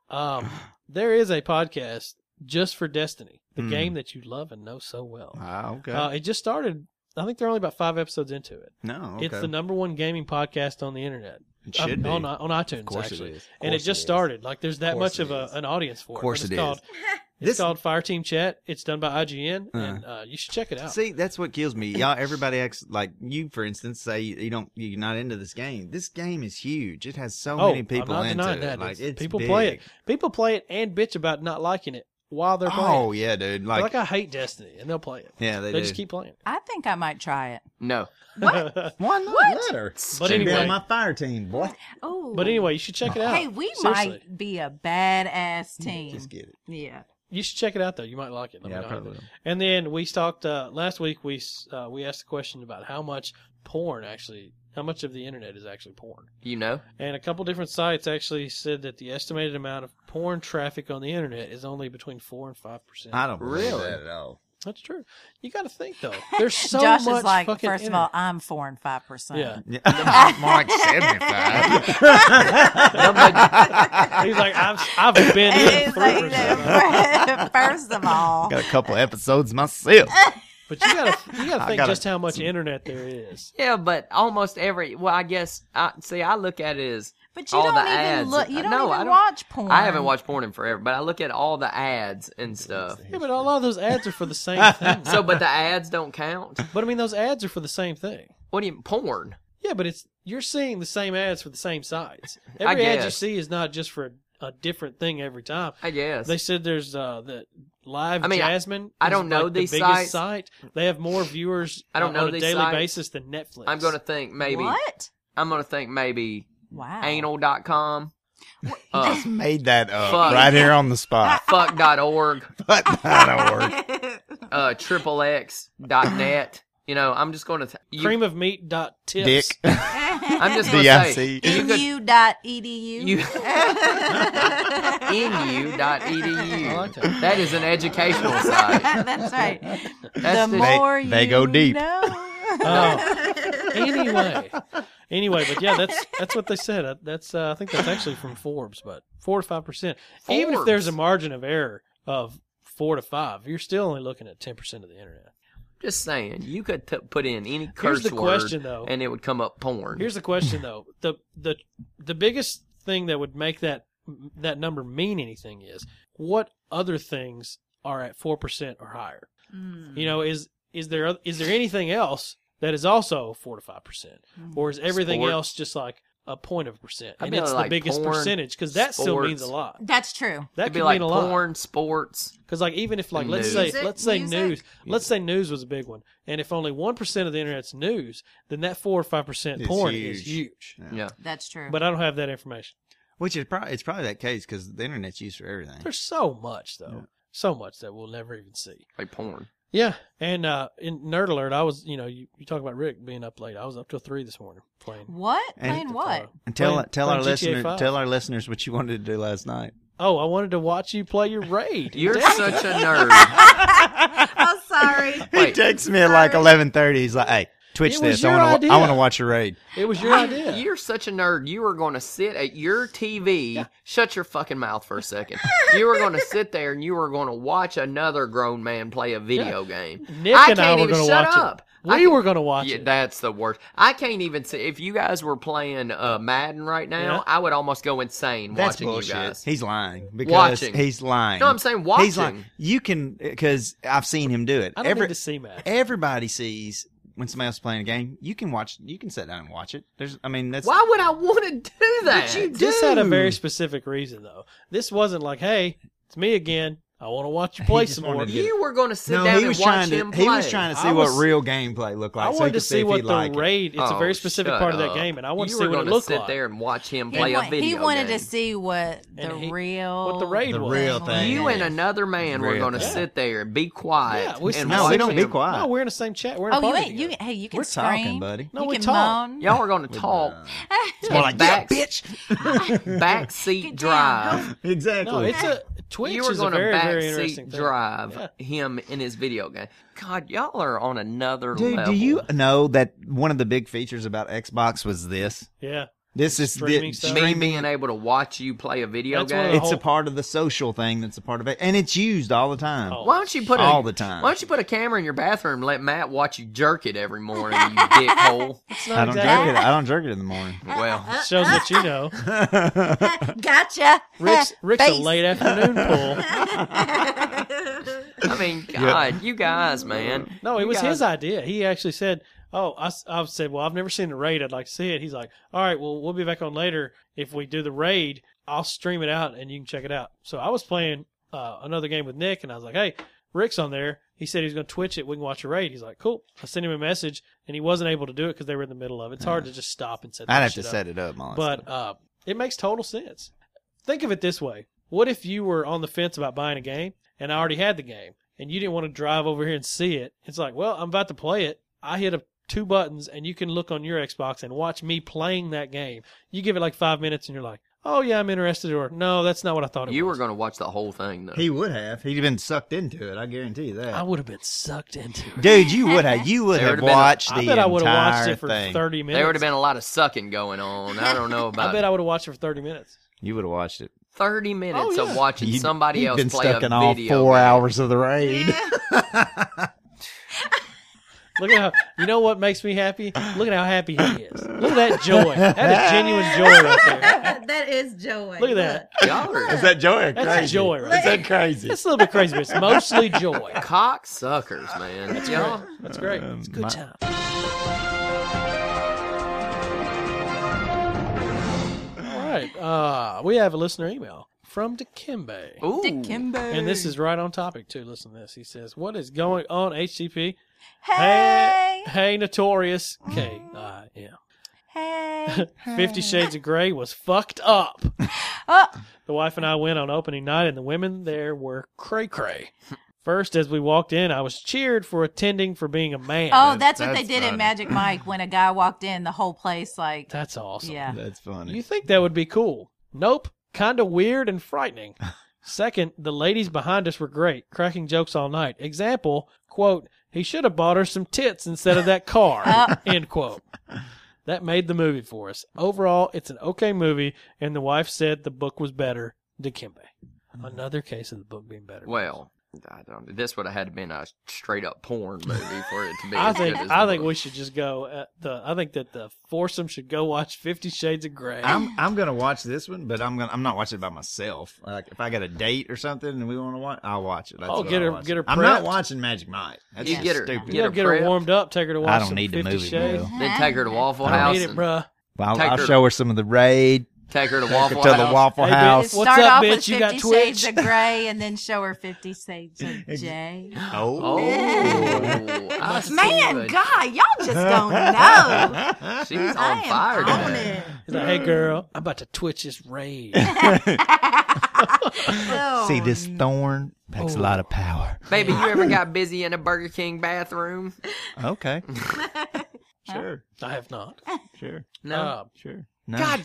[SPEAKER 3] um, there is a podcast just for Destiny, the
[SPEAKER 4] Hmm.
[SPEAKER 3] game that you love and know so well.
[SPEAKER 4] Ah, okay.
[SPEAKER 3] Uh, it just started. I think they're only about five episodes into it.
[SPEAKER 4] no, okay.
[SPEAKER 3] It's the number one gaming podcast on the internet.
[SPEAKER 4] it should
[SPEAKER 3] Um, on
[SPEAKER 4] be.
[SPEAKER 3] on iTunes
[SPEAKER 4] Of course it
[SPEAKER 3] actually,
[SPEAKER 4] is. Of
[SPEAKER 3] and it
[SPEAKER 4] course
[SPEAKER 3] just
[SPEAKER 4] it is.
[SPEAKER 3] started. Like there's that
[SPEAKER 4] Of
[SPEAKER 3] much
[SPEAKER 4] course
[SPEAKER 3] of
[SPEAKER 4] it
[SPEAKER 3] a,
[SPEAKER 4] is.
[SPEAKER 3] an audience for it.
[SPEAKER 4] Of course
[SPEAKER 3] But it's
[SPEAKER 4] it
[SPEAKER 2] *laughs*
[SPEAKER 4] is.
[SPEAKER 3] called, It's
[SPEAKER 4] This-
[SPEAKER 3] called Fireteam Chat. It's done by IGN, and uh, you should check it out.
[SPEAKER 4] See, *laughs* that's what kills me. Y'all, everybody acts like you, for instance, say you don't, you're not into this game. This game is huge. It has so many people
[SPEAKER 3] Oh, I'm not denying
[SPEAKER 4] into it.
[SPEAKER 3] that.
[SPEAKER 4] Like
[SPEAKER 3] It's-
[SPEAKER 4] it's
[SPEAKER 3] people
[SPEAKER 4] big.
[SPEAKER 3] play it. People play it and bitch about not liking it while they're playing.
[SPEAKER 4] Oh yeah, dude.
[SPEAKER 3] Like,
[SPEAKER 4] Like,
[SPEAKER 3] like I hate Destiny, and they'll play it.
[SPEAKER 4] yeah, they,
[SPEAKER 3] They,
[SPEAKER 4] do.
[SPEAKER 3] just keep playing.
[SPEAKER 2] I think I might try it.
[SPEAKER 1] No.
[SPEAKER 3] *laughs* but
[SPEAKER 4] Why not? Let her.
[SPEAKER 3] But
[SPEAKER 4] She'd be
[SPEAKER 3] anyway-
[SPEAKER 4] on my fire team, boy.
[SPEAKER 2] Oh,
[SPEAKER 3] anyway, you should check it out.
[SPEAKER 2] hey, we
[SPEAKER 3] Seriously. Mm,
[SPEAKER 2] might be a badass team.
[SPEAKER 4] Just get it.
[SPEAKER 2] Yeah.
[SPEAKER 3] You should check it out though. You might like it. Let me
[SPEAKER 4] Yeah, I
[SPEAKER 3] know.
[SPEAKER 4] probably will.
[SPEAKER 3] And then we talked uh, last week. We s- uh, we asked a question about how much porn actually, how much of the internet is actually porn.
[SPEAKER 1] You
[SPEAKER 3] *laughs*
[SPEAKER 1] know?
[SPEAKER 3] And a couple different sites actually said that the estimated amount of porn traffic on the internet is only between four and five percent.
[SPEAKER 4] I don't believe
[SPEAKER 1] Really?
[SPEAKER 4] that at all.
[SPEAKER 3] That's true. You got to think
[SPEAKER 2] *laughs*
[SPEAKER 3] though. There's so
[SPEAKER 2] Josh
[SPEAKER 3] much
[SPEAKER 2] is like, first
[SPEAKER 3] fucking
[SPEAKER 2] of all, I'm four and five percent.
[SPEAKER 3] internet.
[SPEAKER 4] *laughs* Yeah. More like
[SPEAKER 3] yeah.
[SPEAKER 4] 75.
[SPEAKER 3] He's
[SPEAKER 2] *laughs*
[SPEAKER 3] like, I've I've been in
[SPEAKER 2] It's
[SPEAKER 3] three
[SPEAKER 2] like,
[SPEAKER 3] percent.
[SPEAKER 2] *laughs* first of all,
[SPEAKER 4] Got a couple episodes myself.
[SPEAKER 3] But you gotta you gotta
[SPEAKER 4] I
[SPEAKER 3] think
[SPEAKER 4] gotta-
[SPEAKER 3] just how much internet there
[SPEAKER 4] *laughs*
[SPEAKER 3] is.
[SPEAKER 1] Yeah, but almost every. Well, I guess. I, see, I look at it as.
[SPEAKER 2] but you
[SPEAKER 1] all
[SPEAKER 2] don't
[SPEAKER 1] the
[SPEAKER 2] even
[SPEAKER 1] ads. Uh,
[SPEAKER 2] look. You don't
[SPEAKER 1] No,
[SPEAKER 2] even
[SPEAKER 1] I don't-
[SPEAKER 2] watch porn.
[SPEAKER 1] I haven't watched porn in forever, but I look at all the ads and stuff.
[SPEAKER 3] Yeah, but a lot of those ads are for the
[SPEAKER 4] *laughs*
[SPEAKER 3] same thing.
[SPEAKER 1] *laughs* So, but the ads don't count.
[SPEAKER 3] but I mean, those ads are for the same thing.
[SPEAKER 1] What do you porn?
[SPEAKER 3] Yeah, but it's you're seeing the same ads for the same sites.
[SPEAKER 1] I
[SPEAKER 3] Every ad you
[SPEAKER 1] guess.
[SPEAKER 3] see is not just for a, a different thing every time.
[SPEAKER 1] I guess.
[SPEAKER 3] They said there's uh, the live
[SPEAKER 1] I mean, I-
[SPEAKER 3] Jasmine.
[SPEAKER 1] I
[SPEAKER 3] is
[SPEAKER 1] don't know
[SPEAKER 3] like the
[SPEAKER 1] these sites.
[SPEAKER 3] biggest site. They have more viewers.
[SPEAKER 1] I don't
[SPEAKER 3] uh,
[SPEAKER 1] know
[SPEAKER 3] on a
[SPEAKER 1] these
[SPEAKER 3] daily
[SPEAKER 1] sites.
[SPEAKER 3] basis than Netflix.
[SPEAKER 1] I'm gonna think maybe.
[SPEAKER 2] What?
[SPEAKER 1] I'm gonna think maybe
[SPEAKER 2] Wow.
[SPEAKER 1] *laughs* anal.com, uh,
[SPEAKER 4] Made that up
[SPEAKER 1] Fuck.
[SPEAKER 4] right here on the spot. *laughs*
[SPEAKER 1] fuck.org,
[SPEAKER 4] But *laughs* that'll work.
[SPEAKER 2] *laughs*
[SPEAKER 1] uh, xxx.net. You know, I'm just gonna. Th- you-
[SPEAKER 3] cream of meat dot tips.
[SPEAKER 4] Dick.
[SPEAKER 1] I'm just gonna say
[SPEAKER 4] DIC.
[SPEAKER 1] you
[SPEAKER 2] E
[SPEAKER 1] could-
[SPEAKER 2] nu.edu.
[SPEAKER 1] you
[SPEAKER 2] *laughs*
[SPEAKER 1] E nu.edu.
[SPEAKER 3] I like that.
[SPEAKER 1] E That is an educational site.
[SPEAKER 2] *laughs* That's right.
[SPEAKER 1] That's the-
[SPEAKER 2] the more *laughs*
[SPEAKER 4] *laughs* They- they
[SPEAKER 2] you
[SPEAKER 4] go deep.
[SPEAKER 2] know.
[SPEAKER 1] *laughs*
[SPEAKER 3] Oh. anyway, Anyway, but yeah, that's that's what they said. Uh, That's uh, I think that's actually from Forbes, but four to five percent. Even if there's a
[SPEAKER 1] Forbes.
[SPEAKER 3] margin of error of four to five, you're still only looking at ten percent of the internet.
[SPEAKER 1] Just saying, you could t- put in any curse
[SPEAKER 3] the
[SPEAKER 1] word,
[SPEAKER 3] question, though.
[SPEAKER 1] and it would come up porn.
[SPEAKER 3] Here's the question though. The the the biggest thing that would make that that number mean anything is what other things are at 4% or higher.
[SPEAKER 2] Hmm.
[SPEAKER 3] You know, is is there oth- is there anything else that is also 4 to 5%? Or is everything
[SPEAKER 1] Sports.
[SPEAKER 3] else just like a point of a percent?
[SPEAKER 1] I'd
[SPEAKER 3] And
[SPEAKER 1] be
[SPEAKER 3] it's
[SPEAKER 1] like
[SPEAKER 3] the biggest
[SPEAKER 1] porn,
[SPEAKER 3] percentage cuz that still means a
[SPEAKER 1] sports.
[SPEAKER 3] lot.
[SPEAKER 2] That's true.
[SPEAKER 3] That
[SPEAKER 1] It'd
[SPEAKER 3] could
[SPEAKER 1] be like
[SPEAKER 3] mean a lot.
[SPEAKER 1] porn, sports.
[SPEAKER 3] Because like even if like
[SPEAKER 1] And
[SPEAKER 3] let's
[SPEAKER 1] news.
[SPEAKER 3] say
[SPEAKER 2] Music,
[SPEAKER 3] let's say
[SPEAKER 2] music.
[SPEAKER 3] news let's say news was a big one, and if only one percent of the internet's news, then that four or five percent
[SPEAKER 4] It's
[SPEAKER 3] porn
[SPEAKER 4] huge.
[SPEAKER 3] is huge.
[SPEAKER 1] Yeah.
[SPEAKER 2] That's true.
[SPEAKER 3] But I don't have that information.
[SPEAKER 4] *laughs* Which is probably it's probably that case because the internet's used for everything.
[SPEAKER 3] There's so much though, so much that we'll never even see.
[SPEAKER 1] like porn.
[SPEAKER 3] Yeah, and uh, in nerd alert, I was you know you, you talk about Rick being up late. I was up till three this morning playing.
[SPEAKER 2] what?
[SPEAKER 4] And-
[SPEAKER 2] Playing
[SPEAKER 3] *laughs*
[SPEAKER 2] what?
[SPEAKER 4] And tell
[SPEAKER 3] Playing-
[SPEAKER 4] tell
[SPEAKER 3] playing GTA
[SPEAKER 4] our listener
[SPEAKER 3] five.
[SPEAKER 4] tell our listeners what you wanted to do last night.
[SPEAKER 3] Oh, I wanted to watch you play your raid.
[SPEAKER 1] You're such a nerd.
[SPEAKER 2] I'm sorry.
[SPEAKER 4] He
[SPEAKER 1] Wait,
[SPEAKER 4] texts me at like
[SPEAKER 2] Sorry.
[SPEAKER 4] eleven thirty. He's like, "Hey, Twitch
[SPEAKER 3] It was
[SPEAKER 4] this. I
[SPEAKER 3] your
[SPEAKER 4] want to.
[SPEAKER 3] idea.
[SPEAKER 4] I want to watch your raid."
[SPEAKER 3] It
[SPEAKER 1] *laughs*
[SPEAKER 3] was your idea.
[SPEAKER 1] you're such a nerd. You were going to sit at your TV. Shut your fucking mouth for a second. you were going to sit there and you were going to watch another grown man play a video game.
[SPEAKER 3] Nick
[SPEAKER 1] I
[SPEAKER 3] and I
[SPEAKER 1] can't
[SPEAKER 3] were
[SPEAKER 1] even
[SPEAKER 3] going to
[SPEAKER 1] shut
[SPEAKER 3] watch
[SPEAKER 1] up.
[SPEAKER 3] it. We
[SPEAKER 1] I-
[SPEAKER 3] were going to watch
[SPEAKER 1] Yeah,
[SPEAKER 3] it.
[SPEAKER 1] that's the worst. I can't even see if you guys were playing uh, Madden right now.
[SPEAKER 3] Yeah.
[SPEAKER 1] I would almost go insane
[SPEAKER 4] That's
[SPEAKER 1] watching
[SPEAKER 4] bullshit.
[SPEAKER 1] you guys.
[SPEAKER 4] He's lying because
[SPEAKER 1] Watching.
[SPEAKER 4] he's lying.
[SPEAKER 1] No, I'm saying
[SPEAKER 4] He's lying.
[SPEAKER 1] watching.
[SPEAKER 4] You can because I've seen him do it.
[SPEAKER 3] I don't
[SPEAKER 4] Every-
[SPEAKER 3] need to see Matt.
[SPEAKER 4] everybody sees when somebody else is playing a game. You can watch. You can sit down and watch it. There's. I mean, that's
[SPEAKER 1] Why would I want to do that?
[SPEAKER 4] But you
[SPEAKER 3] This had a
[SPEAKER 4] do.
[SPEAKER 3] very specific reason, though. This wasn't like, "Hey, it's me again. I want to watch you
[SPEAKER 4] He
[SPEAKER 3] play
[SPEAKER 4] just
[SPEAKER 3] some more."
[SPEAKER 4] wanted to
[SPEAKER 1] You were going to sit
[SPEAKER 4] No,
[SPEAKER 1] down
[SPEAKER 4] he was
[SPEAKER 1] and watch
[SPEAKER 4] trying to.
[SPEAKER 1] him play.
[SPEAKER 4] He was trying to see
[SPEAKER 3] I
[SPEAKER 4] what
[SPEAKER 3] was-
[SPEAKER 4] real gameplay looked like.
[SPEAKER 3] I
[SPEAKER 4] so he
[SPEAKER 3] wanted
[SPEAKER 4] could
[SPEAKER 3] to see
[SPEAKER 4] if
[SPEAKER 3] what
[SPEAKER 4] he'd
[SPEAKER 3] the
[SPEAKER 4] like it.
[SPEAKER 3] raid. It's a
[SPEAKER 1] Oh,
[SPEAKER 3] very specific
[SPEAKER 1] shut
[SPEAKER 3] part of
[SPEAKER 1] up.
[SPEAKER 3] that game, and I wanted
[SPEAKER 1] you
[SPEAKER 3] to see
[SPEAKER 1] were
[SPEAKER 3] what it
[SPEAKER 1] gonna
[SPEAKER 3] looked
[SPEAKER 1] sit
[SPEAKER 3] like.
[SPEAKER 1] there and watch him
[SPEAKER 2] He
[SPEAKER 1] play
[SPEAKER 2] wa-
[SPEAKER 1] a video
[SPEAKER 2] He wanted
[SPEAKER 1] game.
[SPEAKER 2] to see what the
[SPEAKER 3] And he-
[SPEAKER 2] real,
[SPEAKER 3] what the raid The was.
[SPEAKER 4] real thing
[SPEAKER 1] You
[SPEAKER 4] Yeah.
[SPEAKER 1] and another man were
[SPEAKER 4] Real
[SPEAKER 1] going to
[SPEAKER 4] thing.
[SPEAKER 1] sit there and be quiet.
[SPEAKER 3] Yeah, we-
[SPEAKER 1] and
[SPEAKER 4] No,
[SPEAKER 1] watch
[SPEAKER 4] we don't be
[SPEAKER 1] him.
[SPEAKER 4] quiet.
[SPEAKER 3] No, we're in the same chat. We're in a
[SPEAKER 2] Oh, you
[SPEAKER 3] party
[SPEAKER 2] ain't. You
[SPEAKER 3] together.
[SPEAKER 2] hey, you can
[SPEAKER 4] We're
[SPEAKER 2] scream.
[SPEAKER 4] talking, buddy.
[SPEAKER 3] No,
[SPEAKER 2] you
[SPEAKER 3] we
[SPEAKER 2] can
[SPEAKER 3] talk.
[SPEAKER 2] moan.
[SPEAKER 1] Y'all were going to talk
[SPEAKER 4] It's more like, yeah,
[SPEAKER 1] *laughs*
[SPEAKER 3] *laughs*
[SPEAKER 1] Back-
[SPEAKER 4] bitch.
[SPEAKER 1] *laughs* backseat
[SPEAKER 2] Get down.
[SPEAKER 1] drive.
[SPEAKER 4] Exactly.
[SPEAKER 3] no, it's a Twitch
[SPEAKER 1] You were
[SPEAKER 3] is a
[SPEAKER 1] going to
[SPEAKER 3] very very interesting
[SPEAKER 1] backseat
[SPEAKER 3] thing.
[SPEAKER 1] drive
[SPEAKER 3] Yeah.
[SPEAKER 1] him in his video game. God, y'all are on another
[SPEAKER 4] Dude,
[SPEAKER 1] level.
[SPEAKER 4] do you know that one of the big features about Xbox was this?
[SPEAKER 3] Yeah,
[SPEAKER 4] This is
[SPEAKER 3] Streaming
[SPEAKER 4] the
[SPEAKER 3] stuff.
[SPEAKER 1] me
[SPEAKER 4] streaming. Oh.
[SPEAKER 1] being able to watch you play a video
[SPEAKER 3] That's one of
[SPEAKER 1] game?
[SPEAKER 3] the
[SPEAKER 4] It's a part of the social thing. That's a part of it, and it's used all the time.
[SPEAKER 3] Oh.
[SPEAKER 1] Why don't you put a,
[SPEAKER 4] All the time.
[SPEAKER 1] Why don't you put a camera in your bathroom? And let Matt watch you jerk it every morning, you dickhole.
[SPEAKER 3] it's
[SPEAKER 4] I
[SPEAKER 3] not
[SPEAKER 4] don't
[SPEAKER 3] exactly.
[SPEAKER 4] jerk it. I don't jerk it in the morning.
[SPEAKER 1] Well,
[SPEAKER 3] Shows that you *laughs* know.
[SPEAKER 2] *laughs*
[SPEAKER 4] *laughs*
[SPEAKER 2] gotcha. *laughs*
[SPEAKER 3] Rick's Rick's a
[SPEAKER 2] Face.
[SPEAKER 3] late
[SPEAKER 4] *laughs*
[SPEAKER 3] afternoon pull.
[SPEAKER 1] I mean, God, you guys, man.
[SPEAKER 3] No, it
[SPEAKER 1] You
[SPEAKER 3] was
[SPEAKER 1] guys-
[SPEAKER 3] his idea. He actually said, "Oh, I, s- I've said, well, I've never seen the raid. I'd like to see it." He's like, "All right, well, we'll be back on later. If we do the raid, I'll stream it out and you can check it out." So I was playing uh, another game with Nick, and I was like, "Hey, Rick's on there." He said he was going to Twitch it. We can watch a raid. He's like, "Cool." I sent him a message, and he wasn't able to do it because they were in the middle of it. It's hard to just stop and set.
[SPEAKER 4] I'd
[SPEAKER 3] that
[SPEAKER 4] have to
[SPEAKER 3] shit up.
[SPEAKER 4] set it up, honestly.
[SPEAKER 3] But uh, it makes total sense. Think of it this way: What if you were on the fence about buying a game, and I already had the game, and you didn't want to drive over here and see it? It's like, well, I'm about to play it. I hit a two buttons, and you can look on your Xbox and watch me playing that game. You give it like five minutes, and you're like, oh yeah, I'm interested, or no, that's not what I thought it
[SPEAKER 1] You were
[SPEAKER 3] was.
[SPEAKER 1] going to watch the whole thing, though.
[SPEAKER 4] he would have. He'd have been sucked into it. I guarantee you that.
[SPEAKER 3] I would have been sucked into
[SPEAKER 6] *laughs*
[SPEAKER 3] it.
[SPEAKER 4] *laughs* Dude, you would have. You would
[SPEAKER 1] There
[SPEAKER 4] have
[SPEAKER 1] would've been a-
[SPEAKER 4] watched the
[SPEAKER 3] I bet I would
[SPEAKER 4] entire
[SPEAKER 3] have watched it for
[SPEAKER 4] thing.
[SPEAKER 3] thirty minutes.
[SPEAKER 1] there would have been a lot of sucking going on. I don't know about
[SPEAKER 3] I bet I would have watched it for thirty minutes.
[SPEAKER 4] You would have watched it.
[SPEAKER 1] thirty minutes
[SPEAKER 3] Oh, yeah.
[SPEAKER 1] of watching
[SPEAKER 4] You'd-
[SPEAKER 1] somebody
[SPEAKER 4] you'd
[SPEAKER 1] else
[SPEAKER 4] been
[SPEAKER 1] play
[SPEAKER 4] stuck
[SPEAKER 1] a
[SPEAKER 4] in all
[SPEAKER 1] video.
[SPEAKER 4] four
[SPEAKER 1] game.
[SPEAKER 4] hours of the raid.
[SPEAKER 6] *laughs*
[SPEAKER 2] *laughs*
[SPEAKER 3] Look at how you know what makes me happy. Look at how happy he is. Look at that joy. That is genuine joy right there.
[SPEAKER 2] that is joy.
[SPEAKER 3] Look at that.
[SPEAKER 1] Y'all
[SPEAKER 6] *laughs*
[SPEAKER 1] are
[SPEAKER 4] Is that joy? Or
[SPEAKER 3] That's joy right there.
[SPEAKER 4] that crazy?
[SPEAKER 3] That's a little bit crazy, but it's mostly joy.
[SPEAKER 1] cock suckers, man. Y'all,
[SPEAKER 3] That's great. It's a good
[SPEAKER 4] my-
[SPEAKER 3] time. All right. Uh, we have a listener email from Dikembe.
[SPEAKER 1] ooh,
[SPEAKER 2] Dick Kimbo.
[SPEAKER 3] And this is right on topic, too. Listen to this. He says, What is going on, HTP?
[SPEAKER 2] hey,
[SPEAKER 3] Hey, Notorious K. Uh, yeah. *laughs*
[SPEAKER 2] hey.
[SPEAKER 3] Fifty Shades of Grey was fucked up.
[SPEAKER 2] Oh,
[SPEAKER 3] The wife and I went on opening night, and the women there were cray cray. First, as we walked in, I was cheered for attending for being a man.
[SPEAKER 2] oh, that's what they
[SPEAKER 4] that's
[SPEAKER 2] did
[SPEAKER 4] funny.
[SPEAKER 2] in Magic Mike when a guy walked in, the whole place like,
[SPEAKER 3] That's awesome.
[SPEAKER 2] yeah.
[SPEAKER 4] That's funny.
[SPEAKER 3] You think that would be cool? Nope. Kind of weird and frightening. Second, the ladies behind us were great, cracking jokes all night.
[SPEAKER 2] *laughs* Oh.
[SPEAKER 3] *laughs* Example, quote, he should have bought her some tits instead of that car, end quote. That made the movie for us. Overall, it's an okay movie, and the wife said the book was better. Dikembe. Another case of the book being better.
[SPEAKER 1] Well, I don't. This would have had to been a straight up porn movie for it to be.
[SPEAKER 3] *laughs* I
[SPEAKER 1] as good
[SPEAKER 3] think
[SPEAKER 1] as
[SPEAKER 3] I
[SPEAKER 1] the
[SPEAKER 3] think
[SPEAKER 1] book.
[SPEAKER 3] we should just go. At the I think that the foursome should go watch Fifty Shades of Grey.
[SPEAKER 6] I'm I'm gonna watch this one, but I'm gonna I'm not watching it by myself. Like if I got a date or something and we want to watch, I'll watch it. That's
[SPEAKER 3] Oh,
[SPEAKER 6] what
[SPEAKER 3] get
[SPEAKER 6] I'll
[SPEAKER 3] her-
[SPEAKER 6] watch.
[SPEAKER 3] get her
[SPEAKER 6] I'm not
[SPEAKER 3] prepped.
[SPEAKER 6] watching Magic Mike. That's
[SPEAKER 1] You
[SPEAKER 6] just
[SPEAKER 1] get her-
[SPEAKER 6] stupid.
[SPEAKER 1] get
[SPEAKER 3] yeah,
[SPEAKER 1] her
[SPEAKER 3] get her
[SPEAKER 1] prepped.
[SPEAKER 3] warmed up. Take her to watch.
[SPEAKER 6] I don't
[SPEAKER 3] some
[SPEAKER 6] need the
[SPEAKER 3] 50
[SPEAKER 6] movie,
[SPEAKER 3] Shades.
[SPEAKER 6] Bill.
[SPEAKER 1] Then take her to Waffle
[SPEAKER 6] I don't
[SPEAKER 3] I
[SPEAKER 1] House.
[SPEAKER 3] need it,
[SPEAKER 1] and
[SPEAKER 3] bruh.
[SPEAKER 6] Well, I'll,
[SPEAKER 1] Take
[SPEAKER 6] I'll
[SPEAKER 1] her-
[SPEAKER 6] show her some of the raid.
[SPEAKER 1] Take her to
[SPEAKER 6] Take her
[SPEAKER 1] Waffle
[SPEAKER 6] to the
[SPEAKER 1] House.
[SPEAKER 6] Waffle
[SPEAKER 3] Hey, bitch.
[SPEAKER 6] House.
[SPEAKER 3] What's
[SPEAKER 2] Start
[SPEAKER 3] up,
[SPEAKER 2] off
[SPEAKER 3] bitch?
[SPEAKER 2] with
[SPEAKER 3] You got
[SPEAKER 2] Fifty
[SPEAKER 3] Twitch?
[SPEAKER 2] Shades of Grey, and then show her Fifty Shades
[SPEAKER 3] *laughs*
[SPEAKER 2] of
[SPEAKER 3] *gasps*
[SPEAKER 2] J.
[SPEAKER 1] Oh, I see
[SPEAKER 2] Man,
[SPEAKER 1] what-
[SPEAKER 2] God, y'all
[SPEAKER 3] *laughs*
[SPEAKER 2] just don't know.
[SPEAKER 1] she's
[SPEAKER 2] I
[SPEAKER 1] on
[SPEAKER 2] am
[SPEAKER 1] fire
[SPEAKER 2] on
[SPEAKER 1] today.
[SPEAKER 2] it.
[SPEAKER 3] He's like, hey girl, I'm about to twitch this
[SPEAKER 1] *laughs*
[SPEAKER 3] raid. *laughs*
[SPEAKER 6] *laughs* See
[SPEAKER 2] *laughs*
[SPEAKER 6] this
[SPEAKER 3] Oh.
[SPEAKER 6] thorn packs a lot of power.
[SPEAKER 1] Baby, you ever got busy in a Burger King bathroom?
[SPEAKER 6] Oh. Okay. *laughs*
[SPEAKER 3] *laughs*
[SPEAKER 6] sure.
[SPEAKER 3] I have not.
[SPEAKER 6] Sure.
[SPEAKER 1] No.
[SPEAKER 3] Uh,
[SPEAKER 6] Sure. No.
[SPEAKER 1] God,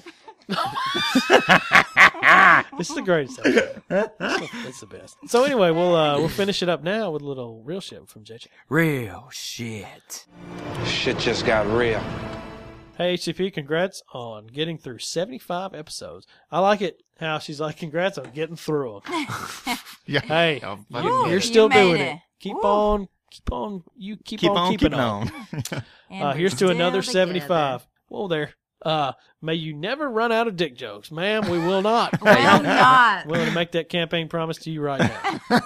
[SPEAKER 3] this is the greatest. episode.
[SPEAKER 1] *laughs*
[SPEAKER 3] It's the best. So anyway, we'll uh, we'll finish it up now with a little real shit from JJ.
[SPEAKER 1] real shit.
[SPEAKER 7] Shit just got real.
[SPEAKER 3] Hey HCP, congrats on getting through 75 episodes. I like it how she's like, congrats on getting through them.
[SPEAKER 1] *laughs*
[SPEAKER 6] Yeah.
[SPEAKER 3] Hey,
[SPEAKER 1] Oh,
[SPEAKER 3] you,
[SPEAKER 1] fucking
[SPEAKER 3] are
[SPEAKER 1] good.
[SPEAKER 3] still
[SPEAKER 2] You made
[SPEAKER 3] doing it.
[SPEAKER 2] it.
[SPEAKER 3] Keep
[SPEAKER 2] Woo.
[SPEAKER 3] on, keep on, you keep,
[SPEAKER 6] Keep
[SPEAKER 3] on,
[SPEAKER 6] on
[SPEAKER 3] keeping
[SPEAKER 6] keeping on. *laughs*
[SPEAKER 3] Uh, here's to another 75. Whoa there. Uh, may you never run out of dick jokes, ma'am. We will
[SPEAKER 2] *laughs*
[SPEAKER 3] not. *laughs*
[SPEAKER 2] Well, not.
[SPEAKER 3] willing to make that campaign promise to you right now.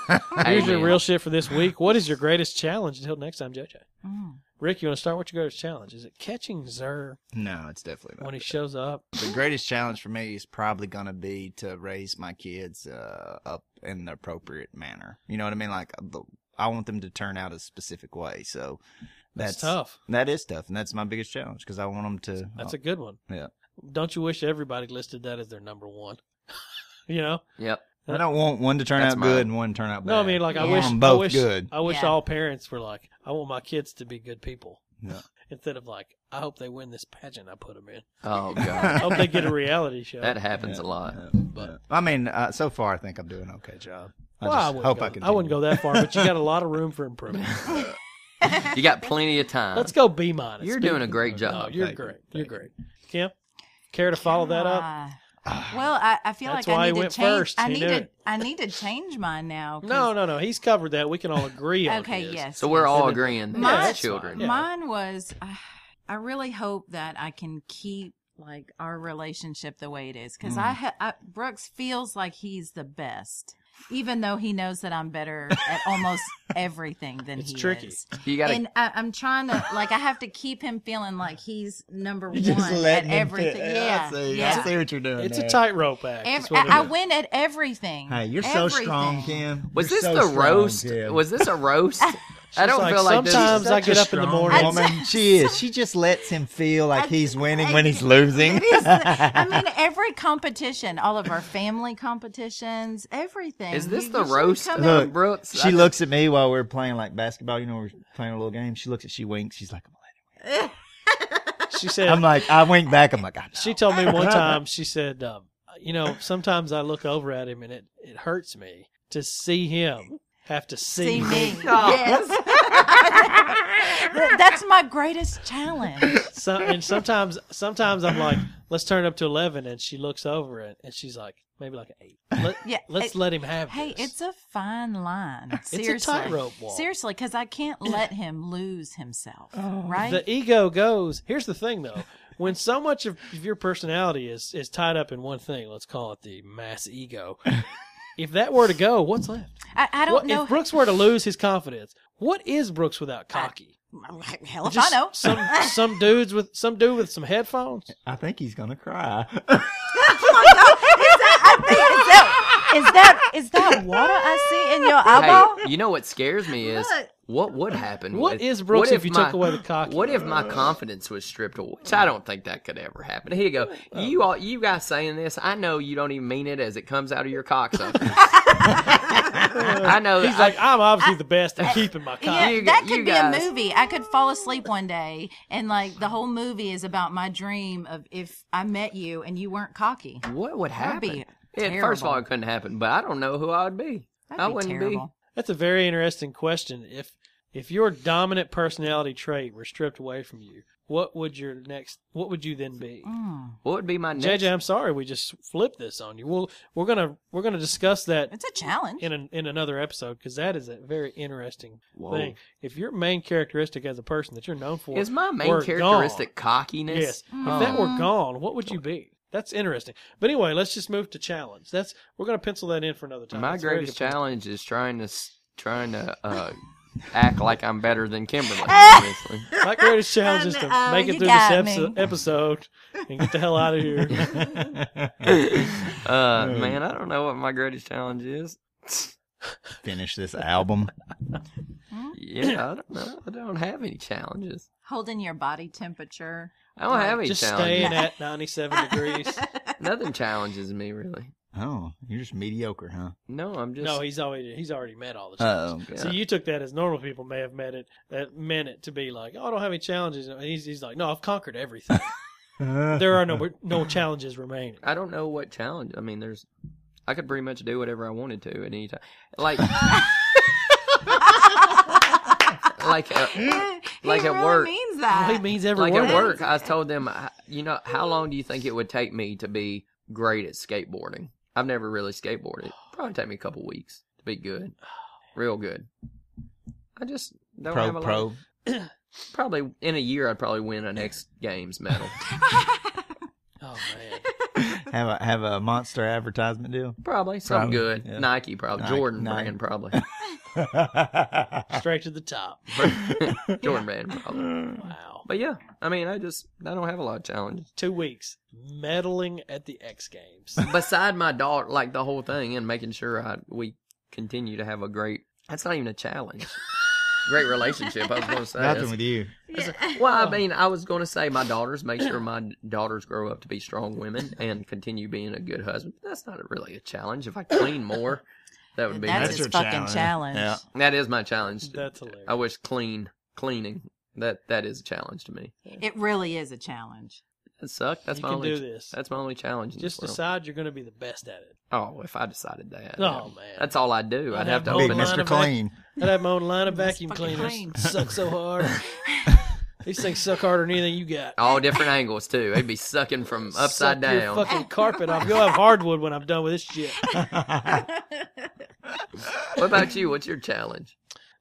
[SPEAKER 3] Here's
[SPEAKER 1] Amen.
[SPEAKER 3] your real shit for this week. What is your greatest challenge? Until next time, JJ.
[SPEAKER 2] Mm.
[SPEAKER 3] Rick, you want to start with your greatest challenge? Is it catching Zer
[SPEAKER 6] no, it's definitely not.
[SPEAKER 3] when he shows up?
[SPEAKER 6] the greatest challenge for me is probably going to be to raise my kids uh, up in the appropriate manner. You know what I mean? Like the, I want them to turn out a specific way. So
[SPEAKER 3] That's,
[SPEAKER 6] that's,
[SPEAKER 3] tough.
[SPEAKER 6] That is tough, and that's my biggest challenge because I want them to.
[SPEAKER 3] That's a good one.
[SPEAKER 6] yeah.
[SPEAKER 3] Don't you wish everybody listed that as their number one? *laughs* you know?
[SPEAKER 1] Yep.
[SPEAKER 6] I don't want one to turn
[SPEAKER 1] That's
[SPEAKER 6] out
[SPEAKER 1] mine.
[SPEAKER 6] good and one to turn out bad.
[SPEAKER 3] No, I mean like I
[SPEAKER 2] Yeah.
[SPEAKER 3] wish
[SPEAKER 6] Want 'em
[SPEAKER 3] I
[SPEAKER 6] both
[SPEAKER 3] wish
[SPEAKER 6] good.
[SPEAKER 3] I wish
[SPEAKER 2] Yeah.
[SPEAKER 3] all parents were like, I want my kids to be good people.
[SPEAKER 6] Yeah.
[SPEAKER 3] *laughs* Instead of like, I hope they win this pageant I put them in.
[SPEAKER 1] Oh god,
[SPEAKER 3] I hope they
[SPEAKER 6] *laughs*
[SPEAKER 3] get a
[SPEAKER 2] *laughs*
[SPEAKER 3] reality show.
[SPEAKER 1] that happens a lot.
[SPEAKER 6] But I mean, uh, so far I think I'm doing an okay job. I
[SPEAKER 3] well, I,
[SPEAKER 6] just
[SPEAKER 3] wouldn't
[SPEAKER 6] hope
[SPEAKER 3] go,
[SPEAKER 6] I
[SPEAKER 3] I wouldn't go that far, but you got a lot of room
[SPEAKER 2] *laughs*
[SPEAKER 3] for improvement.
[SPEAKER 1] You got plenty of time.
[SPEAKER 3] Let's go B minus.
[SPEAKER 1] You're
[SPEAKER 3] B-
[SPEAKER 1] doing a great
[SPEAKER 3] No,
[SPEAKER 1] job.
[SPEAKER 3] you're
[SPEAKER 6] Thank you.
[SPEAKER 3] great.
[SPEAKER 6] Thank
[SPEAKER 3] You're great. Kim, care to follow that up?
[SPEAKER 2] Ah. Well, I, I feel
[SPEAKER 3] That's
[SPEAKER 2] like
[SPEAKER 3] why
[SPEAKER 2] I
[SPEAKER 3] he
[SPEAKER 2] need
[SPEAKER 3] went
[SPEAKER 2] to change.
[SPEAKER 3] first.
[SPEAKER 2] I
[SPEAKER 3] He
[SPEAKER 2] need
[SPEAKER 3] knew
[SPEAKER 2] to.
[SPEAKER 3] it.
[SPEAKER 2] I need to change mine now. 'cause-
[SPEAKER 3] No, no, no. He's covered that. We can all agree on.
[SPEAKER 2] Okay.
[SPEAKER 3] his.
[SPEAKER 2] Yes.
[SPEAKER 1] So we're
[SPEAKER 2] yes.
[SPEAKER 1] all agreeing that
[SPEAKER 2] Yeah,
[SPEAKER 1] it's
[SPEAKER 2] that's
[SPEAKER 1] children.
[SPEAKER 3] fine. Yeah.
[SPEAKER 2] Mine was. I, I really hope that I can keep like our relationship the way it is because
[SPEAKER 3] Mm.
[SPEAKER 2] I, ha- I Brooks feels like he's the best, even though he knows that I'm better at almost everything than
[SPEAKER 3] It's
[SPEAKER 2] he
[SPEAKER 3] tricky.
[SPEAKER 2] is.
[SPEAKER 1] You gotta
[SPEAKER 2] and I, I'm trying to like I have to keep him feeling like he's number one
[SPEAKER 6] *laughs* Just
[SPEAKER 2] at
[SPEAKER 6] letting them
[SPEAKER 2] everything.
[SPEAKER 6] fit-
[SPEAKER 2] Yeah,
[SPEAKER 6] I see,
[SPEAKER 2] yeah.
[SPEAKER 6] I see what you're doing.
[SPEAKER 3] It's a
[SPEAKER 6] there.
[SPEAKER 3] tightrope act.
[SPEAKER 2] Ev-
[SPEAKER 3] is what it
[SPEAKER 2] I, I
[SPEAKER 3] is.
[SPEAKER 2] win at everything.
[SPEAKER 6] Hey, you're so
[SPEAKER 2] Everything.
[SPEAKER 6] strong, Kim.
[SPEAKER 1] Was
[SPEAKER 6] You're
[SPEAKER 1] this
[SPEAKER 6] so
[SPEAKER 1] the
[SPEAKER 6] strong,
[SPEAKER 1] roast?
[SPEAKER 6] Kim.
[SPEAKER 1] Was this a roast?
[SPEAKER 3] *laughs*
[SPEAKER 1] I don't
[SPEAKER 3] She's like,
[SPEAKER 1] feel like
[SPEAKER 3] sometimes
[SPEAKER 1] this.
[SPEAKER 3] I get up in the morning.
[SPEAKER 6] woman. She is. She just lets him feel like he's winning when he's losing. *laughs*
[SPEAKER 2] It is. I mean, every competition, all of our family competitions, everything.
[SPEAKER 1] Is this
[SPEAKER 2] You-
[SPEAKER 1] the
[SPEAKER 2] you should
[SPEAKER 1] roast?
[SPEAKER 2] come
[SPEAKER 1] Look,
[SPEAKER 2] out-
[SPEAKER 1] Um, Brooks, I
[SPEAKER 6] she
[SPEAKER 1] think-
[SPEAKER 6] looks at me while we're playing like basketball. You know, we're playing a little game. She looks at. She winks. She's like, I'm, gonna
[SPEAKER 3] She
[SPEAKER 6] let
[SPEAKER 3] said,
[SPEAKER 6] him. I'm like, I wink back. I'm like, I know.
[SPEAKER 3] She told me one time, she said, um, you know, sometimes I look over at him and it, it hurts me to see him have to
[SPEAKER 2] See
[SPEAKER 3] see,
[SPEAKER 2] me.
[SPEAKER 1] Oh,
[SPEAKER 3] me.
[SPEAKER 2] *laughs* Yes. That's my greatest challenge.
[SPEAKER 3] So, and sometimes sometimes I'm like, let's turn it up to 11. And she looks over and, and she's like, maybe like an 8. Let,
[SPEAKER 2] *laughs* Yeah, it-
[SPEAKER 3] let's let him have
[SPEAKER 2] Hey,
[SPEAKER 3] this.
[SPEAKER 2] it's a fine line.
[SPEAKER 3] a
[SPEAKER 2] Seriously.
[SPEAKER 3] tightrope walk.
[SPEAKER 2] Seriously, because I can't let him lose himself. Right?
[SPEAKER 3] the ego goes. Here's the thing, though. When so much of of your personality is, is tied up in one thing, let's call it the mass ego. If that were to go, what's left?
[SPEAKER 2] I, I don't
[SPEAKER 3] What,
[SPEAKER 2] know.
[SPEAKER 3] if Brooks were to lose his confidence, what is Brooks without cocky?
[SPEAKER 2] *laughs* Hell if
[SPEAKER 3] Just
[SPEAKER 2] I know. *laughs*
[SPEAKER 3] some some dudes with some dude with some headphones.
[SPEAKER 6] I think he's gonna cry.
[SPEAKER 2] Is that, is that is that water I see in your eyeball?
[SPEAKER 1] Hey, you know what scares me is
[SPEAKER 2] Look.
[SPEAKER 1] what would happen.
[SPEAKER 3] What
[SPEAKER 1] with-
[SPEAKER 3] is Brooks
[SPEAKER 1] what
[SPEAKER 3] if you took away the cocky?
[SPEAKER 1] What if my confidence was stripped away? Which I don't think that could ever happen. Here you go. You all, you guys saying this? I know you don't even mean it as it comes out of your
[SPEAKER 2] *laughs*
[SPEAKER 1] cocksuckers. I know.
[SPEAKER 3] He's
[SPEAKER 1] I-
[SPEAKER 3] like, I'm obviously the best at keeping my
[SPEAKER 2] Yeah,
[SPEAKER 3] cock.
[SPEAKER 1] You-
[SPEAKER 2] that
[SPEAKER 1] you
[SPEAKER 2] could be
[SPEAKER 1] guys-
[SPEAKER 2] a movie. I could fall asleep one day and like the whole movie is about my dream of if I met you and you weren't cocky.
[SPEAKER 1] what would
[SPEAKER 2] That'd
[SPEAKER 1] happen?
[SPEAKER 2] be
[SPEAKER 1] It- first of all,
[SPEAKER 2] terrible.
[SPEAKER 1] it couldn't happen. But I don't know who I would be.
[SPEAKER 2] That'd
[SPEAKER 1] I
[SPEAKER 2] be
[SPEAKER 1] wouldn't
[SPEAKER 2] terrible.
[SPEAKER 3] That's a very interesting question. If if your dominant personality trait were stripped away from you, what would your next? What would you then be?
[SPEAKER 2] Mm.
[SPEAKER 1] What would be my next?
[SPEAKER 3] JJ, I'm sorry, we just flipped this on you. We'll we're gonna we're gonna discuss that
[SPEAKER 2] It's a challenge.
[SPEAKER 3] in an, in another episode because that is a very interesting
[SPEAKER 1] Whoa.
[SPEAKER 3] thing. If your main characteristic as a person that you're known for
[SPEAKER 1] Is my main
[SPEAKER 3] were
[SPEAKER 1] characteristic
[SPEAKER 3] gone,
[SPEAKER 1] cockiness?
[SPEAKER 3] yes, if that were gone, what would you be? That's interesting. But anyway, let's just move to challenge. That's we're gonna pencil that in for another time.
[SPEAKER 1] My
[SPEAKER 3] That's very
[SPEAKER 1] greatest
[SPEAKER 3] different.
[SPEAKER 1] challenge is trying to s- trying to uh, act like I'm better than Kimberly. obviously.
[SPEAKER 3] My greatest challenge is
[SPEAKER 2] *laughs*
[SPEAKER 3] to
[SPEAKER 2] Um, oh,
[SPEAKER 3] make it
[SPEAKER 2] you
[SPEAKER 3] through this
[SPEAKER 2] got
[SPEAKER 3] episode,
[SPEAKER 2] me.
[SPEAKER 3] episode and get the hell out of
[SPEAKER 1] *laughs*
[SPEAKER 3] here. *laughs*
[SPEAKER 1] Uh, man, I don't know what my greatest challenge is.
[SPEAKER 4] *laughs* Finish this album.
[SPEAKER 1] Yeah, I don't know. I don't have any challenges.
[SPEAKER 2] Holding your body temperature.
[SPEAKER 1] I don't have any
[SPEAKER 3] Just
[SPEAKER 1] challenges.
[SPEAKER 3] staying at
[SPEAKER 2] *laughs*
[SPEAKER 3] 97 degrees.
[SPEAKER 1] Nothing challenges me really.
[SPEAKER 4] Oh, you're just mediocre, huh?
[SPEAKER 1] No, I'm just
[SPEAKER 3] No, he's already he's already met all the challenges.
[SPEAKER 4] Oh,
[SPEAKER 1] Yeah.
[SPEAKER 3] So you took that as normal people may have met it that meant it to be like, oh, I don't have any challenges. And he's, he's like, no, I've conquered everything. there are no no challenges remaining.
[SPEAKER 1] I don't know what challenge. I mean, there's. I could pretty much do whatever I wanted to at any time.
[SPEAKER 3] *laughs*
[SPEAKER 1] Like. like uh, Like
[SPEAKER 2] he
[SPEAKER 1] at
[SPEAKER 2] really
[SPEAKER 1] work.
[SPEAKER 2] means
[SPEAKER 3] Well, he
[SPEAKER 2] that. *laughs*
[SPEAKER 3] means every
[SPEAKER 1] like
[SPEAKER 3] word.
[SPEAKER 1] at work, I told them, I- you know, how long do you think it would take me to be great at skateboarding? I've never really skateboarded. Probably take me a couple weeks to be good, real good. I just don't have a
[SPEAKER 4] pro,
[SPEAKER 1] lot-
[SPEAKER 4] pro.
[SPEAKER 1] Probably in a year, I'd probably win an X Games
[SPEAKER 4] *laughs*
[SPEAKER 1] medal.
[SPEAKER 3] Oh man,
[SPEAKER 4] Have a have a monster advertisement deal.
[SPEAKER 1] probably something
[SPEAKER 4] Probably,
[SPEAKER 1] good.
[SPEAKER 4] yeah.
[SPEAKER 1] Nike, probably
[SPEAKER 4] Nike,
[SPEAKER 1] Jordan
[SPEAKER 4] Nike.
[SPEAKER 1] brand,
[SPEAKER 4] *laughs*
[SPEAKER 1] probably
[SPEAKER 3] straight to the top.
[SPEAKER 1] Jordan brand, probably.
[SPEAKER 3] Wow,
[SPEAKER 1] But yeah, I mean, I just I don't have a lot of challenges.
[SPEAKER 3] two weeks meddling at the X Games.
[SPEAKER 1] beside my daughter, like the whole thing, and making sure I we continue to have a great. That's not even a challenge. great relationship. I was going to say. That's-
[SPEAKER 4] Nothing with you.
[SPEAKER 1] well, I mean, I was going to say my daughters make sure my daughters grow up to be strong women and continue being a good husband. That's not really a challenge. If I clean more, that would be.
[SPEAKER 2] That's
[SPEAKER 1] nice.
[SPEAKER 2] his
[SPEAKER 4] your
[SPEAKER 2] fucking
[SPEAKER 4] challenge.
[SPEAKER 2] challenge.
[SPEAKER 4] Yeah.
[SPEAKER 1] that is my challenge.
[SPEAKER 3] That's hilarious.
[SPEAKER 1] I wish clean cleaning. That that is a challenge to me.
[SPEAKER 2] It really is a
[SPEAKER 1] *laughs*
[SPEAKER 2] challenge.
[SPEAKER 1] That sucked. That's
[SPEAKER 3] You
[SPEAKER 1] my
[SPEAKER 3] can
[SPEAKER 1] only.
[SPEAKER 3] do this.
[SPEAKER 1] That's my only challenge. in this
[SPEAKER 3] Just
[SPEAKER 1] world.
[SPEAKER 3] decide you're going to be the best at it.
[SPEAKER 1] Oh, if I decided that.
[SPEAKER 3] Oh, man.
[SPEAKER 1] That's all I do. I'd,
[SPEAKER 3] I'd
[SPEAKER 1] have
[SPEAKER 3] have
[SPEAKER 1] to
[SPEAKER 3] no
[SPEAKER 4] Big
[SPEAKER 1] open
[SPEAKER 3] line
[SPEAKER 1] up.
[SPEAKER 4] Mr.
[SPEAKER 3] of vac-
[SPEAKER 4] Clean.
[SPEAKER 3] I'd have my own line
[SPEAKER 1] *laughs*
[SPEAKER 3] of vacuum
[SPEAKER 2] fucking
[SPEAKER 3] cleaners.
[SPEAKER 2] clean.
[SPEAKER 3] Suck so hard. These things suck harder than anything you got.
[SPEAKER 1] all different angles too. They'd be sucking from upside
[SPEAKER 3] *laughs* Suck
[SPEAKER 1] down. *laughs*
[SPEAKER 3] Your fucking carpet off. You'll have hardwood when I'm done with this shit.
[SPEAKER 1] what about you? What's your challenge?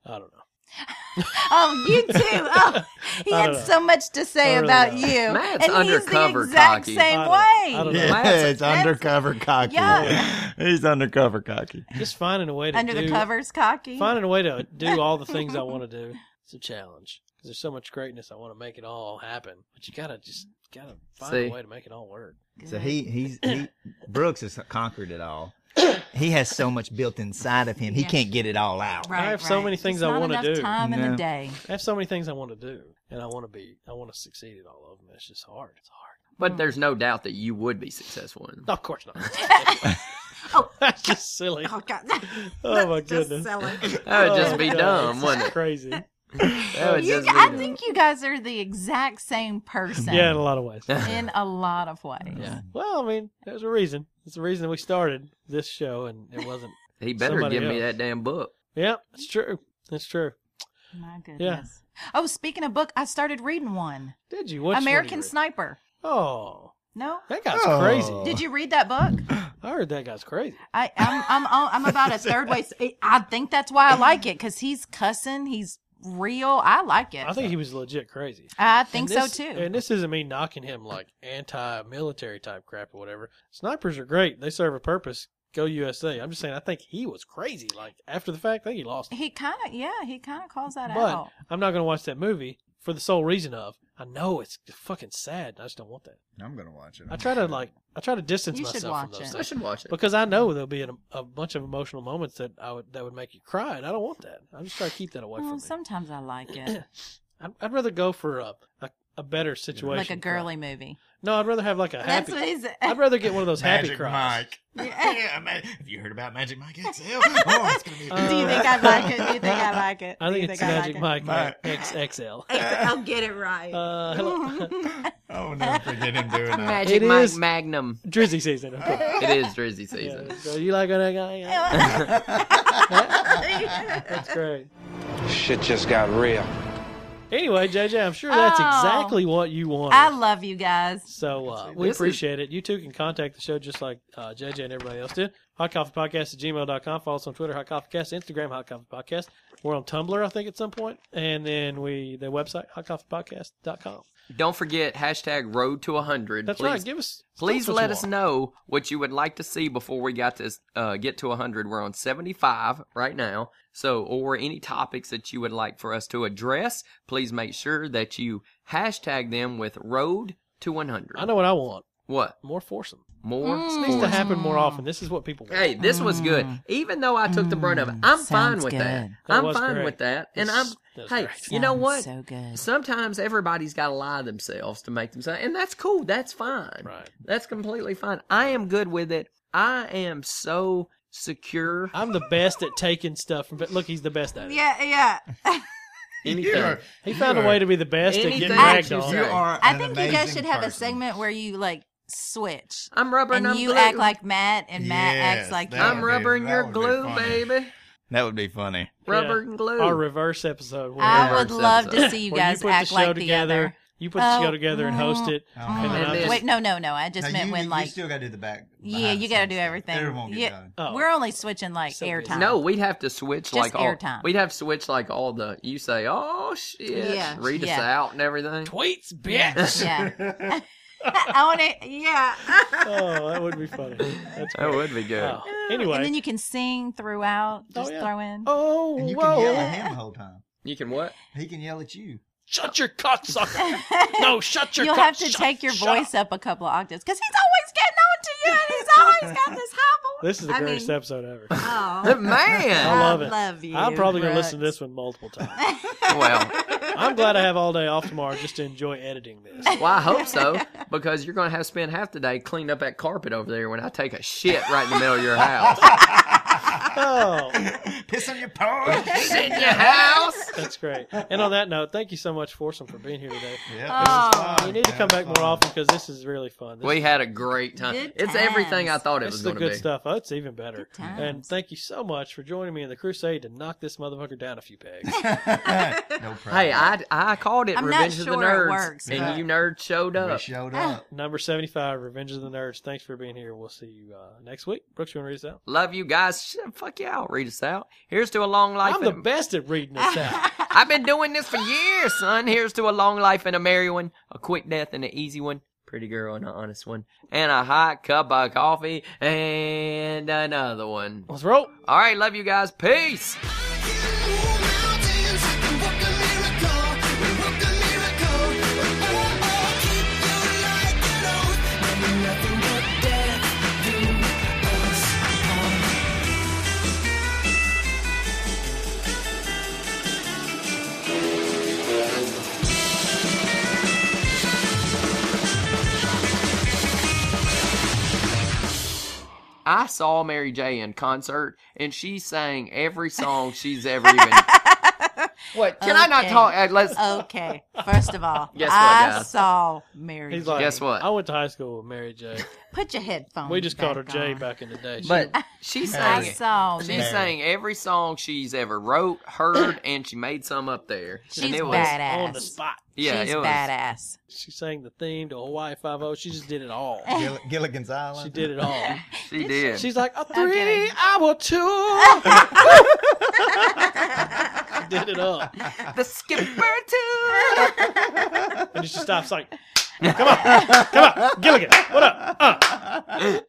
[SPEAKER 3] I don't know.
[SPEAKER 2] Oh,
[SPEAKER 3] *laughs*
[SPEAKER 2] you too. Oh, he
[SPEAKER 3] I
[SPEAKER 2] had
[SPEAKER 3] don't know.
[SPEAKER 2] so much to say
[SPEAKER 3] I don't
[SPEAKER 2] about
[SPEAKER 3] know.
[SPEAKER 2] you.
[SPEAKER 1] Matt's
[SPEAKER 2] and he's
[SPEAKER 1] undercover
[SPEAKER 2] the exact
[SPEAKER 1] cocky.
[SPEAKER 2] same
[SPEAKER 3] I
[SPEAKER 2] way.
[SPEAKER 3] don't- I don't know.
[SPEAKER 4] *laughs* Yeah,
[SPEAKER 1] That's-
[SPEAKER 4] it's undercover cocky.
[SPEAKER 2] Yeah.
[SPEAKER 4] He's undercover cocky.
[SPEAKER 3] Just finding a way to
[SPEAKER 2] Under
[SPEAKER 3] do,
[SPEAKER 2] the covers, cocky.
[SPEAKER 3] Finding a way to do all the things I want to do. It's a challenge because there's so much greatness. I want to make it all happen, but you gotta just gotta find
[SPEAKER 1] See.
[SPEAKER 3] a way to make it all work.
[SPEAKER 4] So he he's he Brooks has conquered it all. He has so much built inside of him. He
[SPEAKER 2] Yeah.
[SPEAKER 4] can't get it all out.
[SPEAKER 2] Right,
[SPEAKER 3] I have so
[SPEAKER 2] right.
[SPEAKER 3] many things
[SPEAKER 2] It's
[SPEAKER 3] I
[SPEAKER 2] not
[SPEAKER 3] wanna
[SPEAKER 2] enough
[SPEAKER 3] do.
[SPEAKER 2] Time in
[SPEAKER 4] No.
[SPEAKER 2] the day.
[SPEAKER 3] *laughs*
[SPEAKER 2] *laughs*
[SPEAKER 3] I have so many things I want to do, and I want to be. I want to succeed at all of them. It's just hard. It's hard.
[SPEAKER 1] But there's no doubt that you would be successful in.
[SPEAKER 3] No, of course
[SPEAKER 2] *laughs*
[SPEAKER 3] not. That's just silly.
[SPEAKER 2] Oh God. *laughs*
[SPEAKER 3] Oh my
[SPEAKER 2] That's just
[SPEAKER 1] *laughs*
[SPEAKER 3] goodness.
[SPEAKER 2] silly.
[SPEAKER 1] That would just
[SPEAKER 3] Oh,
[SPEAKER 1] be
[SPEAKER 3] God,
[SPEAKER 1] dumb,
[SPEAKER 3] it's
[SPEAKER 1] wouldn't it?
[SPEAKER 3] Crazy.
[SPEAKER 1] That would
[SPEAKER 2] You,
[SPEAKER 1] just be
[SPEAKER 2] I
[SPEAKER 1] dumb.
[SPEAKER 2] think you guys are the exact same person
[SPEAKER 3] Yeah, in a lot of ways.
[SPEAKER 1] *laughs*
[SPEAKER 2] *laughs* in a lot of ways.
[SPEAKER 3] Yeah. Well, I mean, there's a reason. It's the reason we started this show, and it
[SPEAKER 2] *laughs*
[SPEAKER 3] wasn't.
[SPEAKER 1] he better
[SPEAKER 3] somebody
[SPEAKER 1] give me
[SPEAKER 3] else.
[SPEAKER 1] that damn book.
[SPEAKER 3] yeah, it's true. That's true.
[SPEAKER 2] My goodness. Oh, speaking of book, I started reading one.
[SPEAKER 3] Did you? What's
[SPEAKER 2] American
[SPEAKER 3] Sniper?
[SPEAKER 2] Sniper.
[SPEAKER 3] Oh,
[SPEAKER 2] No?
[SPEAKER 3] that guy's
[SPEAKER 4] Oh.
[SPEAKER 3] crazy.
[SPEAKER 2] Did you read that book?
[SPEAKER 3] I heard that guy's crazy.
[SPEAKER 2] I, I'm I'm on- I'm about
[SPEAKER 3] *laughs*
[SPEAKER 2] a third way. eh, I think that's why I like it because he's cussing. He's real. I like it.
[SPEAKER 3] I think he was legit crazy.
[SPEAKER 2] I think
[SPEAKER 3] And this-
[SPEAKER 2] so too.
[SPEAKER 3] And this isn't me knocking him like anti-military type crap or whatever. Snipers are great. They serve a purpose. Go USA. I'm just saying. I think he was crazy. Like after the fact, I think he lost. it.
[SPEAKER 2] he kind of yeah. He kind of calls that
[SPEAKER 3] But
[SPEAKER 2] out.
[SPEAKER 3] I'm not going to watch that movie for the sole reason of I know it's fucking sad. and I just don't want that.
[SPEAKER 4] I'm gonna watch it.
[SPEAKER 3] I try to like I try to distance
[SPEAKER 2] You should
[SPEAKER 3] myself
[SPEAKER 2] watch
[SPEAKER 3] from those
[SPEAKER 1] I
[SPEAKER 2] it.
[SPEAKER 3] things
[SPEAKER 1] should watch it.
[SPEAKER 3] because I know there'll be an, a bunch of emotional moments that I would that would make you cry, and I don't want that. I'm just trying to keep that away
[SPEAKER 2] Well,
[SPEAKER 3] from me.
[SPEAKER 2] Mm, sometimes I like
[SPEAKER 3] *clears throat*
[SPEAKER 2] it,
[SPEAKER 3] I'd, I'd rather go for a, a a better situation,
[SPEAKER 2] like a girly movie.
[SPEAKER 3] No, I'd rather have like a happy.
[SPEAKER 2] That's what he's.
[SPEAKER 3] *laughs* I'd rather get one of those happy cries.
[SPEAKER 4] Mike. Yeah, man. Have you heard about Magic Mike XL? Oh, it's gonna be
[SPEAKER 3] Uh,
[SPEAKER 2] *laughs* Do you think
[SPEAKER 3] *laughs*
[SPEAKER 2] I like it? Do you think I like it?
[SPEAKER 3] I
[SPEAKER 2] Do you
[SPEAKER 3] think it's
[SPEAKER 2] I
[SPEAKER 3] *laughs* Magic
[SPEAKER 2] like
[SPEAKER 3] Mike,
[SPEAKER 4] Mike.
[SPEAKER 3] Mike XXL.
[SPEAKER 2] it? I'll get it right. *laughs*
[SPEAKER 3] Uh, hello. *laughs*
[SPEAKER 4] Oh, never forget him doing
[SPEAKER 1] *laughs*
[SPEAKER 4] that.
[SPEAKER 1] Magic
[SPEAKER 3] It
[SPEAKER 1] Mike
[SPEAKER 3] is-
[SPEAKER 1] Magnum.
[SPEAKER 3] Drizzy season. Okay.
[SPEAKER 1] Uh, It is Drizzy season.
[SPEAKER 3] *laughs* Yeah, so you like that guy? Yeah, *laughs* That's great.
[SPEAKER 7] Shit just got real.
[SPEAKER 3] Anyway, JJ, I'm sure that's
[SPEAKER 2] Oh.
[SPEAKER 3] exactly what you wanted.
[SPEAKER 2] I love you guys.
[SPEAKER 3] So uh, we
[SPEAKER 1] This is-
[SPEAKER 3] appreciate it. You two can contact the show just like uh, JJ and everybody else did. Hot Coffee Podcast at gmail.com. Follow us on Twitter, Hot Coffee Cast, Instagram, Hot Coffee Podcast. We're on Tumblr, I think, at some point. And then we the website, hotcoffeepodcast.com.
[SPEAKER 1] Don't forget hashtag road to 100.
[SPEAKER 3] That's
[SPEAKER 1] please,
[SPEAKER 3] right. Give us. tell
[SPEAKER 1] please
[SPEAKER 3] what
[SPEAKER 1] let
[SPEAKER 3] you
[SPEAKER 1] us
[SPEAKER 3] want.
[SPEAKER 1] know what you would like to see before we got to uh, get to 100. We're on 75 right now. So, or any topics that you would like for us to address, please make sure that you hashtag them with road to 100.
[SPEAKER 3] I know what I want.
[SPEAKER 1] What?
[SPEAKER 3] More foursome.
[SPEAKER 1] More?
[SPEAKER 2] Mm.
[SPEAKER 3] Needs to
[SPEAKER 1] sports?
[SPEAKER 3] happen more often. This is what people want.
[SPEAKER 1] Hey, this was good. Even though I took the brunt of it, I'm fine
[SPEAKER 2] Mm, sounds
[SPEAKER 1] with that.
[SPEAKER 2] good.
[SPEAKER 3] That
[SPEAKER 1] I'm
[SPEAKER 3] was
[SPEAKER 1] fine
[SPEAKER 3] great.
[SPEAKER 1] with that. And I'm,
[SPEAKER 3] That's- that's
[SPEAKER 1] hey,
[SPEAKER 3] great.
[SPEAKER 1] you know
[SPEAKER 2] Sounds
[SPEAKER 1] what?
[SPEAKER 2] So good.
[SPEAKER 1] Sometimes everybody's got to lie to themselves to make themselves, and that's cool. That's fine.
[SPEAKER 3] Right.
[SPEAKER 1] That's completely fine. I am good with it. I am so secure.
[SPEAKER 3] I'm the best at taking stuff from. But look, he's the best at it.
[SPEAKER 2] Yeah, yeah.
[SPEAKER 1] Anything.
[SPEAKER 3] He found a way to be the best at
[SPEAKER 1] Anything
[SPEAKER 3] getting ragged
[SPEAKER 1] that you
[SPEAKER 3] on.
[SPEAKER 1] say.
[SPEAKER 4] You are.
[SPEAKER 2] I
[SPEAKER 4] an
[SPEAKER 2] think you guys
[SPEAKER 4] amazing
[SPEAKER 2] should have a
[SPEAKER 4] person.
[SPEAKER 2] segment where you like switch.
[SPEAKER 1] I'm rubber and,
[SPEAKER 2] and
[SPEAKER 1] I'm
[SPEAKER 2] you
[SPEAKER 1] glue.
[SPEAKER 2] act like Matt, and Matt
[SPEAKER 4] Yes,
[SPEAKER 2] acts like you.
[SPEAKER 4] that
[SPEAKER 1] I'm
[SPEAKER 4] would be-
[SPEAKER 1] rubber and
[SPEAKER 4] that
[SPEAKER 1] you're
[SPEAKER 4] would be
[SPEAKER 1] glue,
[SPEAKER 4] funny.
[SPEAKER 1] baby.
[SPEAKER 4] That would be funny.
[SPEAKER 1] Rubber
[SPEAKER 3] Yeah.
[SPEAKER 1] and glue.
[SPEAKER 3] Our reverse episode. where-
[SPEAKER 2] I would
[SPEAKER 1] Reverse
[SPEAKER 2] love
[SPEAKER 1] episode.
[SPEAKER 2] to see you
[SPEAKER 3] where
[SPEAKER 2] Uh, guys
[SPEAKER 3] put
[SPEAKER 2] act
[SPEAKER 3] the show
[SPEAKER 2] like
[SPEAKER 3] together.
[SPEAKER 2] the other.
[SPEAKER 3] You put the
[SPEAKER 2] Oh,
[SPEAKER 3] show together and host it.
[SPEAKER 4] Oh.
[SPEAKER 3] and then
[SPEAKER 1] And
[SPEAKER 3] I'm
[SPEAKER 1] this-
[SPEAKER 3] just,
[SPEAKER 2] Wait, no, no, no. I just
[SPEAKER 4] Now,
[SPEAKER 2] meant
[SPEAKER 4] Oh, you,
[SPEAKER 2] when
[SPEAKER 4] you
[SPEAKER 2] like
[SPEAKER 4] still got to do the back.
[SPEAKER 2] yeah,
[SPEAKER 4] behind
[SPEAKER 2] you
[SPEAKER 4] the
[SPEAKER 2] got to
[SPEAKER 4] scenes
[SPEAKER 2] do
[SPEAKER 4] stuff.
[SPEAKER 2] everything.
[SPEAKER 4] Everyone won't get
[SPEAKER 2] Yeah,
[SPEAKER 4] done.
[SPEAKER 3] Oh.
[SPEAKER 2] we're only switching like
[SPEAKER 3] So busy.
[SPEAKER 2] airtime.
[SPEAKER 1] No, we'd have to switch like all.
[SPEAKER 2] airtime.
[SPEAKER 1] We'd have to switch like all the. You say, oh shit,
[SPEAKER 2] Yeah,
[SPEAKER 1] read us
[SPEAKER 2] yeah.
[SPEAKER 1] out and everything.
[SPEAKER 3] tweets, bitch.
[SPEAKER 2] yeah.
[SPEAKER 4] *laughs*
[SPEAKER 2] *laughs* I want it.
[SPEAKER 3] *laughs*
[SPEAKER 2] Yeah.
[SPEAKER 3] oh, that would be funny.
[SPEAKER 1] *laughs*
[SPEAKER 3] That's
[SPEAKER 1] That
[SPEAKER 3] great.
[SPEAKER 1] would be good.
[SPEAKER 3] Oh, Anyway.
[SPEAKER 2] And then you can sing throughout. Just
[SPEAKER 3] yeah.
[SPEAKER 2] throw in.
[SPEAKER 3] oh,
[SPEAKER 4] And you can
[SPEAKER 3] whoa.
[SPEAKER 4] yell at him the whole time.
[SPEAKER 2] *laughs*
[SPEAKER 1] You can what?
[SPEAKER 4] He can yell at you.
[SPEAKER 3] Shut your cocksucker.
[SPEAKER 2] *laughs*
[SPEAKER 3] no, shut your
[SPEAKER 2] You'll
[SPEAKER 3] cock-
[SPEAKER 2] have to
[SPEAKER 3] shut-
[SPEAKER 2] take your
[SPEAKER 3] shut
[SPEAKER 2] voice up a couple of octaves because he's always getting on to you, and
[SPEAKER 3] *laughs*
[SPEAKER 2] he's always got this high voice.
[SPEAKER 3] This is the
[SPEAKER 2] I
[SPEAKER 3] greatest
[SPEAKER 2] mean, *laughs*
[SPEAKER 3] episode ever.
[SPEAKER 2] Oh,
[SPEAKER 1] Man,
[SPEAKER 3] *laughs* I love
[SPEAKER 2] I
[SPEAKER 3] it.
[SPEAKER 2] love you.
[SPEAKER 3] I'm probably going to
[SPEAKER 2] Brooks.
[SPEAKER 3] listen to this one multiple times.
[SPEAKER 1] Oh, well,
[SPEAKER 3] I'm glad
[SPEAKER 2] *laughs*
[SPEAKER 3] I have all day off tomorrow just to enjoy editing this.
[SPEAKER 1] well, I hope
[SPEAKER 2] *laughs*
[SPEAKER 1] so because you're gonna have to spend half the day cleaning up that carpet over there when I take a shit right in the middle of your house.
[SPEAKER 3] Oh,
[SPEAKER 4] Piss on your paw.
[SPEAKER 1] Sit in your
[SPEAKER 2] *laughs*
[SPEAKER 1] house.
[SPEAKER 3] that's great. And on that note, thank you so much, Foursome, for being here today.
[SPEAKER 4] yeah, this is fun.
[SPEAKER 3] You need to
[SPEAKER 4] Yeah,
[SPEAKER 3] come
[SPEAKER 4] it's
[SPEAKER 3] back more
[SPEAKER 4] fun.
[SPEAKER 3] often because this is really fun. This
[SPEAKER 1] We had a great time.
[SPEAKER 2] Good
[SPEAKER 1] it's everything I
[SPEAKER 2] times.
[SPEAKER 1] thought it
[SPEAKER 3] This
[SPEAKER 1] was
[SPEAKER 3] is the
[SPEAKER 1] going to
[SPEAKER 3] good
[SPEAKER 1] be.
[SPEAKER 3] stuff. Oh, it's even better.
[SPEAKER 2] Good times.
[SPEAKER 3] And thank you so much for joining me in the crusade to knock this motherfucker down a few pegs.
[SPEAKER 2] *laughs*
[SPEAKER 4] No problem.
[SPEAKER 1] Hey, I, I called it
[SPEAKER 2] I'm not
[SPEAKER 1] Revenge of the
[SPEAKER 2] sure it
[SPEAKER 1] Nerds,
[SPEAKER 2] works,
[SPEAKER 1] and
[SPEAKER 4] but-
[SPEAKER 1] you nerds showed
[SPEAKER 4] we
[SPEAKER 1] up.
[SPEAKER 4] showed up.
[SPEAKER 3] Number 75, Revenge of the Nerds. Thanks for being here. We'll see you uh, next week. Brooks, you want to read us out?
[SPEAKER 1] Love you guys. Shit, fuck y'all. Read us out. Here's to a long life.
[SPEAKER 3] I'm the
[SPEAKER 1] and-
[SPEAKER 3] best at reading
[SPEAKER 2] *laughs*
[SPEAKER 3] this out.
[SPEAKER 1] I've been doing this for years, son. Here's to a long life and a merry one, a quick death and an easy one, pretty girl and an honest one, and a hot cup of coffee and another one.
[SPEAKER 3] Let's roll.
[SPEAKER 1] All right, love you guys. Peace. I saw Mary J in concert, and she sang every song she's ever
[SPEAKER 2] *laughs*
[SPEAKER 1] even. what? Can I not
[SPEAKER 2] Okay. Oh,
[SPEAKER 1] talk? uh, Let's.
[SPEAKER 2] Okay. First of all,
[SPEAKER 1] Guess what,
[SPEAKER 2] I
[SPEAKER 1] guys?
[SPEAKER 2] saw Mary.
[SPEAKER 3] He's
[SPEAKER 2] J.
[SPEAKER 3] like,
[SPEAKER 1] Guess what?
[SPEAKER 3] I went to high school with
[SPEAKER 1] *laughs*
[SPEAKER 3] Mary J.
[SPEAKER 2] Put your headphones.
[SPEAKER 3] We just called her
[SPEAKER 2] back
[SPEAKER 3] J
[SPEAKER 2] on.
[SPEAKER 3] back in the day. She-
[SPEAKER 1] but she
[SPEAKER 2] I
[SPEAKER 1] sang. it.
[SPEAKER 2] saw.
[SPEAKER 1] She
[SPEAKER 2] Mary.
[SPEAKER 1] sang every song she's ever wrote, heard, and she made some up there. and
[SPEAKER 2] She's
[SPEAKER 1] it was,
[SPEAKER 2] badass.
[SPEAKER 3] on the spot.
[SPEAKER 1] Yeah,
[SPEAKER 2] She's
[SPEAKER 1] it was.
[SPEAKER 2] badass.
[SPEAKER 3] She sang the theme to Hawaii Five O. She just did it all.
[SPEAKER 2] *laughs*
[SPEAKER 4] Gill- Gilligan's Island.
[SPEAKER 3] She did it all.
[SPEAKER 1] She did. *laughs*
[SPEAKER 3] She's like a
[SPEAKER 2] Okay.
[SPEAKER 3] three-hour tour. she did it up,
[SPEAKER 1] the skipper
[SPEAKER 2] *laughs*
[SPEAKER 1] too.
[SPEAKER 3] and she stops like, "Come on, come on, Gilligan, what up?" Uh.